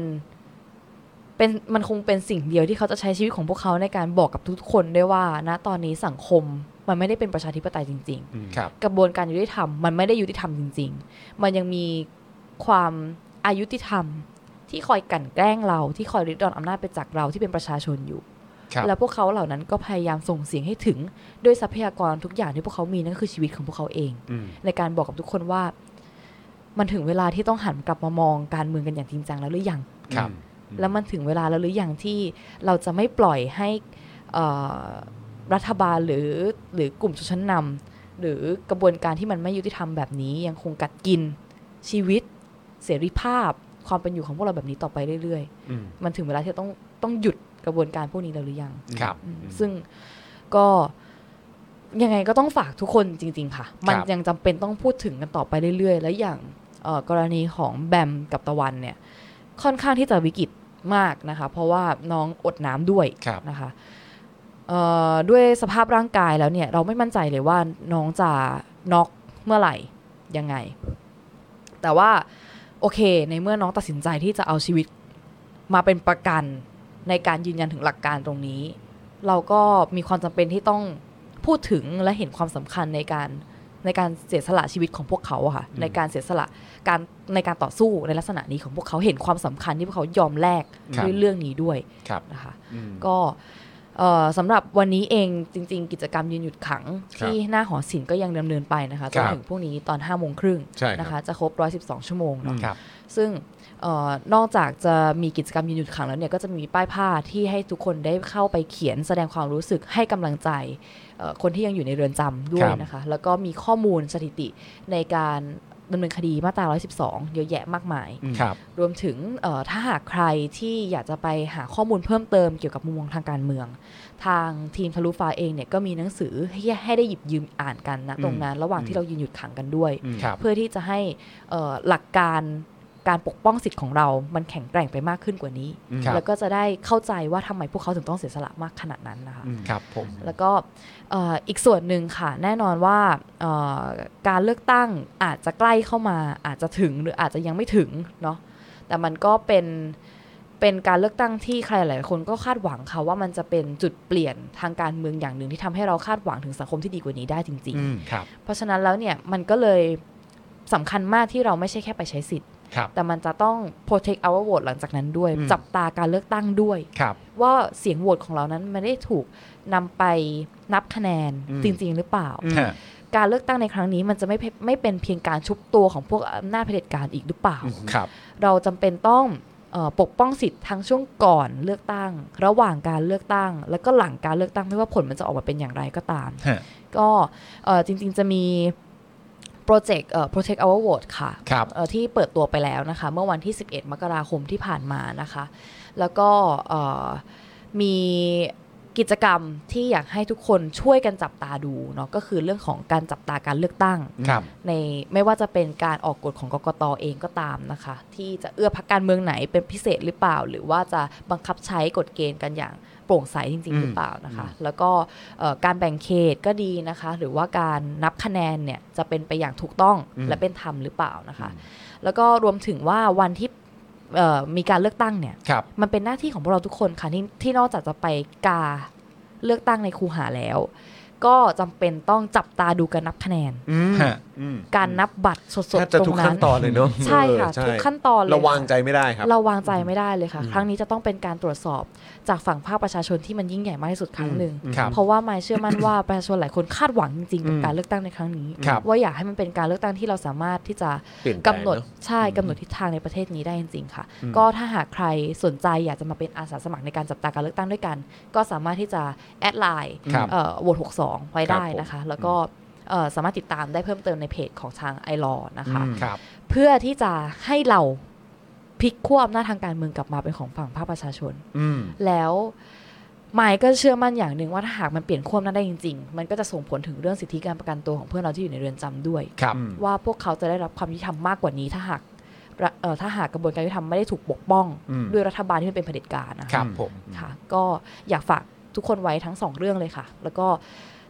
เป็นมันคงเป็นสิ่งเดียวที่เขาจะใช้ชีวิตของพวกเขาในการบอกกับทุกคนด้วยว่า ณตอนนี้สังคมมันไม่ได้เป็นประชาธิปไตยจริง
อืม
ครับ
ๆ กระบวนการยุติธรรมมันไม่ได้ยุติธรรมจริง ๆ มันยังมีความอายุติธรรม ที่คอยกลั่นแกล้งเราที่คอยริดรอนอำนาจไปจากเราที่เป็นประชาชนอยู่
ครับ
แล้วพวกเขาเหล่านั้นก็พยายามส่งเสียงให้ถึงด้วยทรัพยากรทุกอย่างที่พวกเขามีนั่นก็คือชีวิตของพวกเขาเอง
อืม
ในการบอกกับทุกคนว่า มันถึงเวลาที่ต้องหันกลับมามองการเมืองกันอย่างจริงจังแล้วหรือยัง
ครับ
แล้วมันถึงเวลาแล้วหรือยังที่เราจะไม่ปล่อยให้เอ่อรัฐบาลหรือหรือกลุ่มชนชั้นนำหรือกระบวนการที่มันไม่ยุติธรรมแบบนี้ ยังคงกัดกินชีวิต เสรีภาพ ความเป็นอยู่ของพวกเราแบบนี้ต่อไปเรื่อย
อืม
ๆ มันถึงเวลาที่จะต้องต้องหยุดกระบวนการพวกนี้แล้วหรือยัง
ครับ
อืมซึ่งก็ยังไงก็ต้องฝากทุกคนจริง ๆ ค่ะ มัน
ครับ
ยังจำเป็นต้องพูดถึงกันต่อไปเรื่อยๆ และอย่างเอ่อกรณีของแบมกับตะวันเนี่ย ค่อนข้างที่จะวิกฤตมากนะคะ เพราะว่าน้องอดน้ำด้วย
ครับ
นะคะเอ่อด้วยสภาพร่างกายแล้วเนี่ย เราไม่มั่นใจเลยว่าน้องจะน็อกเมื่อไหร่ยังไง แต่ว่าโอเคในเมื่อน้องตัดสินใจที่จะเอาชีวิตมาเป็นประกันในการยืนยันถึงหลักการตรงนี้ เราก็มีความจำเป็นที่ต้องพูดถึงและเห็นความสำคัญในการในการเสียสละชีวิตของพวกเขาอะค่ะในการเสียสละการในการต่อสู้ในลักษณะนี้ของพวกเขาเห็นความสำคัญที่พวกเขายอมแลก
ครับ
ด้วยเรื่องนี้ด้วย
ครับ
นะคะ
อืม
ก็เอ่อสำหรับวันนี้เองจริง ๆ กิจกรรมยืนหยุดขัง ที่หน้าหอศิลป์ก็ยังดำเนินไปนะคะจนถึงพรุ่งนี้ตอน5้าโมงครึ่ง
ใช่ครับ
นะคะจะครบ 112 ชั่วโมงเนาะ
ครับ
ซึ่งเออนอกจากจะมีกิจกรรมยืนหยุดขังแล้วเนี่ยก็จะมีป้ายผ้าที่ให้ทุกคนได้เข้าไปเขียนแสดงความรู้สึกให้กำลังใจเอ่อคนที่ยังอยู่ในเรือนจำด้วย
ครับ
นะคะ แล้วก็มีข้อมูลสถิติในการดำเนินคดีมาตรา 112 เยอะแยะมากมาย
ครับ
รวมถึงเอ่อถ้าหากใครที่อยากจะไปหาข้อมูลเพิ่มเติมเกี่ยวกับมุมมองทางการเมือง ทางทีมทะลุฟ้าเองเนี่ยก็มีหนังสือให้ให้ได้หยิบยืมอ่านกันนะตรงนั้น ระหว่างที่เรายืนหยุดขังกันด้วย
ครับ
เพื่อที่จะให้เอ่อหลักการการปกป้องสิทธิ์ของเรา มันแข็งแกร่งไปมากขึ้นกว่านี้
ครับ
แล้วก็จะได้เข้าใจว่าทำไมพวกเขาถึงต้องเสียสละมากขนาดนั้นนะคะ
ครับผม
แล้วก็เอ่ออีกส่วนหนึ่งค่ะ แน่นอนว่าเอ่อการเลือกตั้งอาจจะใกล้เข้ามา อาจจะถึงหรืออาจจะยังไม่ถึงเนาะแต่มันก็เป็นเป็นการเลือกตั้งที่ใครหลายคนก็คาดหวังค่ะว่ามันจะเป็นจุดเปลี่ยนทางการเมืองอย่างหนึ่งที่ทำให้เราคาดหวังถึงสังคมที่ดีกว่านี้ได้จริง ๆ
ครับ
เพราะฉะนั้นแล้วเนี่ยมันก็เลยสำคัญมากที่เราไม่ใช่แค่ไปใช้สิทธิ์
ครับ
แต่มันจะต้อง protect our vote หลังจากนั้นด้วย
อืม
จับตาการเลือกตั้งด้วย
ครับ
ว่าเสียงโหวตของเรานั้นไม่ได้ถูกนำไปนับคะแนนจริง ๆ หรือเปล่า การเลือกตั้งในครั้งนี้มันจะไม่เพไม่เป็นเพียงการชุบตัวของพวกอำนาจเผด็จการอีกหรือเปล่า
ครับ
เราจำเป็นต้องเอ่อปกป้องสิทธิ์ทั้งช่วงก่อนเลือกตั้ง ระหว่างการเลือกตั้ง แล้วก็หลังการเลือกตั้งไม่ว่าผลมันจะออกมาเป็นอย่างไรก็ตาม
ฮะ
ก็เอ่อจริงๆจะมีโปรเจกต์ Protect Our Vote ค่ะ
ครับ
เอ่อที่เปิดตัวไปแล้วนะคะ เมื่อวันที่ 11 มกราคมที่ผ่านมานะคะ แล้วก็เอ่อมีกิจกรรมที่อยากให้ทุกคนช่วยกันจับตาดูเนาะก็คือเรื่องของการจับตาการเลือกตั้ง
ครับ
ในไม่ว่าจะเป็นการออกกฎของกกตเองก็ตามนะคะ ที่จะเอื้อพักการเมืองไหนเป็นพิเศษหรือเปล่า หรือว่าจะบังคับใช้กฎเกณฑ์กันอย่างโปร่งใสจริง ๆ หรือเปล่านะคะ แล้วก็เอ่อการแบ่งเขตก็ดีนะคะ หรือว่าการนับคะแนนเนี่ยจะเป็นไปอย่างถูกต้องและเป็นธรรมหรือเปล่านะคะ แล้วก็รวมถึงว่าวันที่เอ่อมีการเลือกตั้งเนี่ย
ครับ
มันเป็นหน้าที่ของพวกเราทุกคนค่ะที่ที่นอกจากจะไปกาเลือกตั้งในคูหาแล้ว ก็จำเป็นต้องจับตาดูการนับคะแนน
ฮะ
อืม
การนับบัตรสด
แทบ
ๆ
จะ
ตร
ทุ
ง
ก
นั้
ขั้น
น
ตอนเลยเนาะ
ใช่ค่ะ
เออใช่
ทุกขั้นตอนเลย
ระวังใจไม่ได้ครับ
เราวางใจไม่ได้เลยค่ะ ครั้งนี้จะต้องเป็นการตรวจสอบจากฝั่งภาคประชาชนที่มันยิ่งใหญ่มากที่สุดครั้งหนึ่ง
ครับ
เพราะว่าไม่เชื่อมั่นว่าประชาชนหลายคนคาดหวังจริงๆกับการเลือกตั้งในครั้งนี้
ครับ
ว่าอยากให้มันเป็นการเลือกตั้งที่เราสามารถที่จะ
เปลี่ยนแปล
กำ
ง
หนด
เนอะ
ใช่กำหนดทิศทางในประเทศนี้ได้จริงๆค่ะ ก็ถ้าหากใครสนใจอยากจะมาเป็นอาสาสมัครในการจับตาการเลือกตั้งด้วยกัน ก็สามารถที่จะแอดไลน์
ครับ
เอ่อโหวต62 ไว้ได้
ครับผม
นะคะ แล้วก็เอ่อสามารถติดตามได้เพิ่มเติมในเพจของทางไอรอนะคะ
ครับ
เพื่อที่จะให้เราพลิกขั้วอำนาจทางการเมืองกลับมาเป็นของฝั่งภาคประชาชน
อืม
แล้ว ไมค์ก็เชื่อมั่นอย่างหนึ่งว่าถ้าหากมันเปลี่ยนขั้วนั้นได้จริง ๆ มันก็จะส่งผลถึงเรื่องสิทธิการประกันตัวของเพื่อนเราที่อยู่ในเรือนจำด้วย
ครับ
ว่าพวกเขาจะได้รับความยุติธรรมมากกว่านี้ถ้าหากระเอ่อถ้าหากกระบวนการยุติธรรมไม่ได้ถูกปกป้อง
อืม
ด้วยรัฐบาลที่มันเป็นเผด็จการนะะ
ครับผม
ค่ะก็อยากฝากทุกคนไว้ทั้งสองเรื่องเลยค่ะ แล้วก็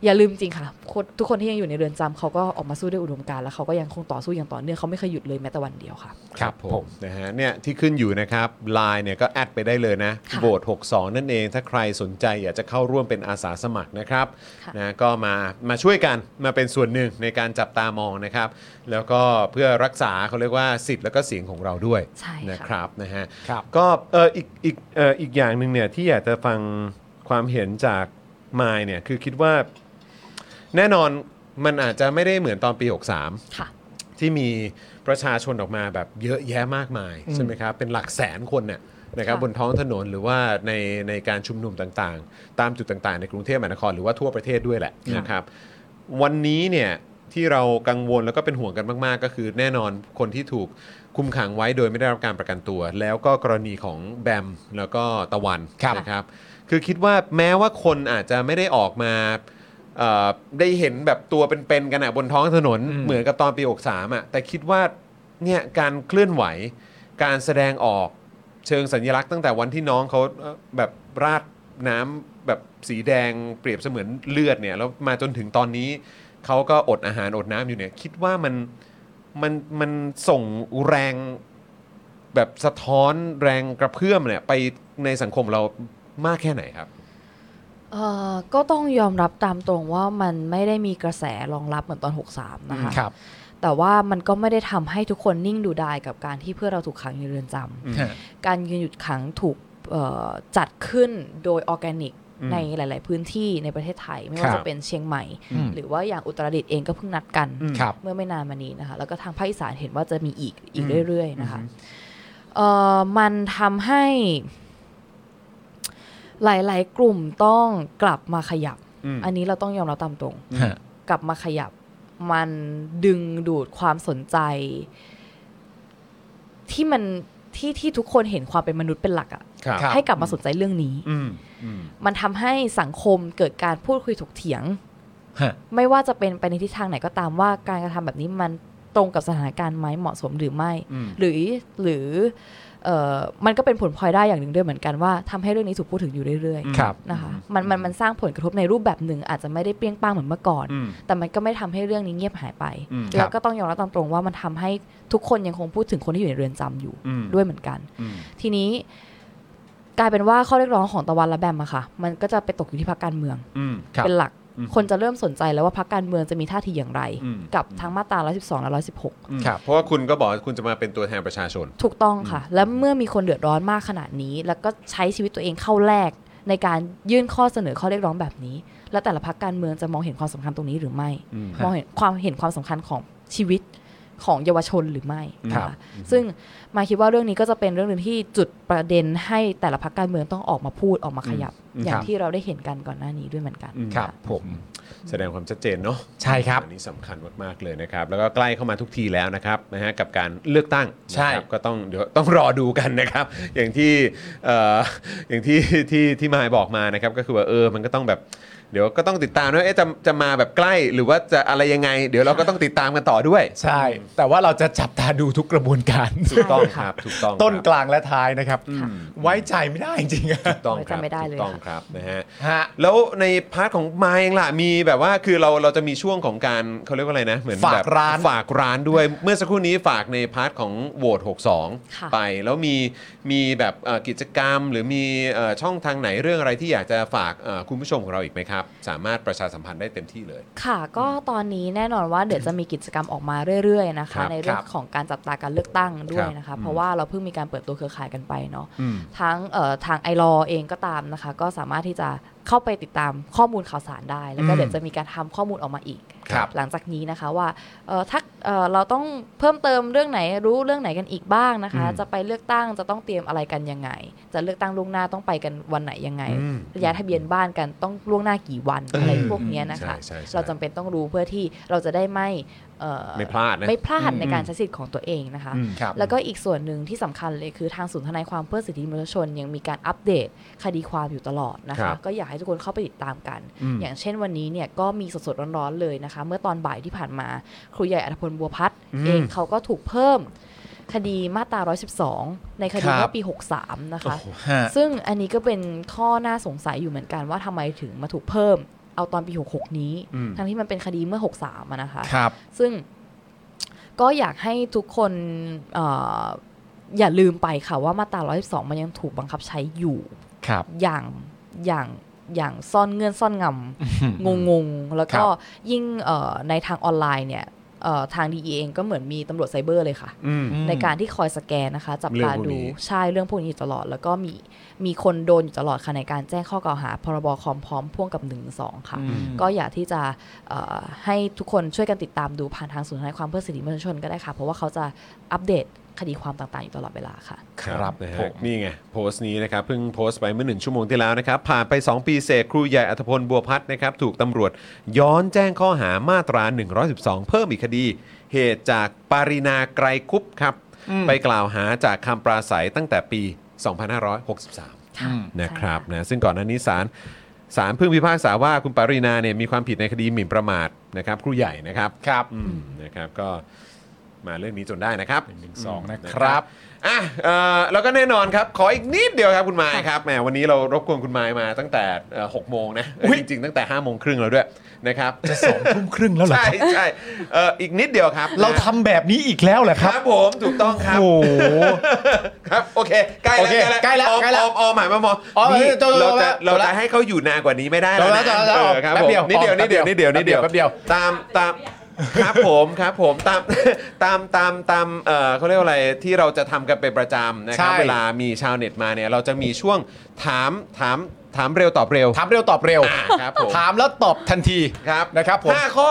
อย่าลืมจริงค่ะคนทุกคนที่ยังอยู่ในเรือนจำเขาก็ออกมาสู้ด้วยอุดมการณ์แล้วเขาก็ยังคงต่อสู้อย่างต่อเนื่องเขาไม่เคยหยุดเลยแม้แต่วันเดียวค่ะ
ครับผม
นะฮะเนี่ยที่ขึ้นอยู่นะครับไลน์เนี่ยก็แอดไปได้เลยนะ
ค่ะ
โบส62 นั่นเอง ถ้าใครสนใจอยากจะเข้าร่วมเป็นอาสาสมัครนะครับ
ค่ะ
นะก็มามาช่วยกันมาเป็นส่วนหนึ่งในการจับตามองนะครับ แล้วก็เพื่อรักษาเขาเรียกว่าสิทธิ์แล้วก็เสียงของเราด้วย
ใช่
นะค
ค่ะ
รับนะฮะ
ครับ
ก็เอออีกอีกเอออีกอย่างหนึ่งเนี่ยที่อยากจะฟังความเห็นจากมายเนี่ยคือคิดว่า แน่นอนมันอาจจะไม่ได้เหมือนตอนปี 63
ค่ะ
ที่มีประชาชนออกมาแบบเยอะแยะมากมาย ใช่ไหมครับ เป็นหลักแสนคนเนี่ยนะครับ
ค่ะ
บนท้องถนนหรือว่าในในการชุมนุมต่างๆ ตามจุดต่างๆ ในกรุงเทพมหานครหรือว่าทั่วประเทศด้วยแหละนะครับ วันนี้เนี่ยที่เรากังวลแล้วก็เป็นห่วงกันมากๆ ก็คือแน่นอนคนที่ถูกคุมขังไว้โดยไม่ได้รับการประกันตัว แล้วก็กรณีของแบมแล้วก็ตะวัน
ครับ
นะครับ คือคิดว่าแม้ว่าคนอาจจะไม่ได้ออกมาเอ่อได้เห็นแบบตัวเป็นๆกันอะบนท้องถนนเหมือนกับตอนปี 63อะแต่คิดว่าเนี่ยการเคลื่อนไหว การแสดงออกเชิงสัญลักษณ์ตั้งแต่วันที่น้องเขาเอ่อแบบราดน้ำแบบสีแดงเปรียบเสมือนเลือดเนี่ยแล้วมาจนถึงตอนนี้เขาก็อดอาหารอดน้ำอยู่เนี่ยคิดว่ามันมันมันส่งแรงแบบสะท้อนแรงกระเพื่อมเนี่ยไปในสังคมเรามากแค่ไหนครับ
เอ่อก็ต้องยอมรับตามตรงว่ามันไม่ได้มีกระแสรองรับเหมือนตอน 63 นะคะ
ครับ
แต่ว่ามันก็ไม่ได้ทำให้ทุกคนนิ่งดูดายกับการที่เพื่อนเราถูกขังอยู่ในเรือนจำ
ฮะ
การยืนหยุดขังถูกเอ่อจัดขึ้นโดยออร์แกนิก
อืม
ในหลาย ๆ พื้นที่ในประเทศไทย ไม่ว่า
ครั
จะ
บ
เป็นเชียงใหม่
อืม
หรือว่าอย่างอุตรดิตถ์เองก็เพิ่งนัดกัน
อืม
ครับ
เมื่อไม่นานมานี้นะคะ แล้วก็ทางภาคอีสานเห็นว่าจะมีอีกอีก
อืม
เรื่อย ๆ นะคะเอ่อมันทำให้ หลาย ๆ กลุ่มต้องกลับมาขยับ
อืม
อันนี้เราต้องยอมรับตามตรง
ฮะ
กลับมาขยับ มันดึงดูดความสนใจ ที่มันที่ที่ทุกคนเห็นความเป็นมนุษย์เป็นหลักอะ
ครับ
่ะให้กลับมาสนใจเรื่องนี้
อืมอืม
มันทำให้สังคมเกิดการพูดคุยถกเถียง
ฮะ
ไม่ว่าจะเป็นไปในทิศทางไหนก็ตามว่าการกระทำแบบนี้มันตรงกับสถานการณ์ไหมเหมาะสมหรือไม่
อืม
หรือหรือเอ่อมันก็เป็นผลพลอยได้อย่างหนึ่งด้วยเหมือนกันว่าทำให้เรื่องนี้ถูกพูดถึงอยู่เรื่อย
ครับ
ๆนะคะมันมันมันสร้างผลกระทบในรูปแบบหนึ่งอาจจะไม่ได้เปรี้ยงป้างเหมือนเมื่อก่อน
อืม
แต่มันก็ไม่ได้ทำให้เรื่องนี้เงียบหายไป
อืม
แล้วก็ต้องยอมรับตามตรงว่ามันทำให้ทุกคนยังคงพูดถึงคนที่อยู่ในเรือนจำอยู่
อืม
ด้วยเหมือนกัน
อืม
ทีนี้กลายเป็นว่าข้อเรียกร้องของตะวันและแบมอะค่ะ มันก็จะไปตกอยู่ที่พรรคการเมือง
อืม
ครับ
เป็นหลัก
อืม
คนจะเริ่มสนใจแล้วว่าพรรคการเมืองจะมีท่าทีอย่างไร
อืม
กับทั้งมาตรา112 และ 116
ครับ
เพราะว่าคุณก็บอกว่าคุณจะมาเป็นตัวแทนประชาชน
ถูกต้องค่ะ และเมื่อมีคนเดือดร้อนมากขนาดนี้ แล้วก็ใช้ชีวิตตัวเองเข้าแลกในการยื่นข้อเสนอข้อเรียกร้องแบบนี้ แล้วแต่ละพรรคการเมืองจะมองเห็นความสำคัญตรงนี้หรือไม่
อืม
มองเห็นความเห็นความสำคัญของชีวิตของเยาวชนหรือไม่
ครับ
นะคะซึ่งมายคิดว่าเรื่องนี้ก็จะเป็นเรื่องหนึ่งที่จุดประเด็นให้แต่ละพรรคการเมืองต้องออกมาพูดออกมาขยับ
อืม
อย่า
ครั
ง
บ
ที่เราได้เห็นกันก่อนหน้านี้ด้วยเหมือนกัน
ครับผม
แสดงความชัดเจนเนาะ
ใช่ครับ
อันนี้สำคัญมากๆเลยนะครับ แล้วก็ใกล้เข้ามาทุกทีแล้วนะครับนะฮะกับการเลือกตั้ง
ใช่
นะครับก็ต้องเดี๋ยวต้องรอดูกันนะครับ อย่างที่เอ่ออย่างที่ที่ที่มายบอกมานะครับ ก็คือว่าเออมันก็ต้องแบบเดี๋ยวก็ต้องติดตามว่าเอ๊ะจะจะมาแบบใกล้หรือว่าจะอะไรยังไง เดี๋ยวเราก็ต้องติดตามกันต่อด้วย
ใช่ แต่ว่าเราจะจับตาดูทุกกระบวนการ
ถูกต้องครับถูกต้องครับ
ต้นกลางและท้ายนะครับ
ค่ะ
ไว้ใจไม่ได้จริงๆอะ
ถูกต้องครับ
จำไม่ได้เลย
ถูกต้องค
ค่ะ
รับนะฮะ
ฮะ
แล้วในพาร์ทของมายเองล่ะ มีแบบว่าคือเราเราจะมีช่วงของการเขาเรียกว่าอะไรนะ เหมือน
ฝาก
แบบ
ร้าน
ฝากร้านด้วย เมื่อสักครู่นี้ฝากในพาร์ทของโหวต
ค่ะ
62 ไปแล้วมีมีแบบเอ่อกิจกรรม หรือมีเอ่อช่องทางไหนเรื่องอะไรที่อยากจะฝากเอ่อคุณผู้ชมของเราอีกไหมครับ สามารถประชาสัมพันธ์ได้เต็มที่เลย
ค่ะก็ตอนนี้แน่นอนว่าเดี๋ยวจะมีกิจกรรมออกมาเรื่อยๆนะ
ครั
คะ
บ
ในเรื่อ
ค
ง
รับ
ของการจับตาการเลือกตั้งด้ว
ค
ย
รับ
นะคะ
อืม
เพราะว่าเราเพิ่งมีการเปิดตัวเครือข่ายกันไปเนาะ
อืม
ทั้งเอ่อทางไอรอเองก็ตามนะคะ ก็สามารถที่จะเข้าไปติดตามข้อมูลข่าวสารได้ แล้วก็
อืม
เดี๋ยวจะมีการทำข้อมูลออกมาอีก
ครับ
หลังจากนี้นะคะว่าเอ่อถ้าเอ่อเราต้องเพิ่มเติมเรื่องไหนรู้เรื่องไหนกันอีกบ้างนะคะ
อืม
จะไปเลือกตั้งจะต้องเตรียมอะไรกันยังไง จะเลือกตั้งล่วงหน้าต้องไปกันวันไหนยังไง
อืม
ระยะทะเบียนบ้านกันต้องล่วงหน้ากี่วัน
เอออ
อะไรพวกเนี้ยนะคะ
ใช่ใช่ใช่
เราจำเป็นต้องรู้เพื่อที่เราจะได้ไม่ เอ่อ
ไม่พลาดนะ
ไม่พลาดใน
อืม
การใช้สิทธิ์ของตัวเองนะคะ
อืมครับ
แล้วก็อีกส่วนหนึ่งที่สำคัญเลยคือทางศูนย์ทนายความเพื่อสิทธิมนุษยชน ยังมีการอัปเดตคดีความอยู่ตลอดนะ
ครั
คะ
บ
ก็อยากให้ทุกคนเข้าไปติดตามกัน
อืม
อย่างเช่นวันนี้เนี่ยก็มีสดๆร้อนๆเลยนะคะ เมื่อตอนบ่ายที่ผ่านมา ครูใหญ่อัธพลบัวพัฒน์เองเขาก็ถูกเพิ่มคดีมาตรา 112 ในคดีเมื่อปี 63 นะคะ
ฮะ
ซึ่งอันนี้ก็เป็นข้อน่าสงสัยอยู่เหมือนกันว่าทำไมถึงมาถูกเพิ่ม เอาตอนปี 66 นี้ ทั้งที่มันเป็นคดีเมื่อ 63อะนะคะ
ครับ
ซึ่งก็อยากให้ทุกคนเอออย่าลืมไปค่ะว่ามาตรา 112 มันยังถูกบังคับใช้อยู่
ครับ
อย่างอย่างอย่างซ่อนเงื่อนซ่อนงำง
<laughs>
งงๆ แล้วก็
ครับ
ยิ่งเอ่อในทางออนไลน์เนี่ยเอ่อทางดีเองก็เหมือนมีตำรวจไซเบอร์เลยค่ะ
อืม
ในการที่คอยสแกนนะคะ จับ
เรื่อ
ตาง
พวก
ดู
นี้
ใช่เรื่องพวกนี้อยู่ตลอด แล้วก็มีมีคนโดนอยู่ตลอดค่ะในการแจ้งข้อกล่าวหา พรบคอมพร้อมพ่วงกับ1นึงสองค่ะ
อืม
ก็อยากที่จะเอ่อให้ทุกคนช่วยกันติดตามดูผ่านทางศูนย์ทนายความเพื่อสิทธิมนุษยชนก็ได้ค่ะ เพราะว่าเขาจะอัปเดตคดีความต่างๆ อยู่ตลอดเวลาค่ะ
ครับ
นะ
ผ
ฮะ
ม
นี่ไงโพสต์นี้นะครับเพิ่งโพสต์ไปเมื่อหนึ่งชั่วโมงที่แล้วนะครับ ผ่านไป 2 ปีเศษครูใหญ่อัธพลบัวพัฒน์นะครับ ถูกตำรวจย้อนแจ้งข้อหามาตรา 112 เพิ่มอีกคดี เหตุจากปารินาไกรคุปต์ครับ ไปกล่าวหาจากคำปราศัยตั้งแต่ปี 2563
ค่ะ
นะครับ
ใช่
นะซึ่งก่อนหน้านี้ศาลศาลเพิ่งพิพากษาว่าคุณปารินาเนี่ยมีความผิดในคดีหมิ่นประมาทนะครับครูใหญ่นะครับ
ครับ
อืมนะครับก็มาเรื่องนี้จนได้นะครับ
หนึ่งหนึ่งสอง
ม
นะครับ
อ่ะเอ่อแล้วก็แน่นอนครับ ขออีกนิดเดียวครับคุณไมายครับแหมวันนี้เรารบกวนคุณไมายมาตั้งแต่เอ่อหกโมงนะเอ่อ
อุ๊ย
จริงๆ ตั้งแต่5้าโมงครึ่งแล้วด้วยนะครับ
จะสองทุ่มครึ่งแล้วเหรอ
ใช่
ครับ
ใช่เอ่ออีกนิดเดียวครับ
เราทำแบบนี้อีกแล้วเหรอค
ค
รั
รั
บบ
ผมถูกต้องครับ
โอ้โห
ครับโอเคใกล้
โอเค
แล้ว
ใกล้แล้ว
ออม
ใกล้แล้ว
ออมออมหมายมามอ
อ๋อ
นี่
เออจบแล้ว
เรา
จบแล้
จะ
ว
เรา
จบแล้
จะ
ว
ให้เขาอยู่นานกว่านี้ไม่ได้แล้วนะ
จบแล้วจบแล้วจบแล้ว
เออครับ
แป๊บ
ผม
เดียว
นิดเดียว
ออม
นิดเดียวนิดเดียวนิดเดียว
แป๊บเดียว
ตามตามครับผมครับผมตาม <laughs> ตามตามตามเอ่อเขาเรียกว่าอะไรที่เราจะทำกันเป็นประจำนะครับ
ใช่
เวลามีชาวเน็ตมาเนี่ยเราจะมีช่วงถามถามถามเร็วตอบเร็ว
ถามเร็วตอบเร็ว
อ่าครับผม
ถามแล้วตอบทันที
ครับ
นะครับผม
ห้าข้อ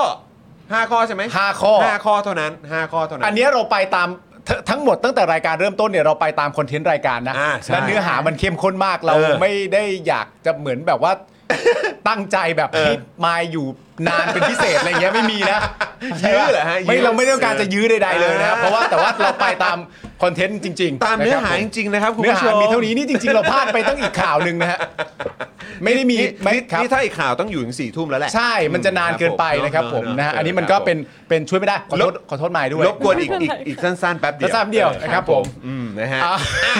ห้าข้อใช่ไหม
ห้าข้อ
ห้าข้อเท่านั้นห้าข้อเท่านั้น
อันเนี้ยเราไปตามททั้งหมดตั้งแต่รายการเริ่มต้นเนี่ยเราไปตามคอนเทนต์รายการนะ
อ่าใช่
และเนื้อหามันเข้มข้นมากเรา
เออ
ไม่ได้อยากจะเหมือน
<laughs>
แบบว่า ตั้งใจแบบ
เออ
ให้มายอยู่นานเป็นพิเศษอะไรเงี้ยไม่มีนะ
ใช่ปะ
ยื้อเหรอฮะ
<laughs> ยื้
ไม่
อ
เราไม่ต้องการจะยื้อใดๆเลยนะ
อ่า
เพราะว่าแต่ว่าเราไปตามคอนเทนต์จริงๆ
ตามเนื้อหา
ะค
จ
รับผ
ริงๆนะครับคุณ
เนื้อ
ผู้
หา
ชม
มีเท่านี้นี่จริง ๆ เราพลาดไปตั้งอีกข่าวหนึ่งนะฮะไม่ได้มี
นี่
ไม่ครับ
นี่ถ้าอีกข่าวต้องอยู่ถึงสี่ทุ่มแล้วแหละ
ใช่ มันจะนานเกินไปนะครับ
เอ
ผม
เ
นะฮะ อันนี้มัน
ค
ก็
รับผ
เป็นเป็นช่วยไม่ได้ ขอโทษ
รบ
ขอโทษหมายด้วย
รบกวนอีกอีกอีกสั้นๆแป๊บเดียว
สั้นๆเดียวนะครับผม
อืมนะฮะ
อ่ะ
อ่ะ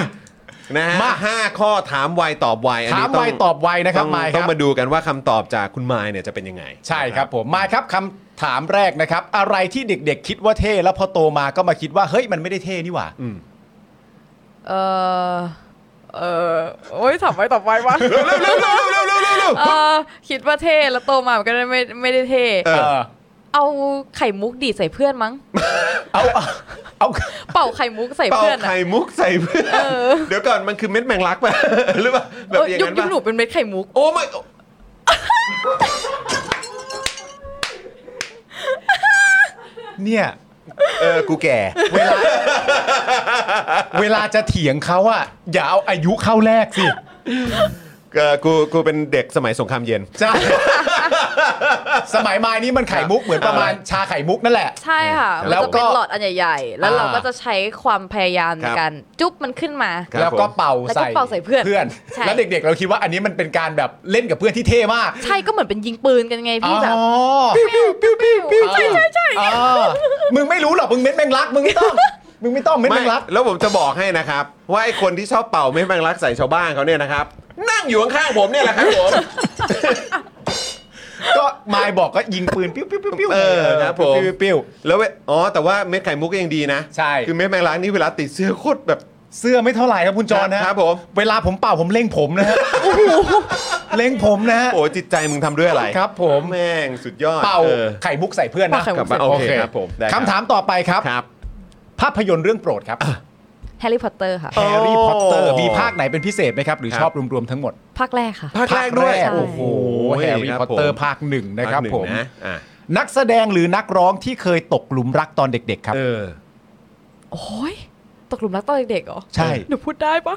นะฮะ
มา
ห้าข้อถามไวตอบไวอัน
ถา
นี้
มไวตอบไวนะครับ
ต้อง
มายค
ต้อ
รับ
งมาดูกันว่าคำตอบจากคุณมายเนี่ยจะเป็นยังไง
ใช่ครับผม มายครับคำถามแรกนะครับ อะไรที่เด็กๆ คิดว่าเท่แล้วพอโตมาก็มาคิดว่า เฮ้ย มันไม่ได้เท่นี่หว่า
เออเออโอ้ยถามไว้ตอบไว้ว่า
เร็วๆเร็วๆเร็วๆเร็วๆเร็ว
เออคิดว่าเท่ แล้วโตมามันก็ไม่ไม่ได้เท่
เออ
เอาไข่มุกดีดใส่เพื่อนมั้ง
เอา เอาเอา
เป่าไข่มุกใส่
ๆเป่า
เพื่อนอะ
ไข่มุกใส่เพื่อนเดี๋ยวก่อนมันคือเม็ดแมงลักป่ะ หรือเปล่าแบบ
เออ
อย่าง
ยุค
นั้น
ยุค
ป่ะ
หนูเป็นเม็ดไข่มุก
โอ้ไม่
เนี่ย
เออกูแก่
เวลาจะเถียงเขาอะอย่าเอาอายุเข้าแรกสิ
เออกูกูเป็นเด็กสมัยสงครามเย็น
ใช่
<laughs>
สมัยมายนี่มันไข่มุกเหมือนประมาณชาไข่มุกนั่นแหละ
ใช่ค่ะ
แล้
แล้ว ว
ก็
ก็เป็นหลอดอันใหญ่ๆ แล้ว
อ่า
เราก็จะใช้ความพยายามใน
ครับ
การจุ๊บมันขึ้นมา
ครับ
แล้วก็
ผม
เป่า
แล้วก็
ใส่
เป่าใส่เพื่อน
เพื่อน
ใช่
แล้วเด็กๆ เราคิดว่าอันนี้มันเป็นการแบบเล่นกับเพื่อนที่เท่มาก
ใช่ก็เหมือนเป็นยิงปืนกันไงพี่แบบ
อ๋อ
ปิ้วปิ้วปิ้วใช่ใช่ใช่
อ๋อมึงไม่รู้หรอกมึงเม็ดแมงลักมึงไม่ต้อง มึงไม่ต้องเม็ดแมงลัก
ไม่แล้วผมจะบอกให้นะครับ ว่าไอ้คนที่ชอบเป่าเม็ดแมงลักใส่ชาวบ้านเขาเนี่ยนะครับ นั่งอยู่ข้างๆผมเนี่ยแหละครับผม
ก็มายบอกก็ยิงปืนปิ้วปิ้วปิ้วปิ้ว
เออครับผม
ปิ้วปิ้วปิ้ว
แล้วเวยอ๋อแต่ว่าเม็ดไข่มุกก็ยังดีนะ
ใช่
คือเม็ดแมงลักนี่เวลาติดเสื้อโคตรแบบ
เสื้อไม่เท่าไหร่ครับคุณจอนนะครับ
ผม
เวลาผมเป่าผมเล็งผมนะฮะเล็งผมนะฮะ
โอ้จิตใจมึงทำด้วยอะไร
ครับผม
แม่งสุดยอด
เป่า
ออ
ไข่มุกใส่เพื่อนนะ
เป่าไข่มุกใส่
เพื่อนโอเคครับผมได้ครับ
คำถามต่อไปครับ
ครับ
ภาพยนตร์เรื่องโปรดครับ
แฮร์รี่พอตเตอร์ค่ะ
แฮร์รี่
โอ้
พอตเตอร์มีภาคไหนเป็นพิเศษไหมครับ หรือ
ครับ
ชอบรวมๆทั้งหมด
ภาคแรกค่ะ
ภาคแรกด้วย
ใช่
โอ้โหแฮร์รี่พอตเตอร์ภาคหนึ่งนะครับ
ภาหง
ผม
นะอ่ะ
นักแสดงหรือนักร้องที่เคยตกหลุมรักตอนเด็กๆ ครับ
เออ
โอ้ยตกหลุมรักตอนเด็กๆเหรอ
ใช่
หนูพูดได้ปะ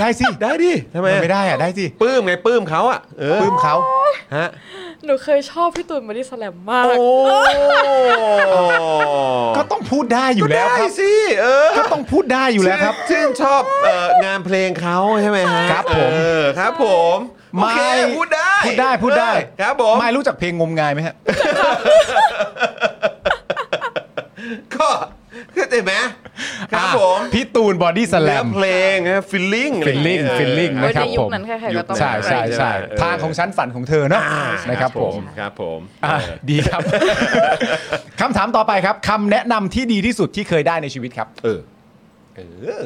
ได้สิ
ได้ดิทำไม
นไม่ได้อะได้สิ
ปื้มไงปื้มเขาอ่ะเออ
ปลื้มเขา
ฮะ
หนูเคยชอบพี่ตูนบอดี้สแลมมาก
โอ้
ก็ต้องพูดได้อยู่แล้ว
ได้
ครับ
สิเออ
ก็ต้องพูดได้อยู่แล้วครับ
ชื่นชอบเอ่องานเพลงเขาใช่ไหมฮะ
ครับผม
เออครับผม
ไม่
โอเคพูดได้
พูดได้พูดได้
เออครับผม
ไม่รู้จักเพลงงมงายไหมฮะ
ก็เข้าใจไหมครับ
อ่ะ
ผม
พี่ตูนบอดี้สแล
เนื้อ
ม
เพลงฟิลลิ่ง
ฟิลลิ่งฟิลลิ่ง
เออ
นะครับ
ในยุ
ผ
ค
ม
นั้นใครๆก็ต้อง
ใช่ใช่ใช่
เออ
ทางของฉันฝันของเธอเนาะนะครับผม
ครับผม
อ่ะดี
<laughs>
ครับ คำถามต่อไปครับคำแนะนำที่ดีที่สุดที่เคยได้ในชีวิตครับ
เออ เออ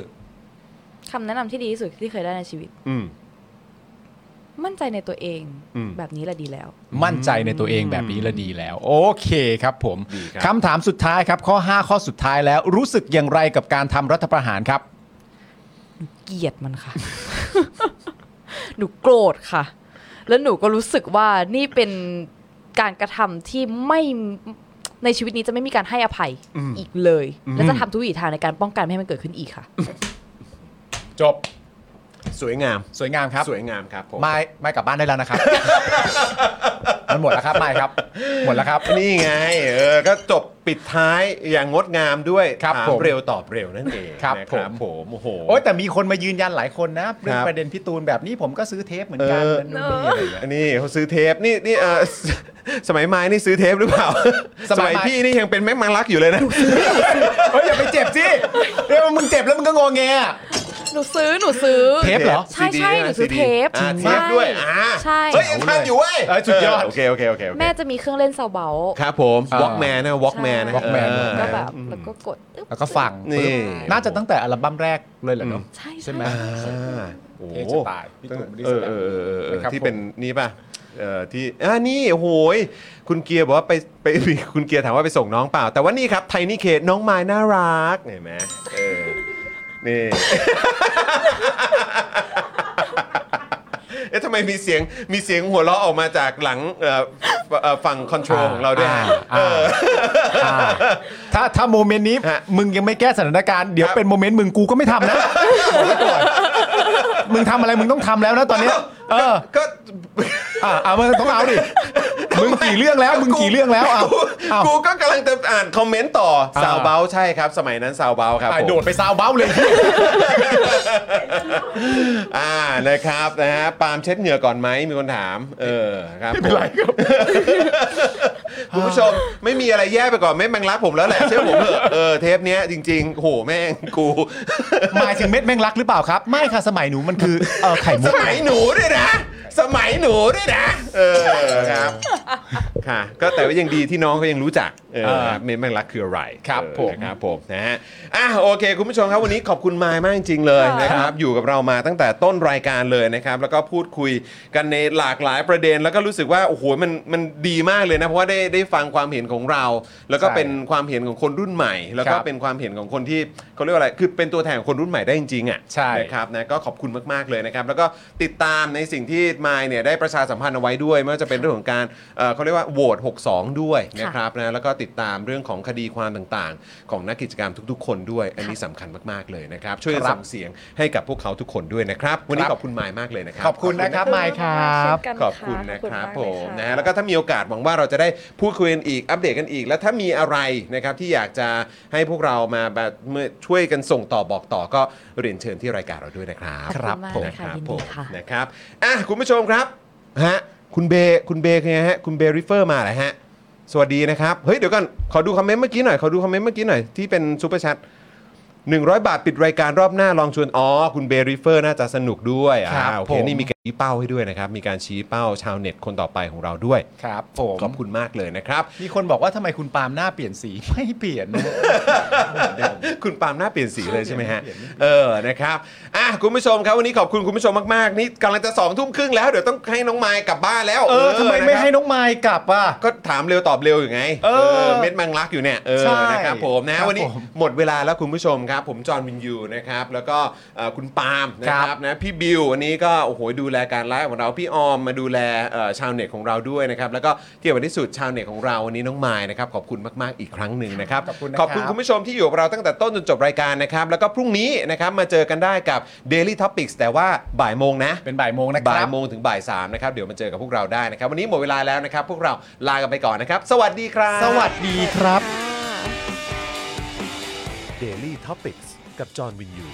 คำแนะนำที่ดีที่สุดที่เคยได้ในชีวิต
อืม
มั่นใจในตัวเอง
อืม
แบบนี้แหละดีแล้ว
มั่นใจในตัวเองแบบนี้ละดีแล้ว โอเคครับผม
ดีครับ
คำถามสุดท้ายครับ ข้อ 5 ข้อสุดท้ายแล้วรู้สึกอย่างไรกับการทำรัฐประหารครับ
เกลียดมันค่ะ <laughs> หนูโกรธค่ะ แล้วหนูก็รู้สึกว่านี่เป็นการกระทำที่ไม่ในชีวิตนี้จะไม่มีการให้อภัยอีกเลย และจะทำทุกวิถีทางในการป้องกันไม่ให้มันเกิดขึ้นอีกค่ะ
จบ
สวยงาม
สวยงามครับ
สวยงามครับผม
ไม่ไม่กลับบ้านได้
<laughs>
แล้วนะครับ มันหมดแล้วครับไม่ครับ หมดแล้วครับ
นี่ไง เออ ก็จบปิดท้ายอย่างงดงามด้วย
ครับ
ถาม
ผม
เร็วตอบเร็วนั่นเอง
ครับ
นะ
ผม
ผมโอ้โห
โอ้ยแต่มีคนมายืนยันหลายคนนะเรื่อ
ค
ง
รับ
ประเด็นพี่ตูนแบบนี้ผมก็ซื้อเทปเหมือนกัน
เออ
นั่นนู่นนี่อะไรอย่างเงี้ย
อันนี้เขา <laughs> ซื้อเทปนี่นี่เออ สมัยไม้นี่ซื้อเทปหรือเปล่า
<laughs> ส
ส
มั
มั
ย
ย
ไม้
พี่นี่ยังเป็นแม็กมังลักอยู่เลยนะ
เฮ้ยอย่าไปเจ็บสิเดี๋ยวมึงเจ็บแล้วมึงก็งอแงอะ
หนูซื้อหนูซื้อ
<laughs> เทป
<laughs>
เหรอ
ใช่ใช่หนูซื้อ
CD
เทป
อ่าเทป
ใช่
ด้วยอ่า
ใช่
เฮ้ยยังทันอยู่เว้ย
เออสุดยอด
เโอเคโอเคโอเคโอเค
แม่จะมีเครื่องเล่นเซาเบา
ครับผม
อ่าว
อล์กแมนนะวอล์กแมนนะ
Walkman
เออ
ก็แบบแล้วก็กดตึ๊บ
แล้วก็ฟัง
นี่
ปึ๊บน่าจะตั้งแต่อัลบั้มแรกเลยแหละเนาะ
ใช่
ใช่ไหม
ใช่
อ่าโอ้โห
เทปจะตายพี่ตูนบริ
เอ
ส
อ
แล
เออ
ม
เออเออเออ
นะครับ
ที่เป็นนี่ป่ะเออที่อ่านี่โอ้โหยคุณเกียร์บอกว่าไปไป คุณเกียร์ถามว่าไปส่งน้องเปล่า แต่ว่านี่ครับไทนี่เคน้องไม้น่ารักเห็นไหมเออนี่ <laughs> เอ๊ะทำไมมีเสียงมีเสียงหัวเราะออกมาจากหลังเอ่อเอ่อฝั่งคอนโทรลของเราด้วยฮะ
อ่าอ่าถ้าถ้าโมเมนต์นี้
ฮะ
มึงยังไม่แก้สถานการณ์ เดี๋ยว
ครับ
เป็นโมเมนต์มึงกูก็ไม่
<laughs>
ทำนะบอกไว้ก่อนมึงทำอะไรมึงต้องทำแล้วนะตอนเนี้ยเออ
ก็
อ่ะเอามึงต้องเอาดิมึงกี่เรื่องแล้ว มึงกี่เรื่องแล้วเอาเอา
กูก็กำลังจะอ่านคอมเมนต์ต่อซาวเบาใช่ครับ สมัยนั้นซาวเบาครับ
อ่ะ
ผม
โดดไปซาวเบ้าเลยพี่
อ่านะครับนะฮะปาล์มเช็ดเหงื่อก่อนไหมมีคนถาม เออครับไม่เป็นไรครับ <laughs> คุณผู้ชมไม่มีอะไรแย่ไปกว่าไม่แมงลักผมแล้วแหละเชื่อผมเถอะเออเทปเนี้ยจริง ๆโหแม่งกู
หมายถึงเม็ดแมงลักหรือเปล่าครับ ไม่ค่ะสมัยหนูมันคือเออไข่
ส
มุก
มัยหนูด้วยนะ สมัยหนูด้วยนะ เออครับค่ะ ก็แต่ว่ายังดีที่น้องเขายังรู้จักเออครับเม็ดแมงลักคืออะไร
ครับ
เออ
ผม
นะครับผมนะฮะอ่ะโอเค คุณผู้ชมครับวันนี้ขอบคุณมายมากจริงๆเลย
ค่ะ
นะครับ ครับอยู่กับเรามาตั้งแต่ต้นรายการเลยนะครับ แล้วก็พูดคุยกันในหลากหลายประเด็น แล้วก็รู้สึกว่าโอ้โหมันมันดีมากเลยนะเพราะว่าได้ได้ฟังความเห็นของเรา แล้วก็
ใช่
เป็นความเห็นของคนรุ่นใหม่ แล้วก็
ครับ
เป็นความเห็นของคนที่เขาเรียกว่าอะไรคือเป็นตัวแทนของคนรุ่นใหม่ได้จริงๆอ่ะ
ใช่
นะครับนะก็ขอบคุณมากๆเลยนะครับ แล้วก็ติดตามในสิ่งที่มายเนี่ยได้ประชาสัมพันธ์เอาไว้ด้วยไม่ว่าจะเป็นเรื่องของการเอ่อเขาเรียกว่าโหวต62 ด้วยนะครับนะแล้วก็ติดตามเรื่องของคดีความต่างๆ ของนักกิจกรรมทุก ๆ คนด้วย อันนี้สำคัญมากๆเลยนะครับช่วยกัน
ครับ
ส่ง เสียงให้กับพวกเขาทุกคนด้วยนะครับ วันนี้
ครับ
ขอบคุณมายมากเลยนะครับ
ขอบคุณนะครับไมค์ครับ
เช่นกันะ
ขอบคุณนะครับผ
ขอณากเล
ม
ยค่ะ
นะฮะแล้วก็ถ้ามีโอกาสหวังว่าเราจะได้พูดคุยกันอีกอัปเดตกันอีก แล้วถ้ามีอะไรนะครับที่อยากจะให้พวกเรามาแบบเมื่อช่วยกันส่งต่อบอกต่อก็เรียนเชิญที่รายการเราด้วยนะครับ
ขอบคุณมาก
ผม
เลยค่ะ
รับ
ยิน
ผ
ดี
ม
ค่ะ
นะครับอ่ะคุณผู้ชมครับฮะคุณเบคุณเบคือไงฮะคุณเบริเฟอร์มาเหรอฮะสวัสดีนะครับเฮ้ยเดี๋ยวก่อนขอดูคอมเมนต์เมื่อกี้หน่อยขอดูคอมเมนต์เมื่อกี้หน่อยที่เป็นซูเปอร์แชท 100 บาทปิดรายการรอบหน้าลองชวน อ๋อ คุณเบริเฟอร์น่าจะสนุกด้วยอ่า
ครับ
โอ
ผ
เค
ม
นี่มีการชี้เป้าให้ด้วยนะครับ มีการชี้เป้าชาวเน็ตคนต่อไปของเราด้วย
ครับผม
ขอบคุณมากเลยนะครับ
มีคนบอกว่าทำไมคุณปาล์มหน้าเปลี่ยนสีไม่เปลี่ยนนะ
<laughs> คุณปาล์มหน้าเปลี่ยนสีเลยใช่ไหมฮะ เออ นะครับ อ่ะ คุณผู้ชมครับ วันนี้ขอบคุณคุณผู้ชมมาก ๆ นี่กำลังจะสองทุ่มครึ่งแล้ว เดี๋ยวต้องให้น้องไมค์กลับบ้านแล้ว
เออทำไม
นะ
ไม่
ครับ
ให้น้องไมค์กลับอ่ะ
ก็ถามเร็วตอบเร็วอยู่ไง
เออ
เม็ดแมังลักอยู่เนี่ยเออ
ใช่
นะครับผมนะ
ครับ
วันนี้
ผม
หมดเวลาแล้วคุณผู้ชมครับ นะครับผมจอห์นวินยูนะครับแล้วก็เอ่อคุณปาล์มนะ
ครั
ค
บ
รับนะพี่บิววันนี้ก็โอ้โหดูแลการไลฟ์ของเราพี่ออมมาดูแลเอ่อชาวเน็ตของเราด้วยนะครับแล้วก็ที่สำคัญที่สุดชาวเน็ตของเราวันนี้น้องมายนะครับขอบคุณมากๆอีกครั้งหนึ่งนะครับ
ขอบคุณนะครับ
ขอบคุณคุณผู้ชมที่อยู่กับเราตั้งแต่ต้นจนจบรายการนะครับแล้วก็พรุ่งนี้นะครับมาเจอกันได้กับ Daily Topics แต่ว่าบ่ายโมงนะ
เป็นบ่ายโมงนะค
บ่า
รั
ย
บ
โมงถึงบ่ายสามนะครับ เดี๋ยวมาเจอกับพวกเราได้นะครับ วันนี้หมดเวลาแล้วนะครับ พวกเราลากันไปก่อนนะครับ สวัสดีครับ
สวัสดีครับ
Daily t o p i c กกับจอห์นวินยู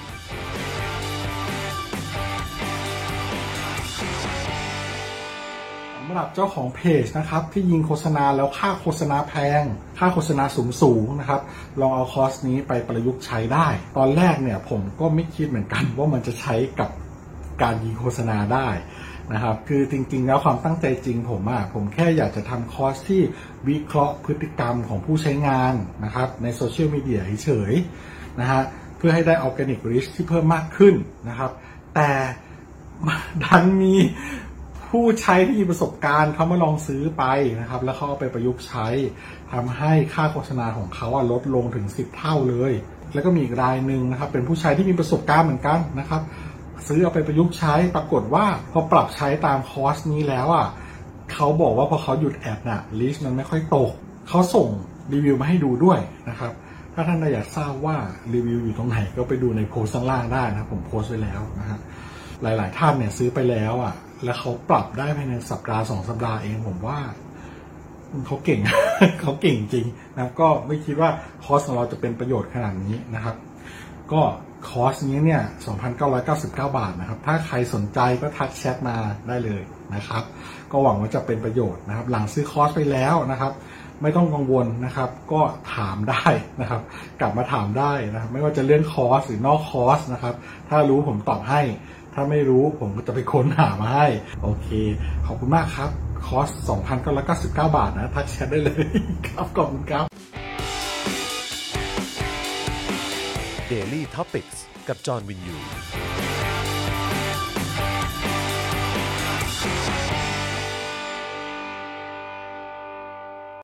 สำหรับเจ้าของเพจนะครับที่ยิงโฆษณาแล้วค่าโฆษณาแพง ค่าโฆษณาสูงสูงๆนะครับ ลองเอาคอร์สนี้ไปประยุกต์ใช้ได้ ตอนแรกเนี่ยผมก็ไม่คิดเหมือนกัน ว่ามันจะใช้กับการยิงโฆษณาได้นะครับคือจริงๆแล้วความตั้งใจจริงผมอะผมแค่อยากจะทำคอร์สที่วิเคราะห์พฤติกรรมของผู้ใช้งานนะครับในโซเชียลมีเดียเฉยๆนะฮะเพื่อให้ได้ออร์แกนิกริชที่เพิ่มมากขึ้นนะครับ แต่ <laughs> ดันมีผู้ใช้ที่มีประสบการณ์เขามาลองซื้อไปนะครับ แล้วเขาเอาไปประยุกต์ใช้ทำให้ค่าโฆษณาของเขาอะลดลงถึง 10 เท่าเลย แล้วก็มีอีกรายหนึ่งนะครับ เป็นผู้ใช้ที่มีประสบการณ์เหมือนกันนะครับ ซื้อเอาไปประยุกต์ใช้ปรากฏว่าพอปรับใช้ตามคอร์สนี้แล้วอ่ะเขาบอกว่าพอเขาหยุดแอดน่ะลิสต์มันไม่ค่อยตกเขาส่งรีวิวมาให้ดูด้วยนะครับ ถ้าท่านอยากทราบว่ารีวิวอยู่ตรงไหนก็ไปดูในโพสต์ข้างล่างได้นะครับผมโพสต์ไว้แล้วนะฮะ หลาย ๆ ท่านเนี่ยซื้อไปแล้วอ่ะ แล้วเขาปรับได้ภายในสัปดาห์สองสัปดาห์เองผมว่าเขาเก่ง <laughs> เขาเก่งจริงนะครับก็ไม่คิดว่าคอร์สของเราจะเป็นประโยชน์ขนาดนี้นะครับ ก็คอร์สนี้เนี่ย 2,999 บาทนะครับ ถ้าใครสนใจก็ทักแชทมาได้เลยนะครับ ก็หวังว่าจะเป็นประโยชน์นะครับ หลังซื้อคอร์สไปแล้วนะครับ ไม่ต้องกังวลนะครับ ก็ถามได้นะครับ กลับมาถามได้นะครับ ไม่ว่าจะเรื่องคอร์สหรือนอกคอร์สนะครับ ถ้ารู้ผมตอบให้ ถ้าไม่รู้ผมก็จะไปค้นหามาให้ โอเค ขอบคุณมากครับ คอร์ส 2,999 บาทนะ ทักแชทได้เลย ครับขอบคุณครับ
เดลี่ท็อปิกกับจอห์นวินยู